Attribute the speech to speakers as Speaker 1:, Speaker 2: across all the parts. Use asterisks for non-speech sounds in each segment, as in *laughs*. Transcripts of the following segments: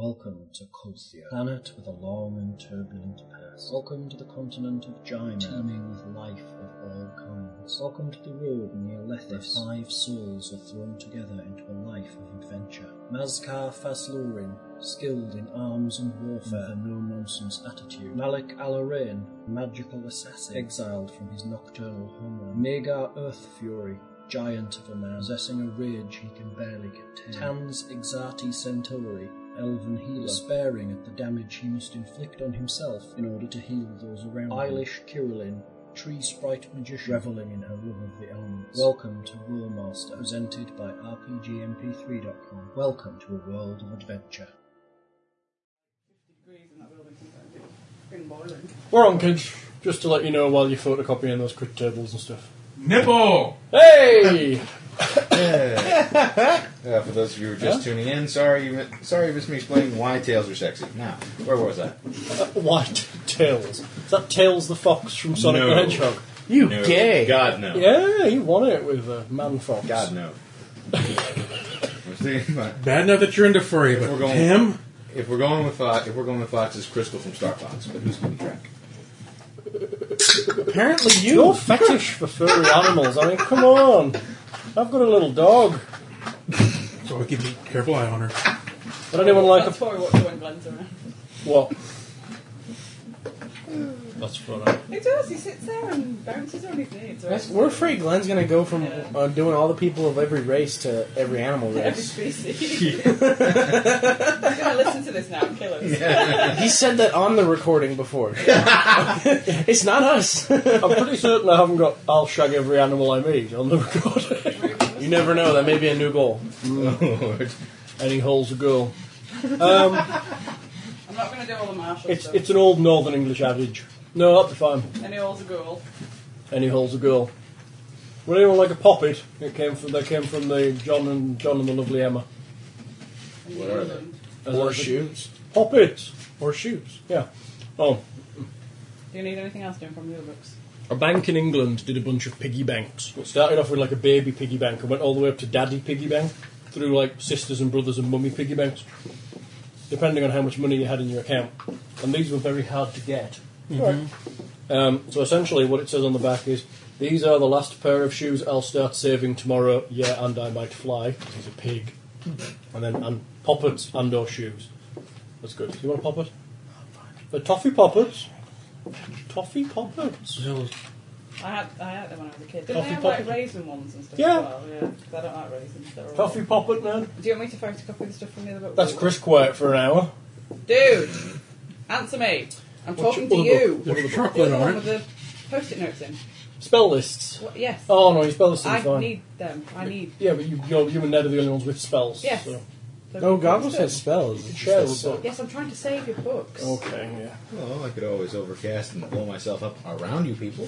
Speaker 1: Welcome to Colcia, planet with a long and turbulent past. Welcome to the continent of Gyma, teeming with life of all kinds. Welcome to the road near Lethis, where five souls are thrown together into a life of adventure. Mazkar Faslurin, skilled in arms and warfare, with a no-nonsense attitude. Malik Alarain, magical assassin, exiled from his nocturnal homeland. Magar Earth Fury, giant of a man, possessing a rage he can barely contain. Tans Exati Centauri, elven healer, despairing at the damage he must inflict on himself in order to heal those around him. Eilish Kirillin, tree sprite magician, reveling in her love of the elements. Welcome to War Master, presented by RPGMP3.com. Welcome to a world of adventure.
Speaker 2: degrees in that building sometimes. It's been boiling.
Speaker 3: We're on, kids. Just to let you know while you're photocopying those crit tables and stuff.
Speaker 4: Nipple!
Speaker 3: Hey! *laughs*
Speaker 5: Uh, for those of you who are just tuning in, sorry, you, mi- sorry, you missed me explaining why tails are sexy. Now, where was I?
Speaker 3: White Tails. Is that Tails the Fox from Sonic
Speaker 5: No.
Speaker 3: the Hedgehog? You
Speaker 5: No.
Speaker 3: gay!
Speaker 5: God no.
Speaker 3: Yeah, you won it with uh, Man Fox.
Speaker 5: God no. We're seeing my-
Speaker 4: Bad enough that you're into furry, but
Speaker 5: We're going-
Speaker 4: him?
Speaker 5: if we're going with Fox, if we're going with Fox, it's Crystal from Star Fox. But who's keeping track?
Speaker 3: Apparently you. Your *laughs* fetish for furry animals. I mean, come on. I've got a little dog.
Speaker 4: So we keep a careful eye on her.
Speaker 3: Would anyone like
Speaker 2: That's
Speaker 3: a...
Speaker 2: why we watch when Glenn's around.
Speaker 3: What?
Speaker 1: That's what I...
Speaker 2: He does, he sits there and bounces on his knees. or
Speaker 6: That's, we're afraid Glenn's gonna go from uh, doing all the people of every race to every animal
Speaker 2: to every
Speaker 6: race.
Speaker 3: *laughs*
Speaker 2: species. He's gonna listen to this now and kill us.
Speaker 6: he said that on the recording before. *laughs* it's not us.
Speaker 3: I'm pretty certain I haven't got I'll shag every animal I meet on the record.
Speaker 6: you never know. That may be a new goal.
Speaker 5: Lord.
Speaker 3: Any holes a go.
Speaker 2: I'm not gonna do all the martial
Speaker 3: It's,
Speaker 2: stuff.
Speaker 3: it's an old Northern English adage. No, that'd be fine.
Speaker 2: And he holds a goal.
Speaker 3: Any hole's a goal. Would anyone like a poppet? It came from that came from the John and John and the lovely Emma.
Speaker 2: And
Speaker 5: What are they?
Speaker 2: England.
Speaker 6: Or shoes.
Speaker 3: Poppets.
Speaker 6: Or shoes.
Speaker 3: Yeah. Oh,
Speaker 2: Do you need anything else doing from the other books?
Speaker 3: a bank in England did a bunch of piggy banks. It started off with like a baby piggy bank and went all the way up to daddy piggy bank, through like sisters and brothers and mummy piggy banks, depending on how much money you had in your account. And these were very hard to get. Um, so essentially, what it says on the back is, "These are the last pair of shoes I'll start saving tomorrow. Yeah, and I might fly. 'cause He's a pig." And then and poppets and or shoes. That's good. You want a poppet? The toffee poppets. Toffee poppets.
Speaker 2: I had, I had them when I was a kid. Did
Speaker 3: Toffee
Speaker 2: they have like
Speaker 3: Poppy.
Speaker 2: raisin ones and stuff
Speaker 3: Yeah.
Speaker 2: as well? Yeah. 'cause I don't like raisins. They're all-
Speaker 3: Toffee poppet, man.
Speaker 2: Do you want me to photocopy the stuff from the other book?
Speaker 3: That's Chris Quiet for an hour.
Speaker 2: Dude, answer me. I'm talking to
Speaker 3: your other
Speaker 2: you.
Speaker 3: book?
Speaker 4: There's a
Speaker 2: The
Speaker 4: chocolate
Speaker 2: other one
Speaker 4: on
Speaker 2: with
Speaker 4: it.
Speaker 2: the post-it notes in.
Speaker 3: Spell lists.
Speaker 2: What? Yes.
Speaker 3: Oh no, your spell lists are
Speaker 2: I
Speaker 3: fine.
Speaker 2: need them. I need.
Speaker 3: yeah, but you, you're, you and Ned are the only ones with spells.
Speaker 2: Yes.
Speaker 3: So.
Speaker 2: them.
Speaker 6: No, Goggle says spells.
Speaker 3: Share the book.
Speaker 2: Yes, I'm trying to save your books.
Speaker 3: Okay, yeah.
Speaker 5: Well, I could always overcast and blow myself up around you people.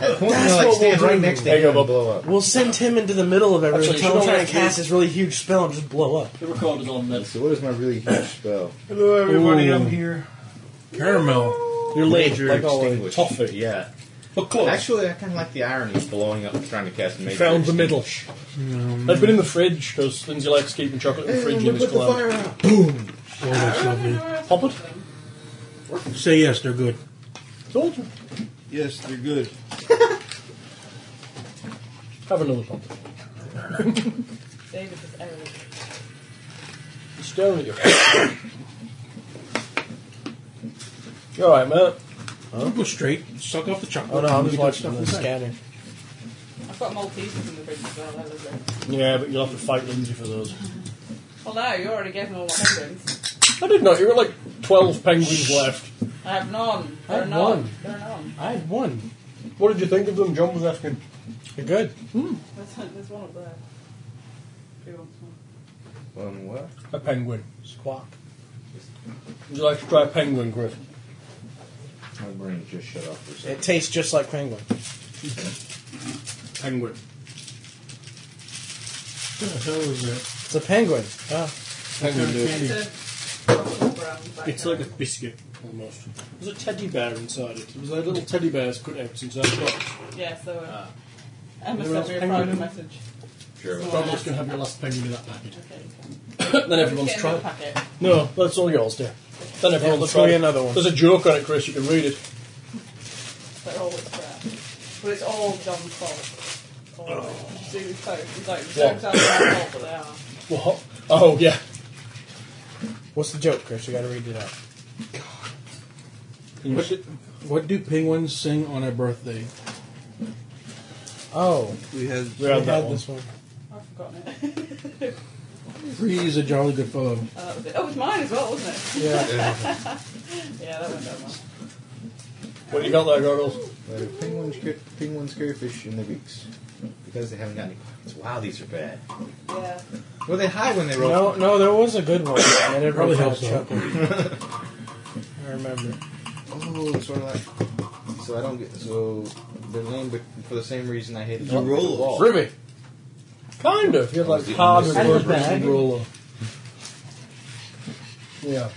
Speaker 5: At point,
Speaker 6: That's
Speaker 5: I'll, like,
Speaker 6: what we'll
Speaker 5: stand
Speaker 6: do.
Speaker 5: right next to
Speaker 3: Hang
Speaker 5: you
Speaker 3: up.
Speaker 5: and blow up.
Speaker 6: We'll send him into the middle of everyone.
Speaker 3: Actually,
Speaker 6: Tell him
Speaker 3: you
Speaker 6: trying
Speaker 3: don't
Speaker 6: to cast this really huge spell and just blow up.
Speaker 3: The recorder's on, Ned.
Speaker 5: So what is my really huge spell?
Speaker 4: Hello, everybody. I'm here. Caramel.
Speaker 3: You're late,
Speaker 5: Major
Speaker 3: like always.
Speaker 5: extinguish.
Speaker 3: Toffee.
Speaker 5: Yeah.
Speaker 3: But close.
Speaker 5: Actually, I kind of like the irony of blowing up and trying to cast a major.
Speaker 3: Found the middle. They've been in the fridge because Lindsay likes keeping chocolate in the fridge in this clan.
Speaker 4: Oh, that's lovely.
Speaker 3: Pop it.
Speaker 4: Say yes, they're good.
Speaker 3: Told you.
Speaker 5: Yes, they're good.
Speaker 3: *laughs* Have another pop.
Speaker 2: David is errors.
Speaker 3: Staring at *coughs* you. you alright, mate.
Speaker 4: Don't go straight. Suck off the chocolate.
Speaker 6: Oh no, I'm
Speaker 4: You
Speaker 6: just
Speaker 4: get that
Speaker 6: watching the
Speaker 4: inside.
Speaker 6: scanner.
Speaker 2: I've got Maltesers in the fridge as well. That was it.
Speaker 3: Yeah, but you'll have to fight Lindsay for those.
Speaker 2: Well, no, you already gave me all my penguins.
Speaker 3: I did not. You were like 12 penguins left.
Speaker 2: I have none.
Speaker 6: I
Speaker 2: There are
Speaker 6: have
Speaker 2: none.
Speaker 6: one.
Speaker 2: There are none.
Speaker 6: I had one.
Speaker 3: What did you think of them? John was asking.
Speaker 6: You're good.
Speaker 2: There's, there's one up there. Who wants one?
Speaker 5: Um, what?
Speaker 3: A penguin.
Speaker 6: Squawk.
Speaker 3: Would you like to try a penguin, Griff?
Speaker 5: My brain just shut off for a second.
Speaker 6: It tastes just like penguin.
Speaker 4: Penguin. What the hell is that?
Speaker 6: It's a penguin. Ah.
Speaker 2: It's
Speaker 4: Penguin
Speaker 2: a ruffle brown back
Speaker 3: It's like a biscuit, almost. There's a teddy bear inside it. It was like little teddy bears cut out inside the box.
Speaker 2: there. Yeah, so. Uh, Emma
Speaker 3: Everyone
Speaker 2: sent me a
Speaker 3: Ah. else
Speaker 2: private
Speaker 3: penguin?
Speaker 2: message.
Speaker 5: Sure.
Speaker 3: Donald's going to have your last penny in that packet.
Speaker 2: Then
Speaker 3: everyone's tried.
Speaker 2: Pocket.
Speaker 3: No, that's all yours, dear. Then everyone's
Speaker 6: let's
Speaker 3: tried.
Speaker 6: go get another one.
Speaker 3: There's a joke on it, Chris. You can read it.
Speaker 2: They're always crap. But it's all John's fault. All of it. You see, with Coke, it's like, the jokes aren't my fault, but they are.
Speaker 3: What? Oh yeah.
Speaker 6: What's the joke, Chris? You got to read it out.
Speaker 4: What do, what do penguins sing on a birthday?
Speaker 6: Oh,
Speaker 4: We had
Speaker 3: We had
Speaker 6: I
Speaker 3: that
Speaker 6: had
Speaker 3: one.
Speaker 6: this one.
Speaker 2: I've forgotten it.
Speaker 4: Freeze a jolly good
Speaker 2: oh,
Speaker 4: fellow.
Speaker 2: that was it. Oh, it was mine as well, wasn't it? *laughs*
Speaker 6: Yeah.
Speaker 2: Yeah, that went down well.
Speaker 3: What you got there, goggles?
Speaker 5: Why do penguins, cur- penguins carry fish in their beaks? Because they haven't got any pockets. Wow, these are bad.
Speaker 2: Yeah.
Speaker 5: Well, they hide when they roll.
Speaker 6: No, no, there was a good one. And it
Speaker 4: Probably
Speaker 6: really
Speaker 4: helps
Speaker 6: helps.
Speaker 4: a lot.
Speaker 6: Chuckle. I remember.
Speaker 5: Oh, it's sort of like. So I don't get. So they're lame, but for the same reason I hated the
Speaker 4: roll
Speaker 5: ball.
Speaker 6: Ruby.
Speaker 3: Kind of. You have like hard and
Speaker 6: And the
Speaker 3: reversing
Speaker 6: bag.
Speaker 3: roller. Yeah.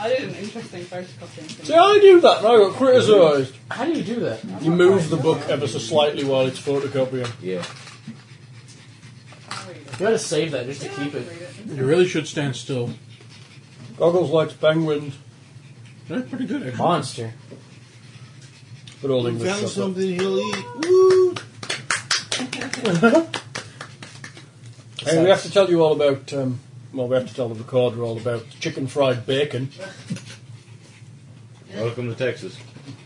Speaker 2: I did an interesting photocopying
Speaker 3: See,
Speaker 2: thing.
Speaker 3: I do that, and I got criticised.
Speaker 6: How do you do that?
Speaker 3: You move the book ever so slightly while it's photocopying.
Speaker 5: Yeah.
Speaker 2: I'll read it.
Speaker 6: You got to save that just to
Speaker 2: Yeah,
Speaker 6: keep
Speaker 2: I'll
Speaker 6: it.
Speaker 2: read it.
Speaker 4: You really should stand still.
Speaker 3: Goggles likes penguins,
Speaker 4: That's pretty good, actually.
Speaker 6: Monster.
Speaker 3: but all English shut up.
Speaker 4: he'll eat.
Speaker 3: Hey, we have to tell you all about. Um, well, we have to tell the recorder all about chicken fried bacon.
Speaker 5: Welcome to Texas.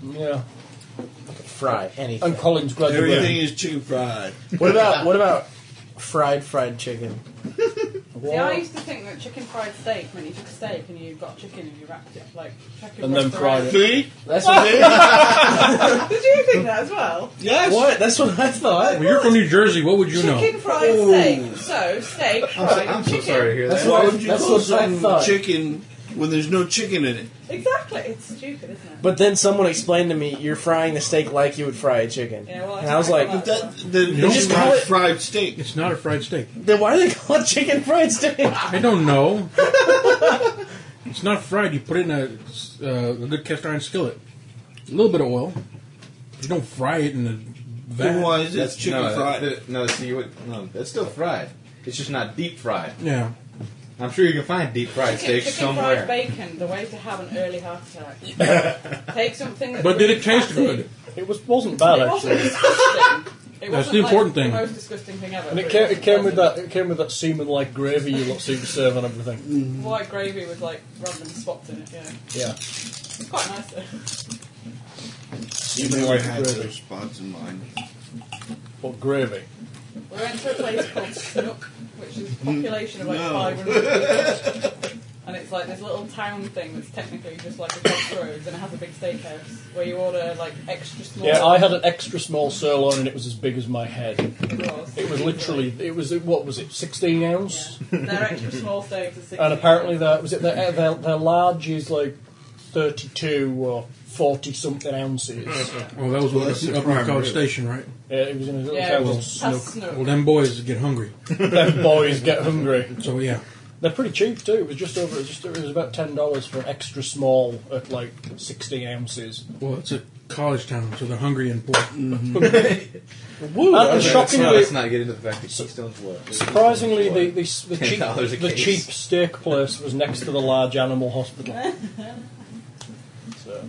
Speaker 3: Yeah,
Speaker 6: Fry anything.
Speaker 3: and Colin's graduating.
Speaker 7: is chicken fried.
Speaker 6: What about what about fried
Speaker 3: *laughs*
Speaker 6: fried chicken?
Speaker 2: See, I used to think that chicken fried steak meant you took a steak and you got chicken and you wrapped it like chicken
Speaker 3: And then
Speaker 2: wrapped
Speaker 3: fried
Speaker 2: around.
Speaker 3: it.
Speaker 7: Me?
Speaker 6: That's
Speaker 2: *laughs*
Speaker 6: what,
Speaker 2: Did you think that as well?
Speaker 7: Yes.
Speaker 6: what? That's what I thought.
Speaker 4: Well, you're from New Jersey. What would you know?
Speaker 2: Chicken fried steak. So steak
Speaker 5: I'm
Speaker 2: fried
Speaker 5: so, I'm so
Speaker 2: chicken.
Speaker 5: sorry to hear
Speaker 6: That's
Speaker 5: that.
Speaker 7: Why
Speaker 6: what-
Speaker 7: would you
Speaker 6: that's
Speaker 7: call
Speaker 6: what I
Speaker 7: something
Speaker 6: thought.
Speaker 7: chicken when there's no chicken in it?
Speaker 2: Exactly. It's stupid, isn't it?
Speaker 6: But then someone explained to me you're frying the steak like you would fry a chicken.
Speaker 2: Yeah, well,
Speaker 6: and I was like,
Speaker 2: that's-
Speaker 7: That the,
Speaker 4: You
Speaker 7: it's
Speaker 6: just
Speaker 7: not
Speaker 6: call it-
Speaker 7: fried steak.
Speaker 4: It's not a fried steak.
Speaker 6: then why do they call it chicken fried steak?
Speaker 4: I don't know. *laughs* it's not fried. You put it in a, uh, a good cast iron skillet. A little bit of oil. You don't fry it in a
Speaker 7: Then
Speaker 4: vat.
Speaker 7: why is it chicken
Speaker 5: no,
Speaker 7: fried?
Speaker 5: That, no, see, what, no, that's still fried. It's just not deep fried.
Speaker 4: Yeah.
Speaker 5: I'm sure you can find deep fried
Speaker 2: Chicken,
Speaker 5: steaks
Speaker 2: chicken
Speaker 5: somewhere.
Speaker 2: fried bacon, the way to have an early heart
Speaker 3: *laughs*
Speaker 2: attack. Take something that's
Speaker 4: But did
Speaker 2: really
Speaker 4: it taste
Speaker 2: fatty.
Speaker 4: good?
Speaker 3: *laughs* It was wasn't bad
Speaker 2: It wasn't
Speaker 3: actually,
Speaker 4: *laughs*
Speaker 2: disgusting. It
Speaker 4: That's
Speaker 2: wasn't
Speaker 4: the
Speaker 2: like
Speaker 4: important thing.
Speaker 2: The most disgusting thing ever.
Speaker 3: and it
Speaker 2: but
Speaker 3: came,
Speaker 2: was
Speaker 3: it came with that
Speaker 2: pleasant.
Speaker 3: it came with that semen like gravy you lot seem to serve on everything.
Speaker 2: white gravy with like random spots in it. Yeah,
Speaker 3: Yeah,
Speaker 2: it's quite nice though.
Speaker 7: You never had those spots in mine.
Speaker 3: but gravy.
Speaker 2: We went to a place called Snook, which is a population of like
Speaker 7: No.
Speaker 2: 500 people. And it's like this little town thing that's technically just like a crossroads and it has a big steakhouse where you order like extra small
Speaker 3: Yeah, I had an extra small sirloin and it was as big as my head.
Speaker 2: straws.
Speaker 3: It was literally it was what was it sixteen
Speaker 2: Yeah.
Speaker 3: ounce?
Speaker 2: They're extra small steaks. are 16.
Speaker 3: And apparently that was it their, their, their large is like thirty two or forty something ounces.
Speaker 4: Well, that was
Speaker 7: Well,
Speaker 4: what
Speaker 7: that's
Speaker 4: up,
Speaker 7: the
Speaker 4: up in
Speaker 7: prime
Speaker 4: College
Speaker 7: rib.
Speaker 4: Station, right?
Speaker 3: Yeah, it was in a little
Speaker 2: Yeah,
Speaker 3: town
Speaker 2: it
Speaker 3: called
Speaker 2: was has
Speaker 3: Snook.
Speaker 2: Snook.
Speaker 4: Well, them boys get hungry.
Speaker 3: *laughs* Them boys get hungry.
Speaker 4: So yeah,
Speaker 3: They're pretty cheap too. It was just over. It was, just, it was about ten dollars for extra small at like sixty ounces.
Speaker 4: well, it's a college town, so they're hungry and poor.
Speaker 3: And
Speaker 5: No,
Speaker 3: shockingly,
Speaker 5: let's not get into the fact that Keystone's were.
Speaker 3: surprisingly, the, the, the cheap
Speaker 5: $10 a
Speaker 3: the
Speaker 5: case.
Speaker 3: cheap steak place was next to the large animal
Speaker 2: *laughs*
Speaker 3: hospital. So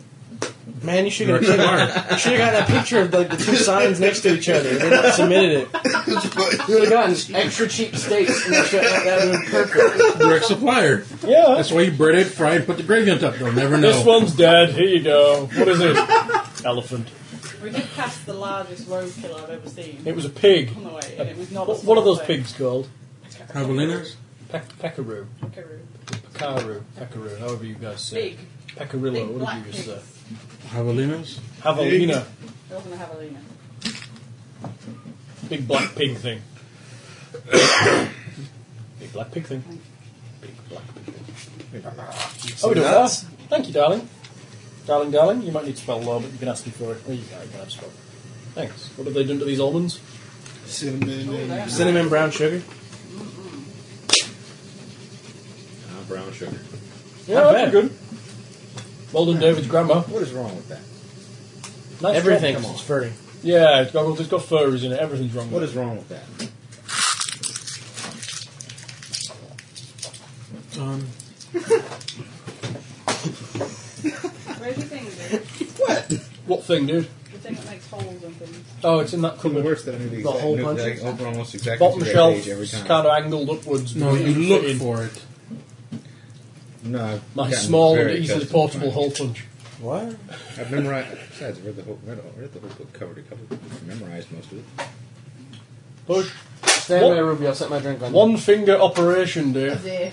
Speaker 6: Man, you should
Speaker 4: You're
Speaker 6: have
Speaker 4: smart.
Speaker 6: you should have gotten a picture of like the two signs next to each other. They like, submitted it. You would have gotten extra cheap steaks. And shit like that would have been perfect.
Speaker 4: You're a supplier.
Speaker 3: yeah,
Speaker 4: That's why you bread it, fry it, put the gravy on top. They'll never know.
Speaker 3: this one's dead. Here you go. What is it? Elephant.
Speaker 2: We did pass the largest roadkill I've ever seen
Speaker 3: It was a pig.
Speaker 2: on the way, and it was not. a
Speaker 3: What, what are
Speaker 2: small
Speaker 3: those
Speaker 2: thing.
Speaker 3: pigs called?
Speaker 4: Javelinas?
Speaker 3: Pe- peckaroo,
Speaker 2: Buckaroo.
Speaker 3: pecaro, pecaroo. However you guys say. it.
Speaker 2: Big,
Speaker 3: Pecarillo.
Speaker 2: big
Speaker 3: What did
Speaker 2: black
Speaker 3: you
Speaker 2: pigs.
Speaker 3: just say?
Speaker 2: It
Speaker 4: Javelinas?
Speaker 3: Javelina.
Speaker 2: wasn't a javelina.
Speaker 3: Big black pig thing. Big black pig thing. Big black pig thing. Oh, we do that. Thank you, darling. Darling, darling, you might need spell law, but you can ask me for it. There you go, you can have spell. Thanks. What have they done to these almonds?
Speaker 7: Cinnamon. and-
Speaker 6: Cinnamon brown sugar.
Speaker 5: Uh, brown sugar.
Speaker 3: Yeah, they're good. Well done, David's grandma.
Speaker 5: What is wrong with that?
Speaker 3: Nice
Speaker 6: Everything.
Speaker 3: job.
Speaker 6: It's furry.
Speaker 3: Yeah, it's got, it's got furries in it. Everything's wrong with
Speaker 5: What
Speaker 3: it.
Speaker 5: is wrong with that?
Speaker 4: Um,
Speaker 2: Where's your thing, dude?
Speaker 3: What thing, dude?
Speaker 2: The thing that makes holes and things.
Speaker 3: Oh, it's in that
Speaker 5: The
Speaker 3: cupboard.
Speaker 5: worst that I knew the
Speaker 6: The
Speaker 5: exact
Speaker 6: whole
Speaker 5: note,
Speaker 6: bunch
Speaker 5: like,
Speaker 6: of-
Speaker 5: open almost exactly
Speaker 3: Bottom
Speaker 5: to that
Speaker 3: shelf
Speaker 5: page every time.
Speaker 3: kind of angled upwards.
Speaker 4: no,
Speaker 3: because
Speaker 4: you
Speaker 3: it
Speaker 4: look
Speaker 3: fit in
Speaker 4: for it.
Speaker 5: No, I've
Speaker 3: My
Speaker 5: gotten
Speaker 3: small and
Speaker 5: very
Speaker 3: easily
Speaker 5: accustomed to
Speaker 3: portable
Speaker 5: mine.
Speaker 3: hole punch.
Speaker 6: What?
Speaker 5: I've memorized. Besides, I read the whole read, all- read the whole book cover to cover. I memorized most of it.
Speaker 3: Push.
Speaker 6: Stand
Speaker 3: What?
Speaker 6: by, Ruby. I'll set my drink on you.
Speaker 3: One finger operation, dear.
Speaker 2: There.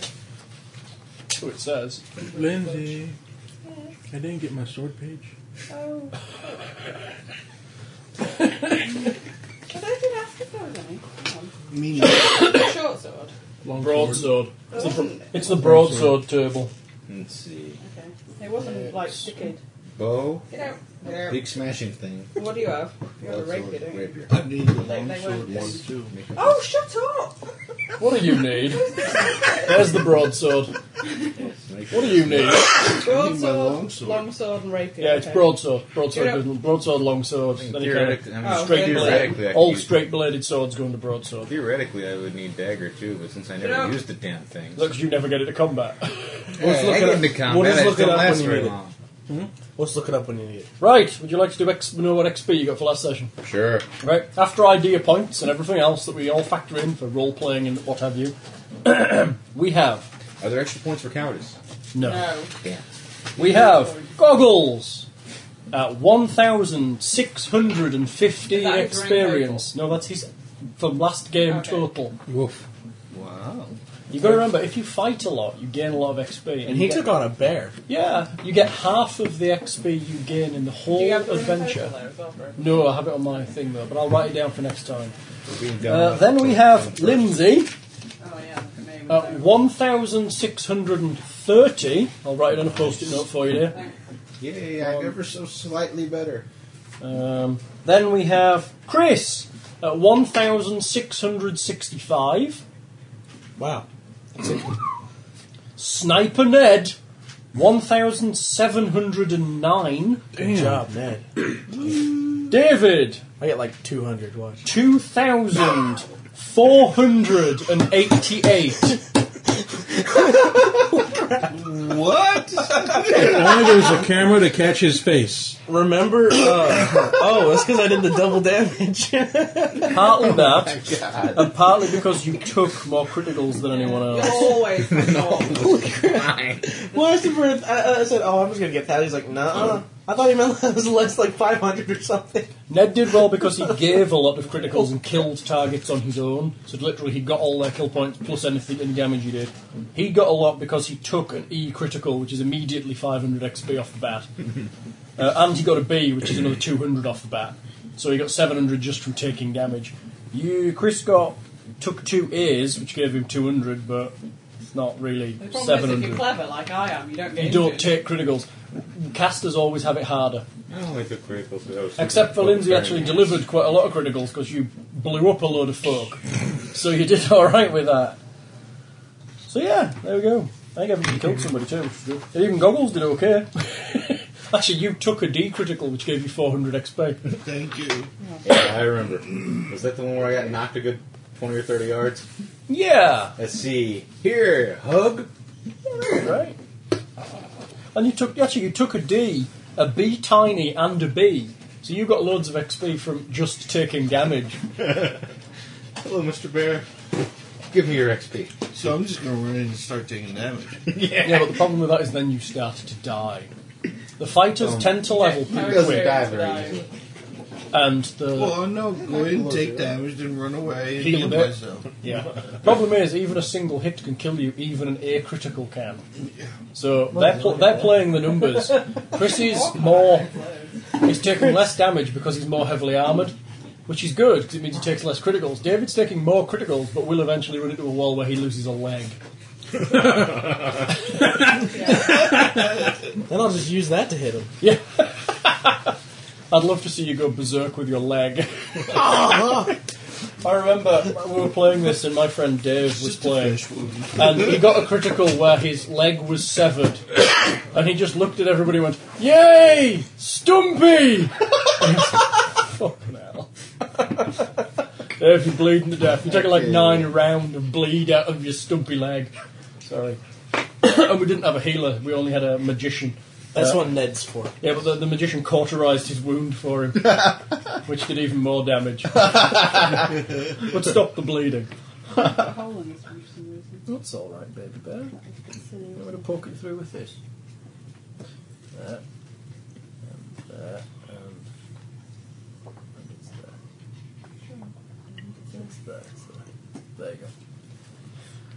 Speaker 3: That's what it says.
Speaker 4: Lindsay, I didn't get my sword page.
Speaker 2: Oh. I don't think I asked if there was any. Hang
Speaker 7: Me.
Speaker 2: on. Short sword.
Speaker 4: Long sword.
Speaker 3: Broadsword.
Speaker 2: There wasn't.
Speaker 3: It's the broadsword table.
Speaker 5: Let's see.
Speaker 2: Okay. It wasn't like wicked.
Speaker 5: Bow,
Speaker 2: Get out. Get out.
Speaker 5: big smashing thing.
Speaker 2: What do you have? You have a rapier,
Speaker 5: Broadsword,
Speaker 2: don't you?
Speaker 5: rapier.
Speaker 7: I need the
Speaker 2: They-
Speaker 7: long
Speaker 2: they
Speaker 7: sword
Speaker 2: weren't
Speaker 7: one
Speaker 2: this.
Speaker 7: too.
Speaker 2: Oh, shut up!
Speaker 3: What do you need? There's the broadsword. What do you need?
Speaker 7: my
Speaker 2: Broadsword,
Speaker 7: longsword.
Speaker 2: longsword, and rapier.
Speaker 3: Yeah, it's
Speaker 2: okay.
Speaker 3: broadsword. Broadsword,
Speaker 2: Yeah.
Speaker 3: doesn't- broadsword, longsword.
Speaker 5: I mean,
Speaker 3: Then you kind of
Speaker 5: theoretically, I mean,
Speaker 2: Oh,
Speaker 3: straight
Speaker 2: theoretically.
Speaker 5: theoretically, I
Speaker 3: bladed.
Speaker 5: could
Speaker 3: All
Speaker 5: use-
Speaker 3: straight bladed swords going to broadsword.
Speaker 5: Theoretically, I would need dagger too, but since I never
Speaker 2: Yeah.
Speaker 5: used the damn thing,
Speaker 3: Because you never get it to combat.
Speaker 5: let's look at into combat.
Speaker 6: just
Speaker 5: it
Speaker 6: look it
Speaker 5: don't
Speaker 6: up
Speaker 5: last
Speaker 6: when you
Speaker 5: very
Speaker 6: need it.
Speaker 5: long.
Speaker 6: Let's look it up when you need it.
Speaker 3: right, would you like to do X, know what XP you got for last session?
Speaker 5: Sure.
Speaker 3: Right, after idea points and everything else that we all factor in for role playing and what have you, *clears throat* we have.
Speaker 5: Are there extra points for cowardice?
Speaker 3: No.
Speaker 2: No.
Speaker 5: Damn.
Speaker 3: We have goggles at 1,650
Speaker 2: Is that his ring
Speaker 3: experience. No, that's his from last game
Speaker 2: Okay.
Speaker 3: total.
Speaker 4: Woof.
Speaker 5: Wow.
Speaker 3: You've got to remember, if you fight a lot, you gain a lot of XP.
Speaker 6: And he
Speaker 3: you
Speaker 6: took
Speaker 3: get,
Speaker 6: on a bear.
Speaker 3: Yeah, you get half of the XP you gain in the whole
Speaker 2: Do you have the
Speaker 3: adventure.
Speaker 2: There as well, bro?
Speaker 3: No, I have it on my thing though, but I'll write it down for next time.
Speaker 5: We're being dumb.
Speaker 3: Uh, then we have Lindsay
Speaker 2: Oh, yeah. the name of
Speaker 3: at
Speaker 2: that.
Speaker 3: 1,630. I'll write it on a post it note for you, dear.
Speaker 2: Thanks.
Speaker 5: Yay! I'm ever so slightly better.
Speaker 3: Um, then we have Chris at 1,665.
Speaker 6: Wow.
Speaker 3: Sniper Ned, 1,709.
Speaker 6: Good job, Ned.
Speaker 3: *clears throat* David,
Speaker 6: I get like 200. Watch.
Speaker 3: 2,488.
Speaker 4: If only there was a camera to catch his face.
Speaker 6: Remember? Uh, *coughs* oh, that's because I did the double damage.
Speaker 3: Partly that,
Speaker 5: God.
Speaker 3: and partly because you took more criticals than anyone
Speaker 2: You'll
Speaker 3: else. *laughs*
Speaker 2: always have more.
Speaker 6: well, I said, for, I, I said, oh, I'm just gonna get that. He's like, nah. I thought he meant that was less like 500 or something.
Speaker 3: Ned did well because he gave a lot of criticals and killed targets on his own. So literally, he got all their kill points plus anything any damage he did. He got a lot because he took an E critical, which is immediately 500 XP off the bat, uh, and he got a B, which is another 200 off the bat. So he got 700 just from taking damage. You, Chris, got took two A's, which gave him 200, but it's not really
Speaker 2: The problem is, if you're
Speaker 3: 700.
Speaker 2: clever like I am, you don't get
Speaker 3: You don't
Speaker 2: injured.
Speaker 3: take criticals. Casters always have it harder.
Speaker 5: I don't like the criticals. but I was
Speaker 3: Except for
Speaker 5: thinking-
Speaker 3: Lindsay actually delivered quite a lot of criticals because you blew up a load of *laughs* folk. so you did *laughs* alright with that. So yeah, there we go. I think everybody killed somebody too. which is good. And even Goggles did okay. *laughs* actually, you took a D critical which gave you 400 *laughs* XP.
Speaker 7: Thank you.
Speaker 5: Yeah, I remember. *clears throat* Was that the one where I got knocked a good twenty or thirty yards?
Speaker 3: yeah!
Speaker 5: Let's see. Here, hug.
Speaker 3: Right? And you took, actually, you took a D, a B tiny, and a B. So you got loads of XP from just taking *laughs* damage.
Speaker 5: Hello, Mr. Bear. Give me your XP.
Speaker 7: So I'm just gonna run in and start taking damage.
Speaker 3: Yeah, but the problem with that is then you start to die. The fighters tend to level
Speaker 2: No,
Speaker 3: pretty
Speaker 5: Doesn't
Speaker 3: quick,
Speaker 5: die
Speaker 2: it's
Speaker 5: very
Speaker 2: dying.
Speaker 5: easily.
Speaker 3: and the
Speaker 7: Well, no, go ahead and take damage, then run away and
Speaker 3: Heal
Speaker 7: heal
Speaker 3: a bit.
Speaker 7: myself.
Speaker 3: yeah. Problem is, even a single hit can kill you. Even an air critical can. So they're pl- they're playing the numbers. Chrissy's more he's taking less damage because he's more heavily armored, which is good because it means he takes less criticals. David's taking more criticals, but will eventually run into a wall where he loses a
Speaker 6: *laughs*
Speaker 3: leg. *laughs*
Speaker 6: Then I'll just use that to hit him.
Speaker 3: I'd love to see you go berserk with your leg. I remember we were playing this, and my friend Dave was
Speaker 7: Just a
Speaker 3: playing.
Speaker 7: flesh wound.
Speaker 3: and he got a critical where his leg was severed. And he just looked at everybody and went, Yay! Stumpy! *laughs* Fucking hell. if you're bleeding to death, you're taking like nine round of bleed out of your stumpy leg. Sorry. *coughs* and we didn't have a healer. We only had a magician.
Speaker 6: That's
Speaker 3: Uh,
Speaker 6: what Ned's for.
Speaker 3: Yeah, but the, the magician cauterized his wound for him, which did even more damage. but stopped the bleeding.
Speaker 2: Colin is for some reason.
Speaker 1: That's all right, baby bear.
Speaker 2: That was a bit silly.
Speaker 1: I'm going to poke it through with this. There. And there. And, and it's there. And it's there. It's there. There you go.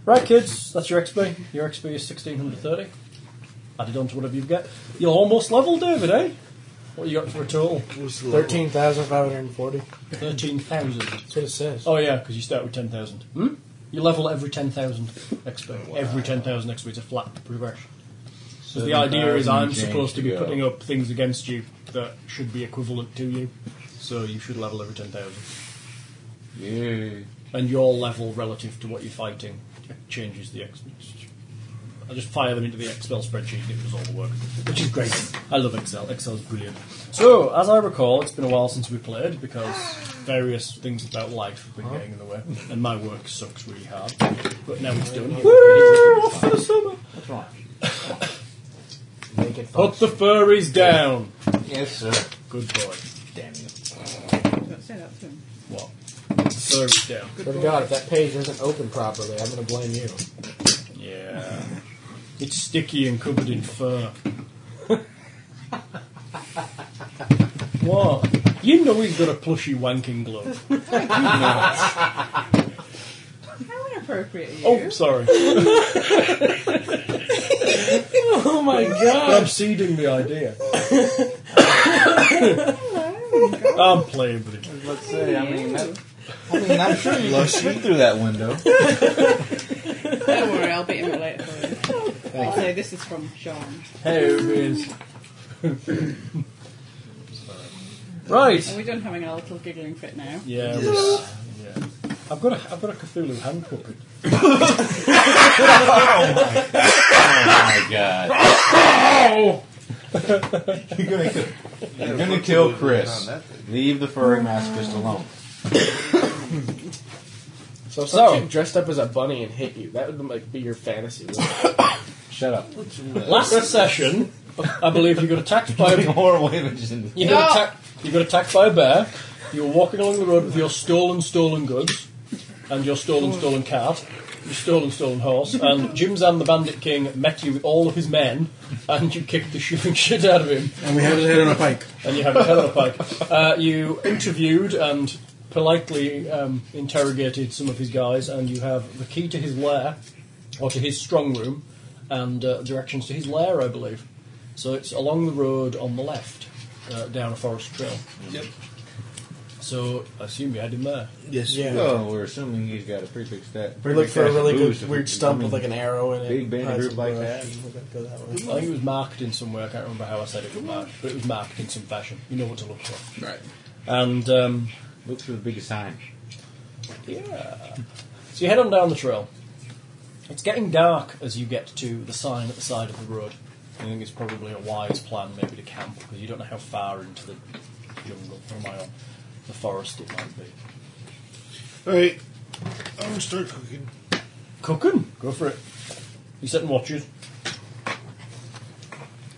Speaker 3: Right, kids, that's your XP. Your XP is 1630. Added on to whatever you get. You're almost level, David, eh? What you got for a total?
Speaker 6: 13,540.
Speaker 3: 13,000.
Speaker 6: That's what it says.
Speaker 3: Oh, yeah, because you start with 10,000. Hmm? You level every 10,000 XP. Every 10,000 XP is a flat progression. So the idea is I'm supposed to be putting up things against you that should be equivalent to you. So you should level every 10,000.
Speaker 5: Yeah.
Speaker 3: And your level relative to what you're fighting changes the X. I just fire them into the Excel spreadsheet and it does all the work, which is great. I love Excel. Excel's brilliant. So, as I recall, it's been a while since we played because various things about life have been getting in the way, and my work sucks really hard. But now it's done. We're off for the summer.
Speaker 6: Make it fun.
Speaker 3: Put the furries down.
Speaker 5: Yes, sir.
Speaker 3: Good boy.
Speaker 5: Damn you.
Speaker 2: Don't say that to him.
Speaker 3: What? Put the furries down.
Speaker 6: Swear to God, if that page isn't open properly, I'm going to blame you.
Speaker 3: Yeah. It's sticky and covered in
Speaker 6: *laughs*
Speaker 3: fur. what? You know he's got a plushy wanking glove.
Speaker 2: How inappropriate are you?
Speaker 3: Oh, sorry.
Speaker 6: *laughs* Oh my God.
Speaker 3: I'm seeding the
Speaker 6: *laughs*
Speaker 3: idea.
Speaker 2: Hello. God,
Speaker 3: I'm playing with it.
Speaker 5: Let's say, I mean,
Speaker 2: you.
Speaker 5: that, I mean, *laughs* I'm sure you can slip through that window.
Speaker 2: *laughs* Don't worry, I'll beat him up later for you.
Speaker 3: *laughs*
Speaker 2: I'll say this is from Sean.
Speaker 5: Hey, Biz.
Speaker 2: Are
Speaker 3: Right.
Speaker 2: we done having our little giggling fit now?
Speaker 3: Yeah. we are, yeah. I've got a I've got a Cthulhu hand puppet.
Speaker 5: Oh my god. you're gonna kill, you're gonna kill Chris. Leave the furry masochist alone.
Speaker 6: So if some chick dressed up as a bunny and hit you, that would like be your fantasy. wouldn't it?
Speaker 5: Shut up.
Speaker 3: Last session, I believe you got attacked by a
Speaker 5: horrible images in
Speaker 3: You got, attacked, you got attacked by a bear. You were walking along the road with your stolen, stolen goods and your stolen, stolen cart, your stolen, stolen horse, and Jim Zan the Bandit King met you with all of his men and you kicked the shooting *laughs* shit out of him
Speaker 4: And we have his head on a pike.
Speaker 3: and you had a hell of a pike. Uh, you interviewed and politely um, interrogated some of his guys, and you have the key to his lair, or to his strong room, and uh, directions to his lair, I believe. So it's along the road on the left, uh, down a forest trail.
Speaker 7: Yep.
Speaker 3: So I assume you had him there.
Speaker 4: Yes.
Speaker 6: Yeah.
Speaker 5: Oh, we're assuming he's got a prefix that.
Speaker 6: We look for a really
Speaker 5: prefix
Speaker 6: good
Speaker 5: of
Speaker 6: weird
Speaker 5: booze.
Speaker 6: stump with like an arrow in it.
Speaker 5: Big band
Speaker 6: Probably
Speaker 5: group
Speaker 6: some
Speaker 5: like
Speaker 6: brush.
Speaker 5: that.
Speaker 6: We could go that
Speaker 3: I
Speaker 6: way.
Speaker 3: think it was marked in some way. I can't remember how I said it was marked, but it was marked in some fashion. You know what to look for.
Speaker 7: Right.
Speaker 3: And um,
Speaker 5: Look for the biggest sign.
Speaker 3: Yeah. So you head on down the trail. It's getting dark as you get to the sign at the side of the road. I think it's probably a wise plan maybe to camp because you don't know how far into the jungle or my, the forest it might be.
Speaker 7: Alright. I'm gonna start cooking.
Speaker 3: Cooking, go for it. You sit and watch it.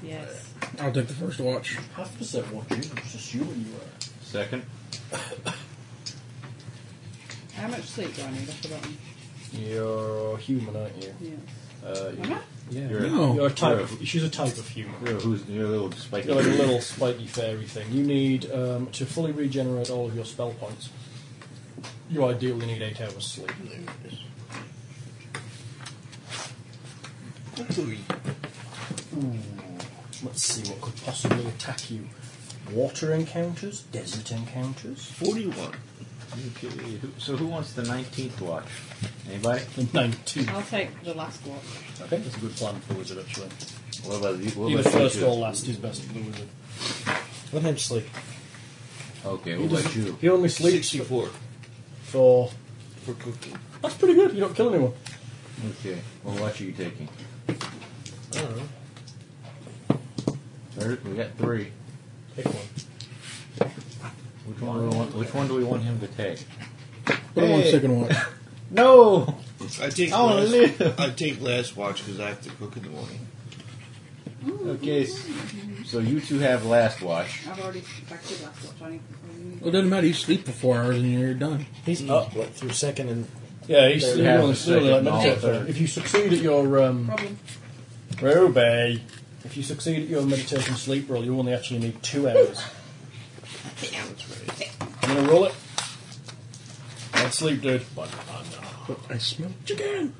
Speaker 2: Yes.
Speaker 4: I'll take the first watch.
Speaker 3: Have to sit watching. Just assuming you are.
Speaker 5: Second.
Speaker 2: How much sleep do I need? I've forgotten.
Speaker 3: You're human, aren't you?
Speaker 2: Yeah.
Speaker 5: Uh,
Speaker 2: Am I?
Speaker 3: Yeah.
Speaker 5: you're, a,
Speaker 4: No.
Speaker 3: You're a type. Of, she's a type of human.
Speaker 5: you're, a who's, you're a little spiky.
Speaker 3: You're like a little spiky fairy thing. You need um, to fully regenerate all of your spell points. You ideally need eight hours sleep.
Speaker 7: Hopefully.
Speaker 3: Let's see what could possibly attack you. Water encounters, desert encounters. *laughs*
Speaker 7: 41.
Speaker 5: Okay, who- So who wants the 19th watch? Anybody?
Speaker 3: The 19.
Speaker 2: I'll take the last one.
Speaker 3: I think that's a good plan for the wizard, actually.
Speaker 5: What about you? What
Speaker 3: Either
Speaker 5: about you
Speaker 3: first
Speaker 5: two?
Speaker 3: or last is best for the wizard.
Speaker 6: Let him sleep.
Speaker 5: Okay, what about you?
Speaker 3: He only sleeps
Speaker 7: 64
Speaker 3: for.
Speaker 7: for cooking.
Speaker 3: That's pretty good, you don't kill anyone.
Speaker 5: Okay, what watch are you taking?
Speaker 6: I don't know.
Speaker 5: Third, we got three.
Speaker 3: Pick one.
Speaker 5: Which one, do we want, which one do we want him to take?
Speaker 4: Put him
Speaker 3: *laughs*
Speaker 4: on
Speaker 5: Hey.
Speaker 4: second watch.
Speaker 5: No!
Speaker 7: I take
Speaker 5: I wanna
Speaker 7: last, I take last watch because I have to cook in the morning.
Speaker 5: Okay, s- so you two have last watch.
Speaker 2: I've already back to last watch. I need- I need-
Speaker 4: Well, it doesn't matter. You sleep for four hours and you're done.
Speaker 6: He's
Speaker 3: Oh.
Speaker 6: up like through second and
Speaker 3: Yeah, he's
Speaker 5: you have
Speaker 3: still,
Speaker 5: the
Speaker 3: still like
Speaker 5: second
Speaker 3: meditate
Speaker 5: knowledge.
Speaker 3: third. If you succeed at your um,
Speaker 2: Problem.
Speaker 3: Ruby, if you succeed at your meditation sleep roll, you only actually need two *laughs* hours. I'm gonna roll it. I'll sleep, dude. But uh,
Speaker 4: I smell chicken.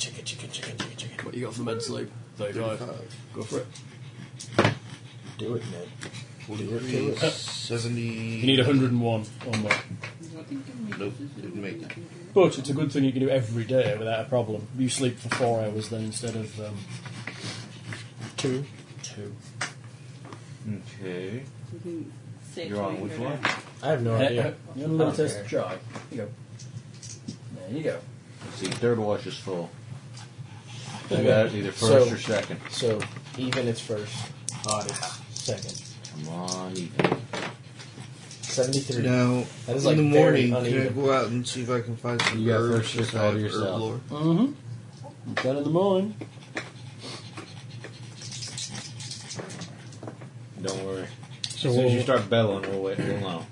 Speaker 3: What you got for med sleep? Thirty-five. Go for it.
Speaker 6: do it, man.
Speaker 7: Forty-three,
Speaker 3: You
Speaker 7: seventy.
Speaker 3: need 101 or more.
Speaker 7: Nope, didn't make it.
Speaker 3: But it's a good thing you can do every day without a problem. You sleep for four hours then instead of um,
Speaker 6: Two.
Speaker 3: two.
Speaker 5: Okay.
Speaker 2: We can see it
Speaker 5: You're on
Speaker 2: when we
Speaker 5: which
Speaker 2: go
Speaker 5: one?
Speaker 2: down.
Speaker 6: I have no idea.
Speaker 3: You want a little taste of chai? Here you go. There you go.
Speaker 5: Let's see, third watch is full. You got it either first
Speaker 6: So-
Speaker 5: or second.
Speaker 6: So even it's first, odd it's second.
Speaker 5: Come on, even.
Speaker 6: Seventy-three.
Speaker 7: Now,
Speaker 6: That is,
Speaker 7: in
Speaker 6: like,
Speaker 7: the
Speaker 6: very
Speaker 7: morning, can I
Speaker 6: uneven.
Speaker 7: go out and see if I can find some
Speaker 5: You got
Speaker 7: herbs
Speaker 5: first
Speaker 7: since
Speaker 5: shot
Speaker 7: I
Speaker 5: all
Speaker 7: have
Speaker 5: to
Speaker 7: herb
Speaker 5: yourself.
Speaker 7: lore?
Speaker 3: Mm-hmm. Ten in the morning.
Speaker 5: Don't worry.
Speaker 4: So,
Speaker 5: as soon as you
Speaker 4: we'll-
Speaker 5: start bellowing, we'll wait. We'll know.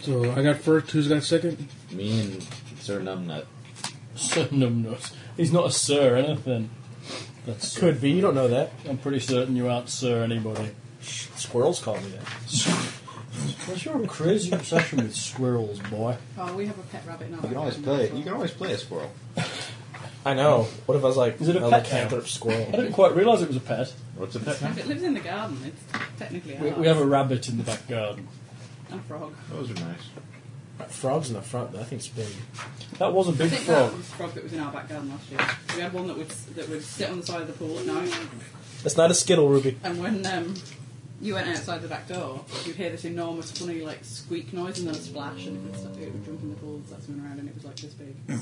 Speaker 4: so I got first. Who's got second?
Speaker 5: Me and Sir Numbnut.
Speaker 3: *laughs* Sir Numbnuts. He's not a sir anything. That's
Speaker 6: Could be. You don't know that.
Speaker 3: I'm pretty certain you aren't sir anybody.
Speaker 6: Squirrels call me that.
Speaker 3: What's your crazy obsession with squirrels, boy?
Speaker 2: Oh, we have a pet rabbit now.
Speaker 5: You can always play. You can always play a squirrel.
Speaker 6: I know. What if I was like
Speaker 3: Is it a
Speaker 6: a
Speaker 3: pet
Speaker 6: lycanthrope
Speaker 3: I
Speaker 6: squirrel?
Speaker 3: didn't quite realise it was a pet.
Speaker 5: What's a pet?
Speaker 2: If it lives in the garden, it's technically
Speaker 3: We,
Speaker 2: ours.
Speaker 3: we have a rabbit in the back garden.
Speaker 2: and frog.
Speaker 5: Those are nice.
Speaker 6: Frogs in the front. That thing's big.
Speaker 3: That was a
Speaker 2: I
Speaker 3: big
Speaker 2: think that
Speaker 3: frog.
Speaker 2: was a frog that was in our back garden last year. We had one that would that would sit on the side of the pool at night,
Speaker 6: That's not a skittle, Ruby.
Speaker 2: and when um, you went outside the back door, you'd hear this enormous, funny like squeak noise and then a splash, and it would, start, it would jump in the pool, start swimming around, and it was like this big. It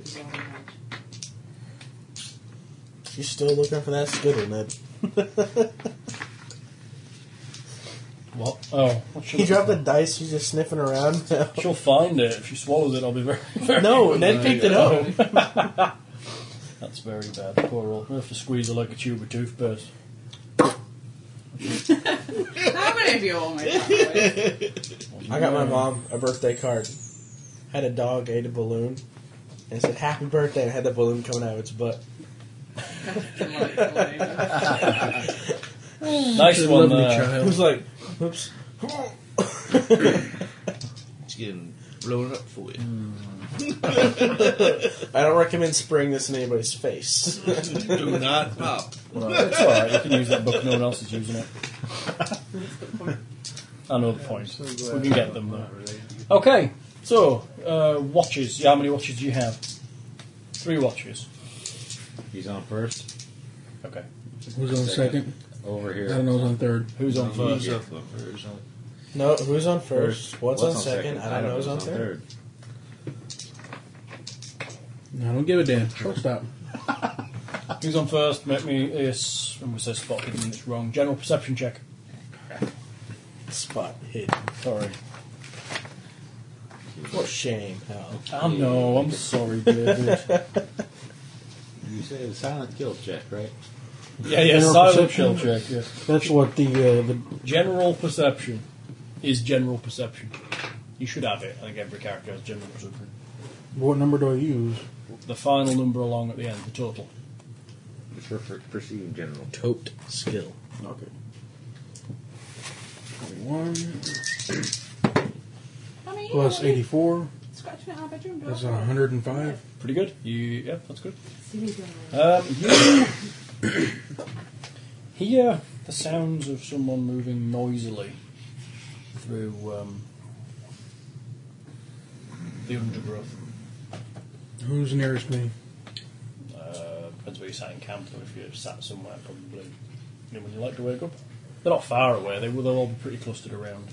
Speaker 2: was wild.
Speaker 6: You still looking for that skittle, Ned?
Speaker 3: What? Oh,
Speaker 6: He dropped the dice. He's just sniffing *laughs* around. now.
Speaker 3: She'll find it. If she swallows it, I'll be very, *laughs* very
Speaker 6: no,
Speaker 3: good.
Speaker 6: Ned picked it up.
Speaker 3: *laughs* That's very bad. Poor old. We'll have to squeeze her like a tube of
Speaker 4: *laughs*
Speaker 3: toothpaste.
Speaker 2: How many of you all made that noise?
Speaker 6: I got my mom a birthday card. Had a dog ate a balloon, and it said "Happy Birthday." And it had the balloon coming out of its butt.
Speaker 5: *laughs*
Speaker 2: Delightful.
Speaker 3: Nice one uh,
Speaker 4: Lovely
Speaker 3: there. *laughs*
Speaker 6: It
Speaker 4: child.
Speaker 6: was like, "Oops."
Speaker 7: It's getting blown up for you.
Speaker 6: I don't recommend spraying this in anybody's *laughs* face.
Speaker 7: Do not pop.
Speaker 3: Well, it's alright, you can use that book, no one else is using
Speaker 4: *laughs*
Speaker 3: it. I know the point. we can get
Speaker 4: uh,
Speaker 3: them though. Okay, so, uh, watches. Yeah, how many watches do you have? Three watches.
Speaker 5: He's on first.
Speaker 3: Okay.
Speaker 4: Who's on second?
Speaker 5: Over
Speaker 4: I don't
Speaker 5: here.
Speaker 4: know. Who's on third?
Speaker 3: Who's on first?
Speaker 7: Use up on first.
Speaker 6: no, who's on first? What's, on, second? I don't know who's on
Speaker 5: who's
Speaker 6: third.
Speaker 4: I don't give a damn.
Speaker 3: *laughs*
Speaker 4: Short stop.
Speaker 3: Who's on first? Make me yes. When we say spot hidden, it's wrong. General perception check.
Speaker 6: Spot hidden.
Speaker 3: Sorry.
Speaker 6: What shame, Hal.
Speaker 3: I know, Ah, I'm sorry, *laughs* David.
Speaker 5: You said it's silent kill check, right?
Speaker 3: yeah, yeah,
Speaker 4: General
Speaker 3: silent
Speaker 4: perception?
Speaker 3: kill check, yeah.
Speaker 4: That's what the uh, the
Speaker 3: General perception is general perception. You should have it. I think every character has general perception.
Speaker 4: what number do I use?
Speaker 3: The final number along at the end, the total.
Speaker 5: For, for perceiving general.
Speaker 6: Tote skill.
Speaker 4: Okay. One
Speaker 2: I mean, you
Speaker 4: plus
Speaker 2: know, we-
Speaker 4: eighty-four.
Speaker 2: Scratching at our bedroom door.
Speaker 4: That's hundred and five.
Speaker 3: Pretty good. You, yeah, that's good.
Speaker 2: See me go.
Speaker 3: Um, *coughs* you hear the sounds of someone moving noisily through um, the undergrowth.
Speaker 4: Who's nearest me?
Speaker 3: Uh, depends where you sat in camp, or if you sat somewhere, probably. You know, when you like to wake up. They're not far away. They will. They'll all be pretty clustered around.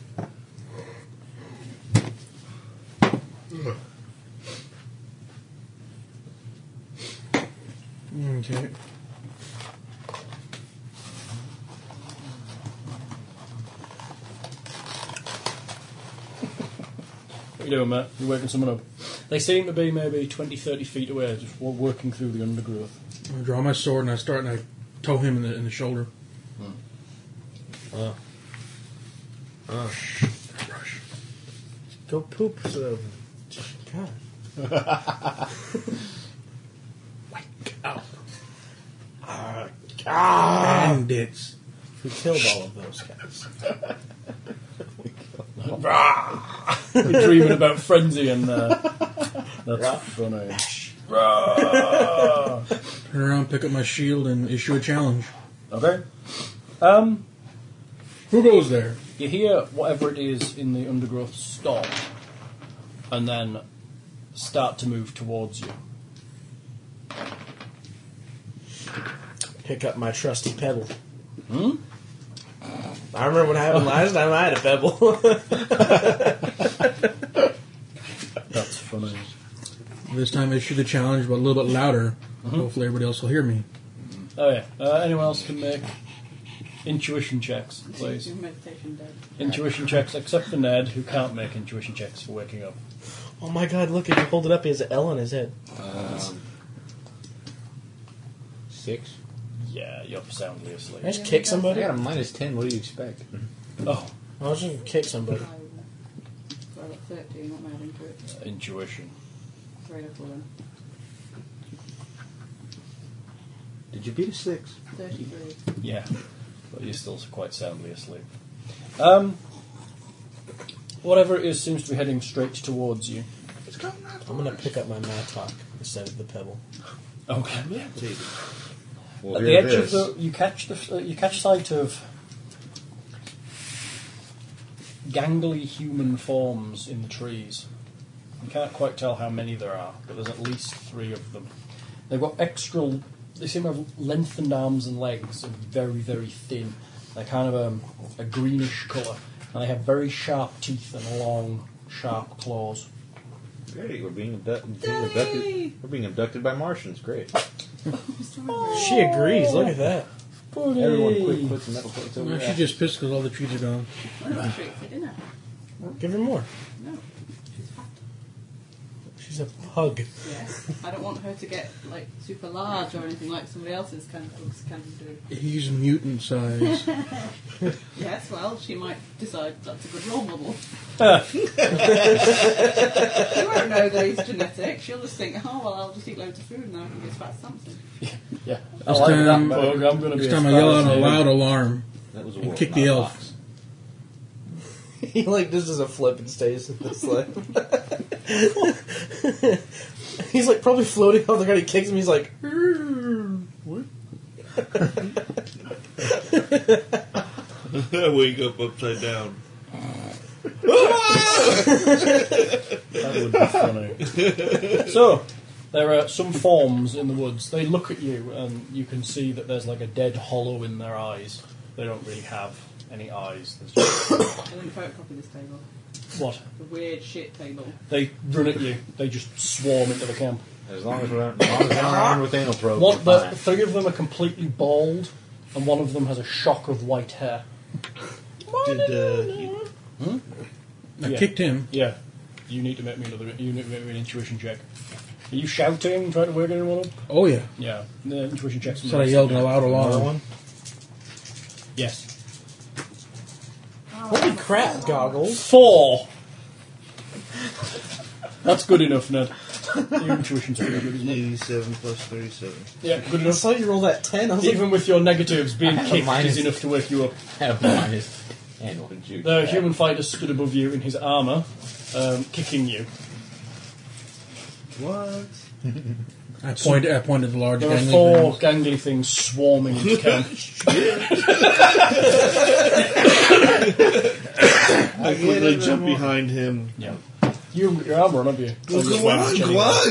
Speaker 4: Okay.
Speaker 3: What you doing, Matt? You waking someone up? They seem to be maybe 20, 30 feet away, just wa- working through the undergrowth.
Speaker 4: I draw my sword and I start and I toe him in the in the shoulder. Rush.
Speaker 7: Go poop. uh, So. God.
Speaker 4: Bandits.
Speaker 7: We killed all of those guys.
Speaker 3: You're dreaming about frenzy and uh, *laughs* that's funny.
Speaker 4: Turn around, pick up my shield, and issue a challenge.
Speaker 3: Okay. Um,
Speaker 4: Who goes there?
Speaker 3: you hear whatever it is in the undergrowth stop, and then start to move towards you.
Speaker 7: Pick up my trusty pebble. Hmm? I remember what *laughs* happened last time I had a pebble. *laughs*
Speaker 3: That's funny.
Speaker 4: This time I issue the challenge, but a little bit louder.
Speaker 3: Mm-hmm.
Speaker 4: Hopefully everybody else will hear me.
Speaker 3: Oh yeah. Uh, anyone else can make intuition checks, please.
Speaker 2: Your meditation dead.
Speaker 3: Intuition checks, except for Ned, who can't make intuition checks for waking up.
Speaker 7: oh my god, look, if you hold it up, he has an L on his head.
Speaker 8: Six.
Speaker 3: Yeah, you're soundly
Speaker 7: Can I
Speaker 3: asleep.
Speaker 7: just kick
Speaker 8: I
Speaker 7: somebody?
Speaker 8: got a minus ten. What do you expect?
Speaker 3: Oh,
Speaker 7: I was just gonna kick
Speaker 2: I
Speaker 7: somebody.
Speaker 2: got about 13, what am I adding to it?
Speaker 3: intuition.
Speaker 2: 3 to 4.
Speaker 8: Did you beat a six?
Speaker 2: 33.
Speaker 3: Yeah, but you're still quite soundly asleep. Um, whatever it is seems to be heading straight towards you.
Speaker 7: I'm gonna pick up my mattock instead of the pebble.
Speaker 3: Okay.
Speaker 5: Well,
Speaker 3: At
Speaker 5: here
Speaker 3: the
Speaker 5: it
Speaker 3: edge of
Speaker 5: is.
Speaker 3: the, you catch the, uh, you catch sight of gangly human forms in the trees. You can't quite tell how many there are, but there's at least three of them. They've got extra. They seem to have lengthened arms and legs, and very, very thin. They're kind of um, a greenish colour, and they have very sharp teeth and long, sharp claws.
Speaker 5: Great, we're being, abduct- being abducted. We're being abducted by Martians. Great.
Speaker 7: She agrees, look at that.
Speaker 5: Everyone, quick, put some metal plates over
Speaker 4: No,
Speaker 5: there.
Speaker 4: she just pissed because all the trees are gone.
Speaker 2: One of the treats, isn't it?
Speaker 7: Give her more.
Speaker 2: No. She's fat.
Speaker 7: She's a pug.
Speaker 2: Yeah. I don't want her to get like super large or anything like somebody else's kind of books can do.
Speaker 4: He's mutant size.
Speaker 2: Yes, well, she might decide that's a good role model. you won't know that he's genetic. She'll just think, oh, well, I'll just eat loads of food and then I can get as fat as Samson.
Speaker 3: Yeah,
Speaker 4: This
Speaker 3: I like
Speaker 4: time-
Speaker 3: that bug. I'm going to be. as
Speaker 4: this time I
Speaker 3: fat
Speaker 4: yell
Speaker 3: as
Speaker 4: out a
Speaker 3: him.
Speaker 4: loud alarm.
Speaker 5: That was a
Speaker 4: And
Speaker 5: wolf,
Speaker 4: kick
Speaker 5: not
Speaker 4: the
Speaker 5: a
Speaker 4: elf.
Speaker 5: fox.
Speaker 7: *laughs* he like this is a flip and stays in this lip. *laughs* he's like probably floating off the ground. He kicks him. He's *laughs* like, "Ooh, what?
Speaker 9: I wake up upside down.
Speaker 3: That would be funny. so, there are some forms in the woods. They look at you, and you can see that there's like a dead hollow in their eyes. They don't really have any eyes. There's just-
Speaker 2: I didn't photocopy this table.
Speaker 3: what?
Speaker 2: The weird shit table.
Speaker 3: They run at you. They just swarm into the camp.
Speaker 5: As long as we're not, as long as we're not armed with anal probes,
Speaker 3: One,
Speaker 5: we're
Speaker 3: the,
Speaker 5: fine.
Speaker 3: three of them are completely bald, and one of them has a shock of white hair.
Speaker 7: Did,
Speaker 9: Did, uh, you-
Speaker 4: I
Speaker 3: Yeah.
Speaker 4: kicked him.
Speaker 3: Yeah. You need to make me another. You need to make me an intuition check. Are you shouting, trying to wake anyone up?
Speaker 4: Oh yeah.
Speaker 3: Yeah, the intuition check.
Speaker 4: So I yelled a loud alarm.
Speaker 3: Yes.
Speaker 7: Holy crap, goggles!
Speaker 3: Four. That's good enough, Ned. Your intuition's pretty good, isn't it?
Speaker 9: 87 plus 37.
Speaker 3: Yeah, good
Speaker 7: I
Speaker 3: enough.
Speaker 7: saw you roll that ten. I was like,
Speaker 3: Even with your negatives, being kicked
Speaker 8: minus-
Speaker 3: is enough to wake you up.
Speaker 8: Have minus.
Speaker 5: And what did you
Speaker 3: The human fighter stood above you in his armour, um, kicking you.
Speaker 9: What?
Speaker 4: I pointed. I pointed at the large
Speaker 3: There are
Speaker 4: gangly
Speaker 3: four
Speaker 4: things.
Speaker 3: gangly things swarming into camp.
Speaker 9: I quickly jump behind him.
Speaker 3: yeah. You, your armour on, have you? Oh, you
Speaker 9: Go on,
Speaker 3: slouch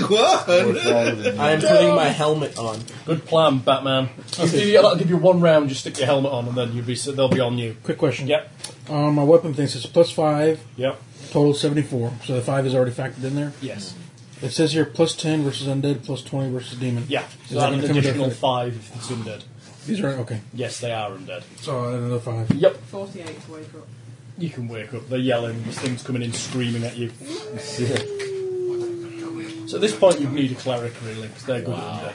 Speaker 9: go
Speaker 3: anyway.
Speaker 9: on, go on!
Speaker 7: I am putting my helmet on.
Speaker 3: Good plan, Batman. I'll, give you one round, you stick your helmet on, and then you'll be, so they'll be on you.
Speaker 4: Quick question.
Speaker 3: Yep,
Speaker 4: Um, my weapon thing says plus five,
Speaker 3: yep,
Speaker 4: total seventy-four. So the five is already factored in there.
Speaker 3: yes.
Speaker 4: It says here plus ten versus undead, plus twenty versus demon.
Speaker 3: Yeah,
Speaker 4: Is
Speaker 3: so
Speaker 4: that
Speaker 3: add
Speaker 4: gonna
Speaker 3: an
Speaker 4: come into
Speaker 3: additional
Speaker 4: effect?
Speaker 3: five if it's undead.
Speaker 4: These are okay.
Speaker 3: Yes, they are undead.
Speaker 4: So I add another five.
Speaker 3: Yep.
Speaker 2: 48 to wake up.
Speaker 3: You can wake up. They're yelling. There's things coming in, screaming at you. So at this point, you'd need a cleric, really, because they're good at undead.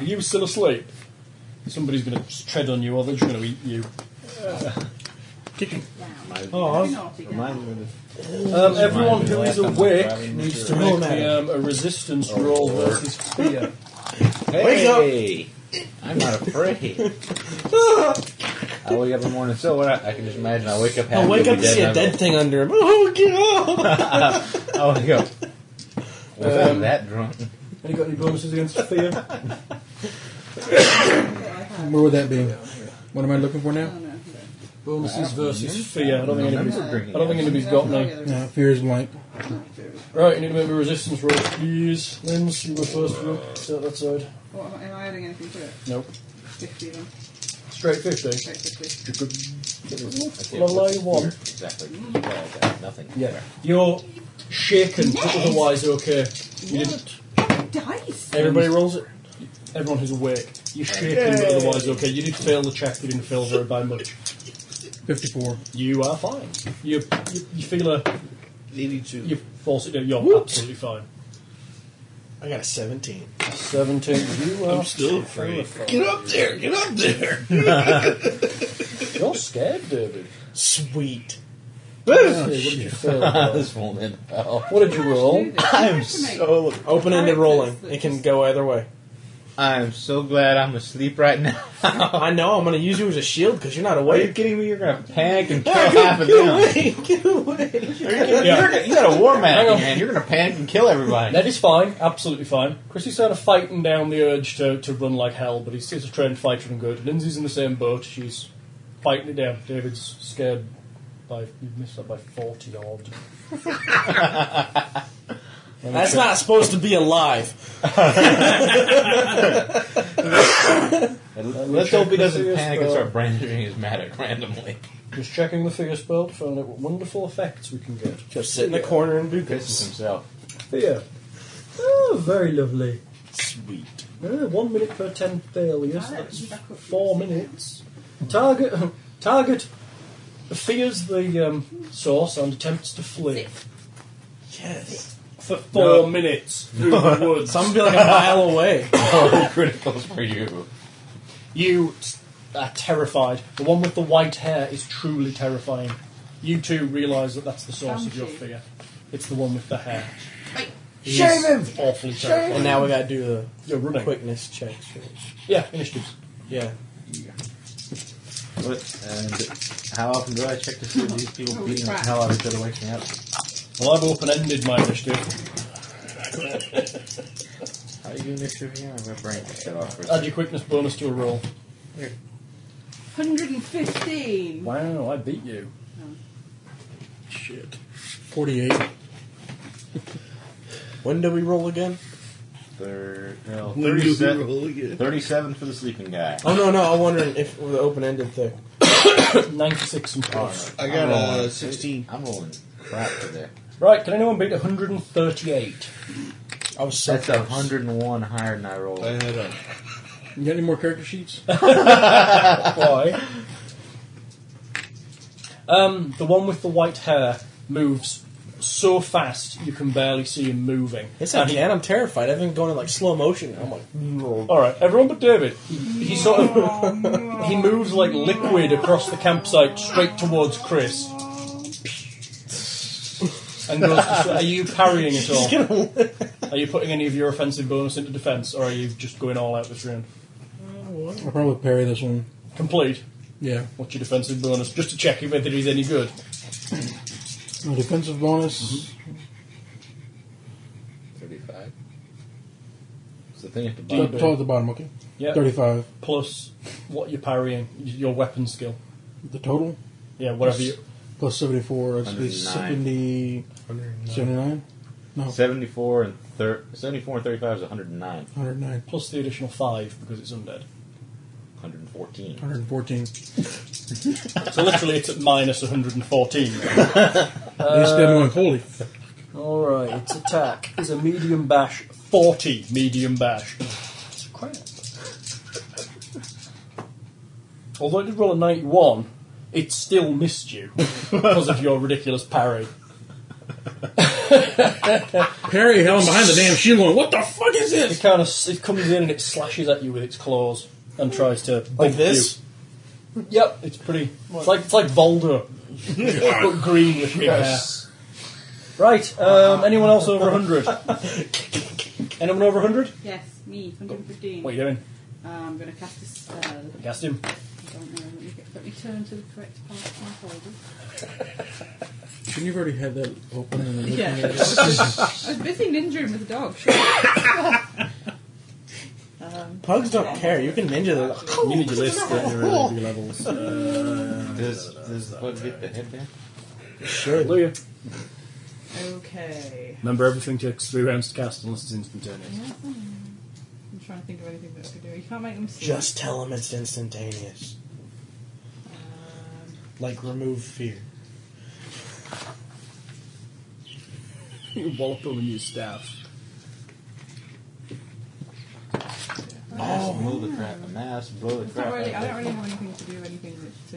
Speaker 3: Are you still asleep? Somebody's going to tread on you, or they're just going to eat *laughs* you.
Speaker 2: Down.
Speaker 6: Oh,
Speaker 2: Very naughty down.
Speaker 3: Um, everyone who is awake
Speaker 5: Grabbing
Speaker 3: needs
Speaker 5: the
Speaker 3: to make the, um, a resistance roll versus fear.
Speaker 5: Hey! I'm not afraid. I wake up in the morning, so what? I, I can just imagine. I wake up happy.
Speaker 6: I'll wake up to see a
Speaker 5: and
Speaker 6: dead thing under him. Oh, God!
Speaker 5: *laughs* I wake up. Was
Speaker 3: Um,
Speaker 5: I that drunk?
Speaker 3: Have you got any bonuses against fear?
Speaker 4: Where would that be? What am I looking for now?
Speaker 2: Oh, no.
Speaker 3: bonuses versus fear. I don't think anybody's,
Speaker 5: Remember
Speaker 3: I
Speaker 5: drinking
Speaker 3: don't think anybody's got any.
Speaker 4: No, Uh, fear is blank.
Speaker 3: Right, you need to make a resistance roll, please. Linz, you were first to go. Set that side.
Speaker 2: What, am I adding anything to it?
Speaker 3: Nope.
Speaker 2: 50 then.
Speaker 3: Straight 50.
Speaker 2: Straight 50.
Speaker 3: Level one.
Speaker 5: Exactly. Well, that's Nothing.
Speaker 3: Yeah. You're shaken, but otherwise okay. You didn't.
Speaker 2: Dice!
Speaker 3: Everybody rolls it. Everyone who's awake. You're shaken, but otherwise okay. You did fail the check, you didn't fail very by much.
Speaker 4: 54.
Speaker 3: You are fine. You, you, you feel a.
Speaker 10: 82.
Speaker 3: You force it down, you're absolutely fine.
Speaker 6: I got a 17.
Speaker 3: 17. You are.
Speaker 10: I'm still afraid. Get up there! Get up there!
Speaker 3: *laughs* You're scared, David.
Speaker 6: Sweet.
Speaker 3: Let's see, what did you fail? by?
Speaker 5: *laughs* This won't end well.
Speaker 3: What did you roll?
Speaker 2: I'm so.
Speaker 6: Oh, Open ended
Speaker 2: Alright,
Speaker 6: rolling.
Speaker 2: that's-
Speaker 6: It can go either way.
Speaker 5: I'm so glad I'm asleep right now.
Speaker 6: I know, I'm going to use you as a shield because you're not
Speaker 5: Are you
Speaker 6: awake.
Speaker 5: kidding me? *laughs* You're gonna panic and kill half of
Speaker 6: *laughs*
Speaker 5: them.
Speaker 6: Get away.
Speaker 5: You're gonna, you got a war
Speaker 3: Hang
Speaker 5: man,
Speaker 3: on.
Speaker 5: man. You're gonna panic and kill everybody.
Speaker 3: Ned is fine, absolutely fine. Chrissy's sort of fighting down the urge to, to run like hell, but he's, he's a trained fighter and good. Lindsay's in the same boat, she's fighting it down. David's scared by, you missed that by 40 odd.
Speaker 6: That's not supposed to be alive.
Speaker 5: Let's hope he doesn't
Speaker 3: Yes,
Speaker 5: panic and
Speaker 3: bro.
Speaker 5: start brandishing his mattock randomly.
Speaker 3: Just checking the fear spell to find out what wonderful effects we can get.
Speaker 6: Just sit in the corner and do
Speaker 5: Pisses
Speaker 6: this.
Speaker 5: himself.
Speaker 3: Fear. Oh, very lovely.
Speaker 6: Sweet.
Speaker 3: Uh, one minute per ten failures.
Speaker 2: Ah,
Speaker 3: That's
Speaker 2: you back up.
Speaker 3: four minutes. Target *laughs* target fears the um, source and attempts to flee
Speaker 6: Yes.
Speaker 3: for four *laughs* minutes through the woods.
Speaker 6: Some be like a mile
Speaker 3: *laughs*
Speaker 6: away.
Speaker 5: Oh, criticals for you.
Speaker 3: You t- are terrified. The one with the white hair is truly terrifying. You two realise that that's the source
Speaker 2: Found
Speaker 3: of your
Speaker 2: you.
Speaker 3: fear. It's the one with the hair.
Speaker 2: Wait,
Speaker 3: He
Speaker 6: Shame
Speaker 3: is
Speaker 6: him!
Speaker 3: Awfully terrifying.
Speaker 6: And now we got to do
Speaker 3: You're
Speaker 6: the
Speaker 3: running.
Speaker 6: quickness check.
Speaker 3: Yeah, initiatives.
Speaker 6: Yeah.
Speaker 5: What? And how often do I check to see if these people
Speaker 2: Holy
Speaker 5: beating the
Speaker 2: crap.
Speaker 5: hell out of each other wakes me up?
Speaker 3: Well, I've open-ended my initiative.
Speaker 5: *laughs* How do you do this shit here? My brain just shut off for a
Speaker 3: Add
Speaker 5: second.
Speaker 3: your quickness bonus to a roll.
Speaker 2: 115!
Speaker 3: Wow, I beat you.
Speaker 4: Shit. 48.
Speaker 6: When do we roll again?
Speaker 5: Thir- no,
Speaker 10: When do we
Speaker 5: 37,
Speaker 10: roll again?
Speaker 5: 37 for the sleeping guy.
Speaker 6: Oh, no, no. I'm wondering if the open ended thing.
Speaker 3: 96 and plus.
Speaker 10: I got uh, a 16.
Speaker 5: I'm rolling crap today.
Speaker 3: Right, can anyone beat 138?
Speaker 6: I was so
Speaker 5: That's a 101 higher than I rolled.
Speaker 10: I had a.
Speaker 4: You got any more character
Speaker 6: *laughs*
Speaker 4: sheets?
Speaker 3: Why? Um, the one with the white hair moves so fast you can barely see him moving.
Speaker 6: It's
Speaker 3: And
Speaker 6: not
Speaker 3: he-
Speaker 6: the end. I'm terrified. I've been going in like slow motion. I'm like, *laughs*
Speaker 3: All right, everyone but David. He, he sort of he moves like liquid across the campsite straight towards Chris. And goes to, are you parrying at all? Are you putting any of your offensive bonus into defense, or are you just going all out this round?
Speaker 4: I'll probably parry this one.
Speaker 3: Complete.
Speaker 4: Yeah.
Speaker 3: What's your defensive bonus? Just to check if whether he's any good.
Speaker 4: My defensive bonus.
Speaker 6: Mm-hmm.
Speaker 5: 35. It's the thing at the
Speaker 4: Uh,
Speaker 5: bottom.
Speaker 4: Twelve at the bottom, okay?
Speaker 3: Yeah.
Speaker 4: 35.
Speaker 3: Plus what you're parrying, y- your weapon skill.
Speaker 4: The total?
Speaker 3: Yeah, whatever you.
Speaker 4: Plus 74. That's be 70. 79?
Speaker 5: 74 and thir- 74 and 35 is 109.
Speaker 4: 109.
Speaker 3: Plus the additional five because it's undead.
Speaker 5: 114.
Speaker 4: 114.
Speaker 3: So literally, it's at minus 114.
Speaker 6: Uh,
Speaker 4: At least I'm like, holy f-
Speaker 3: All right, its attack is a medium bash, 40 medium bash. Crap. Although it did roll a 91, it still missed you because of your ridiculous parry.
Speaker 4: Perry held him behind the damn shield going, What the fuck is
Speaker 3: It
Speaker 4: this?
Speaker 3: kind of it comes in and it slashes at you with its claws and tries to
Speaker 7: Like
Speaker 3: bump
Speaker 7: this?
Speaker 3: You. Yep, it's pretty. It's like it's like *laughs* Voldo, but green with red hair. Right. Um, anyone else over hundred? *laughs* anyone over hundred?
Speaker 2: Yes, me, 115.
Speaker 3: What are you doing?
Speaker 2: Uh, I'm going to cast a spell. I
Speaker 3: Cast him.
Speaker 2: don't know. Let me, get, let me turn to the correct part of my folder.
Speaker 4: Shouldn't you have already had that open and looking
Speaker 2: Yeah.
Speaker 4: at it?
Speaker 2: I was busy ninjaing with the dog. um,
Speaker 7: Pugs don't care. You can ninja them.
Speaker 3: You need your list at your energy *laughs* levels. Uh,
Speaker 5: Does, does the bug get the headband?
Speaker 7: Sure.
Speaker 3: Hallelujah.
Speaker 2: okay.
Speaker 3: Remember, everything takes three rounds to cast unless it's instantaneous.
Speaker 2: I'm trying to think of anything that I could do. You can't make them see.
Speaker 7: Just tell them it's instantaneous.
Speaker 2: Um,
Speaker 7: Like remove fear.
Speaker 3: You wallop him and use staff.
Speaker 10: Oh.
Speaker 8: Mass blow the crap. Mass blow the
Speaker 2: It's not
Speaker 8: crap.
Speaker 2: really,
Speaker 8: out
Speaker 2: I don't
Speaker 8: of
Speaker 2: really have anything to do, anything that to.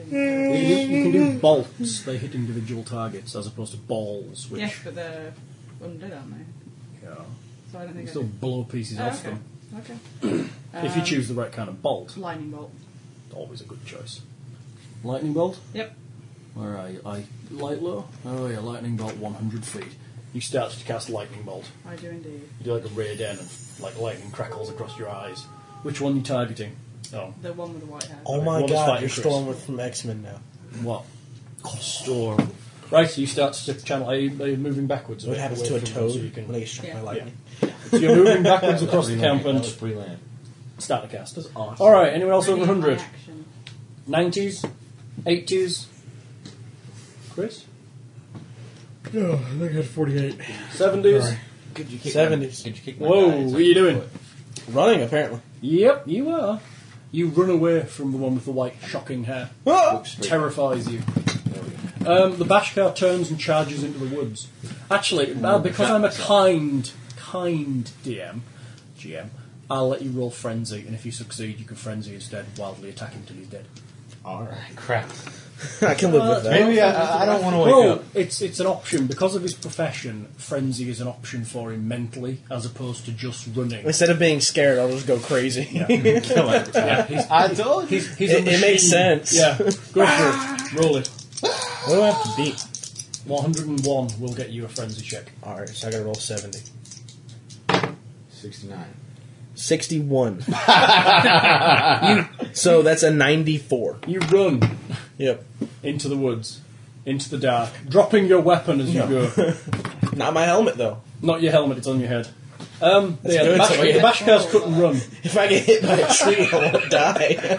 Speaker 3: You
Speaker 2: Thing.
Speaker 3: can, do, you can do bolts. They hit individual targets as opposed to balls, which
Speaker 2: Yes, but they're undead, aren't they?
Speaker 3: yeah,
Speaker 2: So I don't
Speaker 3: you
Speaker 2: think
Speaker 3: still blow pieces
Speaker 2: I do.
Speaker 3: off
Speaker 2: Oh,
Speaker 3: them.
Speaker 2: okay. okay.
Speaker 3: If you
Speaker 2: Um,
Speaker 3: choose the right kind of bolt,
Speaker 2: Lightning bolt.
Speaker 3: always a good choice. Lightning bolt?
Speaker 2: Yep.
Speaker 3: Where are you? I, light low? Oh yeah, lightning bolt 100 feet. You start to cast lightning bolt.
Speaker 2: I do indeed.
Speaker 3: You do like a rear den and like lightning crackles across your eyes. Which one are you targeting? Oh,
Speaker 2: The one with the white hair.
Speaker 7: Oh my
Speaker 3: What was
Speaker 7: god,
Speaker 3: fighting
Speaker 7: you're
Speaker 3: Chris?
Speaker 7: Stormwood from X Men now.
Speaker 3: what? Storm. Right, so you start to channel. Are you, are you moving backwards? a
Speaker 7: What
Speaker 3: bit
Speaker 7: happens
Speaker 3: away
Speaker 7: to a
Speaker 3: from them
Speaker 7: toad
Speaker 3: So, you can,
Speaker 7: when they get struck
Speaker 2: Yeah.
Speaker 7: by lightning?
Speaker 3: so you're moving backwards
Speaker 8: that.
Speaker 3: across *laughs* the
Speaker 8: Pre-land.
Speaker 3: camp and
Speaker 8: That was pre-land.
Speaker 3: start the cast. All right, anyone else over
Speaker 2: Ready,
Speaker 3: 100?
Speaker 2: high action.
Speaker 3: 90s, 80s. Chris?
Speaker 4: Oh, I think I had 48.
Speaker 3: 70s?
Speaker 4: Sorry.
Speaker 8: Could you kick my-
Speaker 7: 70s.
Speaker 8: Could you kick my
Speaker 3: Whoa,
Speaker 8: guy?
Speaker 3: what are you doing?
Speaker 7: Running, apparently.
Speaker 3: Yep, you are. You run away from the one with the white, shocking hair.
Speaker 7: Ah!
Speaker 3: Terrifies you. Um, the Bashkar turns and charges into the woods. Actually, uh, because I'm a kind, kind DM, GM, I'll let you roll frenzy, and if you succeed, you can frenzy instead, wildly attack him till he's dead.
Speaker 8: Alright, crap.
Speaker 7: I can live
Speaker 3: Uh,
Speaker 7: with that.
Speaker 8: Maybe I, I, I don't want to wake
Speaker 3: Well,
Speaker 8: up.
Speaker 3: it's it's an option because of his profession. Frenzy is an option for him mentally, as opposed to just running.
Speaker 7: Instead of being scared, I'll just go crazy.
Speaker 3: *laughs*
Speaker 7: *laughs*
Speaker 3: yeah, he's,
Speaker 8: I told you.
Speaker 3: he's, he's a
Speaker 7: It, it makes
Speaker 3: machine.
Speaker 7: sense.
Speaker 3: Ah, Yeah, go for it. Roll it.
Speaker 7: What do I have to beat?
Speaker 3: 101 will get you a frenzy check.
Speaker 7: Alright, so I gotta roll 70.
Speaker 8: 69.
Speaker 7: 61. so that's a 94.
Speaker 3: You run
Speaker 7: Yep.
Speaker 3: into the woods, into the dark, dropping your weapon as you *laughs* go.
Speaker 7: Not my helmet, though.
Speaker 3: Not your helmet; it's on your head. Um, yeah, the,
Speaker 7: good,
Speaker 3: bash,
Speaker 7: so we-
Speaker 3: the Bashkars couldn't run.
Speaker 7: If I get hit by a tree, I won't die.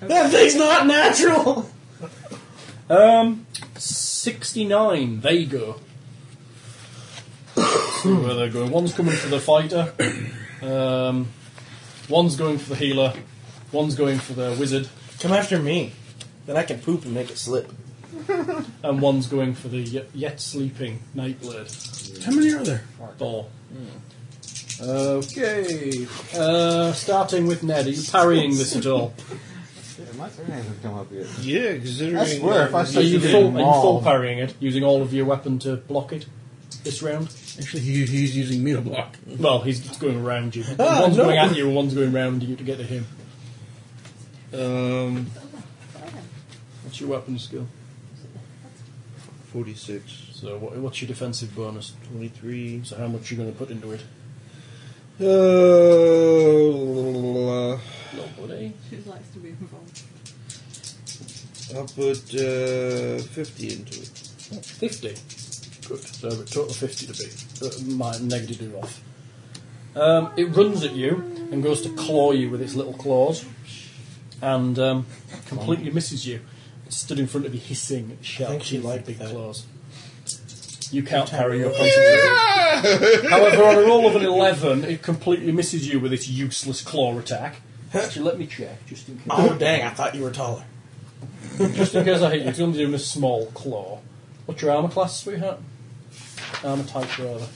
Speaker 7: that thing's not natural!
Speaker 3: Um, 69, they go. *coughs* See where they go. One's coming for the fighter, *coughs* um, one's going for the healer, one's going for the wizard,
Speaker 7: Come after me. Then I can poop and make it slip.
Speaker 3: and one's going for the yet, yet sleeping Nightblade.
Speaker 4: How many are there?
Speaker 3: Ball. Hmm. Okay. Uh, starting with Ned, are you parrying this at all?
Speaker 8: My turn hasn't come up yet.
Speaker 9: Yeah, considering.
Speaker 8: I swear, if I
Speaker 3: Are
Speaker 8: see
Speaker 3: you full, are you full parrying it, using all of your weapon to block it this round?
Speaker 4: Actually, he, he's using me to block.
Speaker 3: Well, he's just going around you.
Speaker 7: Ah,
Speaker 3: one's
Speaker 7: no.
Speaker 3: going at you, and one's going round you to get to him.
Speaker 9: Um,
Speaker 3: What's your weapon skill?
Speaker 9: 46,
Speaker 3: So what, what's your defensive bonus?
Speaker 9: 23.
Speaker 3: So how much you going to put into it?
Speaker 9: Uh,
Speaker 3: Nobody.
Speaker 2: She just likes to be involved.
Speaker 9: I'll put uh, 50 into it.
Speaker 3: Fifty. Good. So a total of fifty to beat. Uh, my negative off. Um, it runs at you and goes to claw you with its little claws, and um, completely misses you. It's stood in front of you, hissing, at sharp
Speaker 7: think she
Speaker 3: teeth and
Speaker 7: liked
Speaker 3: big
Speaker 7: that.
Speaker 3: claws. Uh, You can't parry your concentration. However, on a roll of an eleven, it completely misses you with its useless claw attack. Actually, let me check just in case.
Speaker 7: Oh, dang, I thought you were taller.
Speaker 3: Just in case I hit you, 'cause I'm doing a small claw. What's your armour class, sweetheart? Armour type, rather.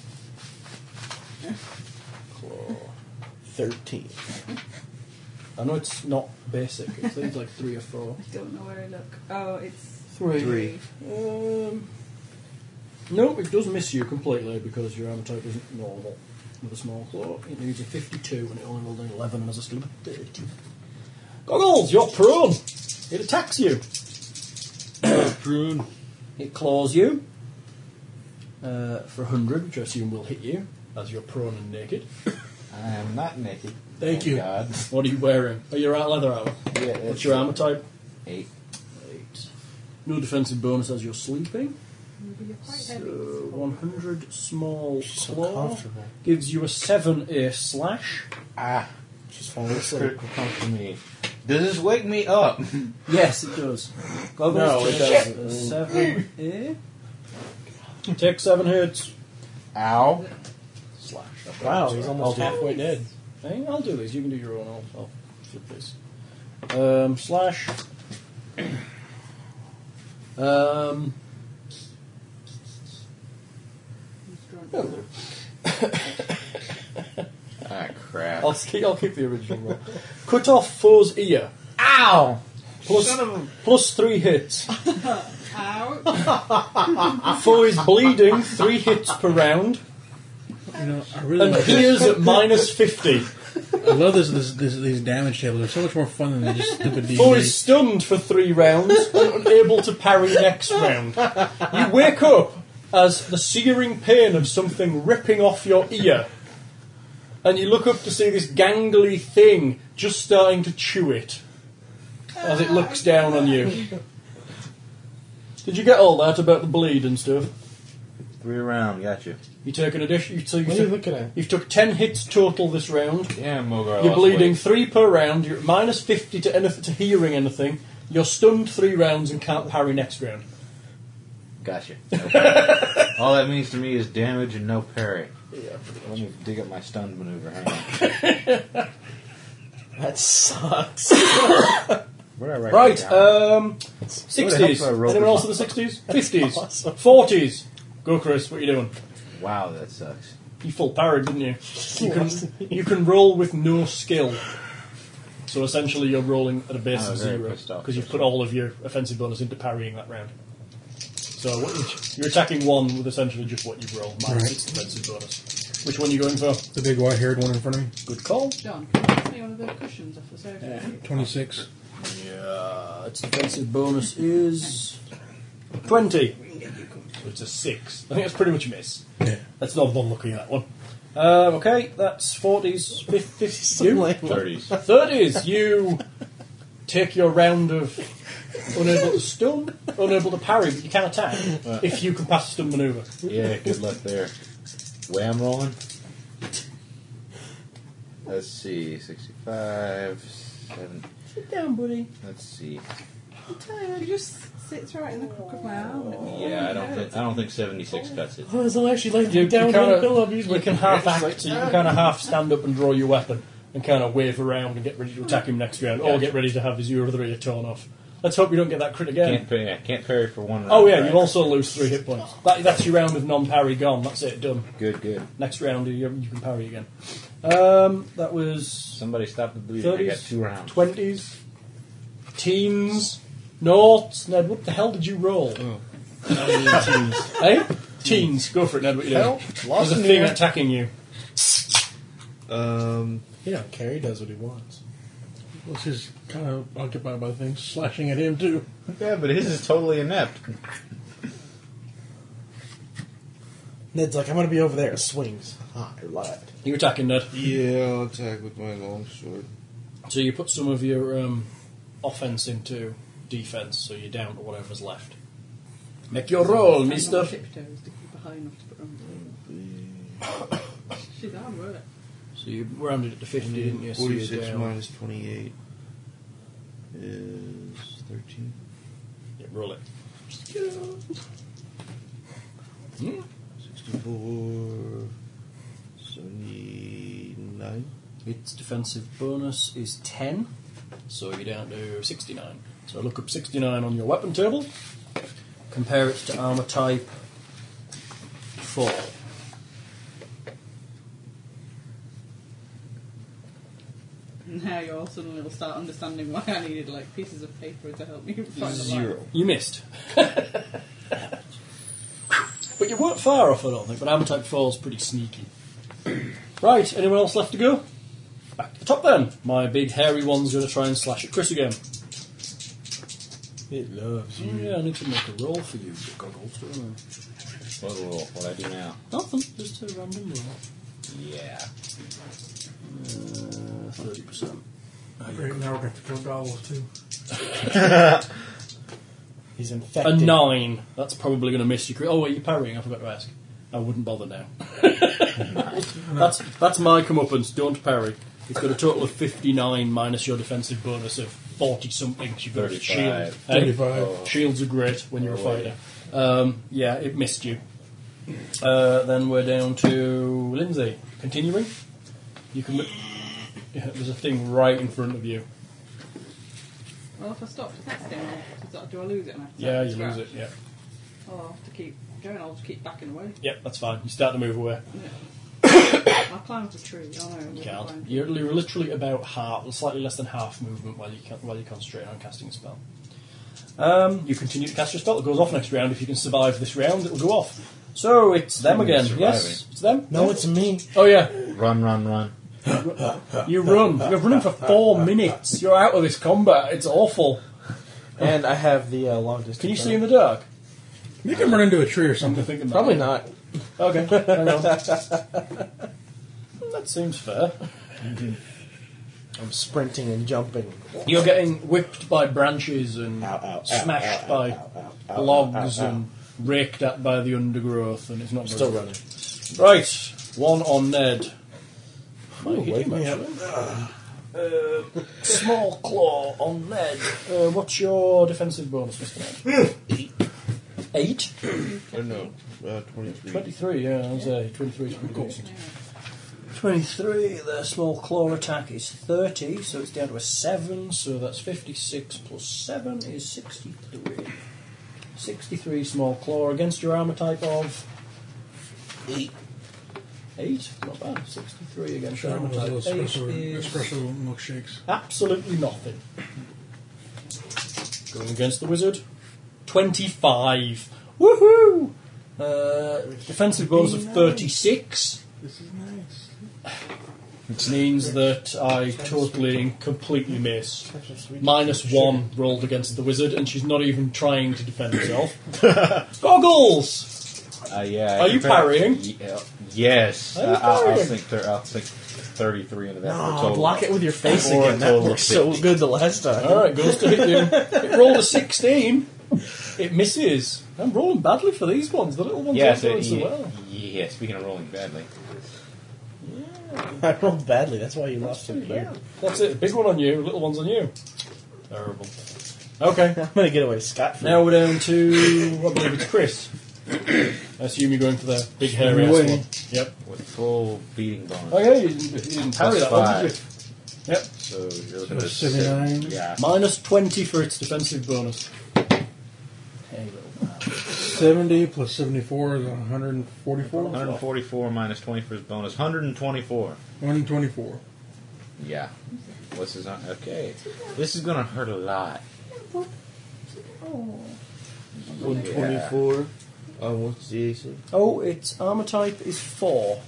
Speaker 3: Claw.
Speaker 7: 13.
Speaker 3: I know it's not basic, it's things like three or four.
Speaker 2: I don't know where I look. Oh, it's
Speaker 7: Three.
Speaker 9: Three.
Speaker 3: Um, no, it does miss you completely because your armor type isn't normal with a small claw. It needs a 52 and it only rolled an 11 and has a skill of a 30. Goggles, you're prone. It attacks *coughs* you.
Speaker 4: Prune.
Speaker 3: It claws you uh, for 100, which I assume will hit you as you're prone and naked. *coughs*
Speaker 8: I am not naked.
Speaker 3: Thank you.
Speaker 8: God.
Speaker 3: What are you wearing? Are you out leather armor?
Speaker 8: Yeah,
Speaker 3: What's your armor type?
Speaker 8: Eight.
Speaker 3: Eight. No defensive bonus as you're sleeping.
Speaker 2: But you're quite
Speaker 3: So
Speaker 2: heavy.
Speaker 7: Uh,
Speaker 3: 100 small claw gives you a 7 a slash.
Speaker 8: Ah,
Speaker 7: She's falling asleep.
Speaker 8: critical comes to me. Does this wake me up?
Speaker 3: Yes, it does. Goggles
Speaker 7: No, it
Speaker 3: takes
Speaker 7: doesn't.
Speaker 3: a 7 a. Take 7 hits.
Speaker 8: Ow.
Speaker 3: Slash.
Speaker 7: Wow, he's almost halfway dead.
Speaker 3: Hey, I'll do these. You can do your own. I'll, I'll flip this. Um, slash. *clears throat* um, Oh.
Speaker 8: Ah, crap.
Speaker 3: I'll, keep, I'll keep the original one. Cut off foe's ear.
Speaker 8: Ow!
Speaker 3: Plus, plus three hits.
Speaker 2: Ouch.
Speaker 3: Foe is bleeding, three hits per round.
Speaker 4: You know, I really *laughs*
Speaker 3: And
Speaker 4: like this.
Speaker 3: here's at minus 50.
Speaker 4: I love this, this, this, these damage tables. They're so much more fun than just stupid d
Speaker 3: Foe is stunned for three rounds and unable to parry next round. You wake up as the searing pain of something ripping off your ear. And you look up to see this gangly thing just starting to chew it as it looks down on you. Did you get all that about the bleed and stuff?
Speaker 8: Three round, got you.
Speaker 3: You take an addition. You, so you
Speaker 7: What are you
Speaker 3: took-
Speaker 7: looking at?
Speaker 3: you've took ten hits total this round.
Speaker 8: Yeah, Mogar.
Speaker 3: You're bleeding three per round. You're at minus fifty to anyth- to hearing anything. You're stunned three rounds and can't parry next round.
Speaker 8: Gotcha. Okay. All that means to me is damage and no parry.
Speaker 3: Yeah.
Speaker 8: Let me dig up my stunned maneuver. Hang on.
Speaker 7: That sucks.
Speaker 8: Where do I write
Speaker 3: *laughs* Right.
Speaker 8: that down?
Speaker 3: Um,
Speaker 8: It would
Speaker 3: sixties.
Speaker 8: help if I rolled
Speaker 3: Anyone
Speaker 8: a-
Speaker 3: else in the sixties? Fifties. Forties. Go, Chris. What are you doing?
Speaker 8: wow, that sucks.
Speaker 3: You full parried, didn't you? You can you can roll with no skill. So essentially, you're rolling at a base
Speaker 8: I
Speaker 3: of
Speaker 8: was Oh, very
Speaker 3: zero
Speaker 8: pissed off
Speaker 3: because you've
Speaker 8: this
Speaker 3: put all of your offensive bonus into parrying that round. So what, you're attacking one with essentially just what you've rolled minus
Speaker 4: Right.
Speaker 3: its defensive bonus. Which one are you going for?
Speaker 4: The big white haired one in front of me.
Speaker 3: Good call.
Speaker 2: John, can you take one of the cushions off the sofa?
Speaker 4: 26.
Speaker 3: Yeah, its defensive bonus is twenty. So it's a six. I think that's pretty much a miss.
Speaker 4: Yeah.
Speaker 3: That's not one looking at that one. Uh, okay, that's forties, fifties,
Speaker 8: Thirties.
Speaker 3: thirties. You take your round of unable to stun, unable to parry, but you can attack if you can pass a stun maneuver.
Speaker 8: yeah, good luck there. Way I'm rolling. Let's see, 65, 7.
Speaker 3: Sit down, buddy.
Speaker 8: Let's see.
Speaker 2: I'm tired. It just sits right in the crook of my arm.
Speaker 8: Yeah, I don't think I don't think 76 cuts it.
Speaker 7: Oh, there's a actually like
Speaker 3: You, you
Speaker 7: down in
Speaker 3: kinda-
Speaker 7: the middle of you.
Speaker 3: you can half act, so you can kind of half stand up and draw your weapon and kind of wave around and get ready to attack him next round, or get ready to have his euro three torn off. Let's hope you don't get that crit again.
Speaker 8: Can't parry, I can't parry for one round.
Speaker 3: Oh yeah,
Speaker 8: right?
Speaker 3: you'll also lose three hit points. That, that's your round of non-parry gone. That's it, done.
Speaker 8: Good, good.
Speaker 3: Next round, you, you can parry again. Um, that was
Speaker 8: Somebody stop the bleeding. I got
Speaker 3: thirties,
Speaker 8: two rounds.
Speaker 3: twenties, teens, noughts. Ned, what the hell did you roll? *laughs* eh? Teens. Go for it, Ned. What you *laughs* doing? There's a thing attacking you.
Speaker 9: Um,
Speaker 7: You know, Carrie does what he wants.
Speaker 4: Well, she's kind of occupied by things slashing at him, too.
Speaker 8: Yeah, but his is totally inept.
Speaker 7: Ned's like, I'm gonna be over there. Swings. Ah, I lied.
Speaker 3: You're attacking Ned.
Speaker 9: yeah, I'll attack with my longsword.
Speaker 3: So you put some of your um, offense into defense, so you're down to whatever's left. Make your roll,
Speaker 2: Stand on
Speaker 3: Mister.
Speaker 2: tiptoes to keep her high enough to put
Speaker 3: *coughs*
Speaker 2: her on the table. She's hard work.
Speaker 3: So you rounded it to fifty, didn't you? So uh, you're
Speaker 9: 46
Speaker 3: down.
Speaker 9: minus 28 is 13.
Speaker 3: Yeah, roll it.
Speaker 9: 64, 79.
Speaker 3: Its defensive bonus is 10, so you're down to 69. So look up 69 on your weapon table, compare it to armour type 4.
Speaker 2: Mm. and now you all suddenly will start understanding why I needed like pieces of paper to help me find the light.
Speaker 5: Zero.
Speaker 3: You missed. but you weren't far off, I don't think, but Amtek Fall's pretty sneaky. right, anyone else left to go? Back to the top then. My big hairy one's going to try and slash at Chris again.
Speaker 7: It loves
Speaker 3: Oh, yeah, I need to make a roll for you, you goggles, don't
Speaker 8: What roll? What I do now?
Speaker 3: I? Nothing, just a random roll.
Speaker 8: Yeah.
Speaker 3: Uh, 30%.
Speaker 4: Right now we're going to kill goggles too.
Speaker 7: He's
Speaker 3: A
Speaker 7: infected.
Speaker 3: nine. That's probably going to miss you. Chris. Oh, wait, you're parrying. I forgot to ask. I wouldn't bother now. that's that's my comeuppance. Don't parry. You've got a total of 59 minus your defensive bonus of 40 something. You've got a shield.
Speaker 8: 35.
Speaker 3: Eh? Shields are great when you're a fighter. Um, Oh, yeah, it missed you. Uh, then we're down to Lindsay. Continuing. You can. look- Yeah, there's a thing right in front of you.
Speaker 2: Well, if I stop testing, does that, do I lose it? And I have to
Speaker 3: Yeah,
Speaker 2: start
Speaker 3: you
Speaker 2: from
Speaker 3: lose
Speaker 2: scratch?
Speaker 3: it. Yeah.
Speaker 2: Oh, I'll have to keep going. I'll just keep backing away.
Speaker 3: Yep, that's fine. You start to move away.
Speaker 2: I climbed the tree. I know.
Speaker 3: You
Speaker 2: I
Speaker 3: can't.
Speaker 2: climbed-
Speaker 3: You're, you're literally about half, slightly less than half movement while you ca- while you're concentrating on casting a spell. Um, you continue to cast your spell. It goes off next round. If you can survive this round, it will go off. So it's them
Speaker 8: Speaking of
Speaker 3: again. Yes,
Speaker 8: surviving.
Speaker 3: it's them.
Speaker 7: No, it's me.
Speaker 3: Oh yeah,
Speaker 8: Run, run, run.
Speaker 3: you run. You're running for four minutes. You're out of this combat. It's awful.
Speaker 7: And I have the uh, long distance.
Speaker 3: Can you see in
Speaker 7: running.
Speaker 3: the dark?
Speaker 4: You can run into a tree or something.
Speaker 3: thinking
Speaker 7: Probably not.
Speaker 3: Okay, hang on. that seems fair.
Speaker 7: I'm sprinting and jumping.
Speaker 3: You're getting whipped by branches and smashed by logs and raked at by the undergrowth, and it's not very
Speaker 7: Still
Speaker 3: good.
Speaker 7: running.
Speaker 3: Right, one on Ned. Might hit
Speaker 7: wake
Speaker 3: him,
Speaker 7: me up.
Speaker 3: actually. Uh, small claw on Ned. Uh, what's your defensive bonus, Mr. Ned? Eight?
Speaker 9: Oh no, uh, 23.
Speaker 3: 23, yeah, I was uh, 23 is pretty good. 23, the small claw attack is 30, so it's down to a 7, so that's 56 plus 7 is 63. 63 small claw against your armour type of 8. 8? Not bad. 63 against your armour type. 8 is
Speaker 4: espresso milkshakes.
Speaker 3: absolutely nothing. Going against the wizard. 25. Woohoo! Uh, defensive bonus of 36.
Speaker 4: This is nice.
Speaker 3: Which means that I totally and completely miss. Minus one rolled against the wizard, and she's not even trying to defend herself. Goggles!
Speaker 8: Uh, yeah. I
Speaker 3: Are you
Speaker 8: can parry.
Speaker 3: parrying?
Speaker 8: Yeah. uh, Yes.
Speaker 3: Are you
Speaker 8: Uh, I'll, I'll
Speaker 3: parrying?
Speaker 8: sink. Thir- I'll sink thirty-three into that. for a
Speaker 7: Oh,
Speaker 8: total.
Speaker 7: block it with your face
Speaker 8: Or
Speaker 7: again. That
Speaker 8: total
Speaker 7: worked so
Speaker 8: fifty.
Speaker 7: good the last time.
Speaker 3: Alright, goes to hit you. It rolled a 16. It misses. I'm rolling badly for these ones. The little ones
Speaker 8: Yeah.
Speaker 3: aren't
Speaker 8: So,
Speaker 3: doing so
Speaker 8: yeah,
Speaker 3: well.
Speaker 8: yeah. Speaking of rolling badly,
Speaker 7: I rolled badly. That's why you lost
Speaker 3: Pretty
Speaker 7: it. here.
Speaker 3: bad. That's it. Big one on you, little one's on you. Terrible. Okay.
Speaker 7: I'm gonna get away scot free.
Speaker 3: Now we're down to, I believe it's
Speaker 7: *coughs*
Speaker 3: Chris. I assume you're going for the big hairy ass
Speaker 4: Swing.
Speaker 3: one. Yep.
Speaker 8: with full beating bonus.
Speaker 3: Okay, you didn't, you didn't parry
Speaker 8: Plus
Speaker 3: that one, did
Speaker 8: five.
Speaker 3: you? Yep.
Speaker 8: So you're looking at a
Speaker 4: So
Speaker 8: six.
Speaker 4: 79.
Speaker 8: Yeah.
Speaker 3: Minus 20 for its defensive bonus. Hey, little man.
Speaker 4: 70 plus 74 is 144?
Speaker 8: 144 minus 20 for his bonus. 124.
Speaker 4: 124.
Speaker 8: Yeah. What's his? Okay. This is gonna hurt a lot.
Speaker 9: 124. Uh, what's the AC?
Speaker 3: Oh, its armor type is 4.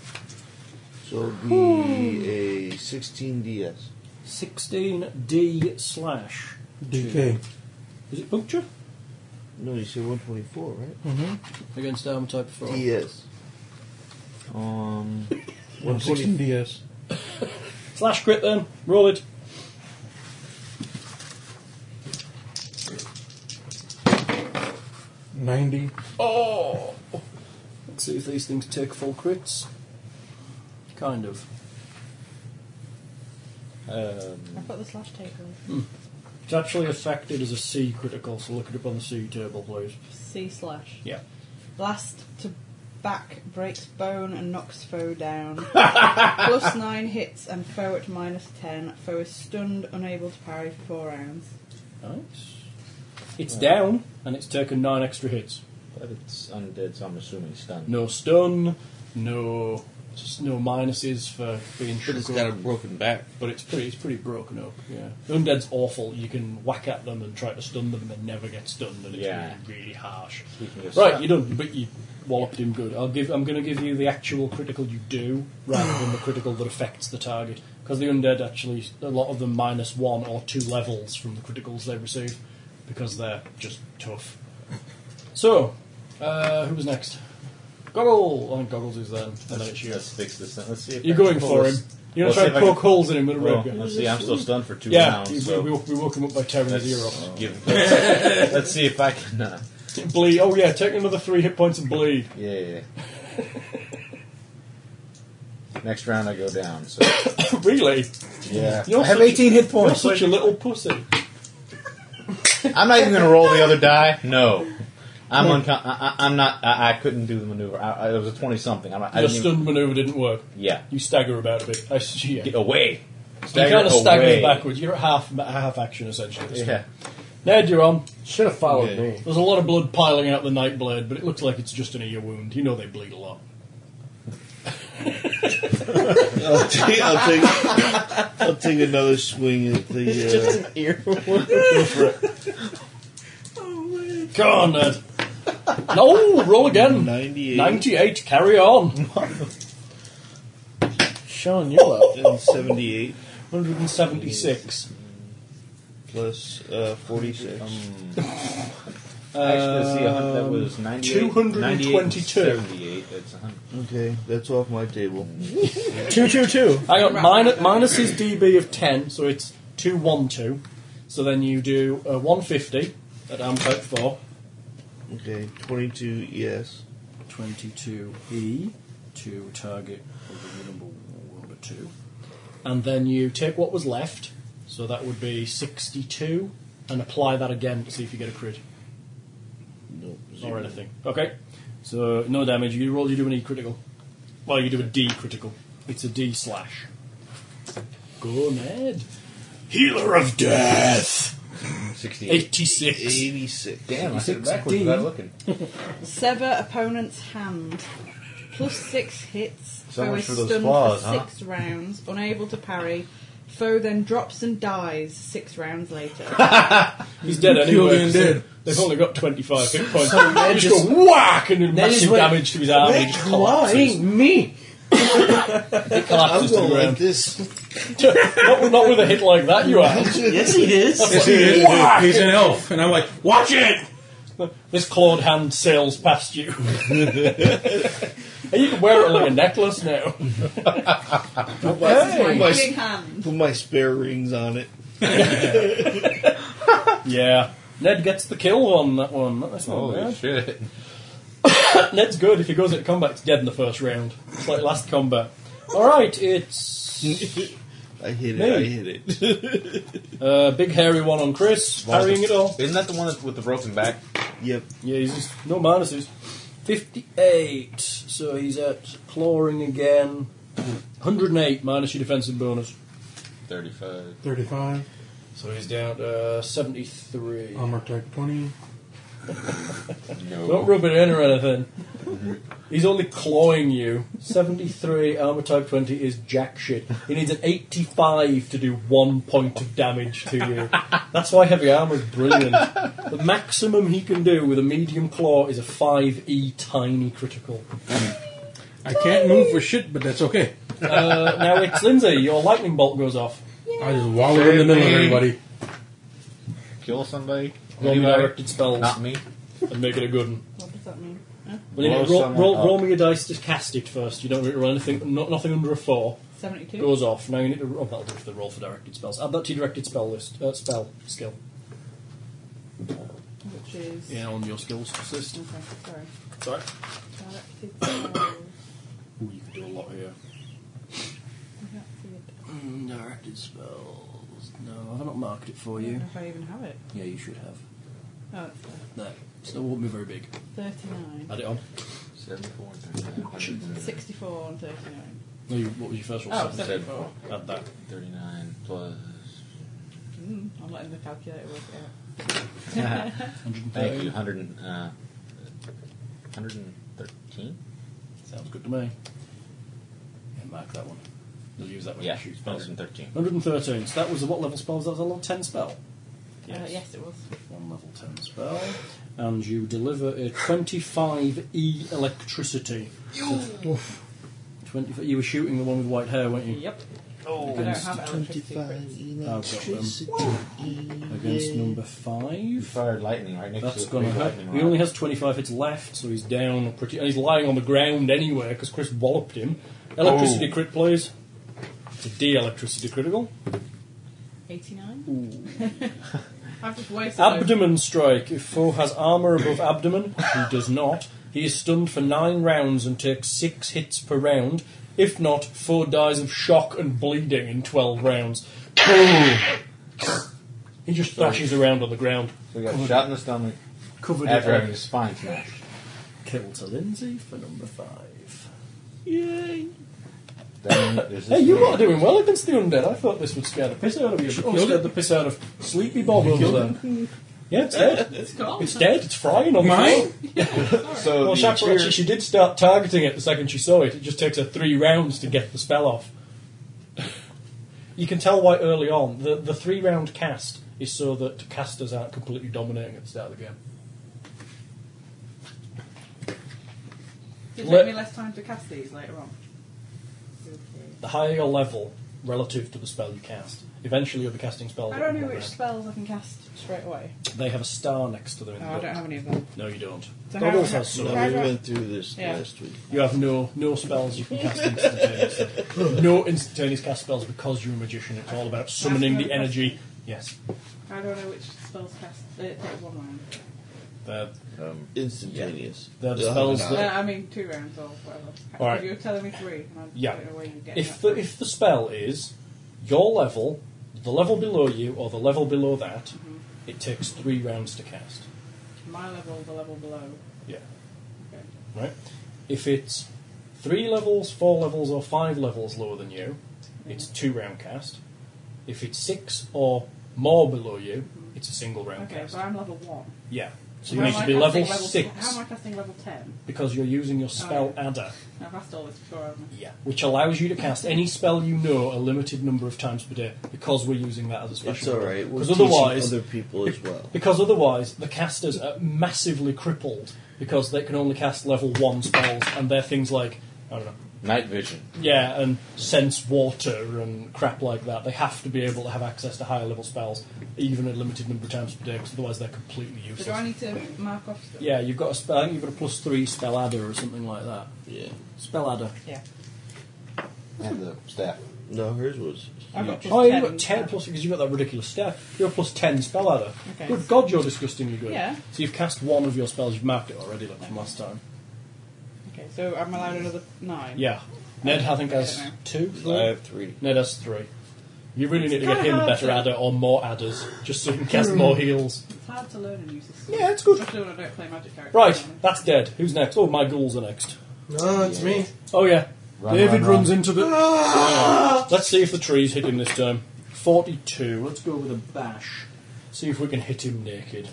Speaker 9: So it'd be a 16 DS.
Speaker 3: 16D slash.
Speaker 4: DK.
Speaker 3: Is it puncture?
Speaker 9: No, you said 124, right?
Speaker 4: Mm-hmm.
Speaker 3: Against armor type 4.
Speaker 9: DS.
Speaker 8: Um.
Speaker 4: 116 DS.
Speaker 3: Slash crit then. Roll it.
Speaker 4: Ninety.
Speaker 3: Oh! Let's see if these things take full crits. Kind of.
Speaker 8: Um,
Speaker 2: I've got the slash taker.
Speaker 3: It's actually affected as a C critical, so look it up on the C table, please.
Speaker 2: C slash.
Speaker 3: Yeah.
Speaker 2: Last to back breaks bone and knocks
Speaker 3: *laughs*
Speaker 2: foe down. Plus nine hits and foe at minus ten. Foe is stunned, unable to parry for four rounds.
Speaker 3: Nice. It's down, and it's taken 9 extra hits.
Speaker 8: but it's undead, so I'm assuming stunned.
Speaker 3: No stun, no Just no minuses for being
Speaker 11: But
Speaker 3: shook
Speaker 11: it's
Speaker 3: up.
Speaker 11: got a broken back.
Speaker 3: But it's pretty, it's pretty broken up. Yeah, undead's awful. You can whack at them and try to stun them, and they never get stunned, and it's
Speaker 5: Yeah.
Speaker 3: really, really harsh.
Speaker 5: Speaking of
Speaker 3: Right,
Speaker 5: stuff.
Speaker 3: you done, but you walloped him good. I'll give. I'm going to give you the actual critical you do, rather than the critical that affects the target, because the undead actually a lot of them minus one or two levels from the criticals they receive, because they're just tough. So, uh, who was next? Goggle. I think Goggles is then, and then it's you.
Speaker 5: Let's fix this. Then. Let's see. If
Speaker 3: You're
Speaker 5: I can
Speaker 3: going
Speaker 5: pull
Speaker 3: for him.
Speaker 5: this-
Speaker 3: You're going to
Speaker 5: Well, see if
Speaker 3: try
Speaker 5: I
Speaker 3: and
Speaker 5: can-
Speaker 3: poke holes in him with a
Speaker 5: Well,
Speaker 3: red gun.
Speaker 5: let's see. I'm still stunned for two
Speaker 3: Yeah, we,
Speaker 5: rounds. So
Speaker 3: we, we woke him up by tearing his ear
Speaker 5: let's,
Speaker 3: off.
Speaker 5: give, let's, let's see if I can. Uh,
Speaker 3: Bleed. Oh yeah, take another three hit points and bleed. *laughs*
Speaker 5: yeah, yeah. yeah. Next round I go down. So
Speaker 3: really?
Speaker 5: yeah,
Speaker 3: You're
Speaker 5: I have
Speaker 3: such-
Speaker 5: 18 hit
Speaker 3: You're
Speaker 5: points.
Speaker 3: such a little pussy.
Speaker 5: I'm not even going to roll the other die. No, I'm
Speaker 11: Hmm.
Speaker 5: uncon- I, I, I'm not. I, I couldn't do the maneuver. I, I, it was a 20 something. I'm not, I
Speaker 3: Your
Speaker 5: didn't even,
Speaker 3: stunned maneuver didn't work.
Speaker 5: yeah,
Speaker 3: You stagger about a bit. I see. Yeah.
Speaker 5: get away.
Speaker 3: You
Speaker 5: Stagger
Speaker 3: kind of stagger
Speaker 5: away.
Speaker 3: backwards. You're at half half action essentially.
Speaker 5: Yeah.
Speaker 3: Ned, you're on.
Speaker 6: Should have followed
Speaker 11: Okay.
Speaker 6: me.
Speaker 3: There's a lot of blood piling out the night blade, but it looks like it's just an ear wound. You know they bleed a lot.
Speaker 11: I'll take, I'll take, I'll take another swing at the. Uh,
Speaker 3: Come on, Ned. *laughs* no, roll again.
Speaker 11: 98.
Speaker 3: 98, carry on.
Speaker 6: Sean, you're up.
Speaker 11: and 78
Speaker 3: 176.
Speaker 11: plus uh, 46.
Speaker 5: Actually, let's Um, see, a hun- that was 98,
Speaker 3: 222.
Speaker 5: 98, that's 100.
Speaker 11: Okay, that's off my table.
Speaker 6: Two, two, two.
Speaker 3: Hang on, minus, minus his DB of 10, so it's 212. So then you do uh, 150 at arm type 4.
Speaker 11: Okay, 22 yes.
Speaker 12: 22E to E, target of the number, number 2.
Speaker 3: And then you take what was left, so that would be 62, and apply that again to see if you get a crit
Speaker 11: No, zero.
Speaker 3: or anything. Okay? So no damage. You roll, you do an E critical. Well, you do a D critical. It's a D slash. Go, Ned. Healer of Death!
Speaker 5: 68.
Speaker 3: 86.
Speaker 11: 86.
Speaker 5: Damn, I said it backwards without looking.
Speaker 2: Sever opponent's hand. Plus six hits.
Speaker 5: So
Speaker 2: foe
Speaker 5: much
Speaker 2: is
Speaker 5: for those
Speaker 2: stunned
Speaker 5: claws,
Speaker 2: for
Speaker 5: huh?
Speaker 2: six rounds. Unable to parry. Foe then drops and dies six
Speaker 3: *laughs*
Speaker 2: rounds later.
Speaker 3: He's dead
Speaker 4: Killed
Speaker 3: anyway.
Speaker 4: and
Speaker 3: so
Speaker 4: dead.
Speaker 3: They've only got 25 hit points.
Speaker 6: So Ned
Speaker 3: you just
Speaker 6: just-
Speaker 3: go whack and do massive
Speaker 6: just went,
Speaker 3: damage to his arm. and Um, he just collapses.
Speaker 6: me.
Speaker 3: It collapses
Speaker 11: I'm
Speaker 3: to the
Speaker 11: going like
Speaker 3: ground.
Speaker 11: this.
Speaker 3: *laughs* not, not with a hit like that, you are.
Speaker 6: Yes,
Speaker 7: *laughs*
Speaker 6: he is.
Speaker 4: Yes, he is, dude. He's an elf, and I'm like, watch it.
Speaker 3: This clawed hand sails past you. and *laughs* you can wear it like a necklace now.
Speaker 11: Put my, put, my,
Speaker 2: Big hand.
Speaker 11: put my spare rings on it.
Speaker 3: Yeah. Ned gets the kill on that one. That's not
Speaker 5: Holy
Speaker 3: bad.
Speaker 5: shit.
Speaker 3: Ned's good. If he goes into combat, he's dead in the first round. It's like last combat. Alright, *laughs* it's.
Speaker 11: I hit it.
Speaker 3: Me.
Speaker 11: I hit it.
Speaker 3: Uh, big hairy one on Chris, parrying it all.
Speaker 5: *laughs* Isn't that the one that's with the broken back?
Speaker 11: yep.
Speaker 3: Yeah, he's just no minuses. 58, so he's at clawing again. 108 minus your defensive bonus.
Speaker 5: 35.
Speaker 4: 35,
Speaker 3: So he's down to uh, 73.
Speaker 4: armor type 20.
Speaker 5: No.
Speaker 3: Don't rub it in or anything. He's only clawing you. 73 armor type 20 is jack shit. He needs an 85 to do one point of damage to you. That's why heavy armor is brilliant. The maximum he can do with a medium claw is a 5e tiny critical.
Speaker 4: I can't move for shit, but that's okay.
Speaker 3: Uh, now it's Lindsay, your lightning bolt goes off.
Speaker 4: I just wallow in the middle of everybody.
Speaker 5: Kill somebody?
Speaker 3: Roll me
Speaker 5: Anybody?
Speaker 3: directed spells
Speaker 5: Not me.
Speaker 3: and make it a good one.
Speaker 2: What does that mean?
Speaker 3: Well, you know,
Speaker 5: Blow
Speaker 3: roll,
Speaker 5: someone
Speaker 3: roll,
Speaker 5: up.
Speaker 3: roll me a dice to cast it first. You don't need to roll anything, not, nothing under a 4.
Speaker 2: 72?
Speaker 3: goes off. Now you need to. Oh, that'll do for the roll for directed spells. Add that to your directed spell list. Uh, spell skill.
Speaker 2: Which is...
Speaker 3: Yeah, on your skills list.
Speaker 2: Okay, sorry.
Speaker 3: Sorry.
Speaker 2: *coughs* Directed spells.
Speaker 3: Ooh, you can do a lot here.
Speaker 2: I can't see it.
Speaker 12: Mm, directed spells. No, I've not marked it for
Speaker 2: I don't
Speaker 12: you.
Speaker 2: know if I even have it.
Speaker 12: Yeah, you should have.
Speaker 2: Oh, it's there.
Speaker 12: No, still won't be very big.
Speaker 2: 39.
Speaker 3: Add it on.
Speaker 5: 74 and 39.
Speaker 2: 64 and 39.
Speaker 3: No, you, what was your first roll?
Speaker 2: Oh,
Speaker 3: Seven.
Speaker 2: 74.
Speaker 3: Add that.
Speaker 5: 39
Speaker 3: *laughs*
Speaker 5: plus.
Speaker 2: Mm, I'm letting the calculator work it out. Uh,
Speaker 5: Thank
Speaker 3: 130.
Speaker 5: you. 100 and, uh, 113?
Speaker 3: Sounds good to me. can mark that one. They'll use that when
Speaker 8: Yeah,
Speaker 3: you shoot spells.
Speaker 8: 113.
Speaker 3: 113. So that was the what level spells? That was a level 10 spell.
Speaker 2: Yes. Uh, yes, it was.
Speaker 3: One level 10 spell. And you deliver a 25E electricity. So- Oof. 25, you were shooting the one with white hair, weren't you?
Speaker 2: Yep. Oh, I don't
Speaker 3: Against
Speaker 2: have electricity. crits.
Speaker 9: electricity.
Speaker 3: Against number 5.
Speaker 8: You fired lightning right next
Speaker 3: That's
Speaker 8: to
Speaker 3: going to hurt. He only has 25 hits left, so he's down pretty. And he's lying on the ground anyway because Chris walloped him. Electricity crit plays. It's a D electricity critical.
Speaker 2: 89? *laughs* I've just wasted.
Speaker 3: Abdomen strike. If foe has armour above abdomen, he does not. He is stunned for nine rounds and takes six hits per round. If not, foe dies of shock and bleeding in 12 rounds. *coughs* Boom! he just thrashes around on the ground.
Speaker 8: So he got shot in the stomach
Speaker 3: Covered in
Speaker 8: after
Speaker 3: blood.
Speaker 8: having his spine smashed.
Speaker 3: Kill to Lindsay for number five. Yay!
Speaker 8: Then there's this
Speaker 3: Hey, you
Speaker 8: little-
Speaker 3: lot are doing well against the undead. I thought this would scare the piss out of you. Oh,
Speaker 4: killed
Speaker 3: scared the piss out of Sleepy Bob over there. Yeah, it's dead.
Speaker 2: *laughs* It's gone.
Speaker 3: It's dead. It's frying on the
Speaker 4: Mine?
Speaker 3: floor.
Speaker 8: So
Speaker 3: Well,
Speaker 8: the
Speaker 3: Shackleford,
Speaker 8: interior-
Speaker 3: actually, she did start targeting it the second she saw it. It just takes her three rounds to get the spell off. *laughs* you can tell why early on. The, the three round cast is so that casters aren't completely dominating at the start of the game.
Speaker 2: Did it
Speaker 3: Let-
Speaker 2: take me less time to cast these later on?
Speaker 3: The higher your level relative to the spell you cast, eventually you'll be casting spells.
Speaker 2: I
Speaker 3: at
Speaker 2: don't know
Speaker 3: one
Speaker 2: which
Speaker 3: round.
Speaker 2: spells I can cast straight away.
Speaker 3: They have a star next to them. In
Speaker 2: No,
Speaker 3: the
Speaker 2: Oh, I
Speaker 3: book.
Speaker 2: don't have any of them.
Speaker 3: No, you don't.
Speaker 2: So
Speaker 3: God
Speaker 2: how-
Speaker 3: also has
Speaker 9: No,
Speaker 3: some.
Speaker 2: how-
Speaker 9: we went through this
Speaker 2: Yeah.
Speaker 9: last week.
Speaker 3: You have no no spells you can cast instantaneously. no instantaneous cast spells because you're a magician. It's all about summoning the energy. Yes.
Speaker 2: I don't know which spells cast. Uh, it takes one round.
Speaker 3: They're,
Speaker 9: Instantaneous.
Speaker 3: they're the
Speaker 9: Yeah.
Speaker 3: spells
Speaker 2: Uh,
Speaker 3: that.
Speaker 2: I mean, two rounds or whatever.
Speaker 3: All right.
Speaker 2: You were telling me three, and I
Speaker 3: Yeah.
Speaker 2: don't know where you get
Speaker 3: If the, if the spell is your level, the level below you, or the level below that, it takes three rounds to cast.
Speaker 2: My level, the level below.
Speaker 3: Yeah.
Speaker 2: Okay.
Speaker 3: Right? If it's three levels, four levels, or five levels lower than you, it's two round cast. If it's six or more below you, it's a single round
Speaker 2: Okay,
Speaker 3: cast.
Speaker 2: so I'm level one.
Speaker 3: Yeah. So you
Speaker 2: How
Speaker 3: need
Speaker 2: am
Speaker 3: to
Speaker 2: I
Speaker 3: be level
Speaker 2: casting
Speaker 3: six
Speaker 2: How am I casting level ten?
Speaker 3: because you're using your spell
Speaker 2: Oh, yeah.
Speaker 3: adder.
Speaker 2: I've asked all this before, haven't
Speaker 3: Yeah. Which allows you to cast any spell you know a limited number of times per day because we're using that as a special.
Speaker 9: It's all right. We're
Speaker 3: 'Cause
Speaker 9: teaching
Speaker 3: otherwise-
Speaker 9: other people as well.
Speaker 3: *laughs* Because otherwise, the casters are massively crippled because they can only cast level one spells, and they're things like I don't know,
Speaker 8: night vision.
Speaker 3: yeah, and sense water and crap like that. They have to be able to have access to higher level spells, even a limited number of times per day, because otherwise they're completely
Speaker 2: I? So
Speaker 3: useless.
Speaker 2: do I need to mark off stuff?
Speaker 3: Yeah, you've got a spell. I think you've got a plus three spell adder or something like that.
Speaker 9: Yeah.
Speaker 3: Spell adder.
Speaker 2: Yeah.
Speaker 8: And the staff.
Speaker 9: No, hers was.
Speaker 2: I've got plus
Speaker 3: Oh,
Speaker 2: ten.
Speaker 3: you've got ten plus because you've got that ridiculous staff. You're a plus ten spell adder.
Speaker 2: Okay.
Speaker 3: Good God, you're disgustingly good.
Speaker 2: Yeah.
Speaker 3: So you've cast one of your spells. You've marked it already, like from last time.
Speaker 2: Okay, so I'm allowed another nine.
Speaker 3: Yeah. Ned, I think, has
Speaker 2: I don't know.
Speaker 9: I
Speaker 3: two.
Speaker 6: Uh,
Speaker 9: have three.
Speaker 3: Ned has three. You really need to get
Speaker 2: kinda
Speaker 3: him a
Speaker 2: hard
Speaker 3: better
Speaker 2: to- Hmm.
Speaker 3: adder or more adders, just so he can cast more heals.
Speaker 2: It's hard to learn a new system.
Speaker 3: Yeah, it's good.
Speaker 2: Especially when I don't play magic characters.
Speaker 3: Right, that's dead. Who's next? Oh, my ghouls are next.
Speaker 7: No, it's me.
Speaker 3: Oh yeah,
Speaker 8: Run,
Speaker 3: David
Speaker 8: run, run.
Speaker 3: runs into the. Let's see if the trees hit him this time. Forty-two. Ah! Let's go with a bash. See if we can hit him naked.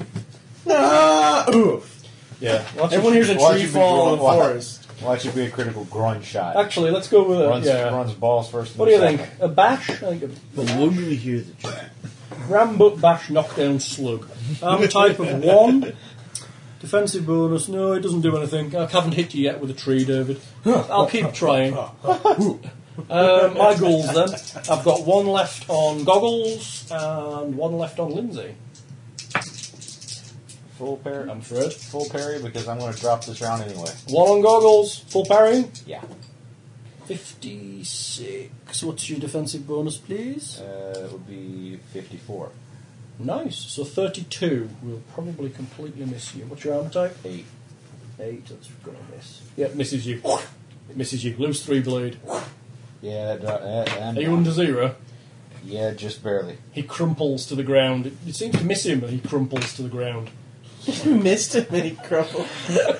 Speaker 7: Ah, oof.
Speaker 3: Yeah. Watch
Speaker 7: Everyone
Speaker 3: it.
Speaker 7: hears a
Speaker 8: Why'd
Speaker 7: tree
Speaker 8: you be
Speaker 7: fall in the
Speaker 8: growing- why-
Speaker 7: forest.
Speaker 8: Watch it be a critical groin shot.
Speaker 3: Actually, let's go with a.
Speaker 8: runs,
Speaker 3: yeah.
Speaker 8: runs balls first. and
Speaker 3: What do you
Speaker 8: second.
Speaker 3: think? A bash? I think a
Speaker 9: But when we hear the track,
Speaker 3: Rambuck Bash Knockdown Slug. Arm type of 1. Defensive bonus. No, it doesn't do anything. I haven't hit you yet with a tree, David. I'll keep trying. Uh, my goals then. I've got one left on Goggles and one left on Lindsay,
Speaker 8: Full parry.
Speaker 3: I'm afraid.
Speaker 8: full parry because I'm going to drop this round anyway.
Speaker 3: One on Goggles. Full parry.
Speaker 8: Yeah.
Speaker 3: 56. What's your defensive bonus, please?
Speaker 8: Uh, it would be 54.
Speaker 3: Nice. So 32 will probably completely miss you. What's your arm type?
Speaker 8: 8.
Speaker 3: Eight, that's gonna miss. Yeah, misses you. It misses you. Lose three blade.
Speaker 8: Yeah, that, dro- that, that
Speaker 3: Are you under zero?
Speaker 8: Yeah, just barely.
Speaker 3: He crumples to the ground. It, it seems to miss him, but he crumples to the ground.
Speaker 7: You missed him and he crumbled.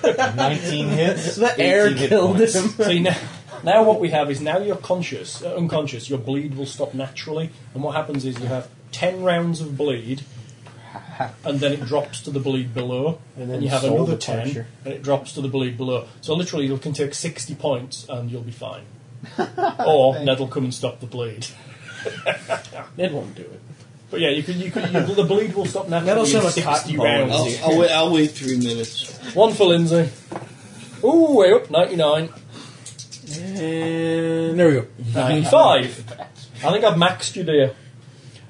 Speaker 8: 19 hits.
Speaker 7: So the air
Speaker 8: 18 hit
Speaker 7: killed
Speaker 8: points.
Speaker 7: him.
Speaker 3: See now, now what we have is now you're conscious, uh, unconscious. Your bleed will stop naturally, and what happens is you have ten rounds of *laughs* bleed, and then it drops to the bleed below, and then you have
Speaker 7: soul
Speaker 3: another ten,
Speaker 7: departure.
Speaker 3: and it drops to the bleed below. So literally, you can take sixty points, and you'll be fine. *laughs* or Ned will come and stop the bleed. *laughs*
Speaker 7: Ned won't do it.
Speaker 3: But yeah, you could, you could, you, the bleed will stop naturally.
Speaker 7: That'll show
Speaker 3: in
Speaker 7: a
Speaker 3: 60
Speaker 7: cotton ball.
Speaker 3: rounds.
Speaker 9: I'll, I'll, wait, I'll wait three minutes.
Speaker 3: One for Lindsay. Ooh, way up, 99.
Speaker 7: And
Speaker 4: There we go.
Speaker 3: 95. I think I've maxed you, dear.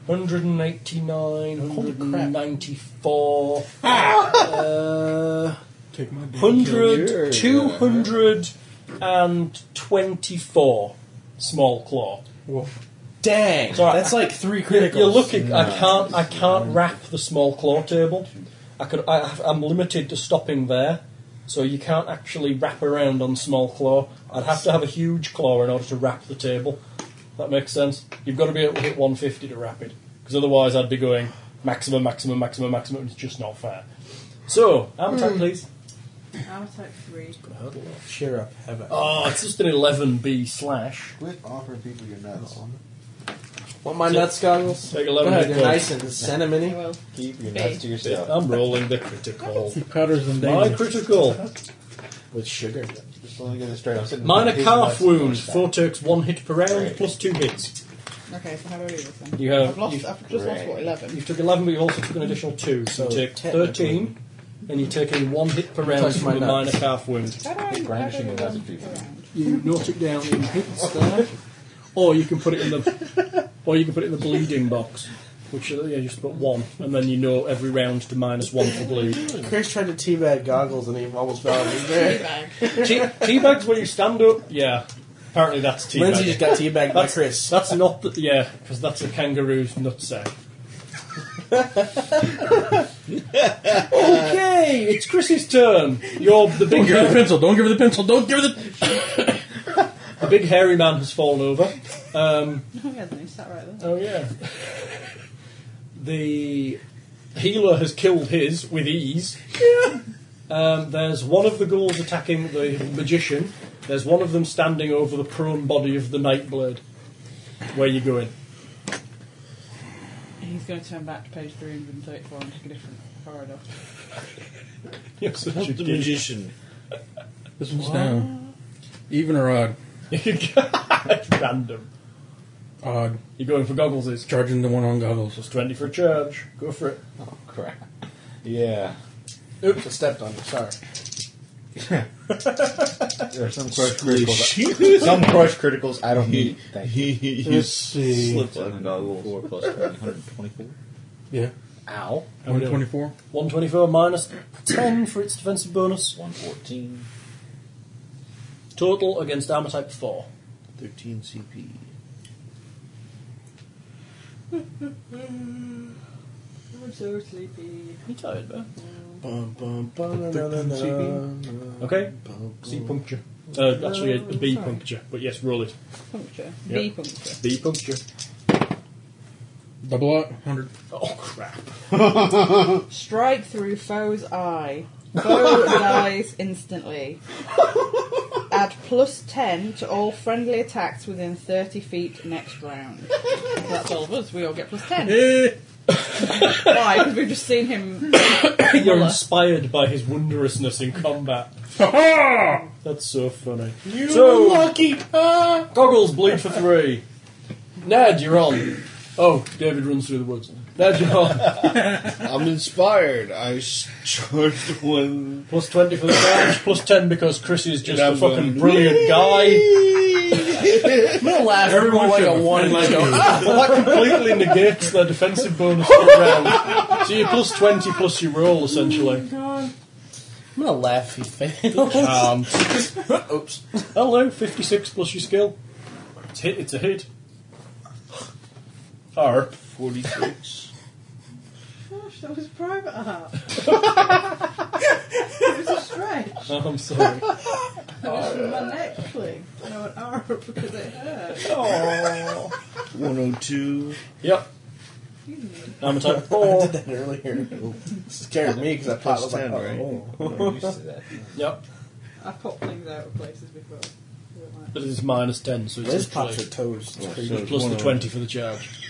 Speaker 3: 189, 194, uh,
Speaker 4: Take my dick.
Speaker 3: 100, 224. Small claw.
Speaker 7: dang,
Speaker 3: all right.
Speaker 7: that's like three
Speaker 3: You're,
Speaker 7: criticals.
Speaker 3: you're looking. I can't. I can't wrap the small claw table. I could. I, I'm limited to stopping there, so you can't actually wrap around on small claw. I'd have to have a huge claw in order to wrap the table. That makes sense. You've got to be able to hit 150 to wrap it, because otherwise I'd be going maximum, maximum, maximum, maximum. and It's just not fair. So, how much attack, please?
Speaker 2: I'll attack three.
Speaker 7: Cheer up, have it.
Speaker 3: Oh, it's just an 11B slash.
Speaker 13: Quit offering people your nuts.
Speaker 7: Want my nuts goggles?
Speaker 3: Take
Speaker 7: Go
Speaker 3: 11
Speaker 7: ahead,
Speaker 3: hit
Speaker 7: they're nice
Speaker 3: points.
Speaker 7: and cinnamony.
Speaker 2: Well,
Speaker 8: Keep your
Speaker 2: nuts
Speaker 8: nuts to yourself.
Speaker 3: I'm rolling the critical.
Speaker 4: Powders and
Speaker 3: My
Speaker 4: daisies.
Speaker 3: critical.
Speaker 7: With sugar.
Speaker 8: Just let me get it straight. I'm sitting
Speaker 3: Minor
Speaker 8: His
Speaker 3: calf
Speaker 8: nuts.
Speaker 3: wound. Four takes one hit per round, plus two hits.
Speaker 2: okay, so how do I do this then?
Speaker 3: You have
Speaker 2: I've lost.
Speaker 3: you've,
Speaker 2: I've just lost what eleven.
Speaker 3: you took eleven, but you also took an additional two, so you take
Speaker 7: technically-
Speaker 3: thirteen, and you're taking one hit per round
Speaker 7: touched
Speaker 3: from
Speaker 7: my
Speaker 3: the minor
Speaker 7: nuts.
Speaker 3: calf wound.
Speaker 2: How do I? How do I
Speaker 8: brandishing
Speaker 2: do
Speaker 8: it as a
Speaker 2: one
Speaker 8: people.
Speaker 2: around?
Speaker 3: You knot it down in hits there, or you can put it in the, or you can put it in the bleeding box, which uh, yeah, you just put one, and then you know every round to minus one for bleed.
Speaker 7: Chris tried to teabag goggles and he almost fell *laughs* out of his bed.
Speaker 3: tea, tea bags where you stand up. Yeah, apparently that's tea.
Speaker 7: Lindsay
Speaker 3: bagging.
Speaker 7: just got teabagged by Chris.
Speaker 3: That's not the, yeah, because that's a kangaroo's nutsack. okay, it's Chris's turn. You're the big,
Speaker 4: Don't give her the
Speaker 3: hairy,
Speaker 4: pencil. Don't give her the pencil. Don't give her the.
Speaker 3: *laughs* the big hairy man has fallen over. Um,
Speaker 2: No, he hasn't. He sat right there.
Speaker 3: oh yeah, the healer has killed his with ease. Um, there's one of the ghouls attacking the magician. There's one of them standing over the prone body of the Nightblade. Where you going?
Speaker 2: He's going to turn back to page three hundred and thirty-four and take a different corridor.
Speaker 3: You're such
Speaker 9: Help
Speaker 3: a
Speaker 9: the
Speaker 3: git. *laughs*
Speaker 9: magician.
Speaker 4: This one's down. Even or odd?
Speaker 3: Random.
Speaker 4: Odd.
Speaker 3: You're going for goggles, it's
Speaker 4: Uh, Charging the one on goggles.
Speaker 3: 20 for a charge. Go for it.
Speaker 8: Oh, crap. *laughs* Yeah.
Speaker 7: Oops, I stepped on you. Sorry.
Speaker 8: There are some crush
Speaker 9: Holy
Speaker 8: criticals.
Speaker 3: *laughs*
Speaker 9: shit.
Speaker 8: Some crush criticals I don't need. Thank you.
Speaker 9: Let's
Speaker 7: Let's see.
Speaker 9: Slipped on goggles. Four plus 124.
Speaker 4: Yeah.
Speaker 8: Ow.
Speaker 3: How we doing?
Speaker 4: 124.
Speaker 3: 124 minus 10 for its defensive bonus.
Speaker 9: 114.
Speaker 3: Total against armor type 4.
Speaker 9: 13 CP.
Speaker 2: Um, I'm so sleepy.
Speaker 3: You tired, man?
Speaker 7: Bum, bum, bum, da, da, da,
Speaker 9: 13
Speaker 7: da.
Speaker 9: CP.
Speaker 3: Okay. C puncture. Uh, actually, a, a B puncture. But yes, roll it.
Speaker 2: Puncture.
Speaker 3: Yep.
Speaker 2: B puncture.
Speaker 3: B puncture.
Speaker 4: Double up. *laughs* 100.
Speaker 3: Oh, crap.
Speaker 2: Strike through foe's
Speaker 7: *laughs*
Speaker 2: eye. Foe dies instantly. Add plus 10 to all friendly attacks within 30 feet next round. That's all of us. We all get plus 10.
Speaker 4: Eh.
Speaker 2: Why? Because we've just
Speaker 7: *coughs*
Speaker 2: seen him.
Speaker 3: You're
Speaker 2: Muller.
Speaker 3: inspired by his wondrousness in combat.
Speaker 4: Ha-ha!
Speaker 3: That's so funny.
Speaker 4: You
Speaker 3: So-
Speaker 4: lucky. Ah.
Speaker 3: Goggles bleed for three. Ned, you're on. Oh, David runs through the woods. Ned, you're on.
Speaker 9: I'm inspired. I s- charged one.
Speaker 3: Plus 20 for the charge, plus 10 because Chris is just
Speaker 9: And
Speaker 3: a
Speaker 9: I'm going,
Speaker 3: fucking brilliant guy.
Speaker 7: I'm going to laugh. Everyone like a one and like a.
Speaker 3: Well, that completely negates their defensive bonus for the round. So you're plus 20 plus your roll, essentially.
Speaker 7: I'm going to laugh if he fails.
Speaker 3: Um,
Speaker 7: Oops.
Speaker 3: hello, 56 plus your skill. It's, hit, it's a hit. Arp.
Speaker 9: 46.
Speaker 2: Gosh, that was private
Speaker 3: *laughs*
Speaker 2: art. it was a stretch.
Speaker 3: Oh, *laughs* I'm sorry.
Speaker 2: It was
Speaker 3: Oh,
Speaker 2: from my neck flick. And I went, "Arr," *laughs* because it hurt.
Speaker 9: 102.
Speaker 3: Yep. I'm a type 4.
Speaker 7: did that earlier. It scared me because I thought it was like,
Speaker 9: 10, right?
Speaker 7: oh.
Speaker 8: I'm used to that.
Speaker 3: Yep.
Speaker 2: I popped things out of places before.
Speaker 3: But it's minus 10, so it's
Speaker 7: Liz pops her
Speaker 3: literally
Speaker 7: toes. It's creepy.
Speaker 9: so-
Speaker 3: plus the
Speaker 9: One.
Speaker 3: 20 for the charge.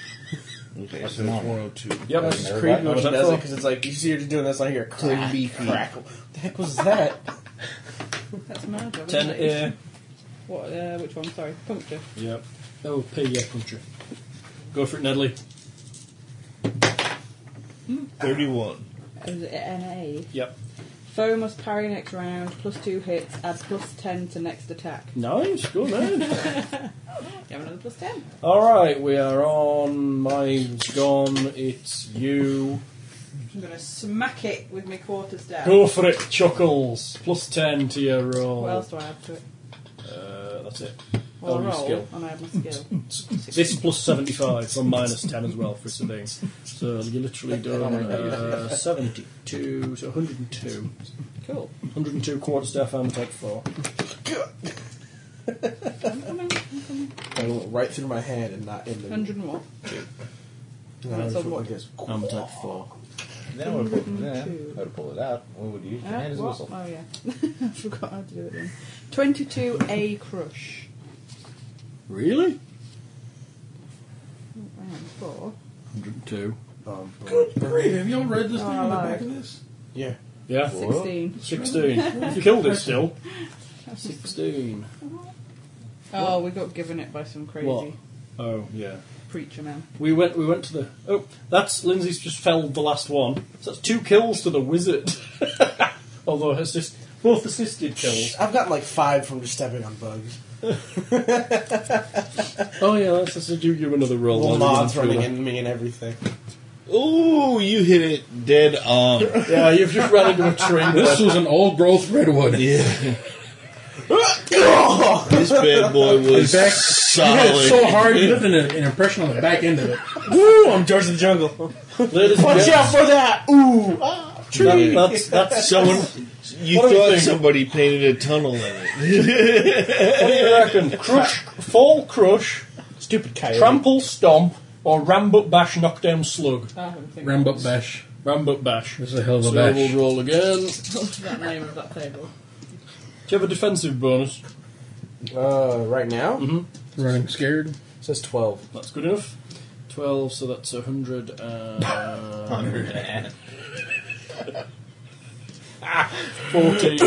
Speaker 9: Okay, so it's 102.
Speaker 3: Yep.
Speaker 7: It's creepy when
Speaker 3: was
Speaker 7: she
Speaker 3: that
Speaker 7: does it
Speaker 3: for?
Speaker 7: because it's like, you see her doing this, I hear a crack,
Speaker 9: BP.
Speaker 7: crackle. What the heck was that?
Speaker 2: That's my job. isn't
Speaker 3: 10
Speaker 2: it?
Speaker 3: ear,
Speaker 2: What? Uh, which one? Sorry, puncture.
Speaker 3: Yep. Oh, P, yeah, puncture. Go for it, Nedley.
Speaker 9: 31.
Speaker 2: Is it an A?
Speaker 3: Yep.
Speaker 2: Foe must parry next round. Plus two hits. Add plus ten to next attack.
Speaker 3: Nice, go *laughs* man.
Speaker 2: You have another plus ten.
Speaker 3: Alright, we are on. Mine's gone. It's you.
Speaker 2: I'm gonna smack it with my quarter staff.
Speaker 3: Go for it, Chuckles. Plus 10 to your roll.
Speaker 2: What else do I have to it?
Speaker 3: uh, that's it.
Speaker 2: Well,
Speaker 3: Oh, your
Speaker 2: roll,
Speaker 3: skill.
Speaker 2: and I have my
Speaker 3: *laughs*
Speaker 2: skill.
Speaker 3: This is plus 75, so minus 10 as well for surveying. So you literally done uh, 72, so 102.
Speaker 2: Cool.
Speaker 3: 102 quarter staff and take 4.
Speaker 7: I went right through my hand and not in the.
Speaker 2: Hundred and one.
Speaker 7: No, it's
Speaker 2: that's a
Speaker 7: what- I
Speaker 2: what?
Speaker 7: guess.
Speaker 3: And take 4.
Speaker 8: Then I would pull, then I would pull it out. What would you use? Your
Speaker 2: Uh,
Speaker 8: hand as a
Speaker 2: what?
Speaker 8: whistle.
Speaker 2: Oh yeah, *laughs* I forgot how to do it then. Twenty-two A crush.
Speaker 3: Really?
Speaker 2: Round four.
Speaker 3: 102.
Speaker 7: Um,
Speaker 4: Great, have y'all read this
Speaker 2: Oh,
Speaker 4: thing
Speaker 2: I
Speaker 4: on the
Speaker 2: like
Speaker 4: back of this?
Speaker 7: yeah.
Speaker 3: Yeah?
Speaker 2: Sixteen.
Speaker 3: 16. you killed it still. 16.
Speaker 2: Oh, we got given it by some crazy
Speaker 3: What? Oh, yeah.
Speaker 2: preacher man.
Speaker 3: We went. We went to the. Oh, that's Lindsay's just felled the last one. So that's two kills to the wizard. *laughs* Although assist, both assisted kills.
Speaker 7: I've got like five from just stepping on bugs.
Speaker 3: Oh yeah, let's just do you another roll.
Speaker 7: Little
Speaker 3: I'll
Speaker 7: moths
Speaker 3: run through
Speaker 7: running
Speaker 3: that.
Speaker 7: into me and everything.
Speaker 9: Ooh, you hit it dead on.
Speaker 3: Yeah, you've just run into a trend.
Speaker 4: This was an old growth redwood.
Speaker 9: Yeah. this bad boy was
Speaker 4: In fact, You *laughs* hit it
Speaker 9: solid.
Speaker 4: so hard, you left an, an impression on the back end of it.
Speaker 7: Woo! I'm George of the Jungle.
Speaker 3: Ladies and
Speaker 7: Watch
Speaker 3: gents,
Speaker 7: out for that! Ooh!
Speaker 3: that- that's that's
Speaker 9: Someone, you
Speaker 3: What do you
Speaker 9: thought
Speaker 3: think?
Speaker 9: somebody painted a tunnel in it.
Speaker 3: what do you reckon? Crush, fall, crush,
Speaker 7: Stupid coyote.
Speaker 3: trample, stomp, or rambuck bash, knockdown, slug.
Speaker 2: I haven't think
Speaker 4: Rambuck Bash.
Speaker 3: Rambuck bash.
Speaker 4: This is a hell of a
Speaker 3: So
Speaker 4: bash.
Speaker 3: we'll roll again.
Speaker 2: of that name of that table.
Speaker 3: Do you have a defensive bonus?
Speaker 7: Uh, right now?
Speaker 4: Running scared.
Speaker 7: says 12.
Speaker 3: That's good enough. Twelve, so that's a hundred.
Speaker 7: *laughs*
Speaker 3: Uh,
Speaker 8: Hundred.
Speaker 7: *laughs*
Speaker 3: Fourteen.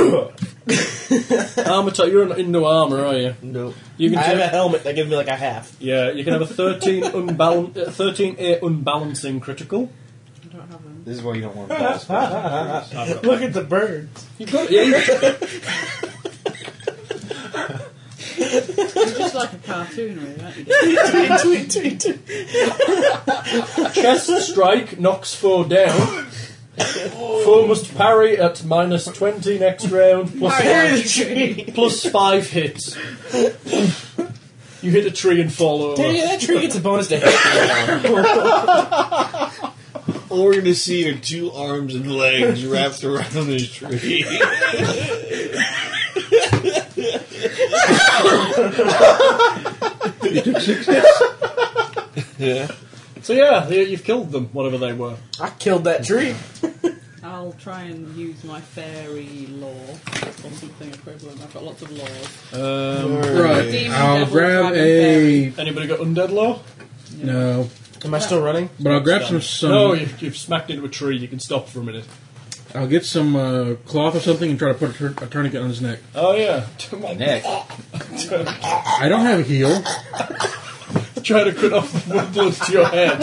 Speaker 3: armor type. You're in no armor, are you?
Speaker 7: Nope.
Speaker 3: You
Speaker 7: I
Speaker 3: can
Speaker 7: have a
Speaker 3: take,
Speaker 7: helmet that gives me like a half.
Speaker 3: yeah. You can have a thirteen unbalan- uh, thirteen a unbalancing critical.
Speaker 2: I don't have them.
Speaker 8: This is why you don't want to boss. but-
Speaker 7: Look at the birds.
Speaker 3: You've got yeah. you-
Speaker 2: It's just like a cartoon, really, aren't you?
Speaker 7: tweet, tweet, tweet, tweet.
Speaker 3: Chest strike knocks four down. Four must parry at minus twenty next round. Plus
Speaker 7: Parry
Speaker 3: five,
Speaker 7: the tree.
Speaker 3: plus five hits. You hit a tree and fall
Speaker 7: Dang it,
Speaker 3: over.
Speaker 7: that tree gets a bonus to hit.
Speaker 9: We're going to see your two arms and legs wrapped around this tree. yeah.
Speaker 3: So yeah, you- you've killed them, whatever they were.
Speaker 7: I killed that tree.
Speaker 2: *laughs* I'll try and use my fairy law or something equivalent. I've got lots of laws.
Speaker 3: Um,
Speaker 4: Right.
Speaker 2: Demon,
Speaker 4: I'll
Speaker 2: devil,
Speaker 4: grab
Speaker 2: dragon,
Speaker 4: a.
Speaker 3: anybody got undead law?
Speaker 4: No.
Speaker 7: Am I still running?
Speaker 4: But I'll grab some. some
Speaker 3: No, you've, you've smacked into a tree. You can stop for a minute.
Speaker 4: I'll get some uh, cloth or something and try to put a, tur- a tourniquet on his neck.
Speaker 3: Oh *laughs* yeah,
Speaker 8: Nick.
Speaker 4: I don't have a heel.
Speaker 3: try to cut off the blood to your head.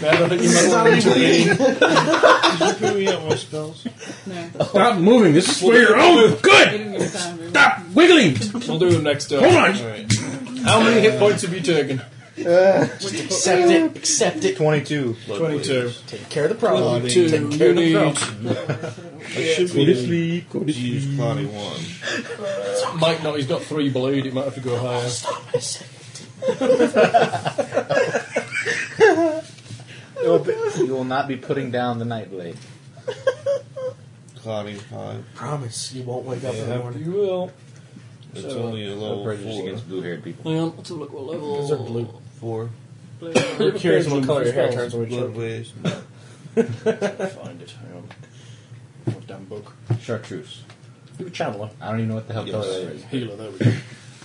Speaker 3: Man, I think you might want to
Speaker 2: No,
Speaker 4: Stop moving. This is for your own
Speaker 2: you
Speaker 4: good.
Speaker 2: didn't give me time. really.
Speaker 4: Stop wiggling.
Speaker 3: We'll do them next time.
Speaker 4: Hold on.
Speaker 3: How many hit points have you taken?
Speaker 7: Accept it. Accept it.
Speaker 8: Twenty-two.
Speaker 3: Twenty-two.
Speaker 7: Take care of the problem.
Speaker 3: Two.
Speaker 7: Take care
Speaker 3: You
Speaker 7: of the
Speaker 3: need
Speaker 7: problem.
Speaker 9: It should be to use Cloudy 1.
Speaker 3: Might not. He's got three bleed. He might have to go higher.
Speaker 8: You will not be putting down the Nightblade.
Speaker 9: Cloudy 5.
Speaker 7: Promise you won't wake up in the morning.
Speaker 3: You will.
Speaker 9: It's
Speaker 3: So,
Speaker 9: only a
Speaker 8: No
Speaker 9: level
Speaker 8: prejudice
Speaker 9: 4.
Speaker 8: against blue-haired people.
Speaker 3: Hang on. Let's have a look what level.
Speaker 7: Those are blue.
Speaker 9: 4.
Speaker 2: Blue.
Speaker 7: We're curious what color your hair turns when you
Speaker 9: Blood
Speaker 7: choke.
Speaker 9: waves.
Speaker 3: Find it. Hang on. What damn book?
Speaker 8: Chartreuse.
Speaker 3: You a channeler.
Speaker 8: I don't even know what the hell color that is.
Speaker 3: Healer. There we go.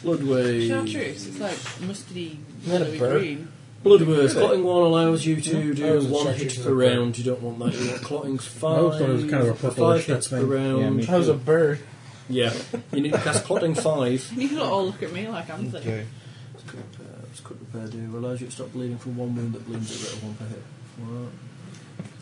Speaker 3: Bloodway.
Speaker 2: Chartreuse, it's like mustardy,
Speaker 7: that a
Speaker 2: yellowy
Speaker 7: bird?
Speaker 2: green.
Speaker 3: Bloodworth. Clotting one allows you to
Speaker 7: I
Speaker 3: do
Speaker 7: was a
Speaker 3: one
Speaker 7: chartreuse
Speaker 3: hit
Speaker 7: with
Speaker 3: per
Speaker 7: a bird.
Speaker 3: round. You don't want that. You want clotting five.
Speaker 4: always thought it was kind of a
Speaker 3: for
Speaker 4: purplish
Speaker 3: five hits
Speaker 4: thing.
Speaker 3: per round.
Speaker 8: Yeah, me
Speaker 7: That was a bird.
Speaker 3: Yeah. You need to cast plotting five. Uh,
Speaker 2: You can all look at me like I'm thinking.
Speaker 14: It's quick repair do. Allows you to stop bleeding from one wound that bleeds at rate of one per hit. What?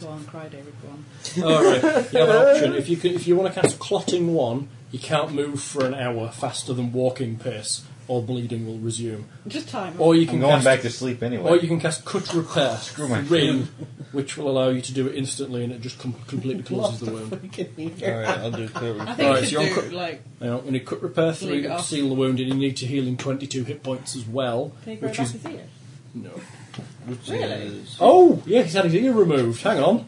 Speaker 2: Go on, cry, David. Go on.
Speaker 3: All right. You have an option. If you can, if you want to cast clotting one, you can't move for an hour faster than walking pace, or bleeding will resume.
Speaker 2: Just time.
Speaker 3: Or you can
Speaker 5: I'm going
Speaker 3: cast,
Speaker 5: back to sleep
Speaker 3: *laughs*
Speaker 5: anyway.
Speaker 3: Or you can cast cut repair
Speaker 9: Oh
Speaker 3: Screw
Speaker 5: my
Speaker 3: three, which will allow you to do it instantly, and it just com-
Speaker 9: *laughs*
Speaker 3: completely closes the wound.
Speaker 9: Alright, I'll do clear.
Speaker 2: I think
Speaker 3: Alright,
Speaker 2: you
Speaker 3: so you're on
Speaker 2: should do
Speaker 3: cut.
Speaker 2: like
Speaker 3: Now, and you cut repair three
Speaker 2: Leave it
Speaker 3: to
Speaker 2: off.
Speaker 3: seal the wound, and you need to heal in 22 hit points as well.
Speaker 2: can you grow
Speaker 3: Which
Speaker 2: back
Speaker 3: is.
Speaker 2: his ear?
Speaker 3: No.
Speaker 9: Which
Speaker 2: Really?
Speaker 9: is-
Speaker 3: Oh, yeah, he's had his ear removed. Hang on.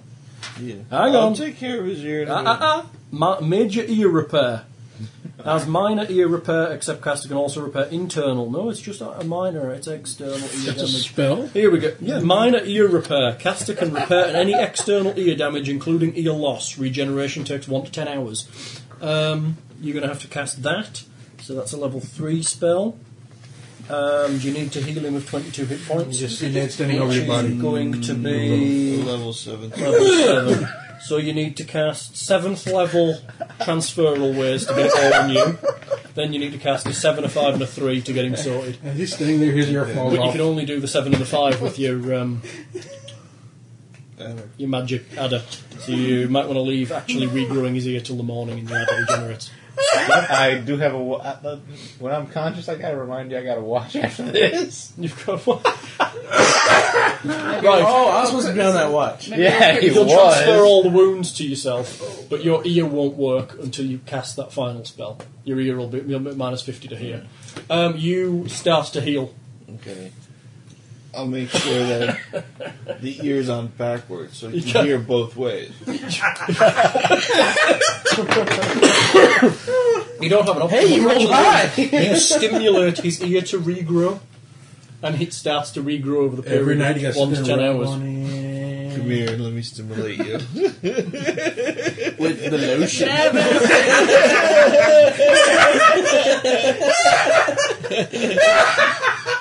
Speaker 9: yeah.
Speaker 3: Hang
Speaker 9: I'll
Speaker 3: on.
Speaker 9: take care of his ear. in a
Speaker 3: Ah,
Speaker 9: minute.
Speaker 3: ah, ah. Ma- major ear repair. As minor ear repair, except caster can also repair internal. No, it's just a minor, it's external ear
Speaker 4: That's a
Speaker 3: damage.
Speaker 4: spell.
Speaker 3: Here we go. Yeah, minor ear repair. Caster can repair any external ear damage, including ear loss. Regeneration takes one to ten hours. Um, you're going to have to cast that. So that's a level three spell. Um, you need to heal him with 22 hit points.
Speaker 9: Just see that standing over your
Speaker 3: Which is
Speaker 9: body.
Speaker 3: going to be
Speaker 9: level seven.
Speaker 3: level seven. So you need to cast seventh level transferal ways to get it all on you. Then you need to cast a seven, a five, and a three to get him sorted.
Speaker 4: And he's standing there, his ear falls
Speaker 3: But you
Speaker 4: off.
Speaker 3: can only do the seven and the five with your um,
Speaker 9: Adder.
Speaker 3: your magic adder. So you might want to leave actually regrowing his ear till the morning and the adder regenerates.
Speaker 5: But I do have a. wa- I- uh, When I'm conscious, I gotta remind you I gotta watch *laughs* after this.
Speaker 3: You've got one.
Speaker 6: Oh, I was supposed to be on that watch.
Speaker 2: Maybe
Speaker 5: Yeah,
Speaker 2: I'll
Speaker 5: he
Speaker 2: pick-
Speaker 3: You'll transfer
Speaker 5: was.
Speaker 3: all the wounds to yourself, but your ear won't work until you cast that final spell. Your ear will be, you'll be at minus 50 to hear. Um, you start to heal.
Speaker 9: Okay. I'll make sure that the ear's on backwards so you
Speaker 3: You
Speaker 9: can
Speaker 3: got-
Speaker 9: hear both ways.
Speaker 3: You don't have an option. Hey, you rolled *laughs* high! you stimulate his ear to regrow, and it starts to regrow over the period
Speaker 4: Every night
Speaker 3: of
Speaker 4: he got
Speaker 3: 1 to 10 hours.
Speaker 9: Come here and let me stimulate you.
Speaker 6: With the lotion.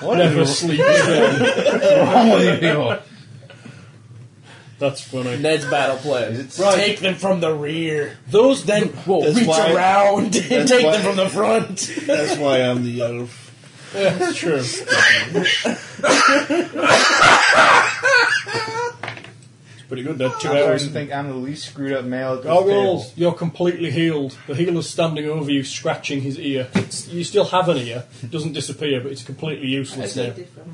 Speaker 3: Never sleep again. That's funny.
Speaker 6: Ned's battle plan. Take them from the rear.
Speaker 3: Those
Speaker 6: Then we'll
Speaker 9: That's
Speaker 6: reach
Speaker 9: why-
Speaker 6: around and
Speaker 9: that's
Speaker 6: take
Speaker 9: why-
Speaker 6: them from the front.
Speaker 9: That's why I'm the uh, other.
Speaker 3: That's *laughs* true. it's pretty good. That two
Speaker 5: I'm starting
Speaker 3: hours.
Speaker 5: to think I'm the least screwed up male at this
Speaker 9: Oh,
Speaker 5: table.
Speaker 3: Goggles, you're completely healed. The healer's standing over you, scratching his ear. It's, you still have an ear. It doesn't disappear, but it's completely useless now.
Speaker 2: Different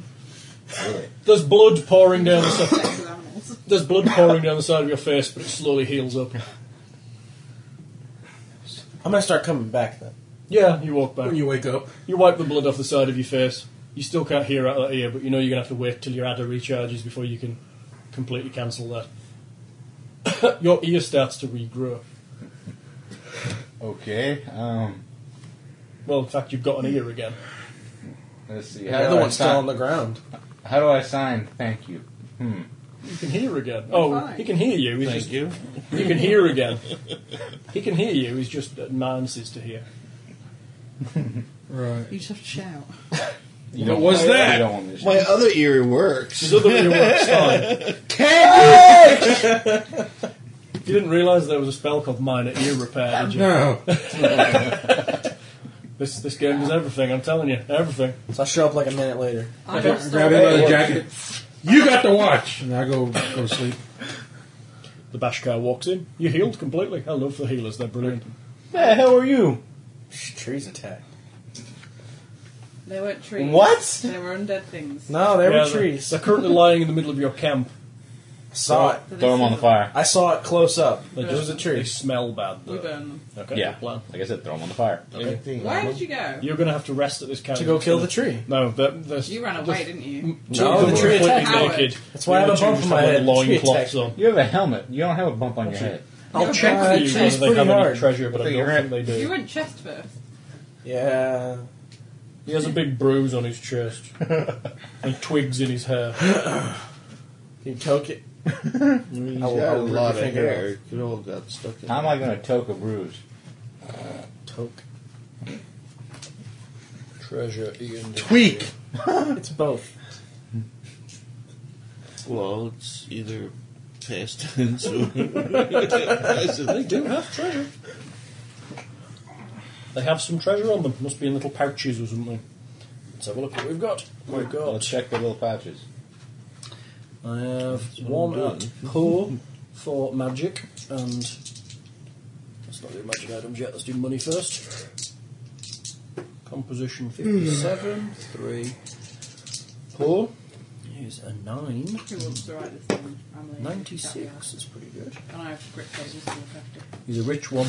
Speaker 3: There's blood pouring down the side.
Speaker 2: sex with animals.
Speaker 3: There's blood pouring down the side of your face, but it slowly heals up.
Speaker 6: I'm gonna start coming back then.
Speaker 3: Yeah, you walk back.
Speaker 4: When you wake up,
Speaker 3: You wipe the blood off the side of your face. You still can't hear out of that ear, but you know you're going to have to wait till your adder recharges before you can completely cancel that. *coughs* your ear starts to regrow.
Speaker 5: Okay, um,
Speaker 3: Well, in fact, you've got an ear again.
Speaker 5: let's see.
Speaker 6: The
Speaker 5: do
Speaker 6: other
Speaker 5: I
Speaker 6: one's still
Speaker 5: sign-
Speaker 6: on the ground.
Speaker 5: How do I sign thank you? Hmm.
Speaker 3: You can hear again. Oh,
Speaker 2: fine.
Speaker 3: he can hear you. He's just,
Speaker 9: you.
Speaker 3: You can hear again. He can hear you. He's just at minuses to hear.
Speaker 4: right?
Speaker 2: You just have to shout.
Speaker 5: You
Speaker 4: What
Speaker 5: don't-
Speaker 4: was
Speaker 5: you
Speaker 4: that?
Speaker 5: don't want this.
Speaker 9: My other ear works.
Speaker 3: His other ear works fine.
Speaker 6: *laughs*
Speaker 3: *laughs* You didn't realise there was a spell called minor ear repair, did you?
Speaker 4: No,
Speaker 3: This this game does everything. I'm telling you, everything.
Speaker 6: So I show up like a minute later.
Speaker 2: I
Speaker 3: Okay.
Speaker 2: got
Speaker 4: grab
Speaker 2: stolen.
Speaker 4: another jacket. You got the watch, and I go go to sleep.
Speaker 3: The Bashkar walks in. You're healed completely. I love the healers. They're brilliant.
Speaker 5: the hell are you?
Speaker 6: Trees attack.
Speaker 2: They weren't trees.
Speaker 5: What?
Speaker 2: They were undead things.
Speaker 6: No, they
Speaker 3: Yeah,
Speaker 6: were
Speaker 3: they're-
Speaker 6: trees.
Speaker 3: They're currently lying in the middle of your camp.
Speaker 6: I saw it.
Speaker 5: Throw him on the fire.
Speaker 6: I saw it close up.
Speaker 3: They
Speaker 6: It
Speaker 3: just-
Speaker 6: was a
Speaker 3: They
Speaker 6: tree.
Speaker 3: smell bad.
Speaker 2: We
Speaker 3: Though.
Speaker 2: burn them.
Speaker 3: Okay.
Speaker 5: Yeah.
Speaker 3: good Plan.
Speaker 5: Like I said, throw him on the fire.
Speaker 2: Where did you go?
Speaker 3: You're going to have to rest at this camp
Speaker 6: To go kill the tree.
Speaker 3: *laughs* No, but there's
Speaker 2: You ran away, didn't you?
Speaker 6: No, the tree
Speaker 3: completely
Speaker 6: attacked
Speaker 2: me.
Speaker 3: naked.
Speaker 6: That's why I have a
Speaker 3: The two
Speaker 6: bump
Speaker 3: just
Speaker 6: on my
Speaker 3: have, like,
Speaker 6: head. The tree
Speaker 3: loincloths
Speaker 6: attacked
Speaker 3: on.
Speaker 5: You have a helmet. You don't have a bump on your head.
Speaker 3: I'll check
Speaker 6: Uh,
Speaker 3: for you
Speaker 6: tree's
Speaker 3: whether they
Speaker 6: pretty
Speaker 3: have
Speaker 6: hard.
Speaker 3: any treasure, but I
Speaker 5: Think
Speaker 3: don't
Speaker 5: you're
Speaker 3: think they
Speaker 2: You
Speaker 3: do.
Speaker 2: went chest first.
Speaker 6: Yeah.
Speaker 3: He has a big bruise on his chest *laughs* and twigs in his hair.
Speaker 6: Can you toke it?
Speaker 9: He's
Speaker 6: I will- I
Speaker 9: got a
Speaker 6: will rip
Speaker 9: lot
Speaker 6: your
Speaker 9: of
Speaker 6: finger
Speaker 9: hair. It all got stuck in.
Speaker 5: How am I going to toke a bruise?
Speaker 6: Toke.
Speaker 3: Treasure Ian.
Speaker 6: Tweak. it's both.
Speaker 9: Well, it's either *laughs* past tense or.
Speaker 3: They do have treasure. They have some treasure on them. Must be in little pouches or something. Let's have a look at what we've got. We've got.
Speaker 8: Let's check the little pouches.
Speaker 3: I have one
Speaker 8: done.
Speaker 3: at *laughs* poor for magic, and let's not do magic items yet. Let's do money first. Composition fifty-seven three. Poor is a nine.
Speaker 2: Who wants to write this down? I'm leaving.
Speaker 3: Ninety-six is pretty good.
Speaker 2: And I have grip tables to look after.
Speaker 3: He's a rich one.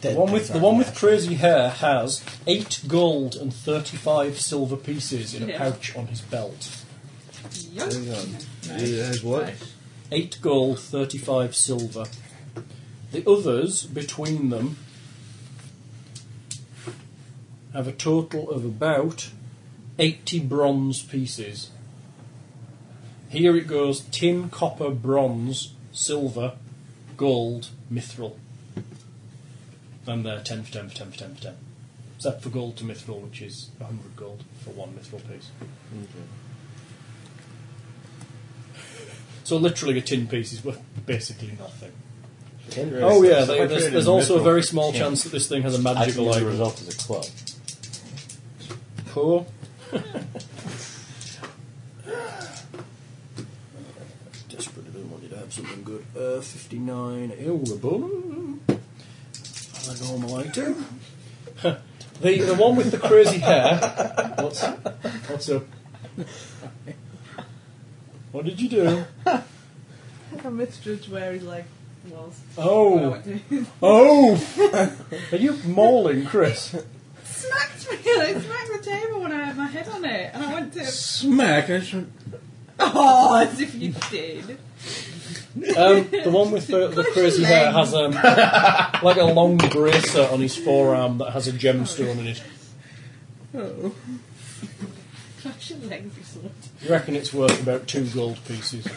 Speaker 3: The one with the one with crazy hair has eight gold and thirty-five silver pieces in a
Speaker 2: Yeah.
Speaker 3: pouch on his belt.
Speaker 2: Yep.
Speaker 9: It has what?
Speaker 3: Eight gold, thirty-five silver. The others between them have a total of about eighty bronze pieces. Here it goes: tin, copper, bronze, silver, gold, mithril. And they're 10 for 10 for 10 for 10 for 10. Except for gold to mithril, which is 100 gold for one mithril piece. So literally a tin piece is worth basically nothing. Oh yeah, they, there's, there's also a very small chance that this thing has a magical
Speaker 8: I think the
Speaker 3: item.
Speaker 8: result is a club.
Speaker 3: *laughs* Poor. Desperate, I wanted to have something good. Uh, 59 Ilrabun. A normal item. *laughs* the, the one with the crazy hair. What's, what's up? What did you do?
Speaker 2: *laughs* I misjudged where his leg was. When I
Speaker 3: Oh,
Speaker 2: went to- *laughs*
Speaker 3: oh! Are you mauling, *laughs* Chris?
Speaker 2: smacked me! *laughs* I smacked the table when I had my head on it, and I went to.
Speaker 3: *laughs*
Speaker 4: Smack. I should...
Speaker 2: Oh, as *laughs* if you did.
Speaker 3: Um, the one with the, the crazy hair has um, like a long bracer on his forearm that has a gemstone in it.
Speaker 2: Oh. Clash your legs, you sort.
Speaker 3: You reckon it's worth about two gold pieces?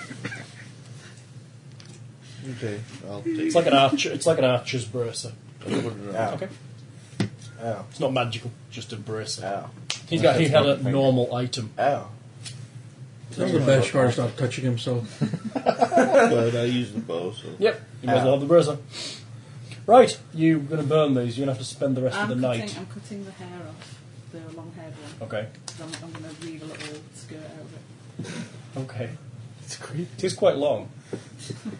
Speaker 9: Okay, I'll take
Speaker 3: It's like an archer. It's like an archer's bracer. Okay.
Speaker 13: Ow.
Speaker 3: It's not magical, just a bracer.
Speaker 13: Ow.
Speaker 3: He got. He had a normal item.
Speaker 13: Ow.
Speaker 4: That was the best part. Stop touching himself.
Speaker 9: but I use the bow, so.
Speaker 3: Yep. You might as well have the bracer. Right. You're going to burn these. You're going to have to spend the rest
Speaker 2: I'm
Speaker 3: of the
Speaker 2: cutting,
Speaker 3: night.
Speaker 2: I'm cutting the hair off, the long haired one.
Speaker 3: Okay.
Speaker 2: 'cause I'm, I'm going to weave a little skirt over
Speaker 3: Okay. It's great. It is quite long.
Speaker 2: it.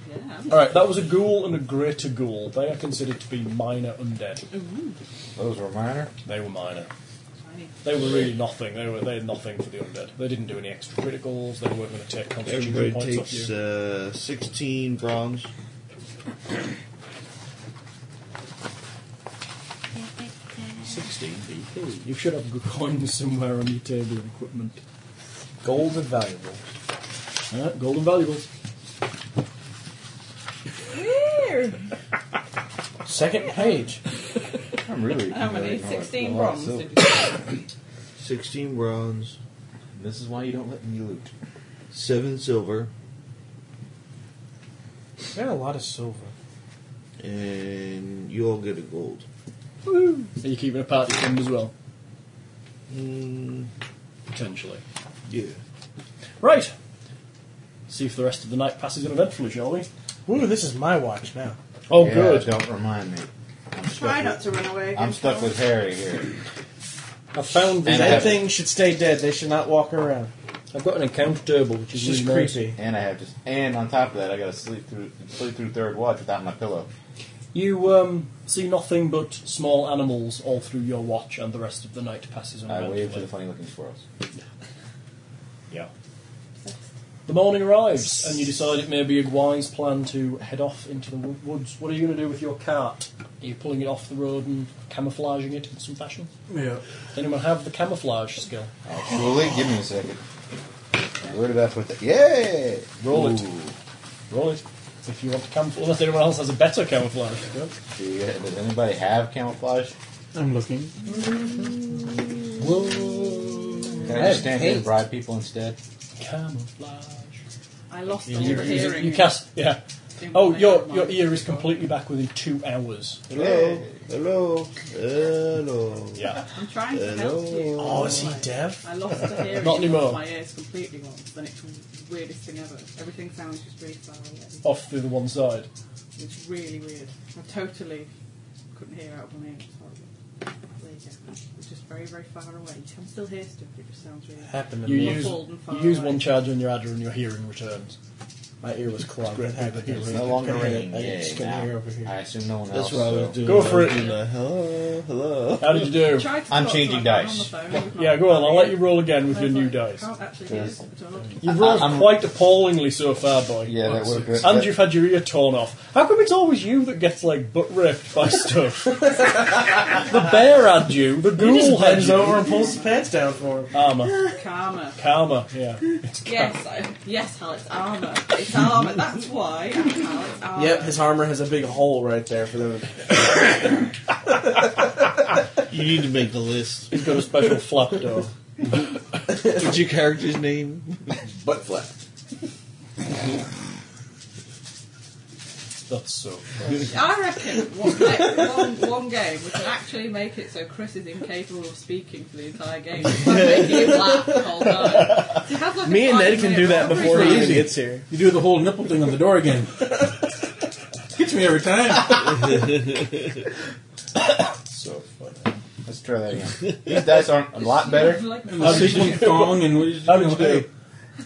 Speaker 2: Yeah.
Speaker 3: All right. That was a ghoul and a greater ghoul. They are considered to be minor undead.
Speaker 2: Ooh,
Speaker 8: Mm-hmm. Those were minor.
Speaker 3: They were minor.
Speaker 2: tiny.
Speaker 3: They were really nothing. They were they had nothing for the undead. They didn't do any extra criticals. They weren't going to take constitution
Speaker 9: Everybody
Speaker 3: points off
Speaker 9: takes
Speaker 3: you.
Speaker 9: uh, 16 bronze.
Speaker 3: Sixteen BP. You should have good coins somewhere on your table and equipment.
Speaker 6: Gold and valuable.
Speaker 3: Uh, golden valuables.
Speaker 6: Second page.
Speaker 8: I'm really.
Speaker 2: How many?
Speaker 8: really hard.
Speaker 2: 16
Speaker 8: Oh,
Speaker 2: bronze
Speaker 8: so-
Speaker 2: did you say?
Speaker 9: 16 bronze.
Speaker 8: This is why you don't let me loot.
Speaker 9: 7 silver.
Speaker 6: I got a lot of silver.
Speaker 9: And you all get a gold.
Speaker 3: Are you keeping a party fund as well?
Speaker 9: Mm,
Speaker 3: Potentially.
Speaker 9: yeah.
Speaker 3: Right. See if the rest of the night passes uneventfully, shall we?
Speaker 6: Woo, this is my watch now.
Speaker 3: Oh,
Speaker 8: Yeah,
Speaker 3: good.
Speaker 8: Don't remind me. I'm
Speaker 2: Try
Speaker 8: stuck,
Speaker 2: not
Speaker 8: with,
Speaker 2: to run away again.
Speaker 8: I'm stuck with Harry here.
Speaker 3: I found
Speaker 8: And
Speaker 3: the,
Speaker 8: I
Speaker 6: Dead
Speaker 8: have,
Speaker 6: things should stay dead. They should not walk around.
Speaker 3: I've got an encounter table, which
Speaker 6: It's
Speaker 3: is
Speaker 6: just
Speaker 3: really nice.
Speaker 6: creepy.
Speaker 8: and I have just and on top of that, I got to sleep through sleep through third watch without my pillow.
Speaker 3: You um, see nothing but small animals all through your watch, and the rest of the night passes
Speaker 8: I
Speaker 3: uneventfully.
Speaker 8: wave to the funny looking squirrels.
Speaker 3: Yeah. The morning arrives, and you decide it may be a wise plan to head off into the wo- woods. What are you going to do with your cart? Are you pulling it off the road and camouflaging it in some fashion?
Speaker 4: Yeah.
Speaker 3: Does anyone have the camouflage skill?
Speaker 8: Julie, give me a second. Where did I put that? Yay!
Speaker 3: Roll it.
Speaker 8: Ooh.
Speaker 3: Roll it. If you want to camouflage, *laughs* unless anyone else has a better camouflage skill.
Speaker 8: Do you, does anybody have camouflage?
Speaker 4: I'm looking.
Speaker 8: Can I just stand here and bribe people instead?
Speaker 3: Camouflage.
Speaker 2: I lost
Speaker 3: You,
Speaker 2: all
Speaker 3: you-
Speaker 2: the hearing.
Speaker 3: you cast, yeah.
Speaker 2: in
Speaker 3: Oh,
Speaker 2: my
Speaker 3: your
Speaker 2: own
Speaker 3: your
Speaker 2: mind.
Speaker 3: ear is completely back within two hours.
Speaker 9: Hello. Hello. Hello. Yeah.
Speaker 2: I'm trying to help you.
Speaker 9: Hello. Oh, is he deaf?
Speaker 2: I lost the hearing.
Speaker 3: Not anymore.
Speaker 2: Lost my ears completely once, and it's the weirdest thing ever. Everything sounds just really far away.
Speaker 3: Off through the one side.
Speaker 2: It's really weird. I totally couldn't hear out of my ears. It's horrible. There you go. It's just very, very far away. You can still hear stuff, it just sounds really
Speaker 3: Happened. You use
Speaker 2: muffled and
Speaker 3: you
Speaker 2: far
Speaker 3: use
Speaker 2: away.
Speaker 3: one charge on your adder and your hearing returns.
Speaker 6: My ear was clogged.
Speaker 3: Great.
Speaker 6: It happened.
Speaker 3: It's
Speaker 6: I
Speaker 5: no longer
Speaker 6: couldn't hear
Speaker 5: ringing.
Speaker 6: it. I just
Speaker 5: Yay,
Speaker 6: couldn't
Speaker 5: now.
Speaker 6: hear over here.
Speaker 5: I assume no one
Speaker 9: That's
Speaker 5: else.
Speaker 9: what I was
Speaker 5: so-
Speaker 9: doing.
Speaker 3: Go for
Speaker 9: I
Speaker 3: it.
Speaker 9: was doing the hello, hello.
Speaker 3: How did you do?
Speaker 2: Tried to
Speaker 5: I'm
Speaker 2: talk to
Speaker 5: changing
Speaker 2: my man on
Speaker 5: dice.
Speaker 2: the phone with my
Speaker 3: Yeah, go on. I'll let you
Speaker 2: phone.
Speaker 3: roll again with
Speaker 2: I
Speaker 3: your
Speaker 2: was
Speaker 3: new
Speaker 2: like, I
Speaker 3: dice.
Speaker 2: can't actually hear this at all.
Speaker 3: You've rolled
Speaker 5: I'm-
Speaker 3: quite appallingly so far, boy.
Speaker 5: Yeah, that would have
Speaker 3: And you've had your ear torn off. How come it's always you that gets like butt raped
Speaker 9: *laughs*
Speaker 3: by stuff? the bear had you. The
Speaker 6: He
Speaker 3: ghoul
Speaker 6: just
Speaker 3: had
Speaker 6: bends
Speaker 3: you.
Speaker 6: over and pulls his pants down for him.
Speaker 3: Armor.
Speaker 2: Karma.
Speaker 3: *laughs* Karma. Yeah.
Speaker 2: Yes, I, yes, Hal, it's armour. It's armour. That's why. I'm Hal, it's armour.
Speaker 6: Yep, his armor has a big hole right there for *laughs* them.
Speaker 9: You need to make the list.
Speaker 3: He's got a special flap door.
Speaker 9: What's your character's name?
Speaker 15: Butt flap.
Speaker 3: That's so.
Speaker 2: I reckon one, ne- one, one game we can actually make it so Chris is incapable of speaking for the entire game. Just by making him laugh the whole time. So he has like a
Speaker 6: Me and Ned can
Speaker 2: five-minute
Speaker 6: do that
Speaker 2: robbery
Speaker 6: before
Speaker 2: plan.
Speaker 6: he even gets here.
Speaker 4: You do the whole nipple thing on the door again. Gets me every *laughs* time.
Speaker 5: So funny. Let's try that again. These dice aren't a lot better.
Speaker 2: Like,
Speaker 4: And the six-one thong and what is-
Speaker 3: How did you do?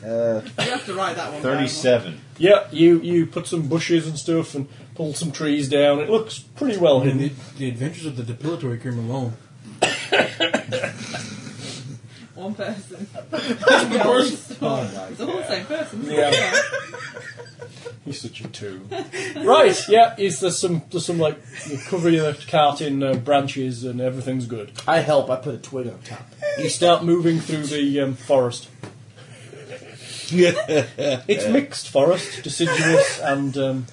Speaker 5: Uh,
Speaker 2: you have to write that one. down.
Speaker 5: Thirty-seven.
Speaker 3: Yeah, you you put some bushes and stuff and pulled some trees down. It looks pretty well
Speaker 4: And
Speaker 3: hidden.
Speaker 4: the, the adventures of the depilatory cream alone.
Speaker 2: One person. *laughs* Yeah, it's all- It's all the same person. isn't it?
Speaker 3: Yeah. He's such a two. right, yeah, is there's some there's some like you cover your cart in uh, branches and everything's good.
Speaker 6: I help. I put a twig on top.
Speaker 3: You start moving through the um, forest. It's mixed forest, deciduous and um,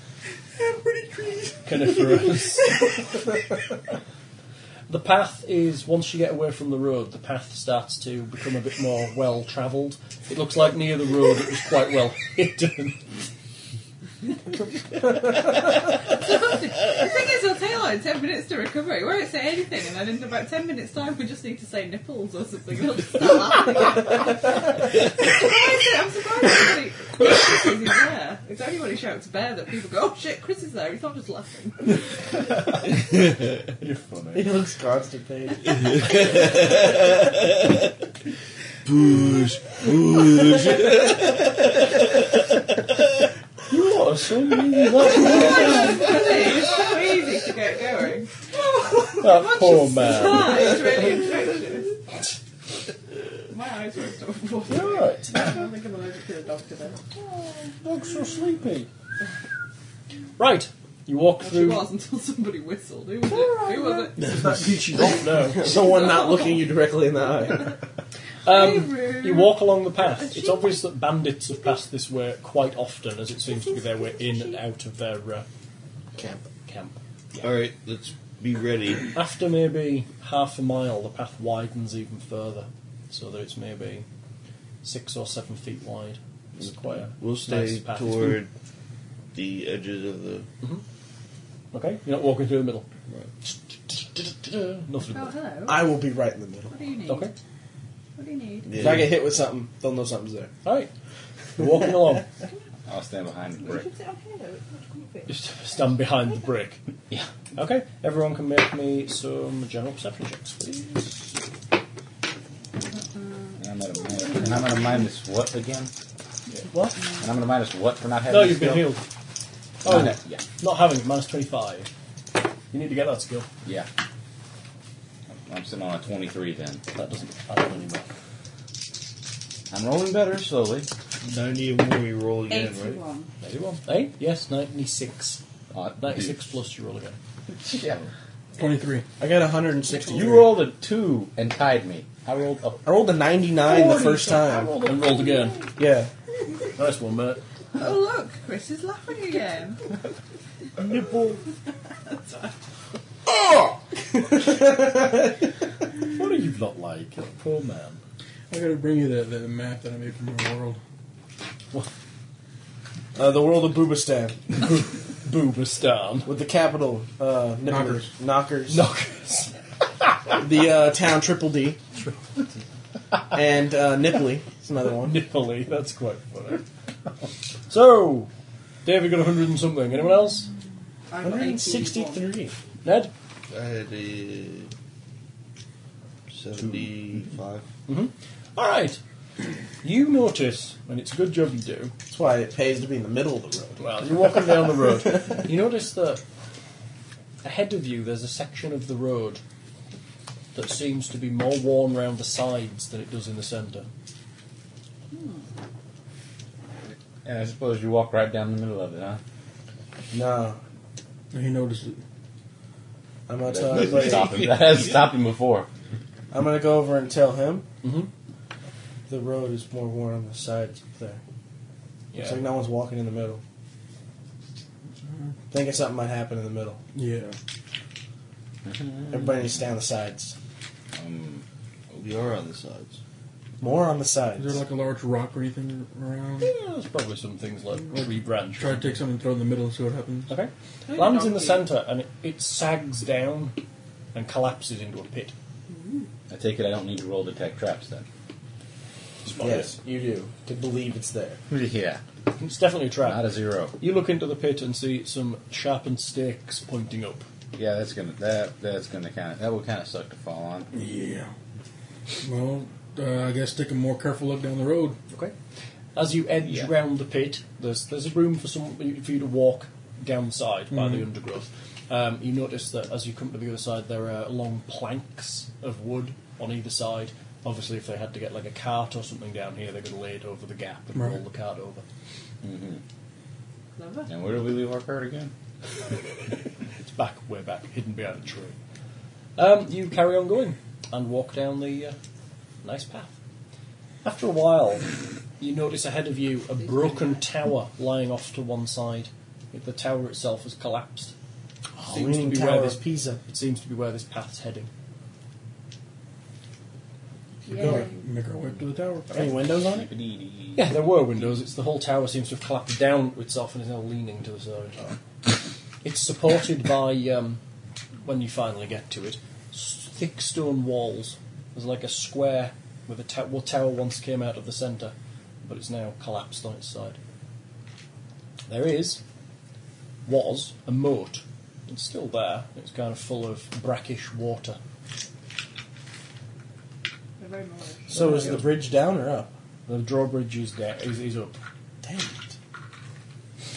Speaker 3: coniferous. the path is once you get away from the road, the path starts to become a bit more well travelled. It looks like near the road it was quite well hidden.
Speaker 2: The thing is, I'll tell you, like, 10 minutes to recovery. We won't say anything, and then in about 10 minutes' time, we just need to say nipples or something. They'll just start laughing. I'm surprised everybody Chris is there. It's only when he shouts bear that people go, oh shit, Chris is there. He's not just laughing. *laughs*
Speaker 6: He looks constipated.
Speaker 9: Booze, booze.
Speaker 2: it's so easy to get going.
Speaker 3: That poor man.
Speaker 2: Ah, it's really infectious. My eyes worked off water.
Speaker 3: All right.
Speaker 2: I don't think I'm allergic to the doctor then.
Speaker 3: Dog's so sleepy. Right, you walk
Speaker 2: She
Speaker 3: through. *laughs*
Speaker 2: was until somebody whistled. Who was it? Who was
Speaker 3: *laughs*
Speaker 2: it?
Speaker 6: Someone not looking you directly in the eye.
Speaker 3: Um, you walk along the path. It's obvious that bandits have passed this way quite often, as it seems to be their way in and out of their uh, camp. Camp.
Speaker 9: *laughs* All right, let's be ready.
Speaker 3: After maybe half a mile, the path widens even further, so that it's maybe six or seven feet wide. It's quite a
Speaker 9: We'll
Speaker 3: nice
Speaker 9: stay
Speaker 3: path.
Speaker 9: toward the edges of the.
Speaker 3: Okay, you're not walking through the middle. Nothing.
Speaker 2: Oh, hello.
Speaker 6: I will be right in the middle.
Speaker 2: What do you need?
Speaker 3: Okay.
Speaker 2: What do you need?
Speaker 6: If I get hit with something, they'll know something's there.
Speaker 3: All right. You're walking along.
Speaker 5: I'll stand behind the
Speaker 2: We
Speaker 5: brick.
Speaker 2: should sit up here though. It's much comfier.
Speaker 3: Just stand behind the brick. Yeah. Okay. Everyone can make me some general perception checks, please.
Speaker 5: And I'm at a minus, and I'm at a minus what again?
Speaker 3: What?
Speaker 5: And I'm at a minus what for not having.
Speaker 3: No,
Speaker 5: the
Speaker 3: you've been
Speaker 5: skill?
Speaker 3: healed. Oh,
Speaker 5: Minus- yeah,
Speaker 3: not having it. Minus twenty-five. You need to get that skill.
Speaker 5: yeah. I'm- I'm sitting on a twenty-three then.
Speaker 3: That doesn't happen anymore.
Speaker 5: I'm rolling better slowly.
Speaker 9: 90 and when we roll again, right?
Speaker 2: 81.
Speaker 3: Ninety-one. Eight. Yes. Ninety-six.
Speaker 5: Uh,
Speaker 3: Ninety-six plus your roll again.
Speaker 5: *laughs* Yeah.
Speaker 4: Twenty-three.
Speaker 6: I got 160.
Speaker 5: You rolled a two and tied me. I rolled a
Speaker 6: I rolled a 99 the first time.
Speaker 3: And rolled again.
Speaker 6: Yeah.
Speaker 3: Nice one, mate.
Speaker 2: Oh look, Chris is laughing again.
Speaker 3: What are you not like? Poor man.
Speaker 4: I gotta bring you the, the map that I made from your world.
Speaker 6: Uh, the world of Boobistan
Speaker 3: Boobastan.
Speaker 6: with the capital uh, nipplers. Knockers.
Speaker 3: Knockers.
Speaker 6: *laughs* the uh, town Triple D, and uh, Nipley is another one.
Speaker 3: Nipley, eh? that's quite funny. So, David got 100 and something. Anyone else?
Speaker 2: I got
Speaker 6: 163.
Speaker 3: Ned?
Speaker 9: I had a 75.
Speaker 3: Mm-hmm. All right. You notice, and it's a good job you do.
Speaker 6: That's why it pays to be in the middle of the road.
Speaker 3: Well, you're walking down the road. You notice that ahead of you there's a section of the road that seems to be more worn round the sides than it does in the centre.
Speaker 5: And I suppose you walk right down the middle of it, huh?
Speaker 6: No,
Speaker 4: He noticed it.
Speaker 6: I'm gonna tell
Speaker 5: That doesn't
Speaker 6: everybody.
Speaker 5: stop him. *laughs* That hasn't stopped him before.
Speaker 6: I'm gonna go over and tell him.
Speaker 3: Mhm.
Speaker 6: The road is more worn on the sides up there. Looks like no one's walking in the middle. Thinking something might happen in the middle.
Speaker 4: Yeah.
Speaker 6: Everybody needs to stay on the sides.
Speaker 9: Um, we are on the sides.
Speaker 6: More on the
Speaker 4: Is
Speaker 6: sides.
Speaker 4: there like a large rock or anything around?
Speaker 3: Yeah, there's probably some things like tree branch.
Speaker 4: Try to take something and throw it in the middle and see what happens.
Speaker 3: Okay.
Speaker 2: Hey,
Speaker 3: Lands in the
Speaker 2: donkey.
Speaker 3: centre and it, it sags down and collapses into a pit.
Speaker 5: I take it I don't need to roll detect traps then.
Speaker 6: Yes, you do. To believe it's there.
Speaker 5: Yeah.
Speaker 3: It's definitely a trap.
Speaker 5: Not a zero.
Speaker 3: You look into the pit and see some sharpened stakes pointing up.
Speaker 5: Yeah, that's gonna that that's gonna kind of that would kind of suck to fall on.
Speaker 4: Yeah. Well, uh, I guess take a more careful look down the road.
Speaker 3: Okay. As you edge
Speaker 5: Yeah.
Speaker 3: round the pit, there's there's a room for some for you to walk down the side by the undergrowth. Um, you notice that as you come to the other side, there are long planks of wood on either side. Obviously, if they had to get like a cart or something down here, they're going to lay it over the gap and
Speaker 4: Right.
Speaker 3: roll the cart over.
Speaker 2: Clever.
Speaker 5: And where do we leave our card again?
Speaker 3: It's back, way back, hidden behind a tree. Um, you carry on going and walk down the uh, nice path. After a while, you notice ahead of you a broken tower lying off to one side. The tower itself has collapsed. seems to
Speaker 6: Leaning
Speaker 3: be
Speaker 6: Tower
Speaker 3: where
Speaker 6: of
Speaker 3: this
Speaker 6: Pisa.
Speaker 3: it seems to be where this path's heading.
Speaker 2: Yeah.
Speaker 4: Make our way to the tower.
Speaker 6: Any windows on it?
Speaker 3: Yeah, there were windows. It's the whole tower seems to have collapsed down to itself and is now leaning to the side. It's supported by, um, when you finally get to it, s- thick stone walls. There's like a square where the ta- well, tower once came out of the centre, but it's now collapsed on its side. There is, was, a moat. It's still there. It's kind of full of brackish water.
Speaker 2: They're very Moorish.
Speaker 6: So is the bridge down or up?
Speaker 3: The drawbridge is, da- is, is up
Speaker 6: Dang it.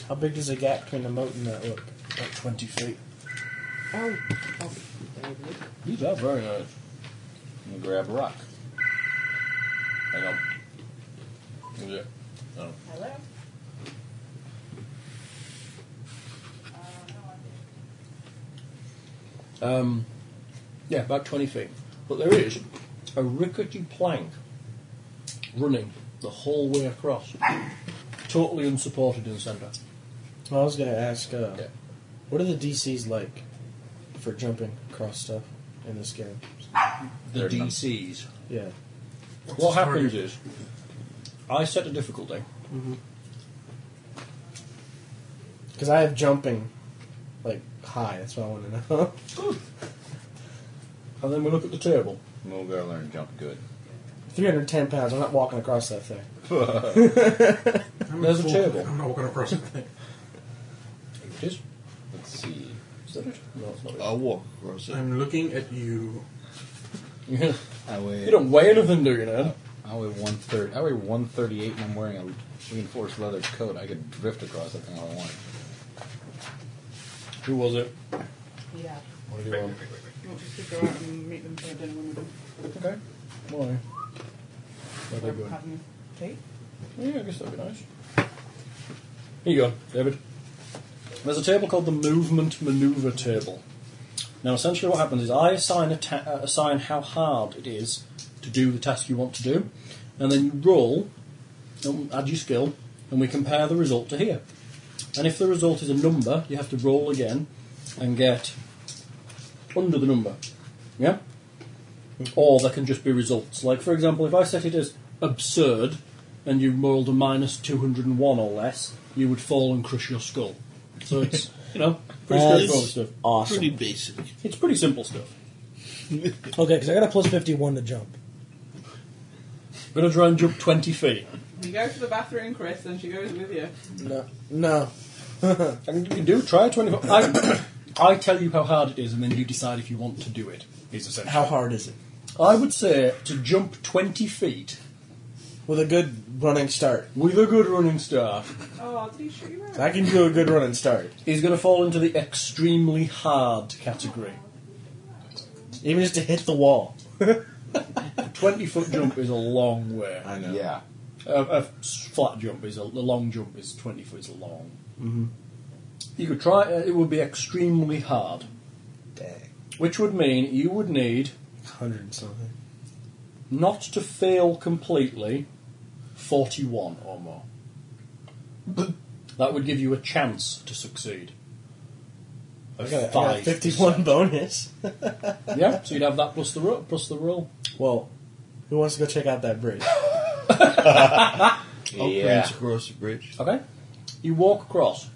Speaker 6: How big is the gap between the moat and that look?
Speaker 3: about 20 feet.
Speaker 2: Oh, oh, David.
Speaker 3: These are very nice.
Speaker 5: I'm gonna grab a rock. Hang on.
Speaker 3: Yeah.
Speaker 2: Hello.
Speaker 3: Um, yeah, about 20 feet. But there is a rickety plank running the whole way across, totally unsupported in the centre.
Speaker 6: Well, I was going to ask, uh,
Speaker 3: Yeah.
Speaker 6: what are the DCs like for jumping across stuff in this game?
Speaker 3: The
Speaker 5: They're not-
Speaker 3: DCs.
Speaker 6: Yeah.
Speaker 3: What happens is, I set a difficulty.
Speaker 6: Because I have jumping, like, high. That's what I want to know.
Speaker 3: *laughs* And then we look at the table.
Speaker 5: We'll go learn jump good.
Speaker 6: 310 pounds. I'm not walking across that thing.
Speaker 4: I'm
Speaker 3: There's a
Speaker 4: full-
Speaker 3: table.
Speaker 4: I'm not walking across that thing.
Speaker 3: It is.
Speaker 5: Let's see.
Speaker 3: Is that it? Oh. No, it's not it.
Speaker 9: I'll walk across it.
Speaker 4: *laughs* I'm looking at you.
Speaker 3: *laughs* Yeah.
Speaker 5: I weigh
Speaker 3: You don't weigh anything, do you, Ned?
Speaker 5: I weigh one thirty. I weigh one thirty eight, and I'm wearing a reinforced leather coat. I could drift across that thing all I want.
Speaker 3: Who was it?
Speaker 2: Yeah.
Speaker 3: What do you want?
Speaker 2: You want us to go out and meet them for dinner when we're
Speaker 3: Okay. Why? Where are they
Speaker 2: done
Speaker 3: going?
Speaker 2: having tea?
Speaker 3: Yeah, I guess that'd be nice. Here you go, David. There's a table called the Movement Maneuver Table. Now, essentially, what happens is I assign a ta- uh, assign how hard it is to do the task you want to do, and then you roll, and add your skill, and we compare the result to here. And if the result is a number, you have to roll again and get under the number. Yeah? Or there can just be results. Like, for example, if I set it as absurd and you rolled a minus 201 or less, you would fall and crush your skull. So it's, you know, pretty straightforward stuff.
Speaker 6: Awesome.
Speaker 9: Pretty basic.
Speaker 3: It's pretty simple stuff.
Speaker 6: Okay, because I got a plus 51 to jump.
Speaker 3: I'm going to try and jump 20 feet.
Speaker 2: You go to the bathroom, Chris, and she goes with you.
Speaker 6: No. No.
Speaker 3: and you can do try 24. I, I tell you how hard it is, and then you decide if you want to do it. Is essential.
Speaker 6: How hard is it?
Speaker 3: I would say to jump 20 feet
Speaker 6: With a good running start.
Speaker 3: with a good running start
Speaker 2: Oh, did he shoot you out?
Speaker 6: I can do a good running start.
Speaker 3: is going to fall into the extremely hard category.
Speaker 6: Even just to hit the wall.
Speaker 3: 20 foot jump is a long way.
Speaker 6: I know.
Speaker 5: Yeah.
Speaker 3: A, a flat jump is a, a long jump is 20 foot is long.
Speaker 6: Mm-hmm.
Speaker 3: You could try uh, it, it would be extremely hard.
Speaker 6: Dang.
Speaker 3: Which would mean you would need
Speaker 6: 100 and something.
Speaker 3: not to fail completely 41 or more. that would give you a chance to succeed.
Speaker 6: I got, a- I got a
Speaker 3: Five *laughs*
Speaker 6: 51 bonus.
Speaker 3: yeah, so you'd have that plus the ro- plus the roll.
Speaker 6: Well, who wants to go check out that bridge?
Speaker 9: I'll
Speaker 5: Yeah.
Speaker 9: prance across the bridge.
Speaker 3: Okay. You walk across.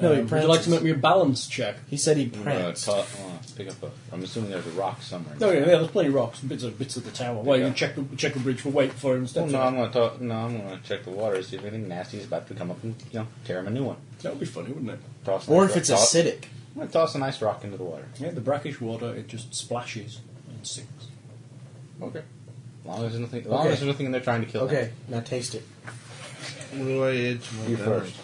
Speaker 6: No, he
Speaker 3: Um, would you like
Speaker 6: prances.
Speaker 3: to make me a balance check?
Speaker 6: He said he
Speaker 5: I'm gonna
Speaker 6: pranced.
Speaker 5: cut- uh, pick up a, I'm assuming there's a rock somewhere.
Speaker 3: No, yeah, yeah, there's plenty of rocks and bits of bits of the tower. Well, you
Speaker 5: Yeah.
Speaker 3: can check the check the bridge for weight before him
Speaker 5: Well,
Speaker 3: steps
Speaker 5: Oh, no,
Speaker 3: on
Speaker 5: I'm
Speaker 3: it.
Speaker 5: gonna talk. No, I'm gonna check the water, see if anything nasty is about to come up, and you know, tear him a new one.
Speaker 3: That would be funny, wouldn't it?
Speaker 5: Toss a
Speaker 6: Or
Speaker 5: nice
Speaker 6: if it's
Speaker 5: rock- toss-
Speaker 6: acidic.
Speaker 5: I'm gonna toss a nice rock into the water.
Speaker 3: Yeah, the brackish water it just splashes and sinks.
Speaker 5: Okay. As long as there's nothing, as long
Speaker 6: Okay.
Speaker 5: as there's nothing in there trying to kill. him.
Speaker 6: Okay, now taste it.
Speaker 9: What do I add to my
Speaker 5: You
Speaker 9: balance?
Speaker 5: first.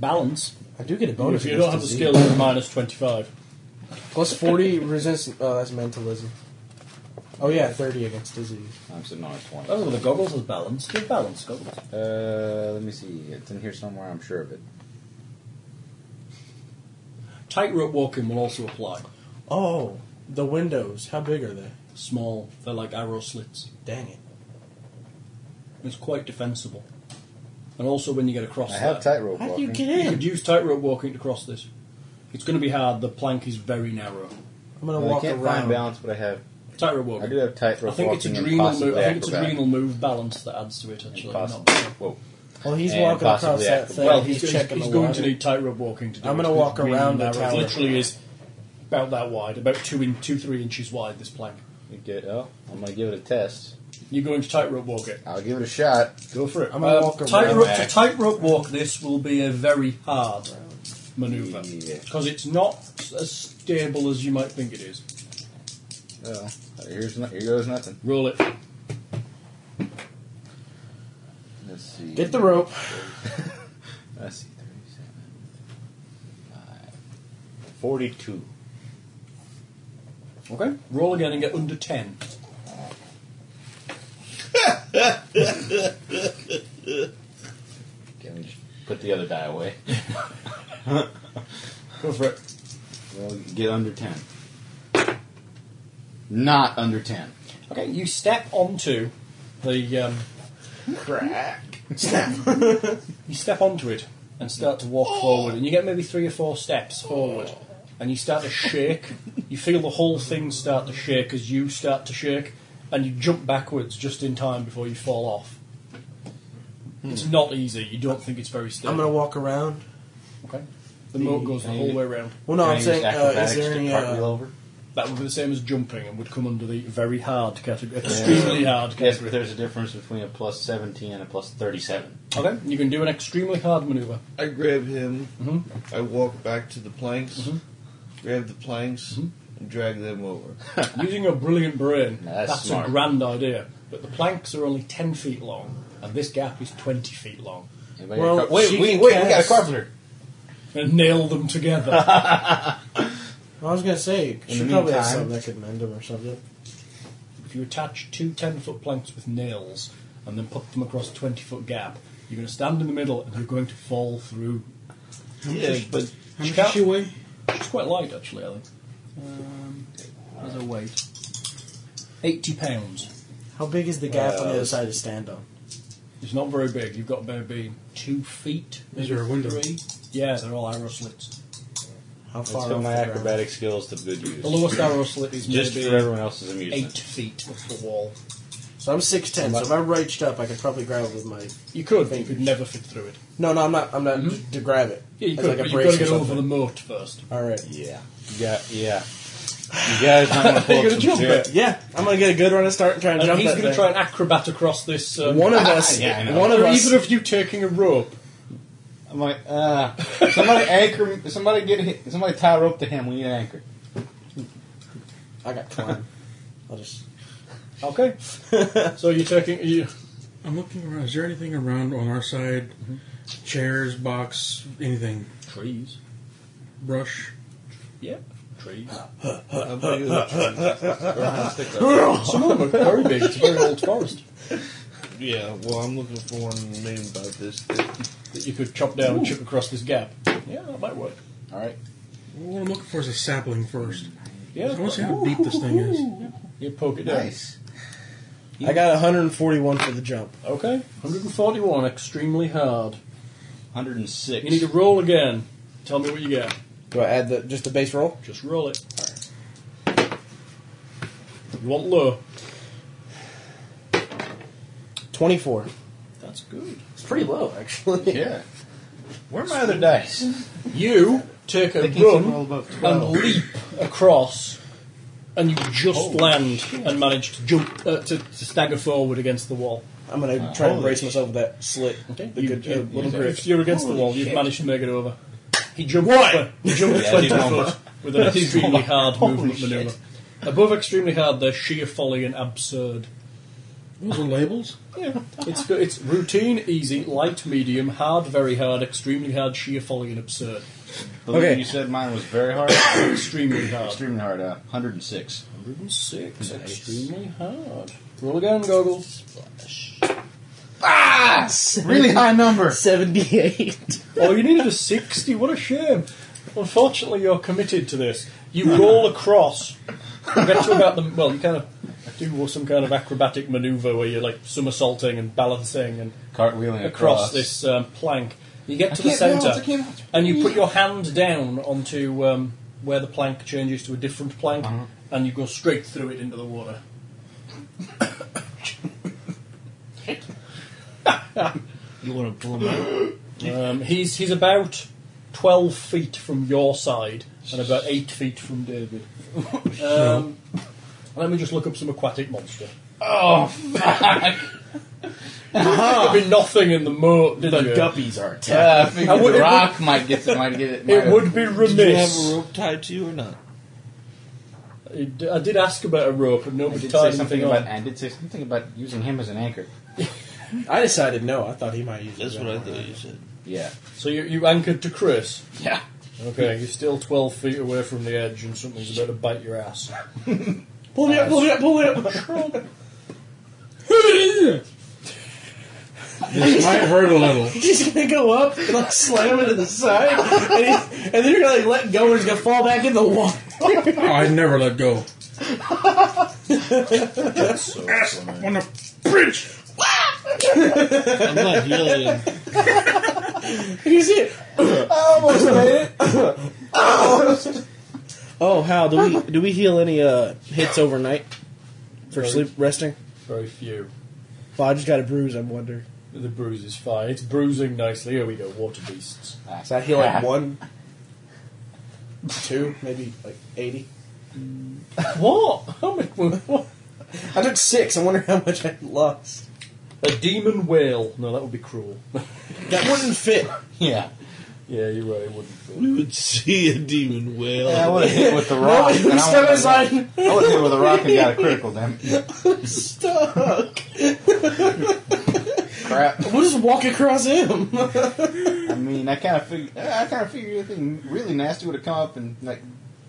Speaker 3: Balance.
Speaker 6: I do get a bonus.
Speaker 3: If you
Speaker 6: against
Speaker 3: don't have the
Speaker 6: disease.
Speaker 3: skill, it's minus twenty-five.
Speaker 6: Plus 40 resistance. Oh, that's mentalism. Oh, yeah, 30 against disease.
Speaker 5: I'm sitting on a twenty.
Speaker 3: Oh, the goggles is balance. Do balance goggles.
Speaker 5: Uh, let me see. It's in here somewhere. I'm sure of it.
Speaker 3: Tightrope walking will also apply.
Speaker 6: Oh, the windows. How big are they?
Speaker 3: Small, they're like arrow slits.
Speaker 6: Dang it.
Speaker 3: It's quite defensible. And also, when you get across,
Speaker 5: I have
Speaker 3: there,
Speaker 5: tightrope
Speaker 6: How do
Speaker 5: walking.
Speaker 6: you get
Speaker 3: you
Speaker 6: in?
Speaker 3: could use tightrope walking to cross this. It's going to be hard. The plank is very narrow.
Speaker 6: I'm going
Speaker 5: Well,
Speaker 6: to
Speaker 5: I
Speaker 6: walk
Speaker 5: can't find
Speaker 6: around.
Speaker 5: balance, but I have.
Speaker 3: Tightrope
Speaker 5: I
Speaker 3: walking.
Speaker 5: do have tightrope
Speaker 3: I
Speaker 5: walking.
Speaker 3: think it's
Speaker 5: and
Speaker 3: adrenal
Speaker 5: possibly
Speaker 3: move. I think it's
Speaker 5: acrobatic.
Speaker 3: adrenal move balance that adds to it. Actually,
Speaker 5: Impossible.
Speaker 3: not-
Speaker 5: Whoa.
Speaker 6: Well, he's
Speaker 5: And
Speaker 6: walking across
Speaker 5: possibly
Speaker 6: that
Speaker 5: active.
Speaker 6: thing.
Speaker 3: Well,
Speaker 6: he's,
Speaker 3: he's, he's,
Speaker 6: checking
Speaker 3: he's
Speaker 6: the
Speaker 3: going
Speaker 6: water.
Speaker 3: to need tightrope walking to do
Speaker 6: I'm
Speaker 3: going
Speaker 6: gonna
Speaker 3: to
Speaker 6: walk around the tower.
Speaker 3: It literally is about that wide, about two in two three inches wide. This plank.
Speaker 5: You get- oh, I'm gonna give it a test.
Speaker 3: You're going to tightrope walk it.
Speaker 5: I'll give it a shot.
Speaker 3: Go for it.
Speaker 6: I'm gonna walk around
Speaker 3: Um, tightrope,
Speaker 5: that.
Speaker 3: To tightrope walk this will be a very hard maneuver
Speaker 5: Yeah.
Speaker 3: because it's not as stable as you might think it is.
Speaker 5: Uh, here's no, here goes nothing.
Speaker 3: Roll it.
Speaker 5: Let's see.
Speaker 6: Get the rope.
Speaker 5: Let's see. 37. Five. 42.
Speaker 3: Okay. Roll again and get under ten.
Speaker 5: Can we just put the other die away?
Speaker 3: Go for it.
Speaker 5: Well, get under 10. Not under 10.
Speaker 3: Okay. You step onto the um, You step onto it and start to walk forward, and you get maybe three or four steps forward, and you start to shake. you feel the whole thing start to shake as you start to shake, and you jump backwards just in time before you fall off. It's not easy. You don't think it's very stable.
Speaker 6: I'm going to walk around.
Speaker 3: okay. The moat goes the whole way round.
Speaker 6: Well, no,
Speaker 5: Can I
Speaker 6: I'm
Speaker 5: use
Speaker 6: saying, uh,
Speaker 5: acrobatics
Speaker 6: is there
Speaker 5: to
Speaker 6: any.
Speaker 5: cartwheel
Speaker 6: Uh,
Speaker 5: over?
Speaker 3: That would be the same as jumping and would come under the very hard category, extremely hard
Speaker 5: Yes,
Speaker 3: category.
Speaker 5: but there's a difference between a plus 17 and a plus 37.
Speaker 3: Okay, you can do an extremely hard maneuver.
Speaker 9: I grab him. I walk back to the planks. Grab the planks and drag them over.
Speaker 3: Using your brilliant brain,
Speaker 5: No, that's
Speaker 3: that's,
Speaker 5: smart.
Speaker 3: a grand idea. But the planks are only 10 feet long, and this gap is 20 feet long.
Speaker 5: Anybody
Speaker 6: Well,
Speaker 5: got a car- wait,
Speaker 6: she
Speaker 5: wait,
Speaker 6: can
Speaker 5: wait, we got a
Speaker 6: cast-
Speaker 5: carpenter.
Speaker 3: And nail them
Speaker 5: *laughs*
Speaker 3: together.
Speaker 6: I was going to say, she
Speaker 5: the
Speaker 6: probably has
Speaker 5: meantime-
Speaker 6: something that could mend them or something.
Speaker 3: if you attach two 10 foot planks with nails and then put them across a 20 foot gap, you're going to stand in the middle and you're going to fall through.
Speaker 9: Yeah, but
Speaker 3: She
Speaker 9: how much
Speaker 3: can't-
Speaker 9: does she weigh?
Speaker 3: It's quite light, actually, I think. Um, as a weight, 80 pounds.
Speaker 6: How big is the gap on
Speaker 5: Well,
Speaker 6: the other side to stand on?
Speaker 3: It's not very big. You've got maybe two feet.
Speaker 4: Is there a window?
Speaker 3: Three. Yeah, they're all arrow slits.
Speaker 6: How far
Speaker 5: Let's
Speaker 6: off
Speaker 5: put my
Speaker 6: the ground?
Speaker 5: acrobatic skills to good use.
Speaker 3: The lowest arrow slit is
Speaker 5: *laughs* Just
Speaker 3: maybe
Speaker 5: for everyone else's amusement.
Speaker 3: eight feet off the wall.
Speaker 6: So I'm 6'10", so if I reached up, I could probably grab it with my...
Speaker 3: You could, but you could never fit through it.
Speaker 6: No, no, I'm not, I'm not, to- to grab it.
Speaker 3: Yeah, you
Speaker 6: As
Speaker 3: could,
Speaker 6: like a
Speaker 3: but you've got
Speaker 6: brace
Speaker 3: to
Speaker 6: or
Speaker 3: get over
Speaker 6: something.
Speaker 3: the moat first.
Speaker 6: All right.
Speaker 5: Yeah. Yeah, yeah. You guys might want to pull up some shit.
Speaker 6: Yeah, I'm gonna get a good run and start and try and,
Speaker 3: And
Speaker 6: jump
Speaker 3: he's
Speaker 6: that
Speaker 3: going to
Speaker 6: thing.
Speaker 3: try and acrobat across this. Um,
Speaker 6: One of us- Yeah, I know. one of
Speaker 3: Are
Speaker 6: us-
Speaker 3: Either of you taking a rope.
Speaker 5: I'm like, ah. Somebody anchor. Somebody get. hi- Somebody tie a rope to him. We need an anchor.
Speaker 6: I got climb. I'll just.
Speaker 3: Okay. so you're taking. You,
Speaker 4: I'm looking around. Is there anything around on our side? Chairs, box, anything?
Speaker 3: Trees.
Speaker 4: Brush.
Speaker 3: Yeah. Trees.
Speaker 9: How big is the
Speaker 3: Some of them are very big. It's a very old forest.
Speaker 9: Yeah, well, I'm looking for one name about this. thing.
Speaker 3: That you could chop down and
Speaker 4: Ooh.
Speaker 3: chip across this gap. Yeah, that might work.
Speaker 5: All right.
Speaker 4: What I'm looking for is a sapling first.
Speaker 3: Yeah.
Speaker 4: I want to see how deep this thing *laughs* is.
Speaker 3: You poke it down.
Speaker 5: Nice.
Speaker 6: I got 141 for the jump.
Speaker 3: Okay. 141, extremely hard.
Speaker 5: 106.
Speaker 3: You need to roll again. Tell me what you get.
Speaker 6: Do I add the just the base roll?
Speaker 3: Just roll it. You want low.
Speaker 6: 24.
Speaker 3: That's good.
Speaker 6: It's pretty low, actually.
Speaker 5: Yeah. Where are my other dice?
Speaker 3: You take a
Speaker 5: They can't roll
Speaker 3: run
Speaker 5: above
Speaker 3: and
Speaker 5: 12.
Speaker 3: leap across, and you just
Speaker 5: Oh.
Speaker 3: land and manage to jump uh, to, to stagger forward against the wall.
Speaker 6: *laughs* I'm gonna try and
Speaker 5: holy
Speaker 6: brace myself with that slit.
Speaker 3: Okay,
Speaker 6: The
Speaker 3: you-
Speaker 6: good
Speaker 3: you-
Speaker 6: uh, little
Speaker 3: you-
Speaker 6: grip.
Speaker 3: if you're against the wall, you've managed to make it over. He jumped. What? He jumped
Speaker 5: Yeah,
Speaker 3: twenty
Speaker 5: he's won.
Speaker 3: foot *laughs* with an
Speaker 5: He's
Speaker 3: extremely
Speaker 5: won.
Speaker 3: hard
Speaker 5: Holy
Speaker 3: movement
Speaker 5: shit.
Speaker 3: maneuver. Above extremely hard, they're sheer folly and absurd.
Speaker 4: Those are labels.
Speaker 3: Yeah, it's good. It's routine, easy, light, medium, hard, very hard, extremely hard, sheer folly and absurd.
Speaker 5: Believe
Speaker 6: Okay.
Speaker 5: You said mine was very hard. *coughs*
Speaker 3: Extremely hard.
Speaker 5: Extremely hard. Uh, 106.
Speaker 3: 106. Extremely hard. Roll again, goggles.
Speaker 5: Ah! Really high *laughs* number.
Speaker 6: 78.
Speaker 3: Oh, you needed a 60. What a shame. Unfortunately, you're committed to this. You roll across. You get to about the. Well, you kind of do some kind of acrobatic maneuver where you're like somersaulting and balancing and
Speaker 5: Cartwheeling
Speaker 3: across this um, plank. You get to the
Speaker 5: can't balance, I
Speaker 3: centre
Speaker 5: *laughs* can't balance.
Speaker 3: and you put your hand down onto um, where the plank changes to a different plank and you go straight through it into the water.
Speaker 16: You want to pull him out?
Speaker 3: Um, he's, he's about 12 feet from your side and about 8 feet from David. Um, let me just look up some aquatic monster. There'd be nothing in the moat, did
Speaker 6: The
Speaker 3: you?
Speaker 6: guppies are attacked.
Speaker 5: Uh, I
Speaker 3: I
Speaker 5: figured
Speaker 3: would- it
Speaker 5: the rock might get it. Might get it. might
Speaker 3: It
Speaker 5: have-
Speaker 3: would be
Speaker 9: Did you have a
Speaker 3: remiss.
Speaker 9: rope tied to you or not?
Speaker 3: I d- I did ask about a rope, and
Speaker 5: I
Speaker 3: nobody
Speaker 5: did
Speaker 3: tied
Speaker 5: say
Speaker 3: anything
Speaker 5: something
Speaker 3: on.
Speaker 5: about. I did say something about using him as an anchor.
Speaker 6: I decided no. I thought he might use it.
Speaker 9: That's what I thought you said.
Speaker 5: Yeah.
Speaker 3: So you, you anchored to Chris.
Speaker 5: *laughs* Yeah.
Speaker 3: Okay, you're still 12 feet away from the edge, and something's about to bite your ass.
Speaker 6: Pull me up, pull me up, pull me up. *laughs*
Speaker 4: This might hurt a little.
Speaker 6: He's gonna go up and like *laughs* slam it to
Speaker 3: *laughs*
Speaker 6: the side, and, he's- and then you're gonna like let go and he's gonna fall back in the water.
Speaker 4: Oh, I'd never let go. On a bridge.
Speaker 16: I'm not helium.
Speaker 6: You see *coughs* it? *coughs* I almost made it. oh, how do we do we heal any uh, hits overnight for
Speaker 3: Right.
Speaker 6: sleep resting?
Speaker 3: Very few.
Speaker 6: Well, I just got a bruise. I wonder.
Speaker 3: The bruise is fine. It's bruising nicely. Here we go, water beasts.
Speaker 6: So I heal like one, two, maybe like eighty.
Speaker 3: *laughs* What? How much? What?
Speaker 6: *laughs* I took six. I wonder how much I lost.
Speaker 3: A demon whale. No, that would be cruel. *laughs*
Speaker 6: That wouldn't fit.
Speaker 5: Yeah.
Speaker 3: yeah, you're right. It wouldn't. fit.
Speaker 9: We would see a demon whale.
Speaker 5: I would have
Speaker 3: *laughs*
Speaker 5: hit with the
Speaker 6: No,
Speaker 5: rock.
Speaker 6: we
Speaker 5: and I
Speaker 6: step
Speaker 5: would've-
Speaker 6: aside.
Speaker 5: I would have hit with a rock and got a critical. Damn it.
Speaker 6: Stuck.
Speaker 5: crap.
Speaker 6: We'll just walk across him. *laughs*
Speaker 5: I mean, I kind of figured. I kind of figured anything really nasty would have come up and like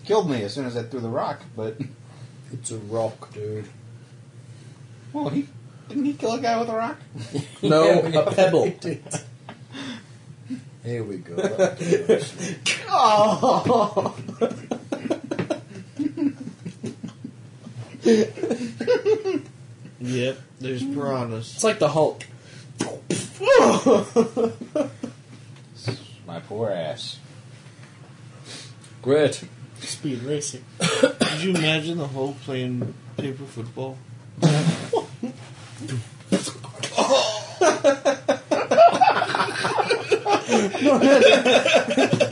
Speaker 5: killed me as soon as I threw the rock. But
Speaker 3: *laughs* It's a rock, dude.
Speaker 5: well, he didn't he kill a guy with a rock?
Speaker 6: No, a pebble.
Speaker 3: Here we go. That would be nice.
Speaker 6: Oh.
Speaker 16: Yep, there's piranhas.
Speaker 6: It's like the Hulk.
Speaker 5: My poor ass.
Speaker 3: Great.
Speaker 6: Speed racing.
Speaker 16: Could you imagine the whole playing paper football?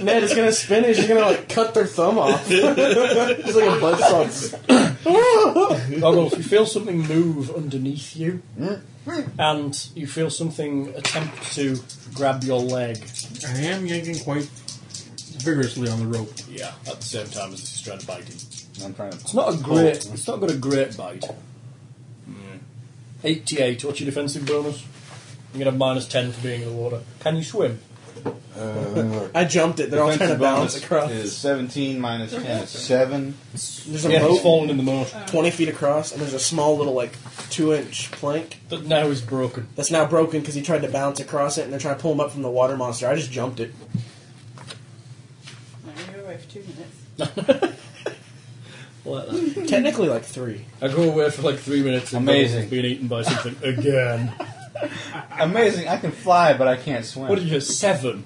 Speaker 6: Ned is gonna spin it. She's gonna like cut their thumb off. it's like a buzzsaw.
Speaker 3: Goggle, Oh, if you feel something move underneath you,
Speaker 6: Mm-hmm.
Speaker 3: and you feel something attempt to grab your leg.
Speaker 4: I am yanking quite vigorously on the rope.
Speaker 3: Yeah, at the same time as this is trying to bite you.
Speaker 5: I'm trying to.
Speaker 3: It's not a great. It's not got a great bite. Eighty-eight. What's your defensive bonus? You're gonna have minus ten for being in the water. Can you swim?
Speaker 5: Uh,
Speaker 6: I jumped it. They're all trying to
Speaker 5: defensive
Speaker 6: balance
Speaker 5: bonus
Speaker 6: across.
Speaker 5: Is 17 minus 10 is 7.
Speaker 6: There's a
Speaker 3: Yeah,
Speaker 6: boat
Speaker 3: it's fallen in the marsh.
Speaker 6: twenty feet across, and there's a small little like two inch plank
Speaker 3: That now is broken.
Speaker 6: that's now broken because he tried to bounce across it, and they're trying to pull him up from the water monster. I just jumped it.
Speaker 2: No, you're away for two minutes.
Speaker 3: Like that.
Speaker 5: Hmm.
Speaker 6: Technically, like three.
Speaker 3: I go away for like three minutes. And Goggle's
Speaker 5: Amazing.
Speaker 3: Being eaten by something again. *laughs*
Speaker 5: Amazing, I can fly, but I can't swim.
Speaker 3: What did you get? Seven.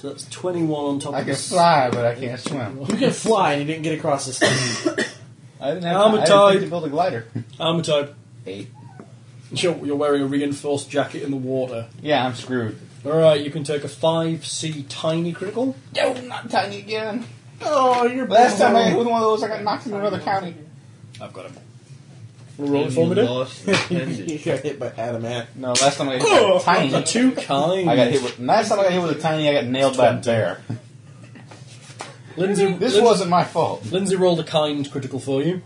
Speaker 3: So that's twenty-one on top.
Speaker 5: I
Speaker 3: of
Speaker 5: can
Speaker 3: the s-
Speaker 5: fly, but I can't swim.
Speaker 6: You can fly, and you didn't get across this
Speaker 5: *laughs*
Speaker 6: thing.
Speaker 5: I didn't have
Speaker 3: I'm a
Speaker 5: I didn't
Speaker 3: type.
Speaker 5: think to build a glider.
Speaker 3: Armor type.
Speaker 5: Eight.
Speaker 3: You're, you're wearing a reinforced jacket in the water.
Speaker 5: Yeah, I'm screwed.
Speaker 3: All right, you can take a five C tiny critical.
Speaker 5: No, not tiny again.
Speaker 6: oh, you're
Speaker 5: Last time I hit with one of those, I got knocked into another county.
Speaker 3: I've got him. Roll it for me, dude.
Speaker 9: lost
Speaker 6: *laughs*
Speaker 9: the appendage.
Speaker 6: you got hit by adamant.
Speaker 5: No, last time I hit
Speaker 3: *laughs*
Speaker 5: with a tiny.
Speaker 3: The two kinds.
Speaker 5: I got hit with. Last time I got hit with a tiny, I got nailed by a bear.
Speaker 3: Lindsay,
Speaker 5: This
Speaker 3: Lindsay-
Speaker 5: wasn't my fault.
Speaker 3: Lindsay rolled a kind critical for you.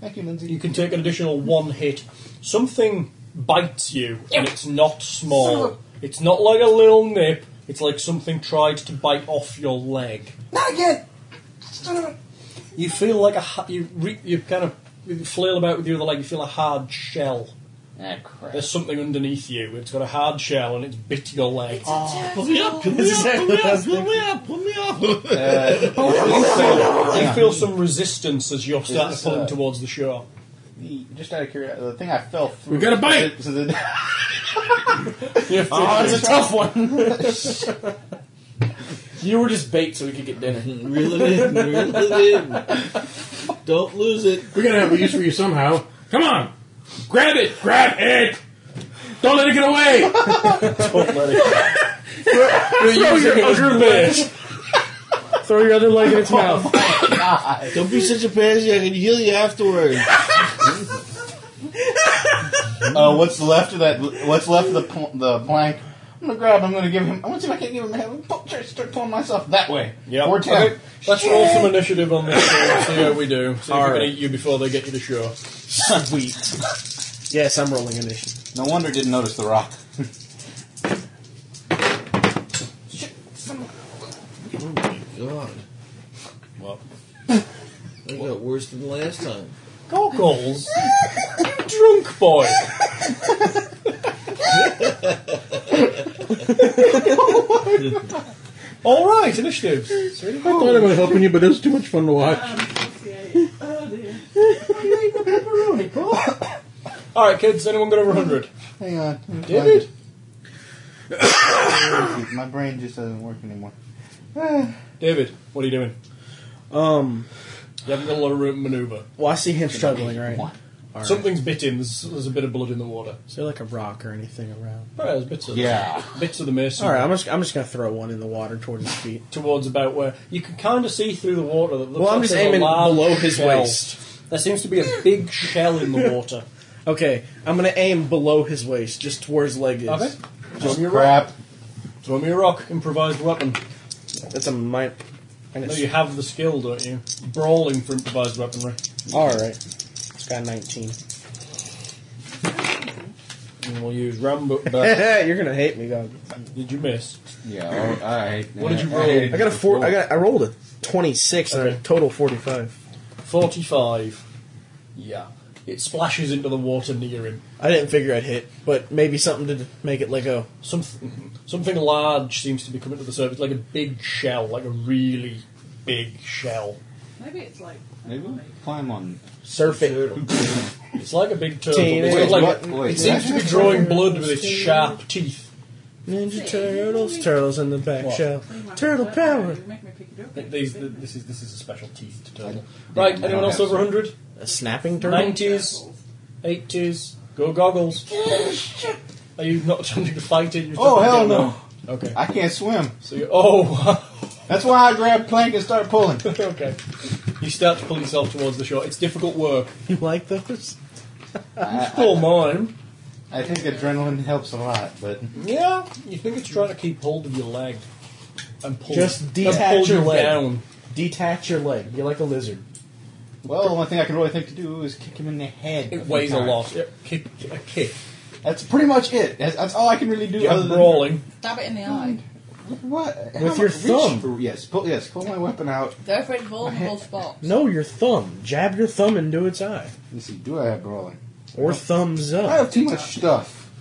Speaker 5: Thank you, Lindsay.
Speaker 3: You can take an additional one hit. Something bites you, and it's not small. It's not like a little nip. It's like something tried to bite off your leg.
Speaker 5: Not again.
Speaker 3: You feel like a ha- you re- you kind of you flail about with your other leg. You feel a hard shell.
Speaker 5: Ah, crap.
Speaker 3: There's something underneath you. It's got a hard shell and it's bit your leg.
Speaker 4: Pull me up, pull me up, pull me up, pull me up, pull me up.
Speaker 3: you feel some resistance as you're starting
Speaker 5: this,
Speaker 3: to pulling
Speaker 5: uh,
Speaker 3: towards the shore.
Speaker 5: The- Just out of curiosity, the thing I fell through.
Speaker 4: We got a bite!
Speaker 5: Was it- was it-
Speaker 3: You have to-
Speaker 6: *laughs* Oh, it's a tough one. you were just bait so we could get
Speaker 9: *laughs*
Speaker 6: dinner.
Speaker 9: Reel it in, reel it in. Don't lose it.
Speaker 4: We're gonna have a use for you somehow. Come on, grab it, grab it. Don't let it get
Speaker 6: *laughs*
Speaker 4: away.
Speaker 6: Throw your
Speaker 3: Other leg.
Speaker 6: Throw your other leg in its mouth.
Speaker 9: Don't be such a pansy. I can heal you afterwards.
Speaker 5: Uh, what's left of that? What's left of the pl- the plank? I'm gonna grab. I'm gonna give him. I'm gonna see if I can't give him a hand. Pull- try to Start pulling myself that way.
Speaker 3: Yep.
Speaker 5: Four ten.
Speaker 3: Okay, Let's roll some initiative on this one. See how we do. See if we can eat you before they get you to shore.
Speaker 6: Sweet. Yes, I'm rolling initiative.
Speaker 5: No wonder it didn't notice the rock.
Speaker 9: God,
Speaker 3: Well,
Speaker 9: I got worse than last time.
Speaker 3: goggles, you *laughs* drunk boy. *laughs* All right, initiatives.
Speaker 4: I thought about helping you, but it was too much fun to watch.
Speaker 17: Um, 48. Oh dear. *laughs*
Speaker 3: All right, kids. Anyone got over hundred?
Speaker 5: Hang on.
Speaker 3: David.
Speaker 5: My brain just doesn't work anymore.
Speaker 3: David, what are you doing?
Speaker 6: Um,
Speaker 3: You haven't got a lot of room to maneuver.
Speaker 6: well, I see him struggling, right?
Speaker 3: Something's bit him. There's, there's a bit of blood in the water.
Speaker 6: Is there like a rock or anything around?
Speaker 3: All right, there's bits of
Speaker 5: Yeah.
Speaker 3: bits of the mason
Speaker 6: All right, I'm just I'm just gonna throw one in the water towards his feet.
Speaker 3: towards about where you can kind of see through the water. That looks
Speaker 6: Well, I'm
Speaker 3: like
Speaker 6: just
Speaker 3: there's a
Speaker 6: aiming
Speaker 3: large
Speaker 6: below his
Speaker 3: shell.
Speaker 6: waist.
Speaker 3: There seems to be a big shell in
Speaker 6: *laughs*
Speaker 3: the water.
Speaker 6: Okay, I'm gonna aim below his waist, just towards leg is.
Speaker 3: Okay. Throw me a rock.
Speaker 5: Crap.
Speaker 3: Throw me a rock. Improvised weapon.
Speaker 6: That's a mi-
Speaker 3: No,
Speaker 6: minus.
Speaker 3: you have the skill, don't you? Brawling for improvised weaponry.
Speaker 6: All right, it's got 19.
Speaker 3: And we'll use Rambo. Did
Speaker 6: *laughs* You're gonna hate me, dog.
Speaker 3: you miss?
Speaker 5: Yeah. All right.
Speaker 3: What did you
Speaker 5: I hated
Speaker 3: roll?
Speaker 6: I got a four. I got. I rolled a 26 and a
Speaker 3: Okay.
Speaker 6: total 45.
Speaker 3: 45. Yeah. It splashes into the water near him.
Speaker 6: I didn't figure I'd hit, but maybe something to make it let go.
Speaker 3: Something, something large seems to be coming to the surface, like a big shell, like a really big shell.
Speaker 17: Maybe it's like.
Speaker 5: Maybe we'll climb on.
Speaker 6: Surf it.
Speaker 3: It's like a big turtle.
Speaker 6: Teenage
Speaker 3: It's got like,
Speaker 5: what? Wait,
Speaker 3: it seems to be drawing blood with its sharp teeth.
Speaker 6: Ninja Turtles, turtles in the back
Speaker 3: What?
Speaker 6: shell.
Speaker 17: Oh my
Speaker 6: Turtle
Speaker 17: God,
Speaker 6: power.
Speaker 17: you make me pick it up.
Speaker 3: These, this is this is a special teethed turtle.
Speaker 5: I-
Speaker 3: Right,
Speaker 5: I
Speaker 3: anyone
Speaker 5: don't
Speaker 3: else
Speaker 5: have
Speaker 3: over
Speaker 5: some.
Speaker 3: 100?
Speaker 6: A snapping turtle.
Speaker 3: 90s,
Speaker 5: *laughs*
Speaker 3: 80s, go goggles. Are you not attempting to fight it? You're
Speaker 5: Oh
Speaker 3: attempting
Speaker 5: hell
Speaker 3: to-
Speaker 5: no!
Speaker 3: Okay.
Speaker 5: I can't swim.
Speaker 3: So you, oh, *laughs*
Speaker 5: that's why I grabbed plank and start pulling.
Speaker 3: okay. You start to pull yourself towards the shore. It's difficult work.
Speaker 6: You like those?
Speaker 3: Still mine.
Speaker 5: I think adrenaline helps a lot, but
Speaker 3: Yeah, you think it's trying to keep hold of your leg and pull
Speaker 6: Just
Speaker 3: and
Speaker 6: detach
Speaker 3: pull
Speaker 6: your
Speaker 3: you
Speaker 6: leg.
Speaker 3: down.
Speaker 6: Detach your leg. You're like a lizard.
Speaker 5: well, the only thing I can really think to do is kick him in the head.
Speaker 3: It
Speaker 5: few
Speaker 3: weighs a
Speaker 5: times.
Speaker 3: lot. Yeah, kick, a kick.
Speaker 5: That's pretty much it. That's, that's all I can really do.
Speaker 3: You're
Speaker 5: other than-
Speaker 3: brawling.
Speaker 17: Stab it in the eye.
Speaker 5: What? How
Speaker 6: With your
Speaker 5: much reach-
Speaker 6: thumb.
Speaker 5: yes, pull, yes, pull my weapon out.
Speaker 17: Go for a vulnerable spot.
Speaker 6: No, your thumb. Jab your thumb into its eye.
Speaker 5: Let's see, do I have brawling?
Speaker 6: Or thumbs
Speaker 5: I
Speaker 6: up.
Speaker 5: have too much stuff.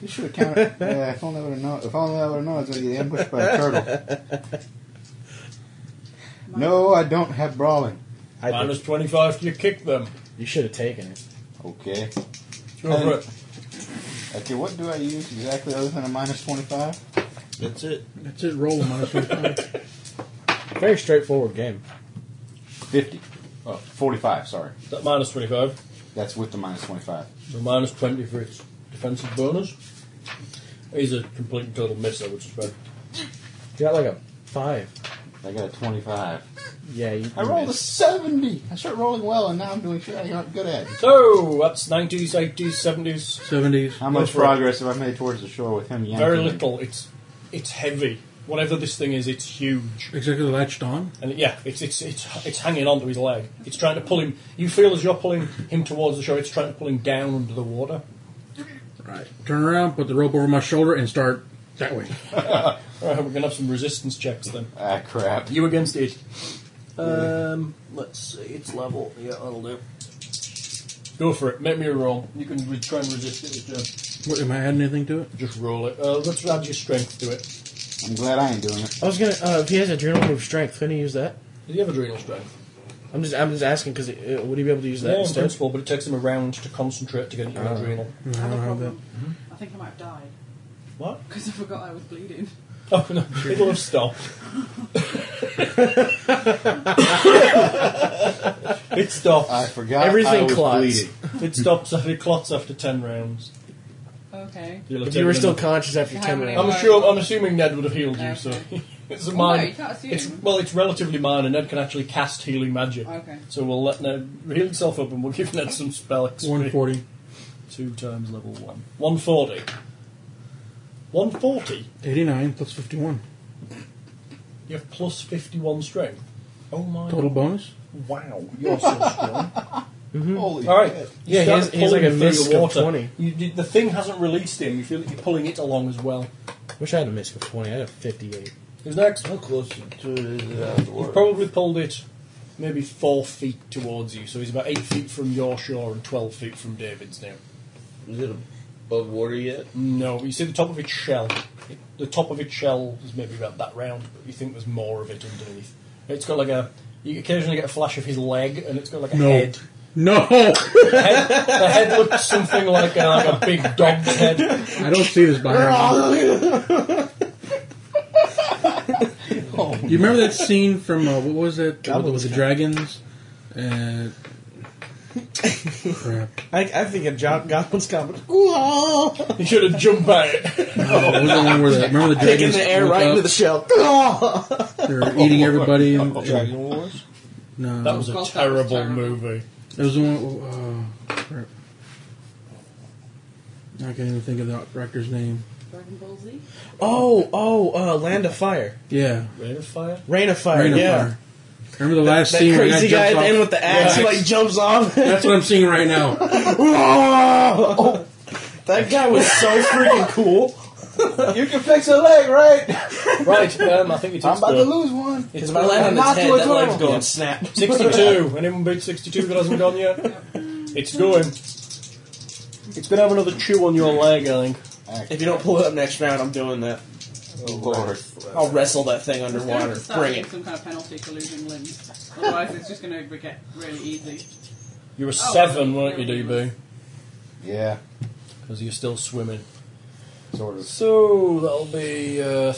Speaker 5: You should have counted. yeah, if only I would have known. If only I would have known I was going to get ambushed by a turtle. No, I don't have brawling.
Speaker 6: I think
Speaker 3: Minus 25 to your kick them.
Speaker 6: you should have taken it.
Speaker 5: Okay.
Speaker 3: Go for it.
Speaker 5: Okay, what do I use exactly other than a minus 25?
Speaker 9: That's it.
Speaker 4: *laughs* That's it. Roll them minus one.
Speaker 6: Very straightforward game.
Speaker 5: 50. Oh, 45, sorry.
Speaker 3: Is that minus 25?
Speaker 5: That's with the minus 25.
Speaker 3: So minus 20 for its defensive bonus. He's a complete and total miss, I would suspect.
Speaker 6: You got like a five.
Speaker 5: I got a 25.
Speaker 6: Yeah, you.
Speaker 5: I rolled a 70! I start rolling well, and now I'm doing shit I'm not good at.
Speaker 3: So, that's 90s, 80s, 70s.
Speaker 4: Seventies.
Speaker 5: How much
Speaker 3: Go for it.
Speaker 5: progress have I made towards the shore with him yanking?
Speaker 3: Very
Speaker 5: me?
Speaker 3: little. It's it's heavy. Whatever this thing is, it's huge.
Speaker 4: Exactly latched on.
Speaker 3: And yeah, it's it's it's it's hanging onto his leg. It's trying to pull him. You feel as you're pulling him towards the shore. It's trying to pull him down under the water.
Speaker 4: Right. Turn around. Put the rope over my shoulder and start that way.
Speaker 3: All right, we're gonna have some resistance checks then.
Speaker 5: Ah, crap.
Speaker 3: You against it.
Speaker 6: Um, let's see. It's level. Yeah, that'll do.
Speaker 3: Go for it. Make me a roll. You can re- try and resist it. With
Speaker 4: What, am I adding anything to it?
Speaker 3: your, just roll it. Uh, let's add your strength to it. Does
Speaker 5: I'm glad I ain't doing it.
Speaker 6: I was gonna. Uh, if he has adrenaline move strength, couldn't he use that?
Speaker 3: he have adrenal strength?
Speaker 6: I'm just. I'm just asking because uh, would he be able to use that
Speaker 3: yeah, Ah. in
Speaker 6: instead?
Speaker 3: principle, but it takes him a round to concentrate to get your adrenal.
Speaker 4: No, I
Speaker 17: Another
Speaker 4: don't have that.
Speaker 17: problem. I think I might have died
Speaker 3: What?
Speaker 17: because I forgot I was bleeding.
Speaker 3: Oh no, it'll have stopped. it stops.
Speaker 5: I forgot
Speaker 6: Everything
Speaker 5: I was
Speaker 6: clots.
Speaker 5: bleeding.
Speaker 3: It stops. It clots after ten rounds.
Speaker 17: Okay.
Speaker 6: If you were still conscious after
Speaker 17: You
Speaker 6: ten
Speaker 17: haven't
Speaker 6: minutes,
Speaker 3: I'm sure. I'm assuming Ned would have healed you. So
Speaker 17: Okay.
Speaker 3: *laughs* it's a
Speaker 17: Oh, no,
Speaker 3: minor.
Speaker 17: you can't assume.
Speaker 3: it's well, it's relatively minor. Ned can actually cast healing magic.
Speaker 17: Okay.
Speaker 3: So we'll let Ned heal himself up, and we'll give Ned some spell XP.
Speaker 4: One forty.
Speaker 3: Two times level one. One forty. One forty.
Speaker 4: 89 plus 51.
Speaker 3: You have plus fifty-one strength. Oh my!
Speaker 4: Total bonus?
Speaker 3: God. Wow, you're so *laughs* strong.
Speaker 5: Holy
Speaker 3: All right.
Speaker 6: Yeah,
Speaker 3: You start
Speaker 6: he's- he's like a
Speaker 3: pulling through
Speaker 6: misc
Speaker 3: the
Speaker 6: of
Speaker 3: water.
Speaker 6: 20.
Speaker 3: You, you- the thing hasn't released him. You feel that you're pulling it along as well.
Speaker 6: wish I had a miss of twenty. I had a fifty-eight.
Speaker 3: Who's next?
Speaker 9: How close to it is it out of the water?
Speaker 3: You've probably pulled it maybe four feet towards you, so he's about eight feet from your shore and twelve feet from David's now.
Speaker 9: Is it above water yet?
Speaker 3: No, you see the top of its shell. It- The top of its shell is maybe about that round, but you think there's more of it underneath. It's got like a. You occasionally get a flash of his leg, and it's got like a
Speaker 4: No.
Speaker 3: head.
Speaker 4: No!
Speaker 3: The head, the head looks something like a, like a big dog's
Speaker 9: *laughs*
Speaker 3: head.
Speaker 4: I don't see this behind me. you remember that scene from, uh, what was it? With, with the dragons? Uh, crap.
Speaker 6: I, I think a jo- *laughs* goblin's coming. Ooh-ah!
Speaker 3: You should have jumped at it.
Speaker 4: Oh, what was the one where the, remember the
Speaker 6: Taking
Speaker 4: dragons?
Speaker 6: the air
Speaker 4: woke
Speaker 6: right
Speaker 4: up?
Speaker 6: into the *laughs* shell. Ooh-ah!
Speaker 4: They're eating
Speaker 6: *laughs*
Speaker 4: everybody. And,
Speaker 9: Dragon Wars?
Speaker 4: no,
Speaker 3: That was a
Speaker 17: God, that was
Speaker 3: terrible,
Speaker 17: terrible.
Speaker 3: movie.
Speaker 4: It was the one. Uh, crap. I can't even think of the director's name.
Speaker 17: Dragon Ball Z.
Speaker 6: oh, oh, uh, Land of Fire.
Speaker 4: Yeah,
Speaker 3: Rain of Fire?
Speaker 6: Rain of Fire,
Speaker 4: Rain of
Speaker 6: yeah.
Speaker 4: Fire. Remember the last
Speaker 6: That
Speaker 4: scene where
Speaker 6: crazy
Speaker 4: that
Speaker 6: guy
Speaker 4: guy jumps
Speaker 6: at the end
Speaker 4: off?
Speaker 6: with the axe, he like
Speaker 3: *laughs*
Speaker 6: jumps off.
Speaker 4: That's what I'm seeing right now.
Speaker 6: Ooh-ah! that guy was so freaking cool.
Speaker 5: You can fix a leg, right?
Speaker 3: Right, um, I think it's
Speaker 5: I'm about to lose one.
Speaker 6: Because my leg on its
Speaker 5: Not to
Speaker 6: head,
Speaker 5: a
Speaker 6: that leg's
Speaker 5: turtle.
Speaker 6: going snap.
Speaker 3: 62. Anyone beat 62 that hasn't gone yet? It's going. *laughs* It's going to have another chew on your leg, I think.
Speaker 6: If you don't pull it up next round, I'm doing that.
Speaker 5: Oh, Ah, Lord.
Speaker 6: I'll wrestle that thing
Speaker 17: It's going to have
Speaker 6: underwater.
Speaker 17: to start
Speaker 6: Bring
Speaker 17: getting
Speaker 6: it.
Speaker 17: some kind of penalty for losing limbs. Otherwise, it's just going to get really easy.
Speaker 3: You were Oh. seven, weren't you, DB?
Speaker 5: Yeah,
Speaker 3: Because you're still swimming.
Speaker 5: sort of.
Speaker 3: So that'll be uh,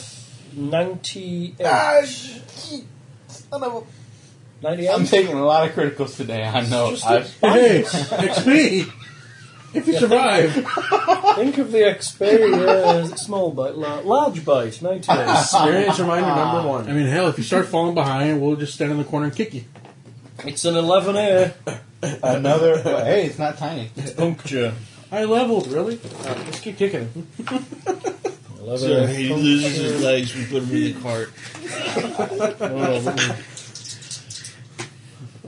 Speaker 3: 98.
Speaker 5: Ah, Son of
Speaker 3: 98?
Speaker 5: a- I'm taking a lot of criticals today, I know.
Speaker 3: Just *laughs*
Speaker 5: I've,
Speaker 4: Hey, it's me. If you survive,
Speaker 1: Think of the Xperia uh, small bite, la- large bite, 19.
Speaker 6: Ah.
Speaker 4: Experience reminder number
Speaker 6: *laughs*
Speaker 4: one. I mean, hell, if you start falling behind, we'll just stand in the corner and kick you.
Speaker 1: It's an 11 air.
Speaker 5: Another. hey, it's not tiny.
Speaker 1: Puncture.
Speaker 4: I leveled, really? Uh, let's keep kicking him.
Speaker 9: So he loses his legs, we put him in the cart.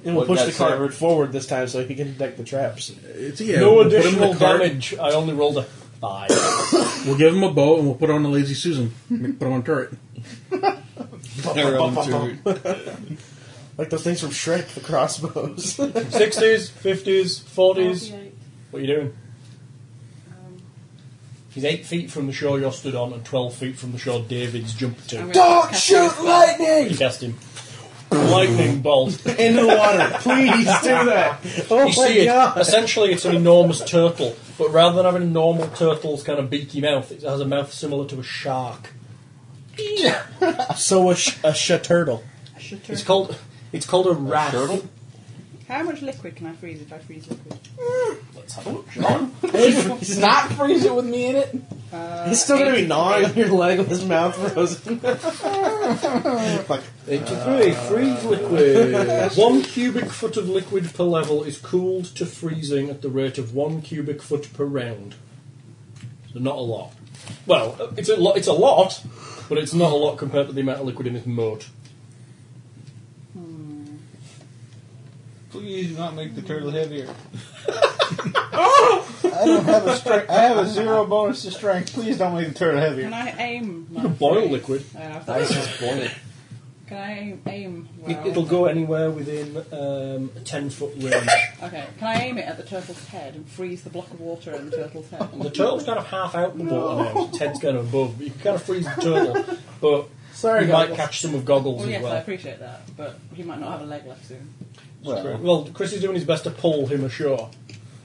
Speaker 7: And we'll
Speaker 6: What,
Speaker 7: push
Speaker 6: got
Speaker 7: the cart
Speaker 6: severed?
Speaker 7: forward this time so he can deck the traps.
Speaker 4: It's, yeah,
Speaker 3: no
Speaker 4: we'll put him in the
Speaker 3: additional
Speaker 4: cart.
Speaker 3: damage. I only rolled a five. *laughs*
Speaker 4: We'll give him a bow and we'll put on a lazy Susan. Make- put on a turret.
Speaker 9: Our own turret.
Speaker 7: Like those things from Shrek, the crossbows.
Speaker 3: 60s, 50s,
Speaker 2: Oh,
Speaker 3: 40s.
Speaker 17: 48.
Speaker 3: What are you doing?
Speaker 17: Um,
Speaker 3: He's eight feet from the shore you're stood on, and twelve feet from the shore David's jumped to.
Speaker 17: I'm gonna Don't cast shoot him.
Speaker 3: lightning! You cast him.
Speaker 7: *laughs*
Speaker 3: lightning bolt.
Speaker 7: Into the water. Please do that. Oh
Speaker 3: you
Speaker 7: my
Speaker 3: see
Speaker 7: god.
Speaker 3: it. Essentially, it's an enormous turtle, but rather than having a normal turtle's kind of beaky mouth, it has a mouth similar to a shark.
Speaker 7: So a, sh- a turtle.
Speaker 2: I should turn.
Speaker 3: It's called. It's called a wrath.
Speaker 2: How much liquid can I freeze if I freeze liquid?
Speaker 3: Let's have a look. Sean.
Speaker 5: It's not freeze it with me in it.
Speaker 2: Uh,
Speaker 7: He's still gonna be
Speaker 2: 80.
Speaker 7: gnawing on *laughs* your leg with his mouth frozen.
Speaker 3: Eighty-three. freeze liquid. one cubic foot of liquid per level is cooled to freezing at the rate of one cubic foot per round. So not a lot. Well, it's a lot. It's a lot, but it's not a lot compared to the amount of liquid in this moat.
Speaker 5: Please do not make the turtle heavier. I don't have a strength. I have a zero bonus to strength. Please don't make the turtle
Speaker 2: Can
Speaker 5: heavier.
Speaker 2: I aim? my
Speaker 3: Boil
Speaker 2: free-
Speaker 3: liquid.
Speaker 2: Uh, I thought-
Speaker 6: Ice is boiling.
Speaker 2: can I aim? aim
Speaker 3: It,
Speaker 2: well?
Speaker 3: it'll go anywhere within um, a ten foot range.
Speaker 2: Okay, can I aim it at the turtle's head and freeze the block of water in the turtle's head?
Speaker 3: The turtle's kind of half out the water now. Its head's kind of above. But you can kind of freeze the turtle, but
Speaker 2: Sorry,
Speaker 3: you
Speaker 2: goggles.
Speaker 3: might catch some of goggles
Speaker 2: Well,
Speaker 3: as
Speaker 2: Oh, yes, I
Speaker 3: well.
Speaker 2: appreciate that, but he might not have a leg left soon.
Speaker 3: Well, Chris is doing his best to pull him ashore,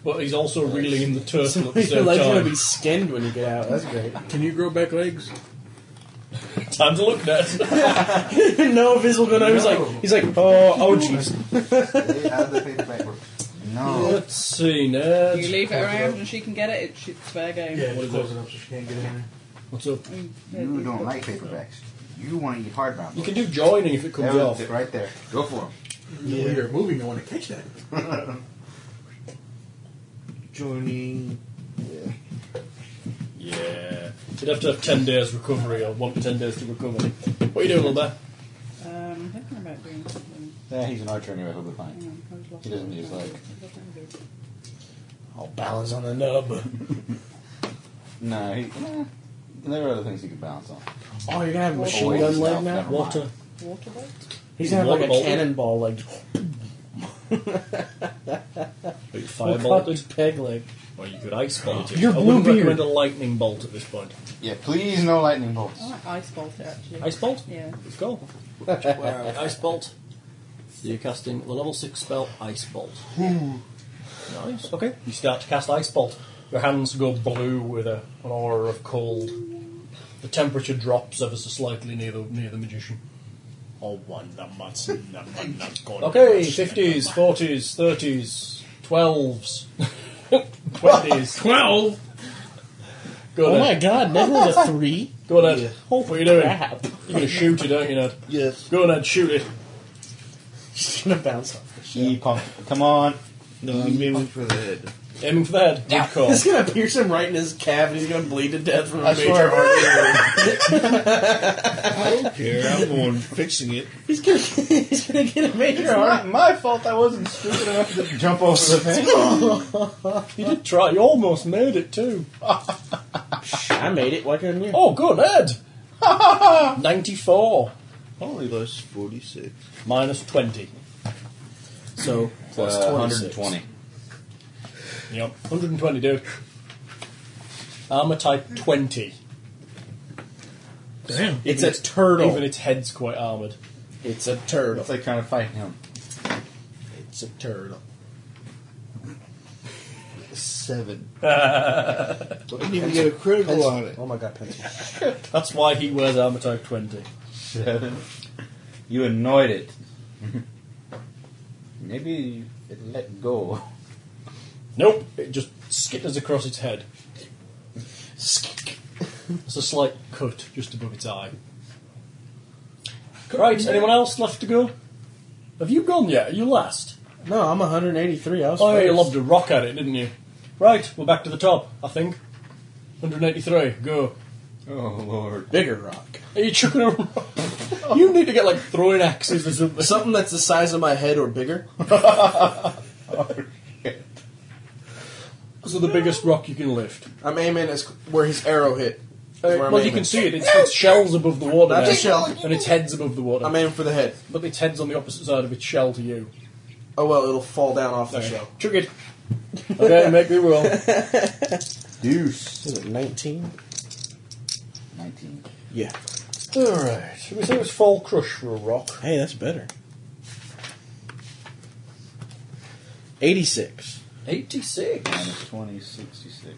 Speaker 3: but he's also
Speaker 7: *laughs*
Speaker 3: reeling in the turtle at the
Speaker 7: your
Speaker 3: same
Speaker 7: leg's gonna
Speaker 3: time.
Speaker 7: be skinned when you get out. That's great.
Speaker 4: Can you grow back legs?
Speaker 3: *laughs* Time to look at
Speaker 7: *laughs*
Speaker 3: it.
Speaker 7: no visible going on. He's like, he's like, oh, oh, jeez.
Speaker 13: They have the paper backwards. No.
Speaker 3: Let's see,
Speaker 2: Do you
Speaker 3: Ned.
Speaker 2: leave it around and she can get it? It's, it's fair game.
Speaker 4: we'll
Speaker 3: close it
Speaker 4: up so she can't get in there.
Speaker 3: What's up?
Speaker 2: Mm, yeah,
Speaker 13: You
Speaker 2: it's-
Speaker 13: don't like paperbacks. You want to eat hardbound.
Speaker 3: You can do joining if it comes
Speaker 13: That was
Speaker 3: off.
Speaker 13: it right there. Go for him.
Speaker 4: Yeah. When you're moving, I want to catch that.
Speaker 9: Joining.
Speaker 3: Yeah. You'd have to have 10 days recovery or want 10 days to recover. What are you doing, little bear?
Speaker 2: Um, I'm thinking about doing something.
Speaker 5: Yeah, he's an archer anyway. He'll be
Speaker 2: Hang
Speaker 5: fine.
Speaker 2: on, I was lost.
Speaker 5: He doesn't need his leg.
Speaker 7: I'll balance on the nub.
Speaker 5: No, he, eh, there are other things he could balance on.
Speaker 7: Oh, you're gonna have a
Speaker 5: Oh,
Speaker 7: machine
Speaker 5: wait,
Speaker 7: gun
Speaker 5: no,
Speaker 7: leg
Speaker 5: never
Speaker 7: now?
Speaker 5: mind.
Speaker 3: Water.
Speaker 2: Water bolt?
Speaker 7: He's gonna have like
Speaker 3: Water
Speaker 7: a
Speaker 3: bolt.
Speaker 7: cannonball leg.
Speaker 3: Are you
Speaker 7: We'll cut
Speaker 3: firebolted?
Speaker 7: his peg leg.
Speaker 3: Or you could ice bolt it.
Speaker 7: Your
Speaker 3: I wouldn't
Speaker 7: Bluebeard.
Speaker 3: recommend a lightning bolt at this point.
Speaker 5: Yeah, please no lightning bolts.
Speaker 2: I like ice bolt it actually.
Speaker 3: Ice bolt?
Speaker 2: Yeah.
Speaker 3: Let's go. Ice bolt. So you're casting the level 6 spell Ice Bolt. nice. Okay. You start to cast Ice Bolt. Your hands go blue with a, an aura of cold. The temperature drops ever so slightly near the, near the magician. Oh, Okay, 50s, 40s, 30s, *laughs* 12s, 20s.
Speaker 4: 12?
Speaker 3: Go
Speaker 7: Oh
Speaker 3: on,
Speaker 7: my
Speaker 3: Ed.
Speaker 7: god, Ned rolled a
Speaker 6: *laughs*
Speaker 7: three.
Speaker 3: Go on, Ed. What are you doing?
Speaker 7: crap.
Speaker 3: You're going to shoot it, don't you, Ned?
Speaker 9: Yes.
Speaker 3: Go on, Ed, shoot it.
Speaker 7: He's gonna bounce off.
Speaker 5: He pump. Come on.
Speaker 9: No, I'm aiming for the head.
Speaker 3: Aiming for the head. Good call.
Speaker 7: He's gonna pierce him right in his calf and he's gonna bleed to death from a
Speaker 5: I
Speaker 7: major
Speaker 5: swear.
Speaker 9: I don't care. I'm the one fixing it.
Speaker 7: He's gonna he's gonna get a major
Speaker 5: It's not my fault. I wasn't stupid enough to jump
Speaker 7: Oh,
Speaker 5: over the fence.
Speaker 3: You did try. You almost made it, too.
Speaker 7: I made it. Why couldn't you?
Speaker 3: Oh, good, *laughs* Ed. 94
Speaker 9: Only less 46.
Speaker 3: minus 20. So, plus
Speaker 5: Uh,
Speaker 3: 26. Yep, 120, dude. Armor type 20.
Speaker 4: Damn.
Speaker 7: It's a turtle.
Speaker 3: Even its head's quite armored.
Speaker 7: It's a turtle.
Speaker 5: It's like trying to fight him.
Speaker 7: It's a turtle.
Speaker 5: *laughs*
Speaker 9: Seven. I didn't even get a critical on it.
Speaker 7: Oh my god, pencil.
Speaker 3: That's why he wears armor type 20.
Speaker 5: Seven. You annoyed it. *laughs* Maybe it let go. *laughs*
Speaker 3: Nope, it just skitters across its head. It's a slight cut just above its eye. Right, anyone else left to go? Have you gone yet? Are you last?
Speaker 18: No, I'm 183. I was
Speaker 3: Oh, yeah, you
Speaker 18: first.
Speaker 3: lobbed a rock at it, didn't you? Right, we're back to the top, I think. 183, go.
Speaker 9: Oh, Lord.
Speaker 18: Bigger rock.
Speaker 3: Are you chucking a rock? *laughs* you need to get, like, throwing axes or something. Oh,
Speaker 6: Something that's the size of my head
Speaker 3: *laughs*
Speaker 6: or bigger.
Speaker 3: So the biggest rock you can lift. Uh,
Speaker 6: I'm aiming as where his arrow hit. is where I'm
Speaker 3: well, you
Speaker 6: aiming.
Speaker 3: can see it. It's, its shell's above the water.
Speaker 6: That's a
Speaker 3: there,
Speaker 6: shell.
Speaker 3: And its head's above the water.
Speaker 6: I'm aiming for the head.
Speaker 3: But its head's on the opposite side of its shell to you.
Speaker 6: Oh well, it'll fall down off the
Speaker 3: Okay.
Speaker 6: shell.
Speaker 3: Chuck it. Okay, make me roll.
Speaker 6: Deuce. Is it 19?
Speaker 5: 19.
Speaker 6: Yeah.
Speaker 3: Alright, should we say it was Fall Crush for a rock?
Speaker 18: Hey, that's better.
Speaker 6: 86.
Speaker 3: 86.
Speaker 5: Minus 20, 66.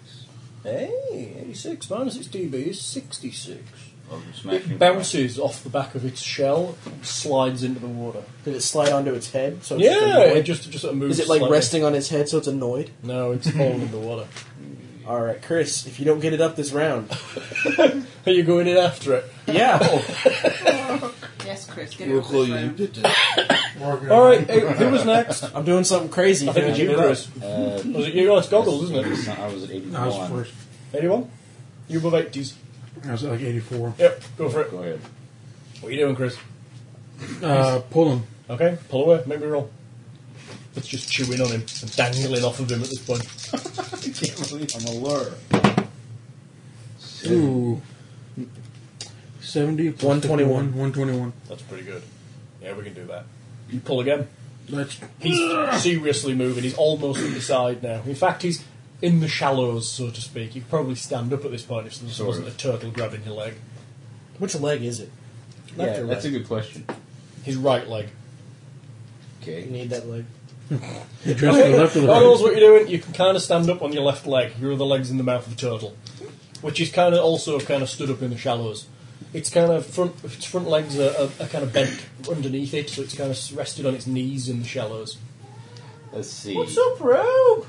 Speaker 3: Hey, 86 minus its DB is 66.
Speaker 5: Oh, the smashing
Speaker 3: It bounces off the back of its shell, slides into the water.
Speaker 18: Did it slide onto its head? So it's just
Speaker 3: yeah,
Speaker 18: annoyed?
Speaker 3: it just, it just sort of moves.
Speaker 6: Is it like
Speaker 3: slightly.
Speaker 6: resting on his head so it's annoyed?
Speaker 3: No, it's falling in the water. *laughs*
Speaker 6: All right, Chris, if you don't get it up this round.
Speaker 3: Are you going in after it?
Speaker 6: Yeah.
Speaker 2: Yes, Chris, get it
Speaker 9: Look
Speaker 2: off
Speaker 9: what
Speaker 2: this
Speaker 9: you
Speaker 2: phone.
Speaker 9: did to
Speaker 3: All right, eh, who was next?
Speaker 6: I'm doing something crazy.
Speaker 3: I think it was you, Chris.
Speaker 5: Uh,
Speaker 3: Was it you? Oh, it's goggles, isn't it?
Speaker 5: I was at 81.
Speaker 4: I was first.
Speaker 3: Anyone? You above 80s.
Speaker 4: I was at like 84.
Speaker 3: Yep, go for it.
Speaker 5: Go ahead.
Speaker 3: What are you doing, Chris?
Speaker 4: Uh, pull him.
Speaker 3: Okay, pull away, make me roll. It's just chewing on him and dangling off of him at this point.
Speaker 5: *laughs* I'm a lure.
Speaker 4: Ooh. 70.
Speaker 6: 121.
Speaker 4: 121.
Speaker 3: That's pretty good. Yeah, we can do that. You pull again.
Speaker 4: That's
Speaker 3: He's seriously moving. He's almost at the side now. In fact, he's in the shallows, so to speak. You could probably stand up at this point if there
Speaker 5: Sort
Speaker 3: wasn't a turtle grabbing your leg.
Speaker 6: Which leg is it?
Speaker 5: Yeah, that's a good question.
Speaker 3: His right leg.
Speaker 6: You
Speaker 5: Okay.
Speaker 6: need that leg.
Speaker 4: you dressed to the left of the
Speaker 3: Arnold's
Speaker 4: right.
Speaker 3: what you're doing. You can kind of stand up on your left leg. Your other leg's in the mouth of the turtle, which is kind of also kind of stood up in the shallows. Its kind of front its front legs are, are, are kind of bent underneath it, so it's kind of rested on its knees in the shallows.
Speaker 5: Let's see.
Speaker 3: What's up, Rogue?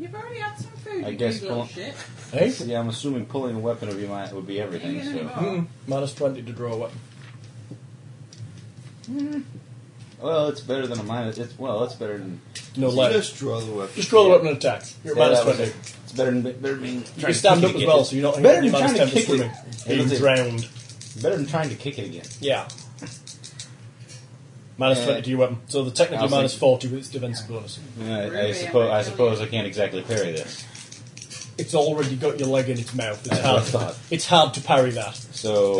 Speaker 2: You've already had some food,
Speaker 5: I
Speaker 2: you
Speaker 5: guess
Speaker 2: big little
Speaker 5: we'll-
Speaker 2: shit.
Speaker 3: Hey,
Speaker 5: Yeah, I'm assuming pulling a weapon would be my would be everything.
Speaker 2: Ain't
Speaker 5: So,
Speaker 2: gonna be
Speaker 3: Mm, minus twenty to draw a weapon.
Speaker 5: well, it's better than a minus. It's well, it's better than.
Speaker 3: No
Speaker 9: you
Speaker 3: leg.
Speaker 9: just draw the weapon.
Speaker 3: Just roll the weapon and attack. You're at
Speaker 5: Yeah,
Speaker 3: minus
Speaker 5: that was
Speaker 3: twenty.
Speaker 5: it. It's better than better than being.
Speaker 3: You can stand up as well, so you're not
Speaker 5: better
Speaker 3: you're
Speaker 5: than
Speaker 3: minus ten
Speaker 5: trying to
Speaker 3: for
Speaker 5: kick
Speaker 3: swimming.
Speaker 5: it.
Speaker 3: Being
Speaker 5: It was a-
Speaker 3: drowned.
Speaker 5: Better than trying to kick it again.
Speaker 3: Yeah. Minus
Speaker 5: Uh,
Speaker 3: twenty to your weapon. So the
Speaker 5: I
Speaker 3: technically
Speaker 5: was
Speaker 3: minus
Speaker 5: thinking-
Speaker 3: forty with its defensive bonus.
Speaker 5: I, I
Speaker 2: Really,
Speaker 5: suppose. I
Speaker 2: I'm
Speaker 5: suppose I can't exactly parry this.
Speaker 3: It's already got your leg in its mouth. It's
Speaker 5: That's what I
Speaker 3: hard.
Speaker 5: thought.
Speaker 3: It's hard to parry that. *laughs*
Speaker 5: So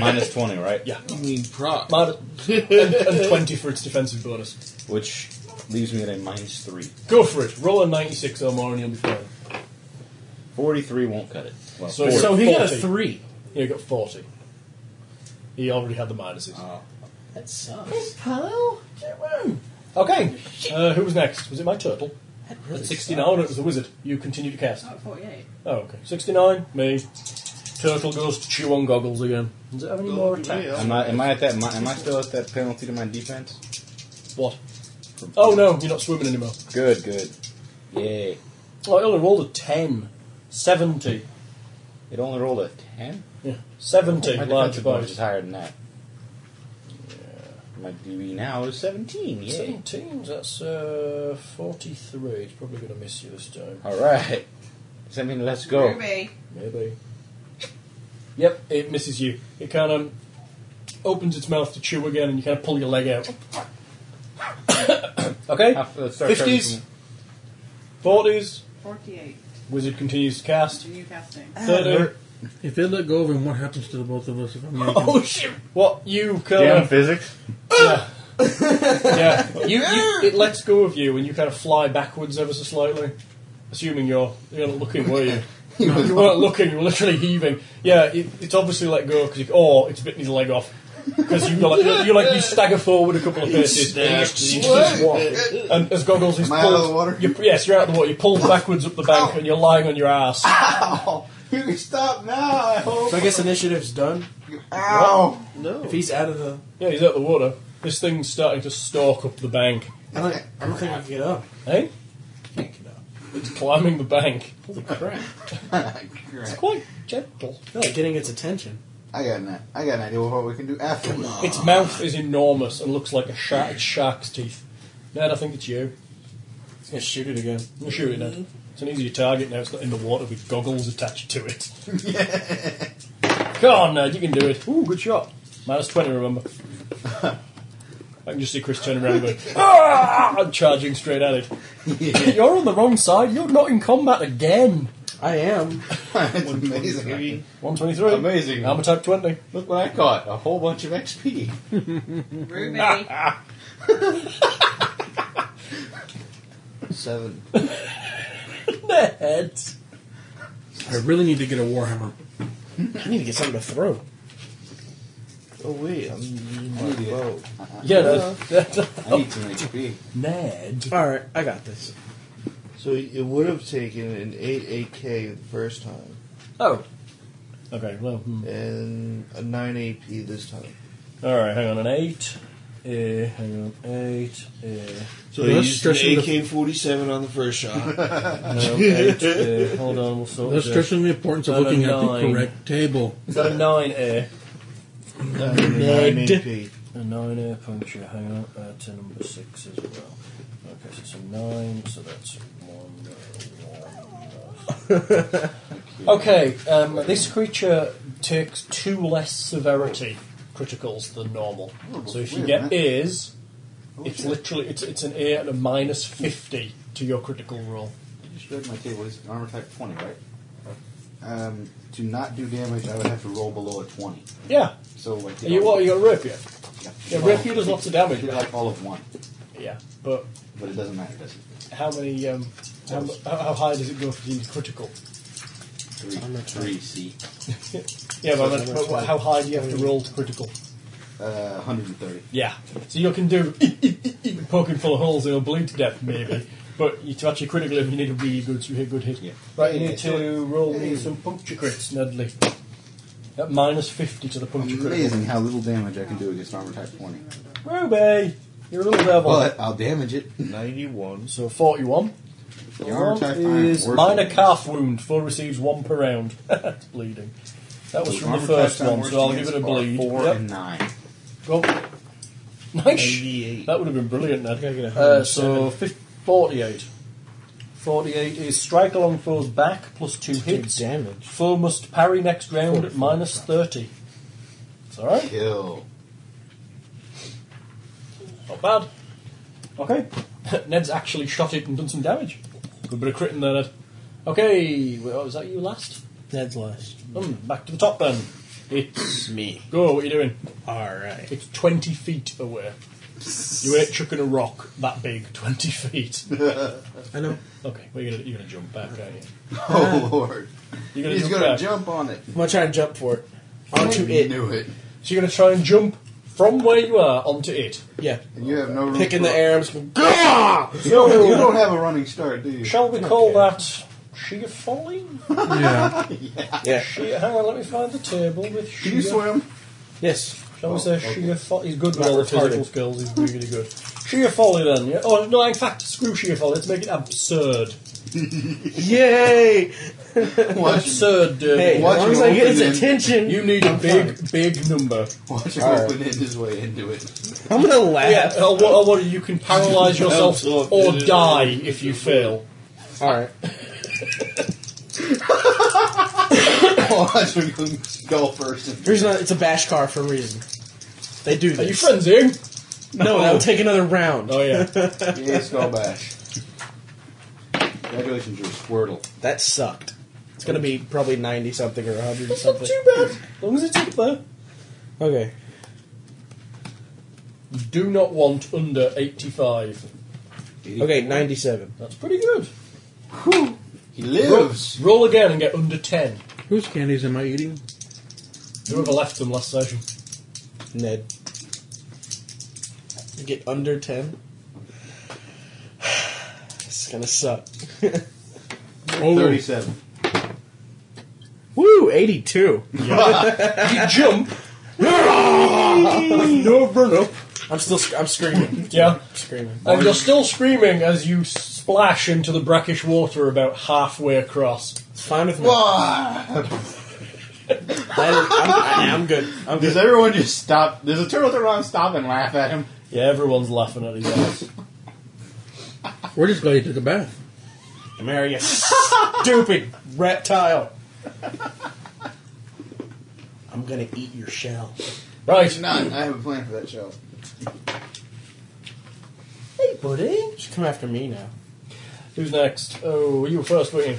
Speaker 5: minus twenty, right?
Speaker 3: Yeah.
Speaker 9: I mean, prop.
Speaker 3: Minus- and, and twenty for its defensive bonus.
Speaker 5: Which leaves me at a minus three.
Speaker 3: Go for it. Roll a ninety-six or more, and you'll be fine.
Speaker 5: Forty-three won't cut it. Well,
Speaker 3: So,
Speaker 5: four-
Speaker 3: so
Speaker 6: So he got a
Speaker 3: 40.
Speaker 6: three.
Speaker 3: Yeah, he got forty. He already had the minuses.
Speaker 6: That sucks.
Speaker 3: Hello? Okay. Uh, who was next? Was it my turtle?
Speaker 6: That
Speaker 3: At
Speaker 6: really sucks.
Speaker 3: 69, it was the wizard. You continue to cast.
Speaker 2: Not 48.
Speaker 3: Oh, okay. 69, me. Turtle goes to chew on goggles again. Does it have any more attack?
Speaker 5: am I? Am I at that? Am I, am I still at that penalty to my defense?
Speaker 3: What? Oh no, you're not swimming anymore.
Speaker 5: Good. Good. Yay!
Speaker 3: Oh, I only rolled a 10. 70.
Speaker 5: It only rolled a ten.
Speaker 3: Yeah. 70,
Speaker 5: My
Speaker 3: large
Speaker 5: defensive bonus is
Speaker 3: bite.
Speaker 5: higher than that. My DB now is 17. Yay.
Speaker 3: 17, that's uh, 43. It's probably going to miss you this time.
Speaker 5: All right. Does that mean let's go?
Speaker 2: Ruby.
Speaker 3: Maybe. Yep, it misses you. It kind of opens its mouth to chew again, and you kind of pull your leg out. *coughs* okay.
Speaker 5: Half- let's start charging
Speaker 3: 50s, 40s.
Speaker 2: 48.
Speaker 3: Wizard continues to cast.
Speaker 2: Continue casting.
Speaker 3: 30.
Speaker 4: If they let go of him, what happens to the both of us?
Speaker 3: *laughs*
Speaker 4: If I'm making-
Speaker 3: Oh shit! What you kind
Speaker 19: Damn
Speaker 3: of
Speaker 19: physics.
Speaker 9: *laughs*
Speaker 3: yeah. yeah. You, you it lets go of you, and you kind of fly backwards ever so slightly. Assuming you're you're not looking,
Speaker 9: *laughs*
Speaker 3: were you? you weren't looking. You were literally heaving. Yeah, it, it's obviously let go because oh, it's bitten his leg off. Because you like you, you like you stagger forward a couple of paces, and, you just- you just walk. and as goggles, he's
Speaker 9: Am I out
Speaker 3: pulled.
Speaker 9: of the water?
Speaker 3: You, yes, you're out of the water. You pulled backwards up the bank, and you're lying on your ass.
Speaker 9: Ow! You can stop now, I hope.
Speaker 6: So I guess initiative's done.
Speaker 9: Ow!
Speaker 6: If he's out of the.
Speaker 3: Yeah, he's out of the water. This thing's starting to stalk up the bank.
Speaker 6: I don't, I don't think I can get up.
Speaker 3: Hey,
Speaker 6: Can't get up.
Speaker 3: It's climbing the bank. Holy
Speaker 13: crap.
Speaker 3: it's quite gentle.
Speaker 13: No, getting its attention.
Speaker 5: I got an I got an idea of what we can do after.
Speaker 3: Its mouth is enormous and looks like a shark, it's shark's teeth. Ned, I think it's you. It's going to shoot it again. You'll shoot it, Ned. It's an easier target now. It's not in the water with goggles attached to it. Come on, Ned. You can do it. Ooh, good shot. Minus 20, *laughs* remember. I can just see Chris turn around and *laughs* go, ah! and charging straight at it. *laughs* You're on the wrong side. You're not in combat again. I am.
Speaker 5: It's amazing.
Speaker 3: 123.
Speaker 5: Amazing.
Speaker 3: Armor type 20.
Speaker 5: Look what I caught. A whole bunch of XP.
Speaker 17: Ruby.
Speaker 9: Seven.
Speaker 3: Ned.
Speaker 4: I really need to get a warhammer.
Speaker 6: I need to get something to throw.
Speaker 9: Oh wait, I'm using my bow.
Speaker 6: Yeah, the-
Speaker 9: I need some HP.
Speaker 3: Ned.
Speaker 6: All right, I got this.
Speaker 9: So it would have taken an eight eight K the first time.
Speaker 6: Oh.
Speaker 3: Okay. Well. hmm.
Speaker 9: And a nine AP this time.
Speaker 3: All right. Hang on. An eight. Eh, hang on. Eight. eh.
Speaker 9: So he used an AK forty seven on the first *laughs* shot.
Speaker 3: No, eight, eh, hold on, we'll sort
Speaker 4: That's
Speaker 3: this.
Speaker 4: stressing the importance of
Speaker 3: And a
Speaker 4: looking at the
Speaker 3: nine.
Speaker 4: correct table.
Speaker 3: So a nine A.
Speaker 9: nine AP.
Speaker 3: A nine A puncture. Hang on, uh, to number six as well. Okay, so it's a nine. So that's one. uh, one, uh. okay, um, this creature takes two less severity criticals than normal. So if you
Speaker 9: wait a
Speaker 3: get
Speaker 9: minute.
Speaker 3: A's,
Speaker 5: Oh,
Speaker 3: it's literally it's it's an A and a minus fifty to your critical roll.
Speaker 5: You just read my table. It's armor type 20, right? Um, to not do damage, I would have to roll below a 20.
Speaker 3: Yeah.
Speaker 5: So like,
Speaker 3: You what? You got a rapier.
Speaker 5: Yeah,
Speaker 3: Yeah, rapier does lots of damage.
Speaker 5: Did like all of one,
Speaker 3: Yeah, but
Speaker 5: but it doesn't matter, does it?
Speaker 3: how many? Um, how, mu- how how high does it go for the critical?
Speaker 5: Three, three C,
Speaker 3: Yeah, but, I meant- but what- how high do you have to roll to critical?
Speaker 5: uh, 130.
Speaker 3: Yeah. So you can do *coughs* poking full of holes and it'll bleed to death, maybe. But you to actually critical if you need a really good, you hit good hit. Right, you need to roll me some puncture crits, Nedley. At minus 50 to the puncture critical.
Speaker 5: Amazing how little damage I can do against armor type 20.
Speaker 3: Ruby! You're a little devil.
Speaker 5: But I'll damage it.
Speaker 9: Ninety one.
Speaker 3: So 41.
Speaker 5: The armor type iron
Speaker 3: is
Speaker 5: worth
Speaker 3: minor
Speaker 5: it.
Speaker 3: calf wound. Four receives one per round. *laughs* It's bleeding. That was
Speaker 5: The
Speaker 3: from the
Speaker 5: armor
Speaker 3: first
Speaker 5: type iron
Speaker 3: one, so I'll
Speaker 5: worth
Speaker 3: give it
Speaker 5: it
Speaker 3: a
Speaker 5: is
Speaker 3: bleed.
Speaker 5: Four
Speaker 3: Yep.
Speaker 5: and nine.
Speaker 3: Go. *laughs* Nice. That would have been brilliant, Ned. Uh, so, fif- 48. 48 is strike along foe's back plus two hits.
Speaker 6: damage.
Speaker 3: Foe must parry next round at minus 30. It's alright.
Speaker 5: Kill.
Speaker 3: Not bad. Okay. *laughs* Ned's actually shot it and done some damage. Good bit of crit in there, Ned. Okay. Well, was that you last?
Speaker 6: Ned's last.
Speaker 3: Um, back to the top then. It's me. Go, what are you doing?
Speaker 6: All right.
Speaker 3: It's 20 feet away. You ain't chucking a rock that big, 20 feet.
Speaker 6: I know.
Speaker 3: *laughs* Okay, well, you're going you're gonna jump back, aren't you?
Speaker 5: *laughs* Oh, Lord.
Speaker 3: You're
Speaker 5: He's
Speaker 3: jump
Speaker 5: going to
Speaker 3: back.
Speaker 5: jump on it.
Speaker 6: I'm gonna try and jump for it. Onto
Speaker 5: You
Speaker 6: it.
Speaker 5: knew it.
Speaker 3: So you're going to try and jump from where you are onto it.
Speaker 6: Yeah.
Speaker 5: And you have no room
Speaker 6: Pick in
Speaker 5: for-
Speaker 6: the air. I'm just going. Gah!
Speaker 5: You don't, you don't have a running start, do you?
Speaker 3: Shall we call that sheer falling?
Speaker 4: Yeah.
Speaker 6: Yeah.
Speaker 3: Sheer, hang on, let me find the table with sheer.
Speaker 5: Can you swim?
Speaker 6: Yes.
Speaker 3: Shall we say sheer folly? He's good Oh, with
Speaker 6: Not
Speaker 3: all the physical
Speaker 6: retarded.
Speaker 3: skills, he's really good. Sheer folly then, yeah? Oh, no, in fact, screw sheer folly, let's make it absurd.
Speaker 6: Yay!
Speaker 5: Watch,
Speaker 3: Absurd, Derby.
Speaker 6: Hey,
Speaker 5: Watch
Speaker 6: as long
Speaker 5: him
Speaker 6: as I get
Speaker 5: open
Speaker 6: its
Speaker 5: it.
Speaker 6: attention,
Speaker 3: You need a big, big number.
Speaker 5: watch him
Speaker 6: Alright.
Speaker 5: open in his way into it. *laughs*
Speaker 6: I'm gonna laugh.
Speaker 3: Yeah, or, what- or what, you can *laughs* paralyse yourself or die if you fail.
Speaker 6: All right.
Speaker 5: watch him go first. And
Speaker 6: The reason I- it's a bash car for a reason. They do
Speaker 3: Are you
Speaker 6: this.
Speaker 3: frenzying?
Speaker 6: No, that would take another round.
Speaker 3: Oh, *laughs* yeah.
Speaker 5: *laughs* Yeah, Skull Bash. Congratulations, you're a Squirtle.
Speaker 6: That sucked. It's gonna be probably ninety something or hundred *laughs* something.
Speaker 3: bad. As long as it's up there.
Speaker 6: Okay.
Speaker 3: Do not want under 85.
Speaker 6: Okay, ninety-seven.
Speaker 3: That's pretty good.
Speaker 5: He lives.
Speaker 3: Roll again and get under 10.
Speaker 4: Whose candies am I eating?
Speaker 3: Whoever left them last session.
Speaker 6: Ned. You get under ten. *sighs* It's gonna suck. *laughs*
Speaker 4: Oh,
Speaker 5: Thirty-seven.
Speaker 6: Woo, eighty-two.
Speaker 3: You jump. no run up.
Speaker 6: I'm still sc- I'm screaming.
Speaker 3: Yeah.
Speaker 6: screaming.
Speaker 3: And you're still screaming as you splash into the brackish water about halfway across. It's
Speaker 6: fine with
Speaker 3: me.
Speaker 6: I'm, I'm good. I'm
Speaker 20: Does
Speaker 6: good.
Speaker 20: everyone just stop? Does the turtle turn around, stop, and laugh at him?
Speaker 3: Yeah, everyone's laughing at these guys.
Speaker 4: We're just glad you took a bath.
Speaker 6: Mary, you stupid reptile. I'm gonna eat your shell.
Speaker 3: Right.
Speaker 21: None. I have a plan for that show.
Speaker 6: Hey, buddy. Just come after me now.
Speaker 3: Who's next? Oh, you were first, weren't you?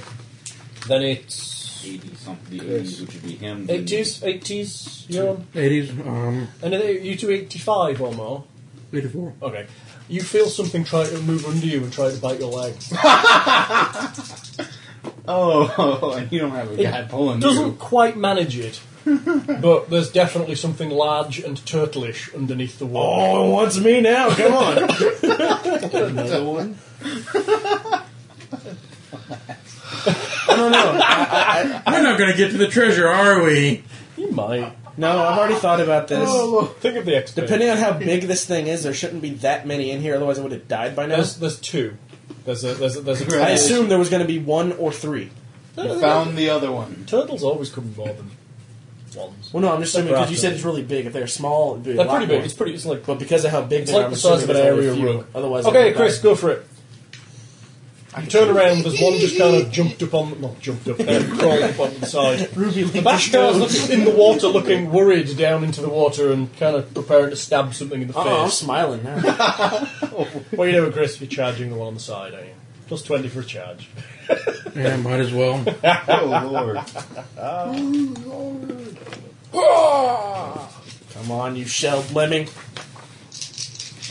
Speaker 3: Then it's.
Speaker 22: 80 something, the
Speaker 3: Yes.
Speaker 22: 80s, which would be him.
Speaker 3: 80s? 80s? You're on?
Speaker 4: 80s, um,
Speaker 3: And are they- you two 85 or more?
Speaker 4: 84.
Speaker 3: Okay. You feel something try to move under you and try to bite your leg.
Speaker 5: Oh, *laughs* and you don't have a guy pulling
Speaker 3: doesn't
Speaker 5: you.
Speaker 3: quite manage it, *laughs* but there's definitely something large and turtlish underneath the water.
Speaker 6: Oh, it wants me now. Come on.
Speaker 4: Another one?
Speaker 6: No, no.
Speaker 4: We're not going to get to the treasure, are we?
Speaker 3: You might. Oh,
Speaker 6: No, I've already thought about this.
Speaker 3: *laughs* Think of the expert.
Speaker 6: Depending on how big this thing is, there shouldn't be that many in here. Otherwise, I would have died by now.
Speaker 3: There's, there's two. There's a there's a, there's a
Speaker 6: I assume there was going to be one or three.
Speaker 3: You
Speaker 5: Found the other one.
Speaker 3: turtles always come more than ones.
Speaker 6: Well, no, I'm just assuming
Speaker 3: They're
Speaker 6: because you said
Speaker 3: after.
Speaker 6: it's really big. If they're small, it'd be a
Speaker 3: They're
Speaker 6: lot
Speaker 3: pretty big.
Speaker 6: more.
Speaker 3: It's pretty. It's like
Speaker 6: But because of how big
Speaker 3: it's
Speaker 6: they are,
Speaker 3: like
Speaker 6: I'm
Speaker 3: the size of
Speaker 6: assuming
Speaker 3: an
Speaker 6: there's only
Speaker 3: area
Speaker 6: a few.
Speaker 3: room.
Speaker 6: Otherwise, I
Speaker 3: okay,
Speaker 6: would've died.
Speaker 3: Chris, go for it. You turn around. There's one just kind of jumped up on, not jumped up, um, *laughs* crawled up onto the side.
Speaker 6: Ruby,
Speaker 3: The bash car's looking in the water, looking worried down into the water and kind of preparing to stab something in the
Speaker 6: Oh, I'm
Speaker 3: face.
Speaker 6: smiling now.
Speaker 3: What are you doing, Chris? You're charging the one on the side, aren't you? Plus 20 for a charge.
Speaker 4: Yeah, might as well.
Speaker 5: Oh lord!
Speaker 6: Come on, you shelled lemming.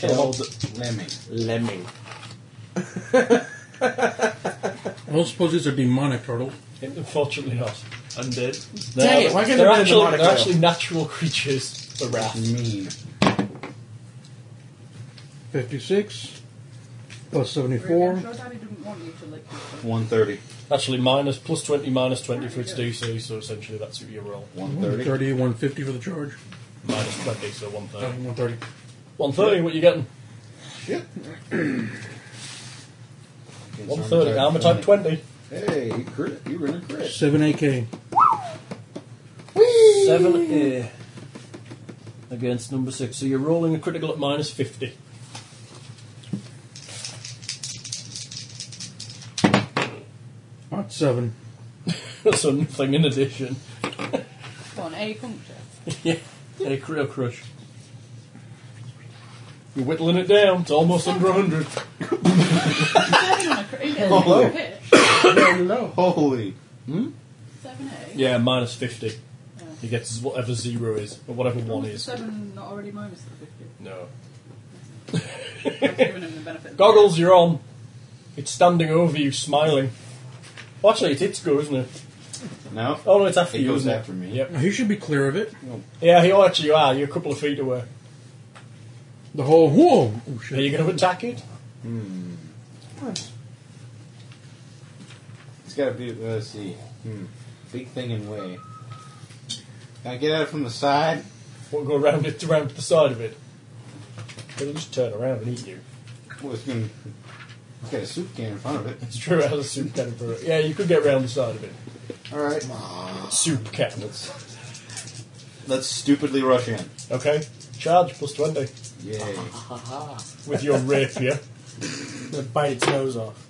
Speaker 22: Held Lemming.
Speaker 6: Lemming.
Speaker 4: I don't suppose these are demonic turtles.
Speaker 3: Unfortunately not. Undead.
Speaker 6: Dang it, why can't
Speaker 3: they're,
Speaker 6: there be a
Speaker 3: actually,
Speaker 6: demonic
Speaker 3: they're
Speaker 6: rail?
Speaker 3: actually natural creatures, the wrath.
Speaker 22: Mean.
Speaker 4: 56 plus
Speaker 2: Ruby, I'm
Speaker 4: 74.
Speaker 2: sure Daddy didn't want you to lick your foot.
Speaker 5: 130.
Speaker 3: Actually, minus, plus 20, minus 20 for its DC, so essentially that's your roll.
Speaker 5: 130.
Speaker 4: 130, 150 for the charge.
Speaker 3: Minus 20, so
Speaker 4: Uh,
Speaker 3: 130.
Speaker 4: 130.
Speaker 3: 130, what you getting?
Speaker 5: Shit.
Speaker 3: 130, armor type 20.
Speaker 5: Hey, you crit. You really crit.
Speaker 4: 7 AK.
Speaker 3: Seven air against number six. So you're rolling a critical at minus fifty. *laughs*
Speaker 4: Not 7.
Speaker 3: That's something in addition.
Speaker 2: Go on, acupuncture.
Speaker 3: *laughs* yeah, a critical crush. You're whittling it down. It's almost under hundred.
Speaker 2: Seven on a crit. Isn't it? Oh, hit.
Speaker 5: Holy.
Speaker 2: Seven eight.
Speaker 3: Yeah, minus fifty. He gets whatever zero is or whatever one is.
Speaker 2: Seven not already minus the fifty.
Speaker 3: No
Speaker 2: I've given him the benefit. of the
Speaker 3: goggles. You're on. It's standing over you, smiling. Well, actually, it's its go, isn't it?
Speaker 5: No.
Speaker 3: Oh no, it's after
Speaker 5: It
Speaker 3: you.
Speaker 5: goes
Speaker 3: isn't
Speaker 5: after me.
Speaker 3: Yep.
Speaker 4: He should be clear of it.
Speaker 3: Yeah, he, oh, actually, you are. You're a couple of feet away.
Speaker 4: The whole. Whoa! Oh,
Speaker 3: Are
Speaker 4: shit.
Speaker 3: you going to attack it?
Speaker 5: It's got to be. Let's see. Hmm. Big thing in way. Can I get at it from the side?
Speaker 3: What go round it round to the side of it? It'll just turn around and eat you.
Speaker 5: Well, it's going It's got a soup can in front of it.
Speaker 3: It's true out of soup can for it. Yeah, you could get round the side of it.
Speaker 5: All right.
Speaker 3: Soup can.
Speaker 5: Let's let's stupidly rush in.
Speaker 3: Okay. Charge plus twenty
Speaker 5: Yay!
Speaker 3: with your rapier.
Speaker 6: I'm gonna bite its nose off.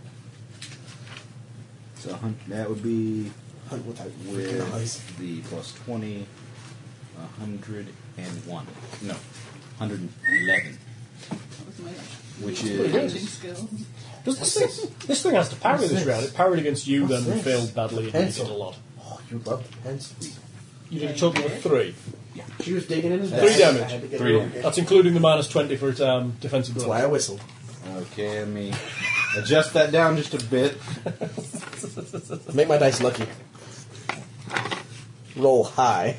Speaker 22: So hun- that would be
Speaker 6: Hunt with that freaking eyes.
Speaker 22: with the plus 20, 101. No, 111.
Speaker 2: That was my
Speaker 22: Which
Speaker 2: teaching
Speaker 22: is.
Speaker 2: skills.
Speaker 3: Does this, thing, this thing has to parry
Speaker 6: What's
Speaker 3: this
Speaker 6: this?
Speaker 3: round. It parried against you,
Speaker 6: What's
Speaker 3: then
Speaker 6: this?
Speaker 3: failed badly, and
Speaker 6: Pencil.
Speaker 3: you did a lot.
Speaker 6: Oh, you love the pencils.
Speaker 3: You did a total of three.
Speaker 6: She was digging in his
Speaker 3: Three
Speaker 6: bag.
Speaker 3: damage.
Speaker 6: I had to get
Speaker 5: Three
Speaker 6: her
Speaker 5: damage.
Speaker 6: over.
Speaker 3: That's including the minus twenty for its um, defensive
Speaker 6: That's why I
Speaker 3: bonus.
Speaker 6: whistled.
Speaker 5: Okay, let me adjust that down just a bit.
Speaker 6: Make my dice lucky. Roll high.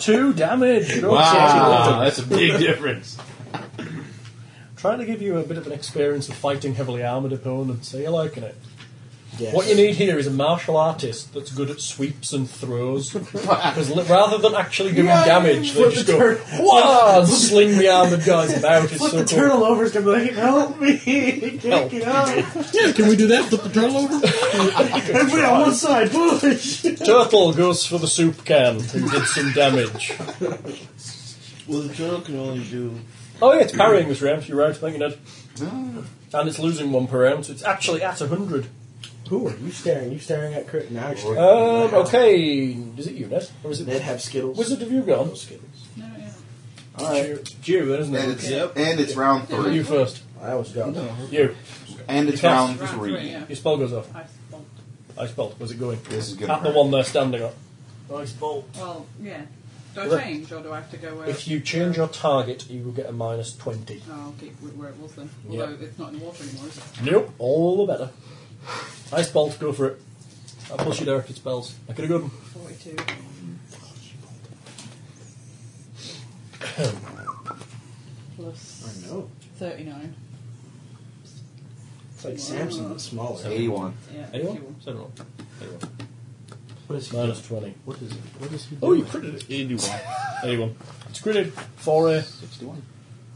Speaker 3: Two damage. No
Speaker 5: Wow,
Speaker 3: charge.
Speaker 5: that's a big *laughs* difference.
Speaker 3: Trying to give you a bit of an experience of fighting heavily armoured opponents. Are you liking it? Yes. What you need here is a martial artist that's good at sweeps
Speaker 23: *laughs*
Speaker 3: and throws. Because li- rather than actually doing
Speaker 23: Yeah,
Speaker 3: damage, they
Speaker 23: flip
Speaker 3: just
Speaker 23: the
Speaker 3: go,
Speaker 23: turn.
Speaker 3: "Whoa!" and sling the armored guys about. It's
Speaker 23: Flip
Speaker 3: so
Speaker 23: the
Speaker 3: cool.
Speaker 23: turtle over to be like, help me, I
Speaker 3: Help
Speaker 23: can't get out.
Speaker 4: Yeah, can we do that? Flip the turtle over? *laughs*
Speaker 23: Everybody on one side, push.
Speaker 3: Turtle goes for the soup can who did some damage.
Speaker 9: Well, the turtle can only do.
Speaker 3: Oh yeah, it's parrying this round. You're right. Thank you, Ned. And it's losing one per round, so it's actually at hundred.
Speaker 6: Who are you staring? You staring at Kurt now? You're staring
Speaker 3: Um, okay, is it you, Ned, or is it
Speaker 6: Ned have Skittles.
Speaker 3: Wizard of Yukon?
Speaker 6: Alright.
Speaker 3: Jew, isn't it?
Speaker 24: And it's, and it's round three.
Speaker 3: You first.
Speaker 6: I always got
Speaker 3: You.
Speaker 24: And it's
Speaker 3: You cast.
Speaker 24: round three.
Speaker 3: Your spell goes off.
Speaker 2: I spot.
Speaker 3: I spelled. Was it going?
Speaker 24: This is good
Speaker 3: At the one they're standing at. Nice bolt.
Speaker 2: Well, yeah. Do I
Speaker 3: Look.
Speaker 2: change or do I have to go where?
Speaker 3: If you change your target, you will get a minus 20.
Speaker 2: No, I'll keep it where it was then.
Speaker 3: Yeah.
Speaker 2: Although it's not in the water anymore, is it?
Speaker 3: Nope. All the better. Ice bolt, go for it. I'll push you there if it spells. I could have good one.
Speaker 2: 42. Plus
Speaker 6: I know.
Speaker 2: 39.
Speaker 6: It's like Samson, but smaller.
Speaker 24: 81.
Speaker 2: Yeah.
Speaker 3: Anyone? Seven roll. Anyone.
Speaker 6: What is he
Speaker 3: Minus 20.
Speaker 6: What is it? What is he
Speaker 3: Oh, you critted it. 81. 81. It's critted. 4A.
Speaker 5: 61.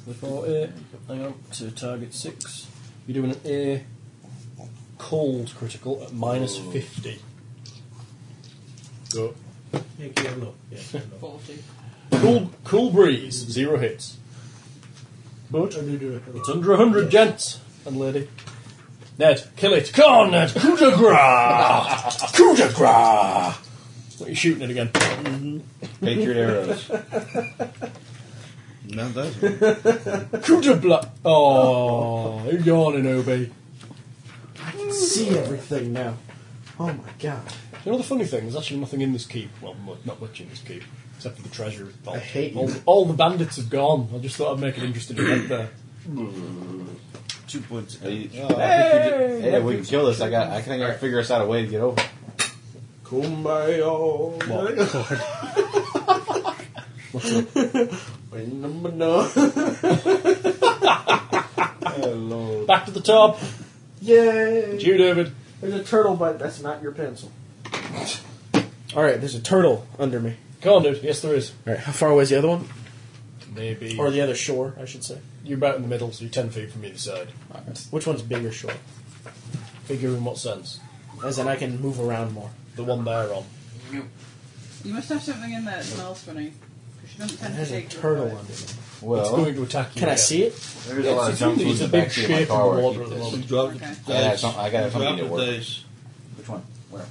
Speaker 3: With 4A. Hang on. To target 6. You're doing an A cold critical at minus 50. Go.
Speaker 6: Yeah, give it a look. Yeah, give it a look.
Speaker 2: 40.
Speaker 3: Cool, cool breeze, zero hits. But
Speaker 6: Oh, do, do it.
Speaker 3: it's under 100, gents and lady. Ned, kill it. Come on, Ned. Coup de grace. *laughs* Coup de grace. What are you shooting it again?
Speaker 5: Patriot *laughs* arrows.
Speaker 9: Not
Speaker 5: *laughs*
Speaker 9: that.
Speaker 3: Coup de bla. Oh, you're yawning, Obi.
Speaker 6: I can see everything now. Oh my god.
Speaker 3: You know the funny thing? There's actually nothing in this keep. Well, mu- not much in this keep, except for the treasure. All,
Speaker 6: hate you.
Speaker 3: all, all the bandits have gone. I just thought I'd make an interesting event there.
Speaker 9: Two points.
Speaker 5: Are you- oh, I think you did- yeah, we can kill this. I got. I think I can figure us out a way to get over.
Speaker 6: *coughs* Kumbaya. *laughs* When the
Speaker 3: *laughs*
Speaker 6: banana-
Speaker 3: Back to the top.
Speaker 6: Yay!
Speaker 3: You, David.
Speaker 6: There's a turtle, but that's not your pencil. Alright, there's a turtle under me.
Speaker 3: Come on, dude. Yes, there is.
Speaker 6: Alright, how far away is the other one?
Speaker 3: Maybe.
Speaker 6: Or the other shore, I should say.
Speaker 3: You're about in the middle, so you're 10 feet from either side.
Speaker 6: Which one's bigger shore?
Speaker 3: Figure in what sense?
Speaker 6: As in, I can move around more.
Speaker 3: The one they're on.
Speaker 2: You must have something in there that smells funny. 'cause she doesn't tend to
Speaker 6: There's a
Speaker 2: take the
Speaker 6: turtle
Speaker 2: advice.
Speaker 6: under me.
Speaker 3: It's
Speaker 5: Well,
Speaker 3: going to attack you.
Speaker 6: Can I
Speaker 3: again.
Speaker 6: see it?
Speaker 5: there's a lot of
Speaker 3: It's,
Speaker 5: junk
Speaker 3: it's,
Speaker 5: food in
Speaker 3: a
Speaker 5: the
Speaker 3: big
Speaker 5: back of my
Speaker 3: shape in the
Speaker 5: car. Where I
Speaker 3: water
Speaker 5: keep
Speaker 3: at the
Speaker 5: this.
Speaker 3: moment.
Speaker 9: Drop
Speaker 2: Okay.
Speaker 9: the
Speaker 5: I got
Speaker 9: dice.
Speaker 5: some- I got something
Speaker 9: Drop
Speaker 5: to
Speaker 9: the
Speaker 5: work.
Speaker 9: dice.
Speaker 5: Which one? Where?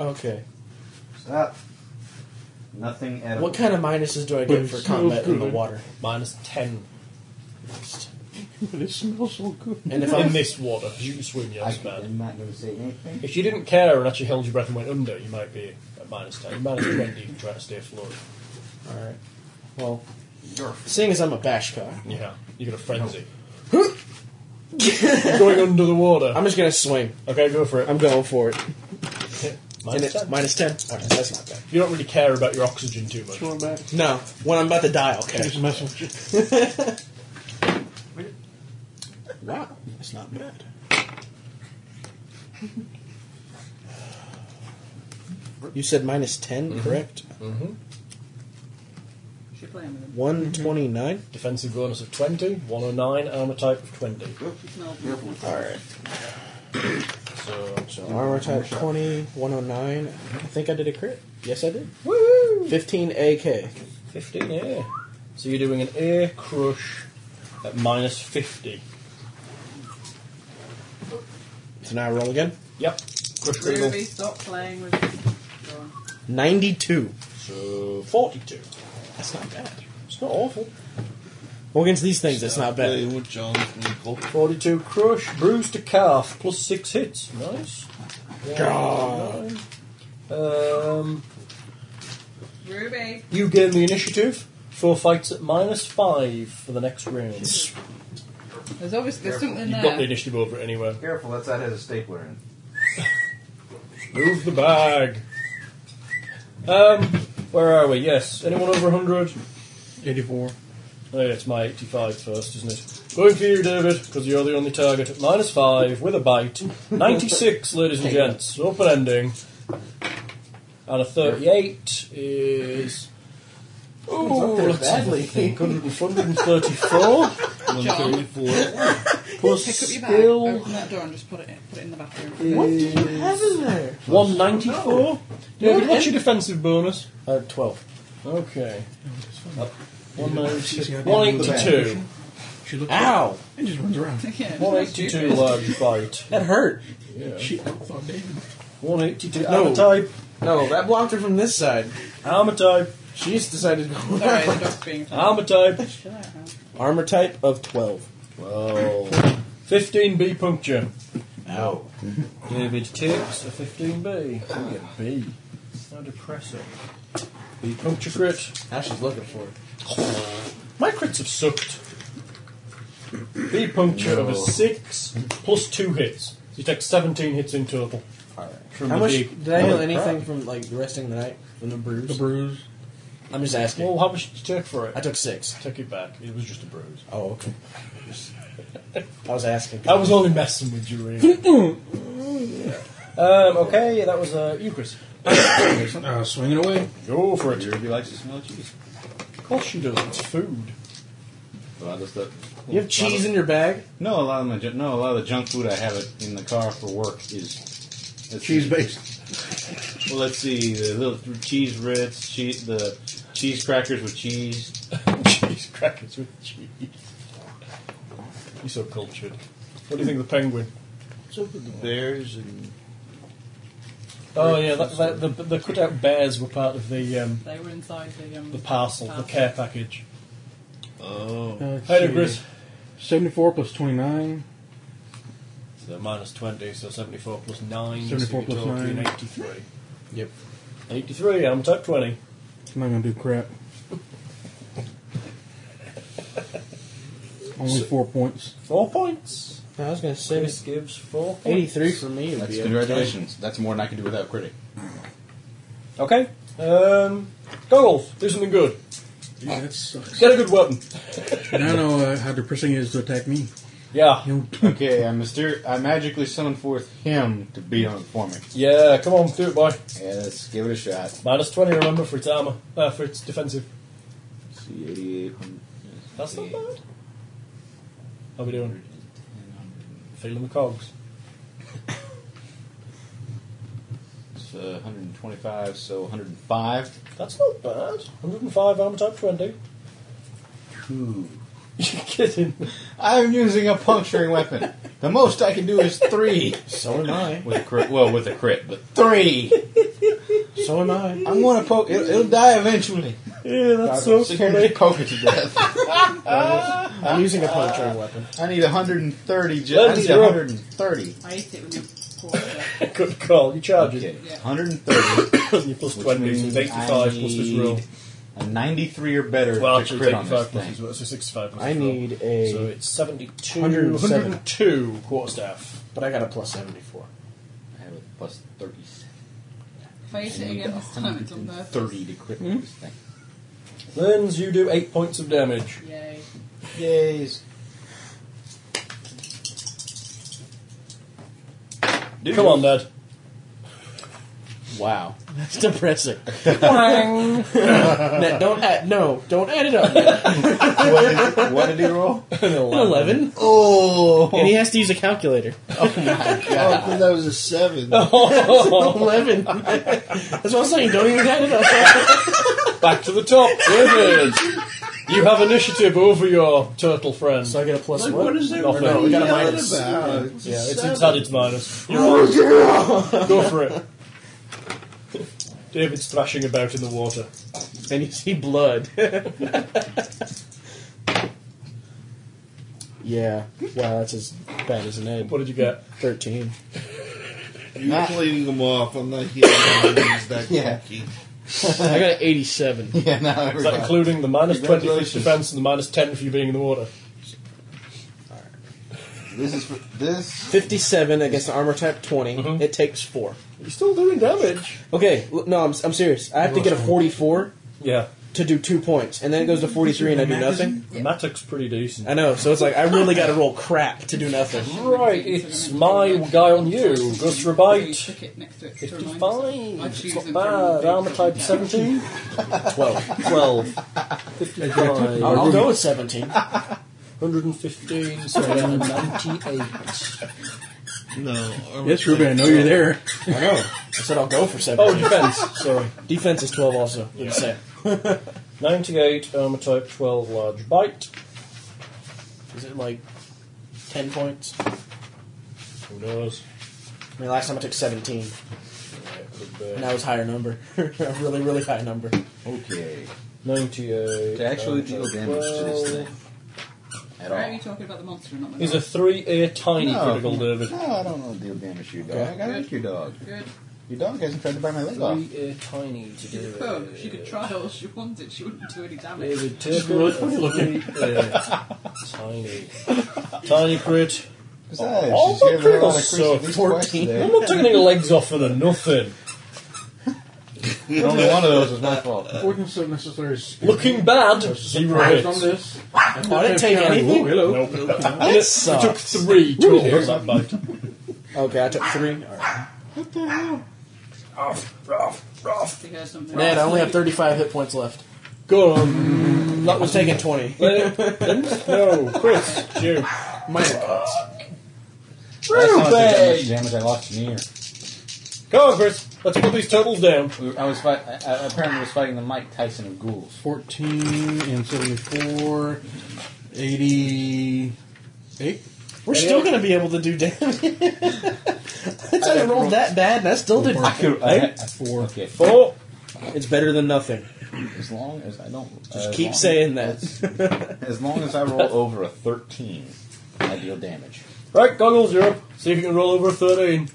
Speaker 6: Okay.
Speaker 5: Stop. Nothing at
Speaker 6: What kind of minuses do I get for combat in the water?
Speaker 3: Minus 10
Speaker 6: This smells so good. And if
Speaker 3: in
Speaker 6: I'm
Speaker 3: this water, because you can swim, you're
Speaker 5: I
Speaker 3: not bad.
Speaker 5: am not going to say anything.
Speaker 3: If you didn't care and actually held your breath and went under, you might be at minus 10. Minus 20, you can try to stay afloat.
Speaker 6: all right, well, seeing as I'm a bashka,
Speaker 3: Yeah. You got a frenzy. you're going under the water.
Speaker 6: I'm just gonna swing.
Speaker 3: okay, go for it.
Speaker 6: I'm going for it. And
Speaker 3: Minus
Speaker 6: it's
Speaker 3: 10.
Speaker 6: minus ten. All right, that's not bad.
Speaker 3: You don't really care about your oxygen too much.
Speaker 6: No, when I'm about to die, okay. Wow, that's not bad. You said minus 10 correct?
Speaker 2: She's playing with him.
Speaker 6: One twenty nine.
Speaker 3: Defensive bonus of 20, 109, armor type of 20.
Speaker 2: She smells with him.
Speaker 6: All right.
Speaker 3: So,
Speaker 6: So armor type 20, 109. I think I did a crit. Yes, I did.
Speaker 3: woo!
Speaker 6: 15 AK.
Speaker 3: 15, yeah. So you're doing an air crush at minus 50.
Speaker 6: So now I roll again.
Speaker 3: Yep. Crush critical.
Speaker 2: Ruby, stop playing with him. Go on.
Speaker 6: 92.
Speaker 3: So 42.
Speaker 6: That's not bad.
Speaker 3: It's not awful.
Speaker 6: Well, against these things, it's not
Speaker 9: Play
Speaker 6: bad.
Speaker 9: with John's nickel.
Speaker 3: 42 crush, bruise to calf, plus 6 hits. Nice. One, nine. Um,
Speaker 2: Ruby.
Speaker 3: you gain the initiative. Four fights at minus 5 for the next round.
Speaker 2: There's obviously there's something
Speaker 3: You've got the
Speaker 2: there.
Speaker 3: initiative over it anyway.
Speaker 5: Careful, that's that has a stapler in.
Speaker 3: Move the bag. Um, where are we? Yes. Anyone over 100?
Speaker 4: 84.
Speaker 3: Oh, yeah, it's my 85 first, isn't it? Going for you, David, because you're the only target at minus five with a bite. 96, ladies and gents. Open ending. And a 38 is. Ooh,
Speaker 6: there
Speaker 3: let's have a
Speaker 6: badly.
Speaker 3: think. 134.
Speaker 2: Pick up
Speaker 3: Plus
Speaker 2: your bag,
Speaker 3: skill.
Speaker 2: open that door, and just put it in, put it in the bathroom.
Speaker 3: What do you have in there? 194? David, what's your defensive bonus?
Speaker 25: Uh, 12.
Speaker 3: Okay.
Speaker 4: She's
Speaker 3: 192.
Speaker 4: got-
Speaker 3: 182.
Speaker 4: She looks
Speaker 3: Ow!
Speaker 4: And just runs around.
Speaker 2: *laughs* Yeah,
Speaker 3: 182 large bite.
Speaker 6: That hurt.
Speaker 3: Yeah.
Speaker 4: She looks on David.
Speaker 3: 182
Speaker 6: No.
Speaker 3: armor type.
Speaker 6: No, Oh, that blocked her from this side.
Speaker 3: Armor type.
Speaker 6: She's decided to go
Speaker 3: *laughs*
Speaker 2: Sorry, the
Speaker 6: around.
Speaker 2: dog's being.
Speaker 3: Armor type.
Speaker 2: Chill out now.
Speaker 6: Armor type of 12.
Speaker 3: Whoa. 15B puncture.
Speaker 6: Ow.
Speaker 3: David takes a 15B. Oh, get B. How depressing. B puncture crit.
Speaker 6: Ash is looking for it.
Speaker 3: My crits have sucked. B puncture of a 6 plus 2 hits. So you take 17 hits in total. From
Speaker 6: How
Speaker 3: the
Speaker 6: much
Speaker 3: D.
Speaker 6: did I heal
Speaker 3: Holy
Speaker 6: anything
Speaker 3: crap.
Speaker 6: from like the rest of the night from the bruise?
Speaker 4: The bruise.
Speaker 6: I'm just asking.
Speaker 3: Well, how much did you take for it?
Speaker 6: I took six.
Speaker 3: Take it back. It was just a bruise.
Speaker 6: Oh, okay. I was asking.
Speaker 3: I was only messing with you, really. um, okay, that was uh, you, Chris.
Speaker 4: Uh, swinging away.
Speaker 3: Go for it.
Speaker 5: Ruby likes to smell cheese.
Speaker 3: Of course you do. It's food.
Speaker 5: Well, I just thought-
Speaker 6: You have cheese in your bag?
Speaker 5: No, a lot of my junk. No, a lot of the junk food I have it in the car for work is let's
Speaker 9: Cheese
Speaker 5: see.
Speaker 9: based.
Speaker 5: *laughs* Well, let's see the little cheese Ritz, cheese the cheese crackers with cheese.
Speaker 3: cheese crackers with cheese. You're so cultured. What do you think of the penguin?
Speaker 9: So did the bears and
Speaker 3: Oh yeah, that, that, the the cut out bears were part of the um,
Speaker 2: They were inside the um,
Speaker 3: the parcel, the care package.
Speaker 9: oh,
Speaker 3: Hey, there, Chris.
Speaker 4: 74 plus 29.
Speaker 3: So minus twenty, so seventy four plus nine.
Speaker 4: 74 plus nine.
Speaker 3: eighty three.
Speaker 6: Yep.
Speaker 3: 83, I'm type 20.
Speaker 4: I'm not going to do *laughs* crap. Only four points.
Speaker 3: Four points.
Speaker 6: I was gonna say
Speaker 3: Chris gives four points.
Speaker 6: 83 for me would
Speaker 5: That's
Speaker 6: be
Speaker 5: congratulations. That's more than I can do without critic.
Speaker 3: Okay. Um, Gogolf, do something good.
Speaker 4: Yeah, that *laughs* sucks.
Speaker 3: Get a good weapon.
Speaker 4: now I know uh, how depressing it is to attack me.
Speaker 3: Yeah.
Speaker 4: You
Speaker 5: Okay, I myster- I magically summon forth him to beat on it for me.
Speaker 3: Yeah, come on, do it, boy.
Speaker 5: Yeah, let's give it a shot.
Speaker 3: Minus 20, remember, for its armour, uh, for its defensive.
Speaker 5: See, 88.
Speaker 3: That's not bad. How we doing? Feeling the cogs.
Speaker 5: It's uh, 125, so 105.
Speaker 3: That's not bad. 105 armour type 20.
Speaker 5: *laughs* Two.
Speaker 3: You're kidding.
Speaker 5: I'm using a puncturing weapon. The most I can do is three.
Speaker 6: So am I.
Speaker 5: With a crit, well, with a crit, but three.
Speaker 6: So am I.
Speaker 5: I'm gonna poke. It'll, it'll die eventually.
Speaker 3: Yeah, that's so
Speaker 5: Sit here and
Speaker 3: funny.
Speaker 5: just poke it to death.
Speaker 3: Ah,
Speaker 6: I'm using a puncturing weapon.
Speaker 5: I need 130. Ju- I
Speaker 3: Len's,
Speaker 5: need
Speaker 3: you're up.
Speaker 5: 130.
Speaker 2: I ate it when you poured
Speaker 3: *laughs*
Speaker 2: it.
Speaker 3: Good call. You charge
Speaker 5: Okay,
Speaker 3: it.
Speaker 2: Yeah.
Speaker 5: 130.
Speaker 3: You're plus
Speaker 5: which
Speaker 3: 20, so
Speaker 5: means
Speaker 3: it's 85
Speaker 5: I
Speaker 3: plus this
Speaker 5: need
Speaker 3: roll.
Speaker 5: A 93 or better
Speaker 3: Well,
Speaker 5: to
Speaker 3: actually,
Speaker 5: crit on
Speaker 3: 85
Speaker 5: this
Speaker 3: plus
Speaker 5: thing.
Speaker 3: this roll, so 65 plus
Speaker 6: I
Speaker 3: this roll.
Speaker 6: need a.
Speaker 3: So it's 72.
Speaker 6: 107.
Speaker 3: 102 quarterstaff.
Speaker 6: but I got a plus 74.
Speaker 5: I have a plus 37.
Speaker 2: If I ate
Speaker 5: I
Speaker 2: it
Speaker 5: need
Speaker 2: again this time, it's on purpose.
Speaker 5: 130 to crit on this thing.
Speaker 3: Lens, you do 8 points of damage.
Speaker 2: Yay.
Speaker 5: Yays.
Speaker 3: Come on, Dad.
Speaker 6: Wow. That's depressing. Matt, *laughs* don't add, no, don't add it up. Matt.
Speaker 5: what, did, what did he
Speaker 6: *laughs*
Speaker 5: roll?
Speaker 6: An 11.
Speaker 5: Oh,
Speaker 6: And he has to use a *laughs* calculator.
Speaker 9: I think that was a
Speaker 3: *laughs*
Speaker 9: seven.
Speaker 6: 11. That's what I'm saying. Don't even add it up.
Speaker 3: Back to the *laughs* top. David. You have initiative over your turtle friend.
Speaker 6: So I get a plus
Speaker 9: Like,
Speaker 6: one.
Speaker 9: what is it?
Speaker 3: Nothing.
Speaker 6: No, we got a minus.
Speaker 9: About? It's a
Speaker 6: Yeah,
Speaker 3: It's
Speaker 9: seven.
Speaker 3: inside its minus. You're on. Go for it. David's thrashing about in the water.
Speaker 6: And you see blood. *laughs* yeah. Wow, that's as bad as an egg.
Speaker 3: What did you get?
Speaker 6: 13.
Speaker 9: You're cleaning them off. I'm not hearing anything that
Speaker 5: *laughs* Yeah.
Speaker 9: funky.
Speaker 6: I got an 87.
Speaker 5: Yeah, now
Speaker 3: Is that
Speaker 5: everybody.
Speaker 3: including the minus 20 for its
Speaker 5: Congratulations.
Speaker 3: defense and the minus 10 for you being in the water?
Speaker 5: This is for this.
Speaker 6: 57 against an armor type 20. It takes 4.
Speaker 3: You're still doing damage.
Speaker 6: Okay, l- no, I'm, I'm serious. I have to get a 44
Speaker 3: Yeah.
Speaker 6: to do two points, and then it goes to 43 and I do nothing?
Speaker 3: Matic's pretty decent.
Speaker 6: I know, so it's like I really got to roll crap to do
Speaker 3: *laughs*
Speaker 6: nothing.
Speaker 3: Right, it's my guy on you. Goes for a bite.
Speaker 2: next to it to remind
Speaker 3: Fifty-five.
Speaker 2: myself. I choose
Speaker 3: It's
Speaker 2: them
Speaker 3: not
Speaker 2: from
Speaker 3: bad.
Speaker 2: big
Speaker 3: Armor type
Speaker 2: content.
Speaker 3: seventeen. Twelve. Twelve. Fifty-five.
Speaker 6: I'll, I'll go with *laughs* 17.
Speaker 3: 115, so I am 98.
Speaker 5: No.
Speaker 4: Yes, Ruben, I know you're *laughs* there.
Speaker 6: I know. I said I'll go for 17.
Speaker 3: Oh, defense, sorry.
Speaker 6: Defense is 12 also. Didn't say.
Speaker 3: 98, armor type 12, large bite.
Speaker 6: Is it like 10 points?
Speaker 3: Who knows?
Speaker 6: I mean, last time I took 17,
Speaker 3: Yeah, it could be.
Speaker 6: and that was higher number. *laughs* a really, really high number.
Speaker 5: Okay.
Speaker 3: 98.
Speaker 5: To actually
Speaker 3: armor
Speaker 5: deal
Speaker 3: type
Speaker 5: damage to this
Speaker 3: 12.
Speaker 5: thing. At
Speaker 2: Why are you
Speaker 5: all.
Speaker 2: talking about the monster and not my
Speaker 3: He's a
Speaker 2: dog?
Speaker 3: 3 air tiny
Speaker 5: No.
Speaker 3: critical damage.
Speaker 5: No, I don't want to deal damage to your dog. I like your dog.
Speaker 2: Good.
Speaker 5: Your dog hasn't tried to bite my leg off.
Speaker 3: 3 air tiny to
Speaker 2: She's a
Speaker 3: do
Speaker 2: pug. She could try all she wanted. She wouldn't do any
Speaker 3: It
Speaker 2: damage.
Speaker 3: would take
Speaker 4: She's really
Speaker 3: a
Speaker 4: funny looking.
Speaker 3: three air tiny. Tiny crit.
Speaker 5: Besides,
Speaker 3: Oh,
Speaker 5: she's given a
Speaker 3: critical's
Speaker 5: lot of crits
Speaker 3: so
Speaker 5: at least twice
Speaker 6: 14.
Speaker 5: today.
Speaker 3: I'm not taking any legs off for the nothing.
Speaker 6: *laughs*
Speaker 5: Only one of those was my fault.
Speaker 4: Wasn't so necessary.
Speaker 3: Looking bad, zero
Speaker 4: Surprised on
Speaker 3: hits.
Speaker 4: this.
Speaker 6: I didn't take anything.
Speaker 4: Oh, hello.
Speaker 6: That
Speaker 3: I took
Speaker 6: sucks.
Speaker 3: three total that bite.
Speaker 6: Okay, I took three. All right.
Speaker 2: She heard something.
Speaker 6: Man, I only have 35 hit points left.
Speaker 3: Go on.
Speaker 6: I was taking 20.
Speaker 3: no, Chris, you.
Speaker 6: Minor cuts.
Speaker 5: Last time I did that much damage, I lost an ear.
Speaker 3: Go on, Chris. Let's put these totals down.
Speaker 5: We were- I was fight, I, I apparently was fighting the Mike Tyson of ghouls.
Speaker 4: 14 and 74. 88.
Speaker 6: We're still going to be able to do
Speaker 3: *laughs*
Speaker 6: damage. That's how I rolled that bad, and I still did.
Speaker 5: I could, I had, four. Okay,
Speaker 3: Four.
Speaker 6: It's better than nothing.
Speaker 5: As long as I don't.
Speaker 6: Just
Speaker 5: as
Speaker 6: keep
Speaker 5: long-
Speaker 6: saying that.
Speaker 5: As long as I
Speaker 6: *laughs*
Speaker 5: roll over a 13, I deal damage.
Speaker 3: Right, goggles, you're up. See if you can roll over a 13.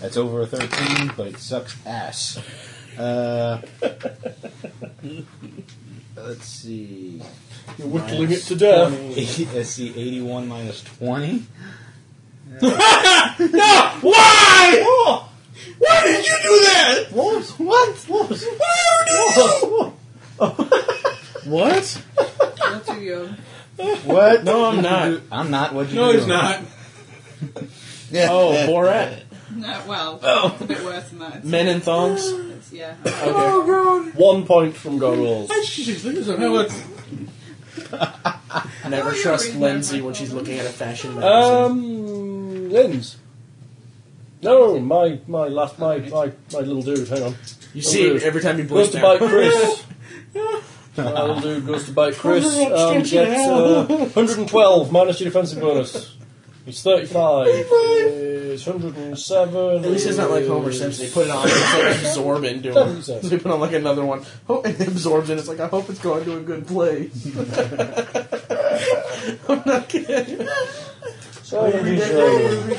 Speaker 5: That's over a 13, but it sucks ass. Uh, *laughs* let's see.
Speaker 3: You're whittling it to death.
Speaker 5: Eighty- Let's see, 81 minus 20.
Speaker 3: Why? Why did you do that?
Speaker 5: Wolves, what? Wolves,
Speaker 6: what?
Speaker 2: You're too young.
Speaker 5: what?
Speaker 6: No, I'm not.
Speaker 5: I'm not. What'd you
Speaker 4: No,
Speaker 5: do?
Speaker 4: he's not.
Speaker 6: Oh, Borat.
Speaker 2: No, well,
Speaker 3: Oh.
Speaker 2: it's a bit worse than that. It's,
Speaker 6: Men in thongs.
Speaker 2: it's- yeah.
Speaker 6: Okay.
Speaker 3: One point from goggles.
Speaker 4: Jeez, look at that. Look,
Speaker 6: Never
Speaker 2: you're
Speaker 6: trust
Speaker 2: reading
Speaker 6: Lindsay
Speaker 2: my
Speaker 6: when she's looking at a fashion magazine.
Speaker 3: Um, Lens. No, my my last my my, my little dude. Hang on.
Speaker 6: you see
Speaker 3: oh,
Speaker 6: it every time you
Speaker 3: Goes
Speaker 6: blink
Speaker 3: to
Speaker 6: down.
Speaker 3: bite
Speaker 6: *laughs*
Speaker 3: Chris. My little dude goes to bite Chris. Um, gets uh, 112 minus your defensive bonus. He's 35. He's 107.
Speaker 6: At least it's not like Homer Simpson. They put it on and it's like *laughs* absorb into him. So they put on like another one. Oh, and it absorbs in. It's like, I hope it's going to a good *laughs* place. I'm not kidding.
Speaker 3: So he's, uh,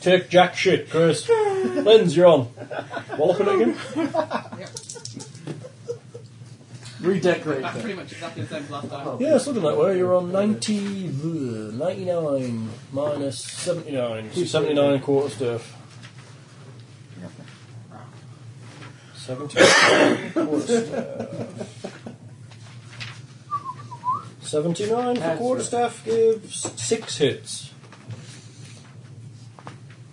Speaker 3: take jack shit, Chris. Lens, you're on. Walloping at him.
Speaker 6: Redecorate
Speaker 2: That's
Speaker 6: them.
Speaker 2: pretty much exactly the same as last time.
Speaker 3: Oh, Yeah, something like where you're on 90, uh, 99 minus 79. So 79 and quarter stuff. 79 and quarter staff. 79 for quarter staff gives six hits.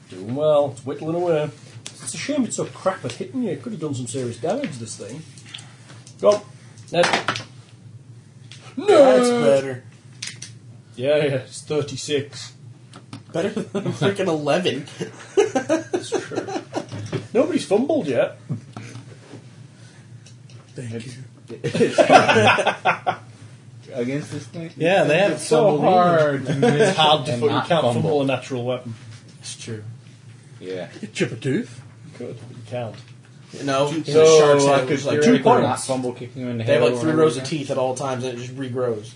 Speaker 3: Doing well, it's whittling away. It's a shame it's so crap at hitting you. It could have done some serious damage, this thing. Go on. Ned.
Speaker 6: That's better.
Speaker 3: Yeah, yeah, it's 36.
Speaker 6: Better than *laughs* freaking 11.
Speaker 3: Nobody's fumbled yet.
Speaker 5: Against this thing?
Speaker 6: Yeah, they have
Speaker 3: So hard. it's hard to
Speaker 5: And
Speaker 3: fumble. You
Speaker 5: not
Speaker 3: can't fumble.
Speaker 5: fumble.
Speaker 3: a natural weapon.
Speaker 6: It's true.
Speaker 5: Yeah.
Speaker 4: Chip a tooth.
Speaker 3: Good, but you can't.
Speaker 6: No, in
Speaker 5: So,
Speaker 6: a shark's
Speaker 5: I
Speaker 6: head,
Speaker 5: could
Speaker 6: which is uh, like
Speaker 5: theoretically
Speaker 6: two points.
Speaker 5: Not fumble kicking him in the
Speaker 6: They have
Speaker 5: head
Speaker 6: like
Speaker 5: or
Speaker 6: three rows of
Speaker 5: whatever.
Speaker 6: teeth at all times, and it just regrows.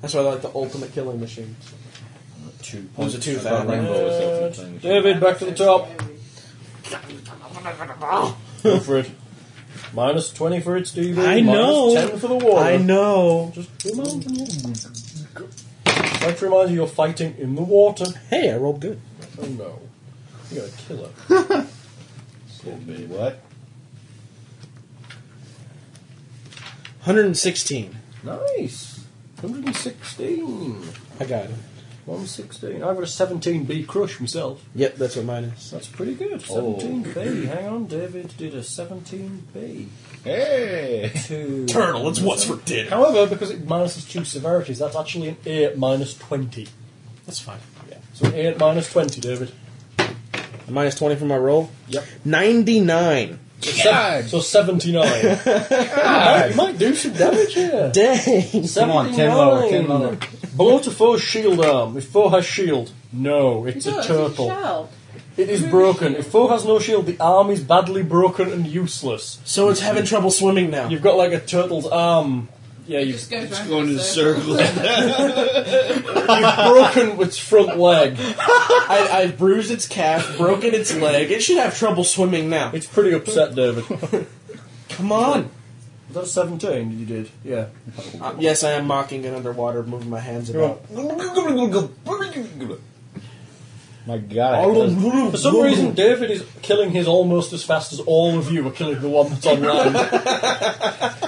Speaker 6: That's why they're like the ultimate killing machine.
Speaker 5: Two
Speaker 6: Lose
Speaker 5: points.
Speaker 6: a tooth
Speaker 5: I thought
Speaker 6: out.
Speaker 5: Rainbow was the ultimate thing.
Speaker 3: Uh, David, back to the top. Go for it. Minus 20 for its DV.
Speaker 6: I know.
Speaker 3: Minus 10 for the water.
Speaker 6: know.
Speaker 3: Just remind you. Like to remind you, you're fighting in the water.
Speaker 6: Hey, I rolled good.
Speaker 3: Oh no. You're gonna kill her.
Speaker 5: David, What?
Speaker 6: 116.
Speaker 3: Nice. 116.
Speaker 6: I got it.
Speaker 3: 116. I've got a 17 B crush myself.
Speaker 6: Yep, that's what mine is.
Speaker 3: That's pretty good.
Speaker 6: Oh.
Speaker 3: 17 B. Hang on, David did a 17 B.
Speaker 8: Hey!
Speaker 3: Two.
Speaker 8: Turtle, it's Whatsford did.
Speaker 3: However, because it minuses two severities, that's actually an 8 minus 20.
Speaker 6: That's fine.
Speaker 3: Yeah. So an 8 minus 20, David.
Speaker 6: A minus 20 from my roll?
Speaker 3: Yep.
Speaker 6: 99.
Speaker 3: So, sev- so 79. might, might do some damage here.
Speaker 6: Dang.
Speaker 3: Come on, 10 lower, 10 lower. Blow to foe's shield arm. If foe has shield, no, it's
Speaker 17: No,
Speaker 3: a
Speaker 17: it's
Speaker 3: turtle.
Speaker 17: shell.
Speaker 3: It is broken. If foe has no shield, the arm is badly broken and useless.
Speaker 6: So it's having trouble swimming now.
Speaker 3: You've got like a turtle's arm. Yeah, you
Speaker 17: Just goes round
Speaker 9: Going
Speaker 17: in
Speaker 9: in
Speaker 17: a
Speaker 9: the
Speaker 17: circle.
Speaker 9: circle.
Speaker 3: You've broken its front leg.
Speaker 6: *laughs* I, I've bruised its calf, broken its leg. It should have trouble swimming now.
Speaker 3: It's pretty upset, *laughs* David.
Speaker 6: Come on.
Speaker 3: That's 17 you did, yeah.
Speaker 6: Uh, yes, I am mocking it underwater, moving my hands about. *laughs*
Speaker 8: My God.
Speaker 3: For some reason, David is killing his almost as fast as all of you are killing the one that's on round.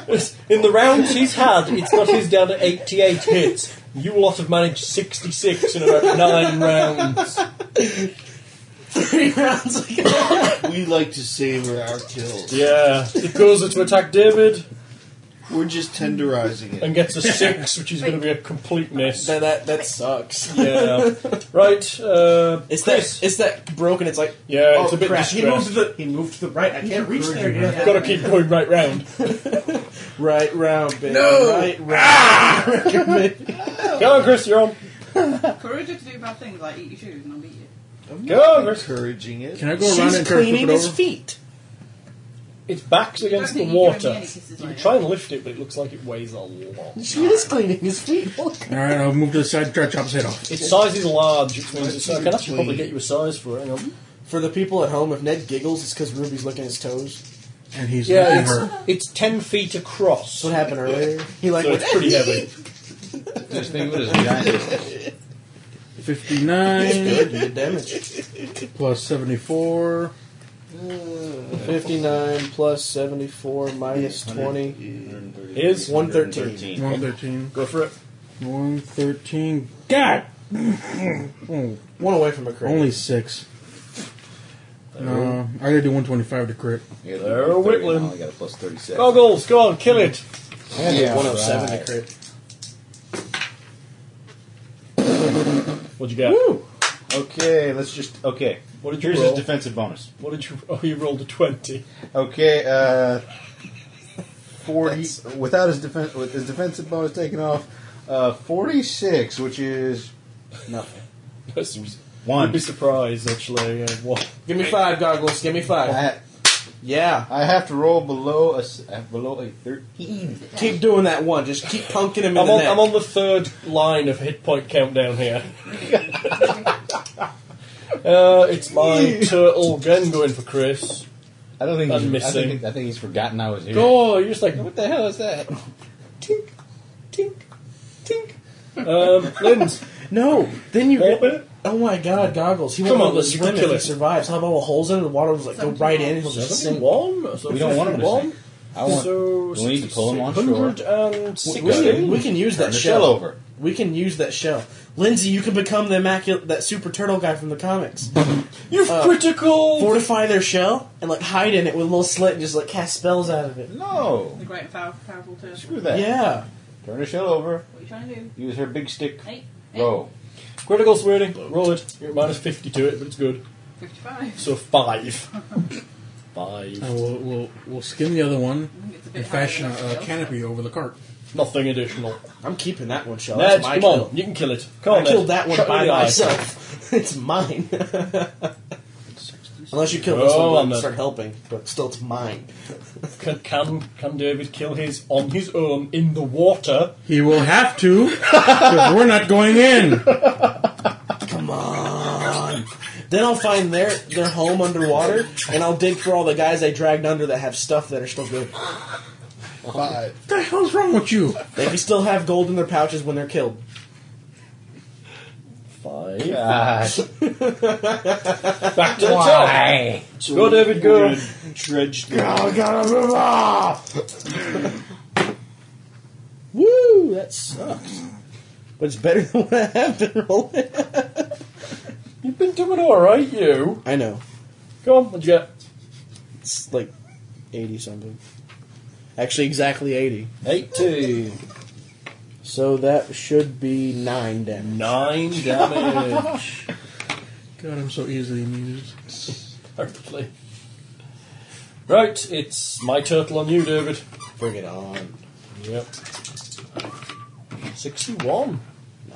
Speaker 3: It's- In the rounds he's had, it's got his down to 88 hits. You lot have managed 66 in about nine rounds.
Speaker 6: Three rounds ago.
Speaker 9: we like to savor our kills.
Speaker 3: Yeah. It goes to attack David
Speaker 9: We're just tenderizing it.
Speaker 3: and gets a 6, which is going to be a complete miss.
Speaker 6: That, that, that sucks.
Speaker 3: Yeah. Right, uh,
Speaker 6: It's
Speaker 3: Chris.
Speaker 6: that, it's that broken, it's like,
Speaker 3: Yeah, it's
Speaker 7: Oh,
Speaker 3: a bit
Speaker 7: crap. He moved to
Speaker 3: distressed.
Speaker 7: the he moved to the right. I can't reach there yet.
Speaker 3: Got to keep going right round.
Speaker 6: right round, baby. No! Right round.
Speaker 3: Ah!
Speaker 6: *laughs* Recommend-
Speaker 3: Go on, Chris, you're on.
Speaker 17: Courageous to do bad things like eat your shoes and I'll beat you.
Speaker 3: Go on, Chris.
Speaker 9: Encouraging it.
Speaker 4: Can I go around
Speaker 6: She's
Speaker 4: and try to flip
Speaker 6: cleaning
Speaker 4: it
Speaker 6: his
Speaker 4: over?
Speaker 6: feet.
Speaker 3: Its back's against the
Speaker 17: think you can
Speaker 3: water.
Speaker 17: have any kisses
Speaker 3: You
Speaker 17: like
Speaker 3: can try and lift it, but it looks like it weighs a lot.
Speaker 6: She is cleaning his feet.
Speaker 4: All right, I'll move to the side and try to chop his head off.
Speaker 3: Its size is large, which means it's. I can actually probably get you a size for it. Hang on.
Speaker 6: For the people at home, if Ned giggles, it's because Ruby's licking his toes.
Speaker 4: And he's
Speaker 3: Yeah,
Speaker 4: licking
Speaker 3: it's,
Speaker 4: her.
Speaker 3: it's ten feet across,
Speaker 6: That's what
Speaker 3: so
Speaker 6: happened earlier. He like,
Speaker 3: it's pretty heavy.
Speaker 8: Just think what is giant.
Speaker 6: *laughs*
Speaker 4: 59
Speaker 6: good, you did damage.
Speaker 4: plus 74.
Speaker 6: 59 plus 74 minus 20.
Speaker 3: Is
Speaker 6: 113.
Speaker 4: 113.
Speaker 3: go for it.
Speaker 4: 113. God!
Speaker 6: One away from a crit.
Speaker 4: Only 6. No, I gotta do 125 to crit.
Speaker 3: They're whittling.
Speaker 8: I got a plus 37.
Speaker 3: Goggles, go on, kill it.
Speaker 8: Yeah,
Speaker 6: 107
Speaker 8: right.
Speaker 6: to crit.
Speaker 3: What'd you get?
Speaker 8: Okay, let's just. Okay.
Speaker 3: What did you
Speaker 8: Here's
Speaker 3: roll?
Speaker 8: his defensive bonus.
Speaker 3: What did you? Oh, you rolled a twenty. *laughs*
Speaker 8: Okay,
Speaker 9: *laughs*
Speaker 8: uh. 40. Without his, defen- with his defensive bonus taken off, uh, 46, which is. Nothing.
Speaker 3: That seems- You'd
Speaker 8: One.
Speaker 3: be surprised, actually. Yeah, what?
Speaker 6: Give me five, Goggles. Give me
Speaker 8: I,
Speaker 6: five.
Speaker 8: ha-
Speaker 6: Yeah.
Speaker 8: I have to roll below a, s- uh, below a 13.
Speaker 6: Keep doing that one. Just keep punking him in
Speaker 3: I'm
Speaker 6: the
Speaker 3: on,
Speaker 6: neck.
Speaker 3: I'm on the third line of hit point countdown here. *laughs* uh, it's *laughs* my turtle again going for Chris.
Speaker 8: I don't think
Speaker 3: I'm
Speaker 8: he's, I
Speaker 3: missing.
Speaker 8: think, I think he's forgotten I was here.
Speaker 3: Oh, you're just like
Speaker 8: What the hell is that?
Speaker 3: tink, tink, tink. Um, *laughs* Linz,
Speaker 6: No. Then you
Speaker 3: Wait a
Speaker 6: get-
Speaker 3: minute.
Speaker 6: Oh my god, Goggles. He
Speaker 3: Come
Speaker 6: won't
Speaker 3: on,
Speaker 6: be able to
Speaker 3: you
Speaker 6: swim
Speaker 3: can
Speaker 6: if
Speaker 3: kill
Speaker 6: he
Speaker 3: it.
Speaker 6: survives. How about all the holes in it? The water will just like go right in. He'll just sink.
Speaker 3: seventy-one. So
Speaker 8: We don't want him to
Speaker 3: seventy-one.
Speaker 8: I want.
Speaker 3: So
Speaker 8: Do we need to pull him on shore?
Speaker 3: Hundred and
Speaker 6: We, we can, we
Speaker 3: sixteen.
Speaker 6: can use
Speaker 8: Turn
Speaker 6: that
Speaker 8: the shell
Speaker 6: shell.
Speaker 8: over.
Speaker 6: We can use that shell. Lindsay, you can become the immaculate, that super turtle guy from the comics.
Speaker 3: You're
Speaker 8: Uh,
Speaker 3: critical.
Speaker 6: Fortify their shell and like hide in it with a little slit and just like cast spells out of it.
Speaker 8: No.
Speaker 17: The great and pow- powerful turtle. What
Speaker 8: Screw that.
Speaker 6: Yeah.
Speaker 8: Turn the shell over.
Speaker 17: are you trying to do?
Speaker 8: Use her big stick.
Speaker 17: Eight? Eight?
Speaker 8: Roll.
Speaker 3: Critical swinging. Roll it. You're at minus fifty to it, but it's good.
Speaker 17: 55.
Speaker 3: So five. Five.
Speaker 4: And Uh, we'll, we'll, we'll skim the other one
Speaker 17: I think it's a bit
Speaker 4: and
Speaker 17: higher
Speaker 4: fashion a,
Speaker 17: than
Speaker 6: uh,
Speaker 4: a
Speaker 17: everything
Speaker 4: canopy over the cart.
Speaker 3: Nothing additional.
Speaker 6: I'm keeping that one
Speaker 8: Oh,
Speaker 6: shell.
Speaker 3: Ned,
Speaker 6: That's
Speaker 3: come
Speaker 6: my
Speaker 3: on.
Speaker 6: kill.
Speaker 3: You can kill it. Come on,
Speaker 6: I
Speaker 3: Ned.
Speaker 6: killed that one
Speaker 3: Shut
Speaker 6: by
Speaker 3: the eye.
Speaker 6: myself. *laughs* it's mine. Unless you kill this
Speaker 3: Go on
Speaker 6: one,
Speaker 3: then.
Speaker 6: then start helping. But still, it's mine.
Speaker 3: Can, can can David kill his on his own in the water?
Speaker 4: He will have to, 'cause we're not going *laughs* in.
Speaker 6: Come on. Then I'll find their their home underwater, and I'll dig for all the guys I dragged under that have stuff that are still good.
Speaker 9: Five.
Speaker 4: What the hell's wrong with you?
Speaker 6: They can still have gold in their pouches when they're killed.
Speaker 3: Five.
Speaker 8: Gosh.
Speaker 3: Back to the top. Go, David. Go.
Speaker 9: Dredged.
Speaker 6: Oh God! Woo! That sucks. But it's better *laughs* than what I have been rolling.
Speaker 3: You've been doing alright, you.
Speaker 6: I know.
Speaker 3: Go on, what'd you get?
Speaker 6: It's like 80 something. Actually, exactly 80.
Speaker 3: 80.
Speaker 6: So that should be 9 damage.
Speaker 3: 9
Speaker 6: *laughs*
Speaker 3: damage.
Speaker 4: God, I'm so easily amused.
Speaker 3: Hopefully. Right, it's my turtle on you, David.
Speaker 6: Bring it on.
Speaker 3: Yep. 61.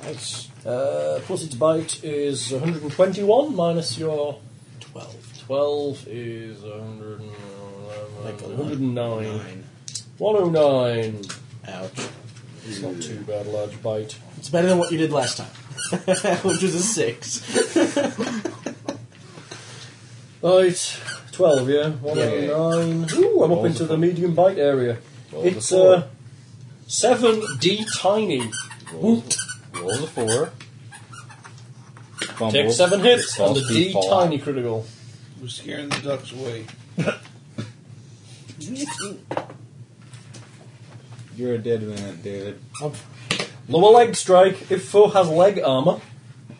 Speaker 6: Nice.
Speaker 3: Uh, plus its bite is 121 minus your 12. 12 is 111,
Speaker 6: Like a
Speaker 3: 109.
Speaker 6: Nine.
Speaker 3: 109.
Speaker 6: Ouch.
Speaker 3: It's not too bad, a large bite.
Speaker 6: It's better than what you did last time, *laughs* which was a 6.
Speaker 3: Right, 12, yeah? 109. Ooh, I'm up into the medium bite area.
Speaker 9: Roll
Speaker 3: It's
Speaker 9: the four.
Speaker 3: uh, 7D tiny.
Speaker 9: Roll, roll the four. Fumble.
Speaker 3: Take 7 hits on
Speaker 9: False
Speaker 3: the D
Speaker 9: people.
Speaker 3: tiny critical.
Speaker 9: We're scaring the ducks away.
Speaker 5: You're a dead man, David.
Speaker 3: Lower leg strike if foe has leg armour.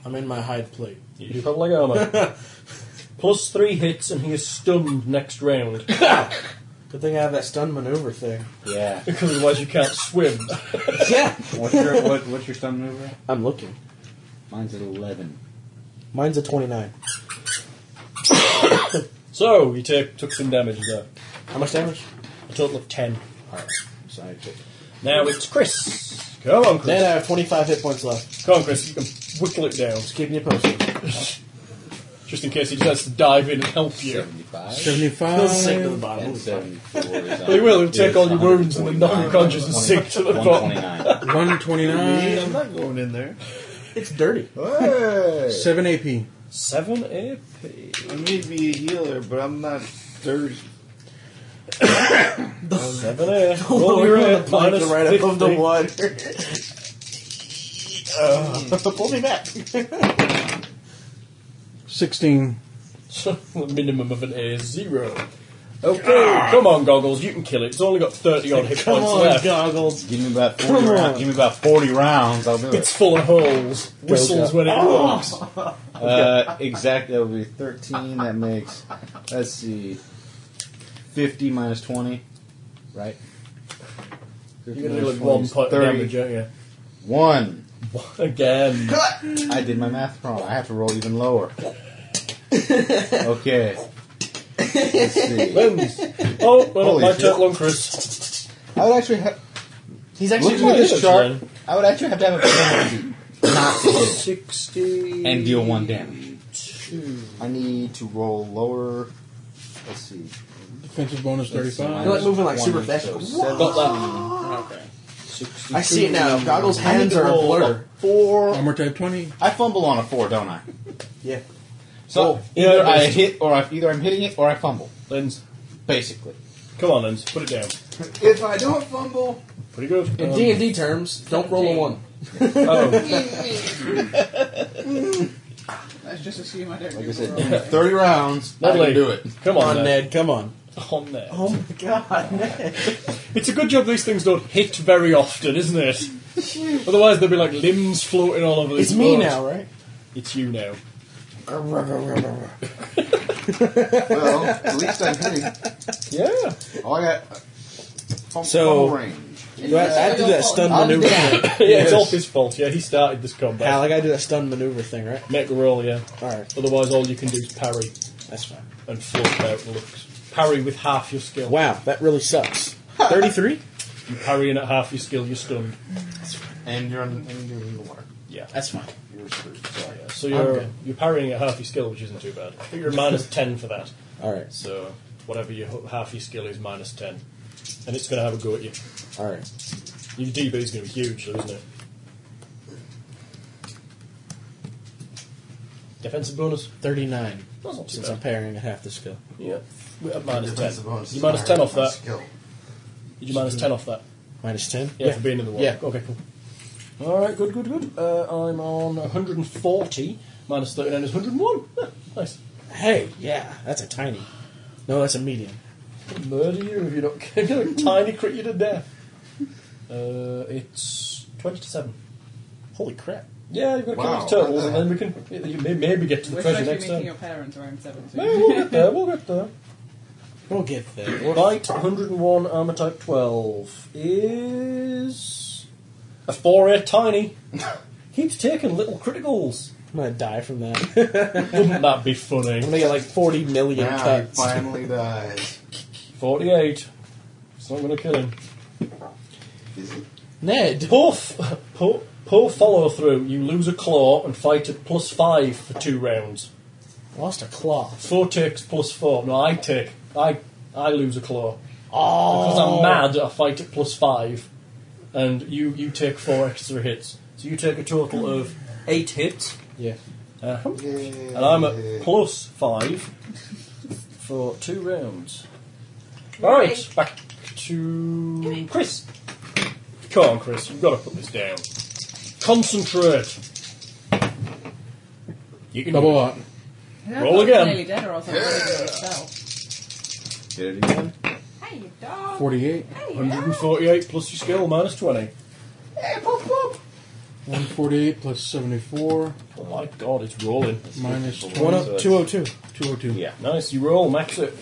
Speaker 6: I'm in my hide plate.
Speaker 3: You do have leg armour.
Speaker 5: *laughs*
Speaker 3: Plus three hits and he is stunned next round.
Speaker 7: Good thing I have that stun maneuver thing.
Speaker 5: Yeah.
Speaker 3: Because otherwise you can't swim.
Speaker 6: Yeah!
Speaker 5: What's your what, what's your stun maneuver?
Speaker 6: I'm looking.
Speaker 5: Mine's at eleven.
Speaker 7: Mine's a 29.
Speaker 3: *coughs* So you take, took some damage there.
Speaker 6: How much damage?
Speaker 3: A total of ten.
Speaker 6: Alright, so I take-
Speaker 3: Now it's Chris. Go on, Chris.
Speaker 6: Then I have 25 hit points left.
Speaker 3: Go on, Chris. You can whittle it down
Speaker 6: Just keeping you posted.
Speaker 3: just in case he decides to dive in and help you.
Speaker 5: Seventy-five.
Speaker 4: 75.
Speaker 6: They'll sink to the bottom.
Speaker 5: And seventy-four.
Speaker 3: They will. He'll take all your wounds and then knock you conscious and sink to the bottom.
Speaker 4: 129.
Speaker 9: I'm not going in there.
Speaker 6: It's dirty.
Speaker 4: 7 AP.
Speaker 3: Seven AP.
Speaker 9: I may be a healer, but I'm not dirty.
Speaker 3: Seven AP. *laughs* Roll your AP. Minus
Speaker 6: right above the
Speaker 3: 50.
Speaker 6: water. Uh, pull me back.
Speaker 4: 16.
Speaker 3: So the *laughs* minimum of an A is zero. Okay, come on, goggles. You can kill it. It's only got thirty odd hit
Speaker 6: Come
Speaker 3: points
Speaker 6: on,
Speaker 3: left.
Speaker 6: goggles.
Speaker 5: Give me about forty. rounds. Give me about forty rounds. I'll do it.
Speaker 3: It's full of holes. Whistles when it
Speaker 6: Oh!
Speaker 3: walks.
Speaker 5: Uh, exactly. That would be thirteen. That makes. Let's see. Fifty minus twenty. Right.
Speaker 3: You're gonna do like one point damage, aren't you?
Speaker 5: One.
Speaker 3: Again.
Speaker 5: I did my math wrong. I have to roll even *laughs* lower. okay. Let's see.
Speaker 3: Wins. Oh, well,
Speaker 5: Holy
Speaker 3: my
Speaker 5: shit.
Speaker 3: turtle on Chris.
Speaker 5: I would actually have.
Speaker 6: He's actually
Speaker 5: Look at this
Speaker 3: Yes,
Speaker 5: chart.
Speaker 3: man.
Speaker 5: I would actually have to have a penalty *coughs* not to hit
Speaker 3: Sixty.
Speaker 5: and deal one damage. I need to roll lower. Let's see.
Speaker 4: Defensive bonus
Speaker 5: Let's see,
Speaker 4: 35.
Speaker 6: You're like moving like
Speaker 5: 20,
Speaker 6: super fast.
Speaker 5: so
Speaker 6: Whoa.
Speaker 3: Got that.
Speaker 5: 62.
Speaker 6: I see it now. Goggles' hands
Speaker 5: I need to
Speaker 6: are a
Speaker 5: roll
Speaker 6: blur.
Speaker 5: Four.
Speaker 4: Armor type 20.
Speaker 5: I fumble on a four, don't I?
Speaker 6: Yeah.
Speaker 5: So either I hit or I, either I'm hitting it or I fumble.
Speaker 3: Lens,
Speaker 5: Basically.
Speaker 3: come on, Lens. Put it down.
Speaker 5: If I don't fumble,
Speaker 3: Pretty good. Um,
Speaker 6: In D and D terms, don't roll a one.
Speaker 3: Oh,
Speaker 17: Let's just assume I don't
Speaker 5: like
Speaker 17: do
Speaker 5: I said,
Speaker 3: *laughs*
Speaker 17: more.
Speaker 5: thirty rounds. I
Speaker 3: Lovely.
Speaker 5: can do it.
Speaker 3: come on, Ned.
Speaker 6: come on.
Speaker 3: On there.
Speaker 6: Oh my god, Ned.
Speaker 3: *laughs* It's a good job these things don't hit very often, isn't
Speaker 6: *laughs*
Speaker 3: it? Otherwise, there'd be like limbs floating all over.
Speaker 6: It's
Speaker 3: this
Speaker 6: me
Speaker 3: board.
Speaker 6: now, right?
Speaker 3: It's you now.
Speaker 9: Well, at least I'm hitting.
Speaker 3: Yeah.
Speaker 9: All I got. Fumble,
Speaker 6: So-
Speaker 9: range.
Speaker 6: Do I, I have to do that stun maneuver thing.
Speaker 3: *laughs* yeah, it's all his fault. Yeah, he started this combat.
Speaker 6: Pal, I gotta do that stun maneuver thing, right?
Speaker 3: Make a roll, yeah.
Speaker 6: Alright,
Speaker 3: Otherwise, all you can do is parry
Speaker 6: that's fine.
Speaker 3: and float out looks. Parry with half your skill.
Speaker 6: Wow, that really sucks. 33?
Speaker 3: You parry in at half your skill, you're stunned.
Speaker 5: And you're on and you're in the water.
Speaker 3: Yeah.
Speaker 6: That's fine.
Speaker 5: You're screwed. Sorry.
Speaker 3: Yeah, So you're
Speaker 6: good.
Speaker 3: you're parrying at half your skill, which isn't too bad. I think you're *laughs* minus ten for that.
Speaker 6: Alright,
Speaker 3: So whatever your h- half your skill is, minus ten, and it's going to have a go at you.
Speaker 6: alright.
Speaker 3: Your DB is going to be huge, though, isn't it? Defensive bonus.
Speaker 6: 39.
Speaker 3: That's not too
Speaker 6: Since
Speaker 3: bad.
Speaker 6: I'm parrying at half the skill.
Speaker 3: Yeah, we have minus ten. You minus ten off that. Did you minus ten off that?
Speaker 6: Minus 10?
Speaker 3: Yeah, for being in the water.
Speaker 6: Yeah.
Speaker 3: Okay, cool. All right, good, good, good. Uh, I'm on 140 minus 39 is 101. Ah, nice.
Speaker 6: Hey, yeah, that's a tiny. No, that's a medium.
Speaker 3: *laughs* Murder you if you don't. Tiny crit you to death. Uh, it's 20 to 7.
Speaker 26: Holy crap.
Speaker 3: Yeah, you've got to
Speaker 26: Wow.
Speaker 3: wow. kill these turtles, and then we can you may- maybe get to the
Speaker 2: We're
Speaker 3: treasure
Speaker 2: supposed to be
Speaker 3: next
Speaker 2: meeting
Speaker 3: time.
Speaker 2: your parents around seven soon.
Speaker 3: No, we'll get there, we'll get there.
Speaker 6: We'll get there.
Speaker 3: Knight 101 armor type 12 is a 4 8 tiny. Keeps taking little criticals.
Speaker 6: I'm gonna die from that. *laughs*
Speaker 3: Wouldn't that be funny? I'm
Speaker 6: gonna get like 40 million
Speaker 5: Now he
Speaker 6: cuts.
Speaker 5: finally dies.
Speaker 3: 48. It's not going to kill him.
Speaker 6: Ned!
Speaker 3: Poor, f- poor, poor follow through. You lose a claw and fight at plus 5 for two rounds.
Speaker 6: Lost a claw.
Speaker 3: Four takes plus 4. No, I take. I, I lose a claw. Because I'm mad, I fight at plus 5. And you, you take 4 extra hits. So you take a total of 8 hits.
Speaker 6: Yeah.
Speaker 3: Uh-huh. And I'm at plus five for two rounds. Right, back to Chris. Come on, Chris, you've got to put this down. Concentrate. You can
Speaker 4: Double up.
Speaker 2: Yeah,
Speaker 3: Roll
Speaker 2: I thought it was
Speaker 3: again.
Speaker 2: Nearly dead or else I would have done it myself.
Speaker 3: Did it again.
Speaker 2: Hey, you dog.
Speaker 4: 48.
Speaker 3: 148 plus your skill, minus 20.
Speaker 2: Hey, pop, pop.
Speaker 4: 148 plus 74.
Speaker 3: Oh my god, it's rolling.
Speaker 4: Minus 20.
Speaker 3: One up,
Speaker 4: 202. 202.
Speaker 3: Yeah. Nice, you roll, max it.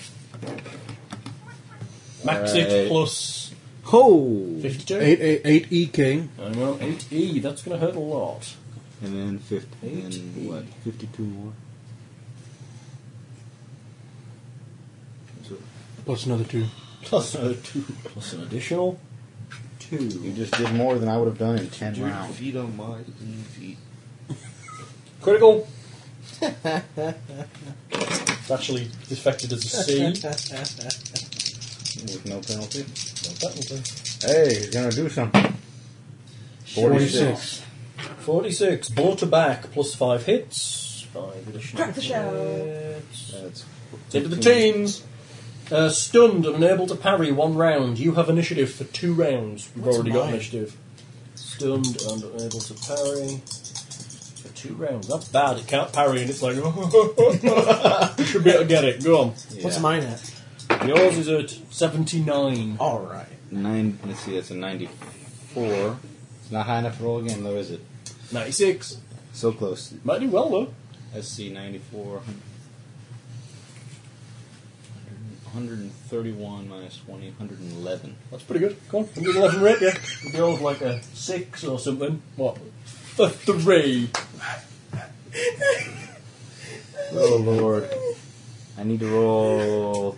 Speaker 3: Max it
Speaker 4: Alright.
Speaker 3: plus
Speaker 4: Ho!
Speaker 3: 52.
Speaker 4: 8, eight, eight E EK.
Speaker 3: I know, 8E, E, that's going to hurt a lot.
Speaker 5: And then 50. And what? 52 more?
Speaker 4: Plus another 2.
Speaker 3: Plus another 2. Plus an additional 2.
Speaker 5: You just did more than I would have done in 10
Speaker 9: Dude,
Speaker 5: rounds.
Speaker 9: feet on my clean feet.
Speaker 3: *laughs* Critical. It's actually defected as a C.
Speaker 5: With no penalty.
Speaker 3: No penalty.
Speaker 5: Hey, he's going to do something. 46.
Speaker 3: 46. Blow to back, plus 5 hits. 5 additional
Speaker 2: Crack the shell.
Speaker 3: hits.
Speaker 5: That's
Speaker 3: It's into the teens. Uh, stunned and unable to parry one round. You have initiative for two rounds. You've
Speaker 6: What's
Speaker 3: already got
Speaker 6: mine?
Speaker 3: initiative. Stunned and unable to parry for two rounds. That's bad. It can't parry and it's like, *laughs* you should be able to get it. Go on.
Speaker 6: What's mine at?
Speaker 3: Yours is at 79.
Speaker 6: Alright.
Speaker 5: Nine. Let's see, that's a 94. It's not high enough to roll again, though, is it?
Speaker 3: 96.
Speaker 5: So close.
Speaker 3: Might do well, though.
Speaker 5: SC 94. 131 minus 20, 111.
Speaker 3: That's pretty good. Go on. 111 rate, yeah. It'd be all of like a 6 or something. What? A 3.
Speaker 5: Oh, Lord. I need to roll.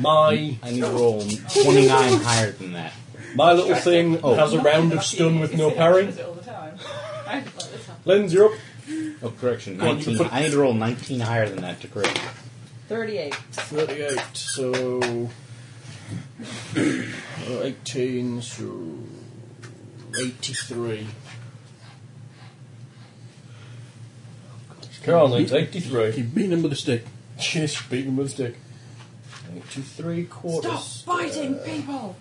Speaker 3: My
Speaker 5: I need to roll 29 higher than that.
Speaker 3: my little thing
Speaker 5: Oh.
Speaker 3: has a round of stun with no parry.
Speaker 2: Does it all
Speaker 17: *laughs*
Speaker 2: the time. I just like this one.
Speaker 3: Lens, you're up.
Speaker 5: Oh, correction.
Speaker 3: Go on, you can
Speaker 5: 19.
Speaker 3: put-
Speaker 5: I need to roll 19 higher than that to correct.
Speaker 2: 38.
Speaker 3: 38, so. *clears throat* uh, 18, so. 83. Come on, Lens, 83.
Speaker 4: Keep beating him with a stick.
Speaker 3: Yes, beat him with a stick. 83
Speaker 2: Stop
Speaker 3: quarters.
Speaker 2: fighting people!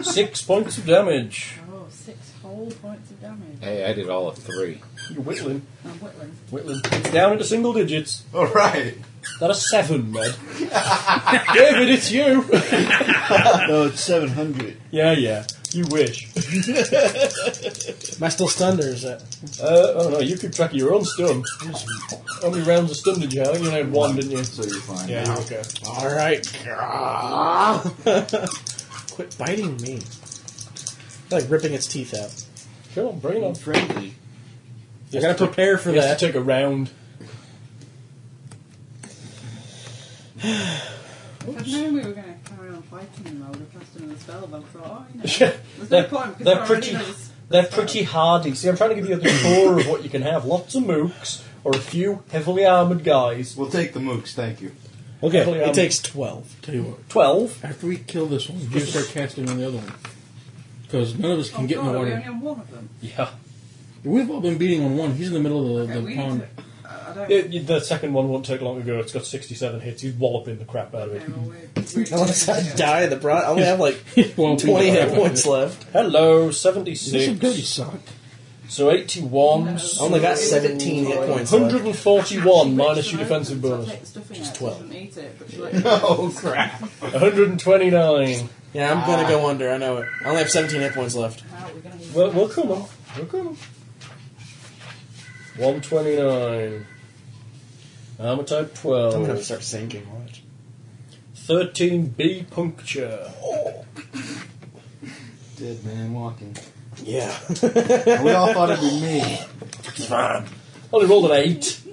Speaker 3: 6 points of damage.
Speaker 2: Oh, six whole points of damage.
Speaker 5: Hey, I did all of three.
Speaker 3: You're whittling.
Speaker 2: I'm whittling.
Speaker 3: Whitland. It's down into single digits.
Speaker 27: All right.
Speaker 3: That a seven, Ned. *laughs* David, it's you.
Speaker 9: No, it's 700.
Speaker 3: yeah, yeah. You wish.
Speaker 6: Am I still stunned or is that?
Speaker 3: Uh, oh no, you keep track of your own stun. How many rounds of stun did you have? I think You only had one, didn't you?
Speaker 5: So you're fine.
Speaker 3: Yeah, you're okay.
Speaker 6: Alright. *laughs* Quit biting me. It's like ripping its teeth out.
Speaker 3: Come on, bring it on.
Speaker 9: Friendly.
Speaker 6: I gotta prepare for
Speaker 3: You have
Speaker 6: that.
Speaker 3: to take a round.
Speaker 2: If I'd known we were going to carry on fighting them, I would have cast another spell, but I thought, oh, you know.
Speaker 3: Yeah,
Speaker 2: There's no
Speaker 3: they're,
Speaker 2: point because
Speaker 3: they're
Speaker 2: I already
Speaker 3: pretty. *laughs*
Speaker 2: know this.
Speaker 3: They're pretty hardy. See, I'm trying to give you the core of what you can have: lots of mooks or a few heavily armored guys.
Speaker 27: We'll take the mooks. Thank you.
Speaker 6: Okay,
Speaker 3: Totally, um,
Speaker 6: it takes *laughs* 12.
Speaker 4: Tell you what.
Speaker 3: Twelve.
Speaker 4: After we kill this one, you start casting on the other one. Because none of us can
Speaker 2: Oh,
Speaker 4: get in
Speaker 2: God,
Speaker 4: the
Speaker 2: are we
Speaker 4: water.
Speaker 2: only on one of them?
Speaker 3: Yeah.
Speaker 4: We've all been beating on one. He's in the middle of the,
Speaker 2: Okay, we
Speaker 4: the
Speaker 2: need
Speaker 4: pond.
Speaker 2: to. I I don't.
Speaker 3: It- Uh, you- the second one won't take long to go. It's got 67 hits. He's walloping the crap out of it. *laughs*
Speaker 2: Okay, well, we're, we're
Speaker 6: Unless I die in the bronze. I only have like
Speaker 4: Well,
Speaker 6: 20
Speaker 4: we-
Speaker 6: hit points left.
Speaker 3: Hello,
Speaker 4: This is
Speaker 3: 76.
Speaker 4: dirty sock.
Speaker 3: So 81.
Speaker 6: I only got 17 hit points left.
Speaker 3: 141
Speaker 2: She
Speaker 3: minus
Speaker 2: bakes
Speaker 3: your
Speaker 2: them
Speaker 3: defensive
Speaker 2: open, so I'll
Speaker 3: bonus.
Speaker 2: take the stuffing out, so
Speaker 5: Oh,
Speaker 6: 12.
Speaker 2: she doesn't eat it, but she likes-
Speaker 27: Oh, crap.
Speaker 3: 129.
Speaker 6: Yeah, I'm gonna go under. I know it. I only have 17 hit points left.
Speaker 3: We're, we're coming. We're coming. 129. Armor type 12.
Speaker 6: I'm gonna start sinking. Watch.
Speaker 3: 13B puncture.
Speaker 5: Dead man walking.
Speaker 6: Yeah.
Speaker 5: we all thought it'd be me.
Speaker 3: It's fine. Only rolled an 8. *laughs*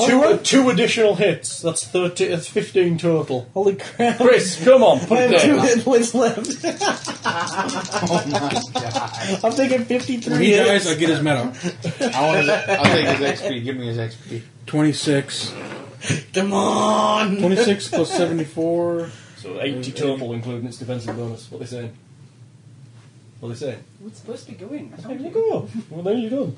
Speaker 3: two, two additional hits. That's 30, that's 15 total.
Speaker 6: Holy crap.
Speaker 3: Chris, come on, put
Speaker 6: *laughs* I
Speaker 3: it
Speaker 6: have two
Speaker 3: there.
Speaker 6: hit points left. *laughs*
Speaker 5: Oh my god.
Speaker 6: I'm thinking 53.
Speaker 4: When he
Speaker 6: hits.
Speaker 4: dies, I get his medal.
Speaker 5: I want *laughs* his, I'll take his XP. Give me his XP.
Speaker 4: *laughs* 26.
Speaker 6: Come on!
Speaker 4: *laughs* 26 plus 74.
Speaker 3: So 80 total, including its defensive bonus. What they saying? What they saying?
Speaker 17: We're supposed to be going. I
Speaker 3: Hey,
Speaker 17: told
Speaker 3: look
Speaker 17: you.
Speaker 3: up. Well, there you go.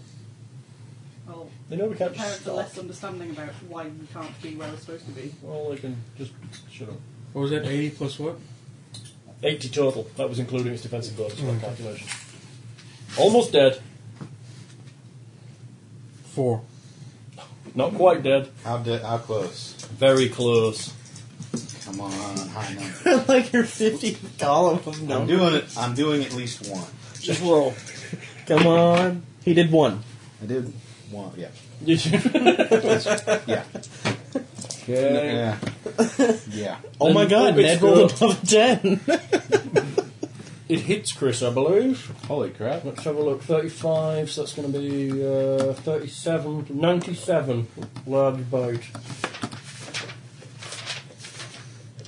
Speaker 17: Well,
Speaker 3: They know we can't just
Speaker 17: parents are
Speaker 3: stop.
Speaker 17: less understanding about why we can't be where we're supposed to be.
Speaker 3: Well, they can just shut up.
Speaker 4: What was that? 80 plus what?
Speaker 3: 80 total. That was including its defensive bonus by calculation. Almost dead.
Speaker 4: 4.
Speaker 3: Not quite dead.
Speaker 5: How, de- how close?
Speaker 3: Very
Speaker 6: *laughs*
Speaker 3: close.
Speaker 5: Come on, high number.
Speaker 6: like your 50th column of
Speaker 5: I'm
Speaker 6: numbers.
Speaker 5: doing it. I'm doing at least one.
Speaker 6: Just roll. Come on. He did one.
Speaker 5: I did one. Yeah. Yeah.
Speaker 3: okay.
Speaker 5: Yeah. Yeah.
Speaker 6: Oh my god,
Speaker 3: It's
Speaker 6: Ned rolled
Speaker 3: good.
Speaker 6: above a 10.
Speaker 3: It hits Chris, I believe.
Speaker 5: Holy crap.
Speaker 3: Let's have a look. 35, so that's going to be uh, 37. 97. Large bite.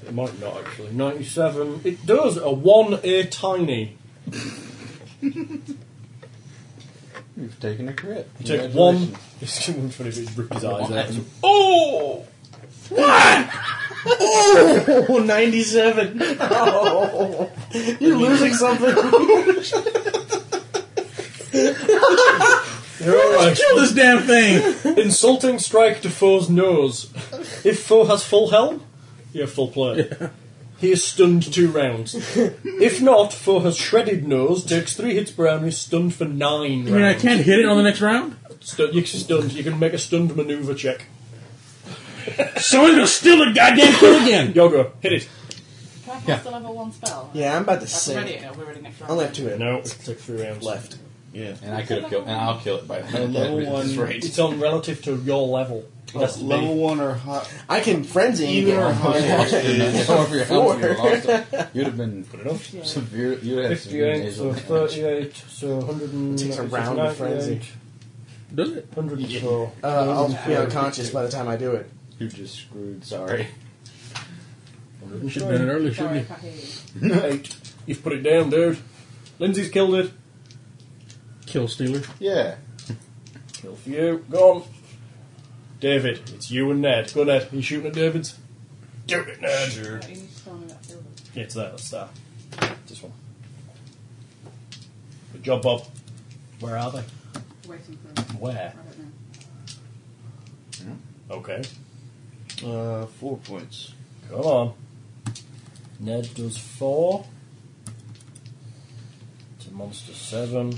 Speaker 3: It might not actually. 97. It does a 1 a tiny.
Speaker 5: You've taken a crit.
Speaker 3: You take one. *laughs* It's going to rip his eyes out.
Speaker 6: Oh! What? Oh, 97. Oh. You're losing something.
Speaker 3: You're alright.
Speaker 4: Kill this damn thing!
Speaker 3: Insulting strike to foe's nose. If foe has full helm, you have full play. He is stunned two rounds. if not, foe has shredded nose, takes three hits per round, and is stunned for nine
Speaker 4: You mean I
Speaker 3: rounds.
Speaker 4: can't hit it on the next round?
Speaker 3: Stun- you're stunned. You can make a stunned maneuver
Speaker 4: *laughs*
Speaker 3: check.
Speaker 4: Someone's gonna steal the goddamn kill again!
Speaker 3: Yoga, hit it.
Speaker 17: Can I have still have a one spell?
Speaker 6: *laughs* Yeah, I'm about to
Speaker 17: That's ready.
Speaker 6: sink.
Speaker 17: It'll be ready next
Speaker 6: I
Speaker 17: round.
Speaker 6: only have two hit
Speaker 3: No, it took three rounds
Speaker 6: left.
Speaker 9: Yeah.
Speaker 5: And I could have killed. And I'll kill it by
Speaker 3: A
Speaker 5: then.
Speaker 3: level one. It's on relative to your level. It has to be.
Speaker 5: Level one or hot.
Speaker 6: I can frenzy you.
Speaker 5: Even or hot. However, your health you lost it. You'd have been
Speaker 3: enough.
Speaker 5: severe. You'd have had severe
Speaker 3: 58, so
Speaker 5: nasal
Speaker 3: 38, so 100
Speaker 6: Takes a round of frenzy.
Speaker 4: Does it?
Speaker 3: 104.
Speaker 6: Uh, I'll be unconscious by the time I do it.
Speaker 5: You're just screwed. Sorry.
Speaker 4: We should have done it earlier,
Speaker 17: Sorry,
Speaker 4: shouldn't
Speaker 17: I hear you.
Speaker 3: Eight. *coughs* You've put it down, dude. Lindsay's killed it.
Speaker 4: we? Kill Stealer.
Speaker 5: Yeah.
Speaker 3: Kill for you. Go on. David, it's you and Ned. Go, Ned. Are you shooting at David's? Do it, Ned. Sure.
Speaker 17: You need to tell me that silver.
Speaker 3: Yeah, it's that. That's that. This one. Good job, Bob. Where are they?
Speaker 17: Waiting for him. I
Speaker 3: Where?
Speaker 17: don't know.
Speaker 3: Okay.
Speaker 9: Uh, four points.
Speaker 3: Come on. Ned does four. To monster seven.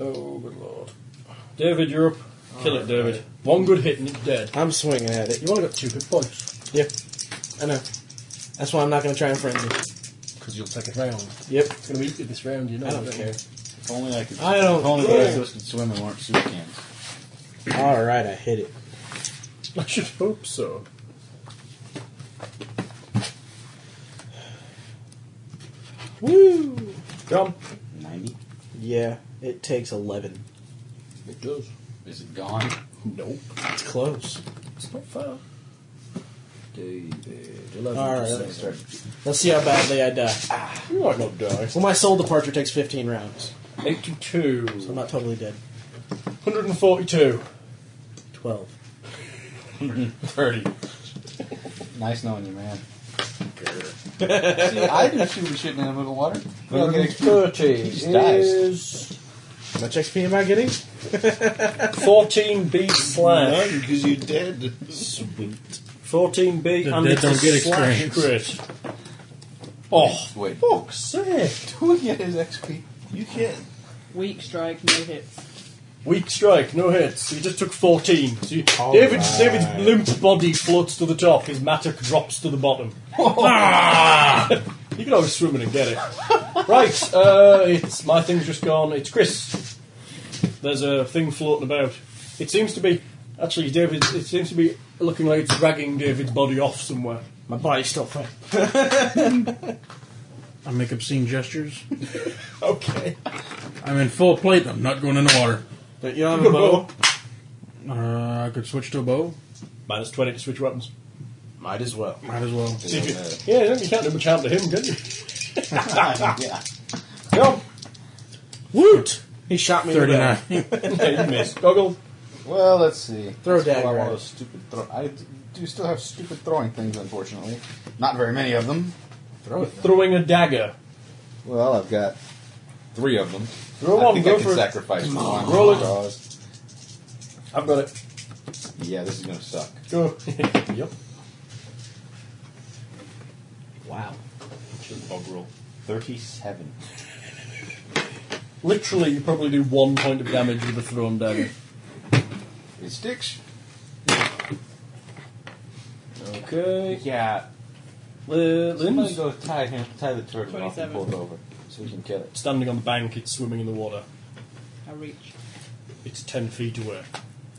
Speaker 3: Oh, good lord. David, you're up. Kill it, David. One good hit and it's dead.
Speaker 6: I'm swinging at it.
Speaker 3: You only got two hit points.
Speaker 6: Yep. I know. That's why I'm not going to try and frenzy.
Speaker 3: Because you'll take a round.
Speaker 6: Yep.
Speaker 3: It's going to eat you this round, you know.
Speaker 6: I don't
Speaker 3: don't you?
Speaker 6: care.
Speaker 5: If only I could.
Speaker 6: I don't
Speaker 5: If only
Speaker 6: care.
Speaker 5: those of us could swim and weren't soup cans.
Speaker 6: All right, I hit it.
Speaker 3: *laughs* I should hope so.
Speaker 6: Woo!
Speaker 3: Come.
Speaker 5: Ninety.
Speaker 6: Yeah, it takes 11.
Speaker 3: It does.
Speaker 5: Is it gone?
Speaker 3: Nope.
Speaker 6: It's close.
Speaker 3: It's not far. David. 11
Speaker 6: All right,
Speaker 3: to
Speaker 6: let's
Speaker 3: seven.
Speaker 6: Let's see how badly I die.
Speaker 3: You might not die.
Speaker 6: Well, my soul departure takes 15 rounds, so I'm
Speaker 3: 82.
Speaker 6: not totally dead.
Speaker 3: 142.
Speaker 6: 12.
Speaker 5: Thirty. nice knowing you, man. See, I do stupid shit in the middle of the water. We don't
Speaker 3: Mm-hmm.
Speaker 5: get exp-
Speaker 3: 130
Speaker 5: just dies.
Speaker 3: is
Speaker 6: How much XP am
Speaker 9: *laughs*
Speaker 6: I getting?
Speaker 3: 14 B slash.
Speaker 9: None, because you're dead. Sweet.
Speaker 3: 14 B
Speaker 4: The
Speaker 3: and
Speaker 4: dead
Speaker 3: it's a
Speaker 4: don't get
Speaker 3: slash crit. Oh,
Speaker 5: Wait. *laughs*
Speaker 3: fuck's sake.
Speaker 5: Do we get his XP?
Speaker 9: You can't.
Speaker 17: Weak strike, no hits.
Speaker 3: Weak strike, no hits. He just took 14. So you, David's, David's limp body floats to the top, his mattock drops to the
Speaker 5: *laughs*
Speaker 3: bottom. *laughs* Ah! you can always swim in and get it. *laughs* Right, uh, it's my thing's just gone. It's Chris. There's a thing floating about. It seems to be, actually, David, it seems to be looking like it's dragging David's body off somewhere. My body's still fine.
Speaker 4: I make obscene gestures.
Speaker 3: *laughs* okay.
Speaker 4: I'm in full plate. I'm not going in the water.
Speaker 3: But you don't have a bow?
Speaker 4: *laughs* Uh, I could switch to a bow.
Speaker 3: *laughs* Minus 20 to switch weapons.
Speaker 4: Might as well. Might as well.
Speaker 3: See if you, yeah, you can't do much harm to him, can you? yeah. Go.
Speaker 4: Woot!
Speaker 6: He shot me.
Speaker 4: 39.
Speaker 3: yeah, you missed. Goggle.
Speaker 5: *laughs* Well, let's see.
Speaker 6: Throw
Speaker 5: Let's pull out
Speaker 6: dagger.
Speaker 5: all those stupid throw- I do still have stupid throwing things, unfortunately. Not very many of them. Throw it.
Speaker 3: Throwing a dagger.
Speaker 5: Well, I've got three of them.
Speaker 3: Throw
Speaker 5: I
Speaker 3: one,
Speaker 5: think
Speaker 3: go
Speaker 5: I
Speaker 3: for
Speaker 5: can
Speaker 3: it.
Speaker 5: sacrifice
Speaker 3: Come
Speaker 5: one.
Speaker 3: on, roll it.
Speaker 5: Because-
Speaker 3: I've got it.
Speaker 5: Yeah, this is gonna suck.
Speaker 6: *laughs*
Speaker 3: Go. yep.
Speaker 5: Wow. Bog roll. Thirty-seven.
Speaker 3: Literally, you probably do one point of damage with a thrown dagger.
Speaker 5: It sticks.
Speaker 3: Okay.
Speaker 28: Yeah.
Speaker 3: Li-
Speaker 28: Somebody
Speaker 3: Uh, Lin's
Speaker 28: go tie him, tie the turtle off and
Speaker 2: 27.
Speaker 28: pull it over so we can kill it.
Speaker 3: standing on the bank, it's swimming in the water.
Speaker 2: I reach.
Speaker 3: It's 10 feet away.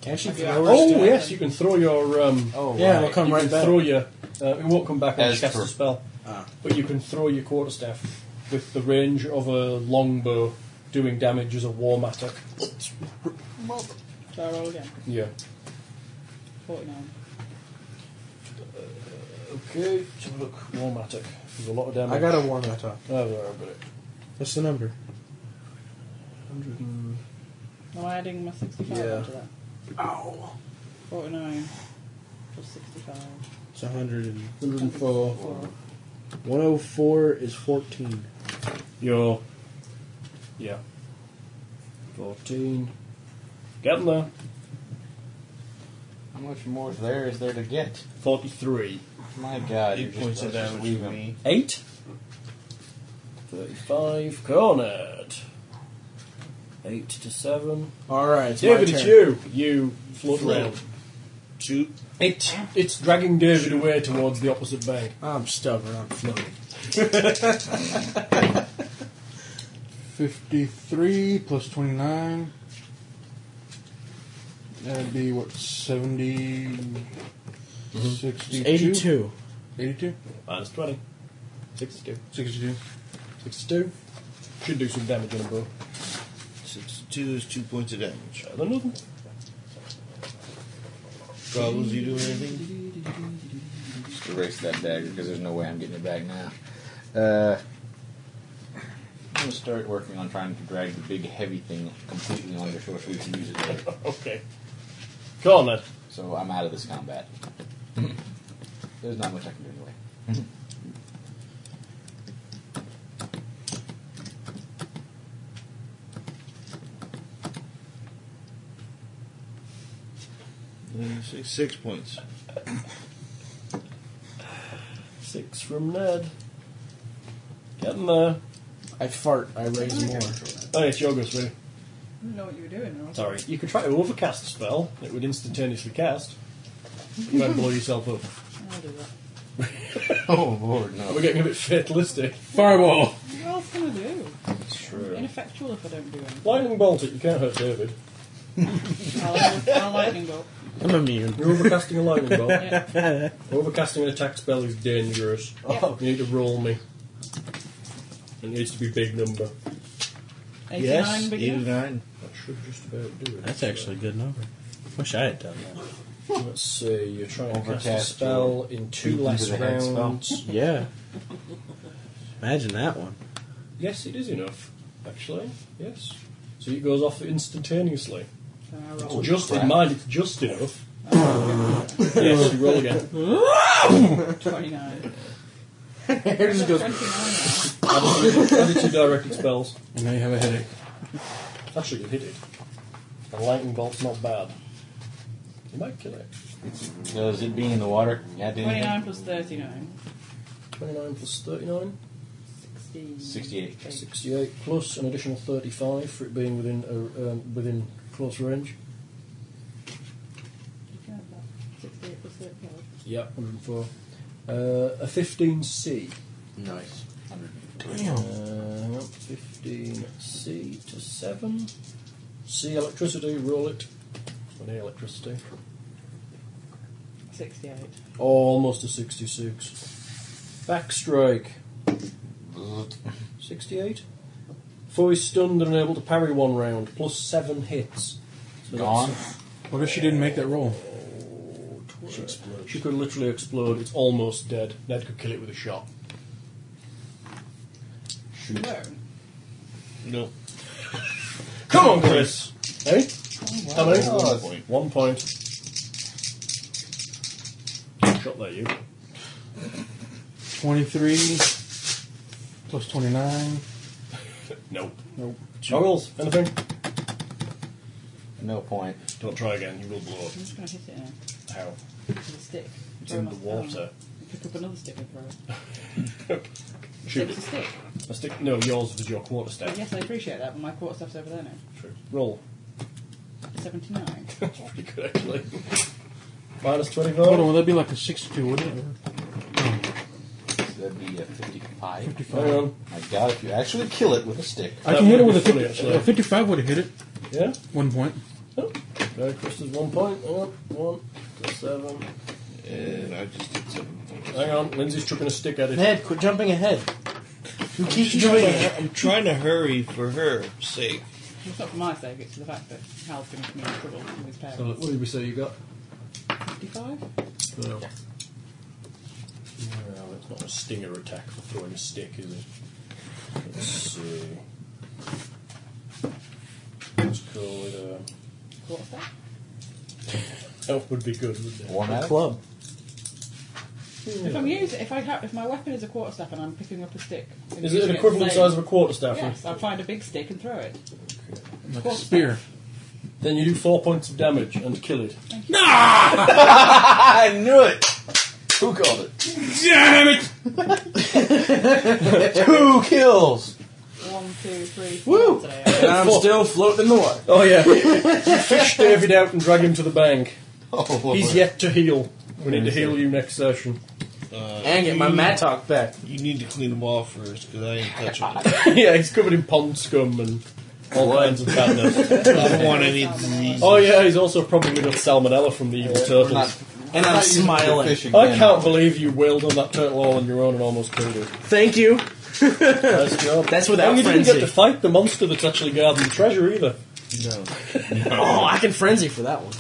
Speaker 6: Can she
Speaker 2: Have you
Speaker 6: throw her
Speaker 3: Oh,
Speaker 6: still?
Speaker 3: yes, you can throw your. Um,
Speaker 28: Oh,
Speaker 6: Yeah,
Speaker 28: right.
Speaker 6: it'll come
Speaker 3: you
Speaker 6: right
Speaker 3: can
Speaker 6: back.
Speaker 3: throw your. Uh, it won't come back on
Speaker 28: As
Speaker 3: cast
Speaker 28: per-
Speaker 3: a spell,
Speaker 6: Ah.
Speaker 3: but you can throw your quarterstaff with the range of a longbow, doing damage as a war mattock.
Speaker 2: So I roll again.
Speaker 3: Yeah.
Speaker 2: 49.
Speaker 3: Okay, so look, war mattock. There's a lot of damage.
Speaker 6: I got a warm that up.
Speaker 3: Oh, there, I've got it.
Speaker 6: What's the number?
Speaker 2: Am I adding my 65
Speaker 3: Yeah.
Speaker 2: onto that? Ow. 49 plus 65.
Speaker 6: It's 100 and
Speaker 4: 104.
Speaker 6: 104 is 14.
Speaker 3: Your. Yeah. 14. Getting there.
Speaker 28: How much more there is there to get?
Speaker 3: 43.
Speaker 28: My God,
Speaker 9: Eight
Speaker 28: you're
Speaker 9: points
Speaker 28: just,
Speaker 9: of
Speaker 28: let's just
Speaker 9: damage
Speaker 28: leave
Speaker 9: to
Speaker 28: him.
Speaker 9: me.
Speaker 3: 8. 35. Cornered. 8 to 7.
Speaker 6: Alright, it's
Speaker 3: David,
Speaker 6: my
Speaker 3: it's
Speaker 6: turn.
Speaker 3: you. You float around.
Speaker 9: Shoot.
Speaker 3: It, it's dragging David away towards the opposite bank.
Speaker 6: I'm stubborn, I'm floating.
Speaker 4: 53 plus 29. That'd be what, 70?
Speaker 3: Mm-hmm.
Speaker 4: 62?
Speaker 6: 82.
Speaker 4: 82?
Speaker 3: Minus 20. 62.
Speaker 4: 62.
Speaker 3: 62. Should do some damage on him, bro.
Speaker 9: 62 is 2 points of damage.
Speaker 3: I don't know.
Speaker 9: Goggles, you doing anything?
Speaker 5: Just erase that dagger because there's no way I'm getting it back now. Uh, I'm gonna start working on trying to drag the big heavy thing completely on your shore so we can use it later.
Speaker 3: Okay. Cornered.
Speaker 5: So I'm out of this combat. There's not much I can do anyway.
Speaker 9: Six, six points.
Speaker 3: Six from Ned. Getting there.
Speaker 6: I fart, I raise more.
Speaker 3: Oh, it's Yogos, really.
Speaker 2: I didn't know what you were doing. I was
Speaker 3: Sorry. You could try to overcast a spell. It would instantaneously cast. You might blow yourself up.
Speaker 2: like, I'll do that.
Speaker 28: Oh Lord, no.
Speaker 3: *laughs* We're getting a bit fatalistic.
Speaker 4: Fireball!
Speaker 2: What else can I do?
Speaker 28: It's true.
Speaker 2: Ineffectual if I don't do anything.
Speaker 3: Lightning bolt it. You can't hurt David.
Speaker 2: I'll, I'll lightning bolt.
Speaker 6: I'm immune.
Speaker 3: You're overcasting a lightning bolt. *laughs*
Speaker 2: Yeah.
Speaker 3: Overcasting an attack spell is dangerous.
Speaker 2: Yeah.
Speaker 3: You need to roll me. It needs to be big number.
Speaker 2: 89 big enough?
Speaker 9: 89.
Speaker 3: That should just about do it.
Speaker 6: That's actually a good number. Wish I had done that.
Speaker 3: Let's see. You're trying to cast
Speaker 28: Overcast
Speaker 3: a spell in two
Speaker 28: beaten
Speaker 3: less
Speaker 28: to the head spell.
Speaker 3: rounds.
Speaker 6: Yeah. Imagine that one.
Speaker 3: Yes, it is enough. Actually, yes. So it goes off instantaneously.
Speaker 2: Then I
Speaker 3: It's
Speaker 2: roll.
Speaker 3: just
Speaker 5: crap.
Speaker 3: in mind. It's just enough.
Speaker 2: I'll roll again.
Speaker 3: yes, you roll again. *laughs*
Speaker 2: 29.
Speaker 6: Hair just
Speaker 2: 29
Speaker 6: goes.
Speaker 2: now.
Speaker 3: Add add it to directed spells.
Speaker 4: And now you have a headache.
Speaker 3: Actually, you hit it. The lightning bolt's not bad. You might kill it.
Speaker 28: So is it being in the water? Yeah, didn't it?
Speaker 2: 29 plus 39.
Speaker 3: 29 plus 39.
Speaker 2: 16.
Speaker 28: 68.
Speaker 3: 68 plus an additional 35 for it being within a, um, within Close range. Yeah, 104. Uh, a 15C.
Speaker 6: Nice.
Speaker 3: Uh, 15C to 7. C electricity, roll it. On A electricity.
Speaker 2: 68.
Speaker 3: Almost a 66. Backstrike. 68. Foe is stunned and unable to parry one round, plus 7 hits. So
Speaker 4: Gone.
Speaker 3: that's-
Speaker 4: What if she didn't make that roll?
Speaker 3: She explodes. She could literally explode. It's almost dead. Ned could kill it with a shot.
Speaker 8: Shoot.
Speaker 3: No. Come on, Chris. Hey?
Speaker 8: Oh, wow.
Speaker 3: How many?
Speaker 8: One point.
Speaker 3: One point. Shot there, you.
Speaker 4: 23 plus 29.
Speaker 3: Nope.
Speaker 4: Nope.
Speaker 3: Goggles, anything?
Speaker 8: No point.
Speaker 3: Don't try again, you will blow up.
Speaker 2: I'm just going to hit it now.
Speaker 3: How?
Speaker 2: With a stick.
Speaker 3: It's
Speaker 2: Throw
Speaker 3: in
Speaker 2: my-
Speaker 3: the water.
Speaker 2: Pick up another stick and throw it.
Speaker 3: *laughs* Shoot
Speaker 2: It's a
Speaker 3: it.
Speaker 2: stick.
Speaker 3: A stick? No, yours was your quarter staff.
Speaker 2: Yes, I appreciate that, but my quarter stuff's over there now.
Speaker 3: True. *laughs* Roll.
Speaker 2: 79.
Speaker 3: That's pretty good, actually. Minus 24.
Speaker 4: Hold on, well, that'd be like a 62, wouldn't it?
Speaker 8: So that'd be a 55.
Speaker 4: 55. Hang on.
Speaker 8: My God, if you actually kill it with a stick.
Speaker 4: I can hit it with a,
Speaker 3: would be
Speaker 4: 50,
Speaker 3: funny, actually.
Speaker 4: a 55 would have hit it.
Speaker 3: Yeah?
Speaker 4: One point.
Speaker 3: Okay, Chris is one point. Hang on. One to seven.
Speaker 9: And I just did seven points.
Speaker 3: Hang on, Lindsay's chucking a stick at it.
Speaker 6: Ned, quit jumping ahead. You keep
Speaker 9: I'm trying,
Speaker 6: jumping
Speaker 9: to,
Speaker 6: ahead.
Speaker 9: I'm trying to hurry for her sake.
Speaker 2: It's not for my sake, it's for the fact that Hal's going to come in trouble with his parents.
Speaker 3: So, what did we say you got?
Speaker 2: 55?
Speaker 3: No. No, it's not a stinger attack for throwing a stick, is it? Let's see. Let's call it uh, a.
Speaker 2: What's that?
Speaker 3: That would be good, wouldn't it?
Speaker 8: One out.
Speaker 6: Club.
Speaker 2: If I'm using, if I ha- if my weapon is a quarterstaff and I'm picking up a stick, and
Speaker 3: Is it
Speaker 2: using
Speaker 3: an equivalent
Speaker 2: to
Speaker 3: size
Speaker 2: save-
Speaker 3: of a quarterstaff?
Speaker 2: Yes, I find a big stick and throw it.
Speaker 4: Like a spear.
Speaker 3: Then you do four points of damage and kill it.
Speaker 8: I knew it! Who called it?
Speaker 4: Damn it!
Speaker 8: Two kills!
Speaker 2: One, two, three, four Woo! today.
Speaker 6: And
Speaker 3: *laughs*
Speaker 6: I'm still floating in the water.
Speaker 3: Oh *laughs* yeah. Fish David out and drag him to the bank.
Speaker 8: Oh,
Speaker 3: He's yet to heal. We need to heal you next
Speaker 6: *laughs*
Speaker 3: session.
Speaker 9: Uh,
Speaker 6: And get my mat talk back.
Speaker 9: You need to clean them off first because I ain't
Speaker 8: *laughs*
Speaker 9: touching it.
Speaker 3: *laughs* yeah, he's covered in pond scum and all kinds of *laughs* badness.
Speaker 9: I don't want any disease.
Speaker 3: oh yeah, he's also probably got salmonella from the evil turtles.
Speaker 8: not-
Speaker 6: And I'm smiling.
Speaker 8: Fishing
Speaker 3: I
Speaker 8: bin.
Speaker 3: can't believe you wailed on that turtle all on your own and almost killed it.
Speaker 6: Thank you.
Speaker 3: Nice job.
Speaker 6: That's without
Speaker 3: And you didn't
Speaker 6: frenzy.
Speaker 3: get to fight the monster that's actually guarding the treasure either.
Speaker 6: Oh, I can frenzy for that one.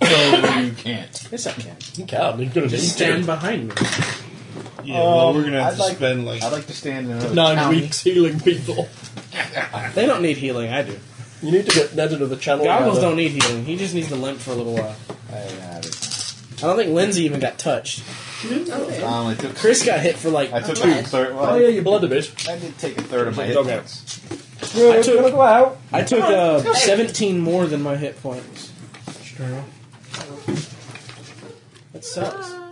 Speaker 8: No, you can't.
Speaker 6: Yes, I can.
Speaker 3: You can't. You're gonna need
Speaker 6: Just
Speaker 3: to.
Speaker 6: stand behind me.
Speaker 9: Yeah, well,
Speaker 8: Um,
Speaker 9: we're gonna have
Speaker 8: I'd
Speaker 9: to
Speaker 8: like-
Speaker 9: spend like
Speaker 8: I'd like to stand in another
Speaker 3: Nine
Speaker 8: county.
Speaker 3: weeks healing people.
Speaker 6: They don't need healing. I do.
Speaker 3: You need to get Ned another
Speaker 8: Oh,
Speaker 3: channel.
Speaker 6: Goggles
Speaker 3: gather.
Speaker 6: don't need healing. He just needs to limp for a little while.
Speaker 8: I have it.
Speaker 6: I don't think Lindsay even got touched.
Speaker 8: I only took.
Speaker 6: Chris got hit for like
Speaker 8: I took
Speaker 6: two.
Speaker 8: a third. Well,
Speaker 3: Oh yeah, you blood a bit.
Speaker 8: I did take a third of my hit
Speaker 3: Dog
Speaker 8: points.
Speaker 6: I took, I
Speaker 8: *laughs*
Speaker 6: took uh, 17 more than my hit points. That sucks.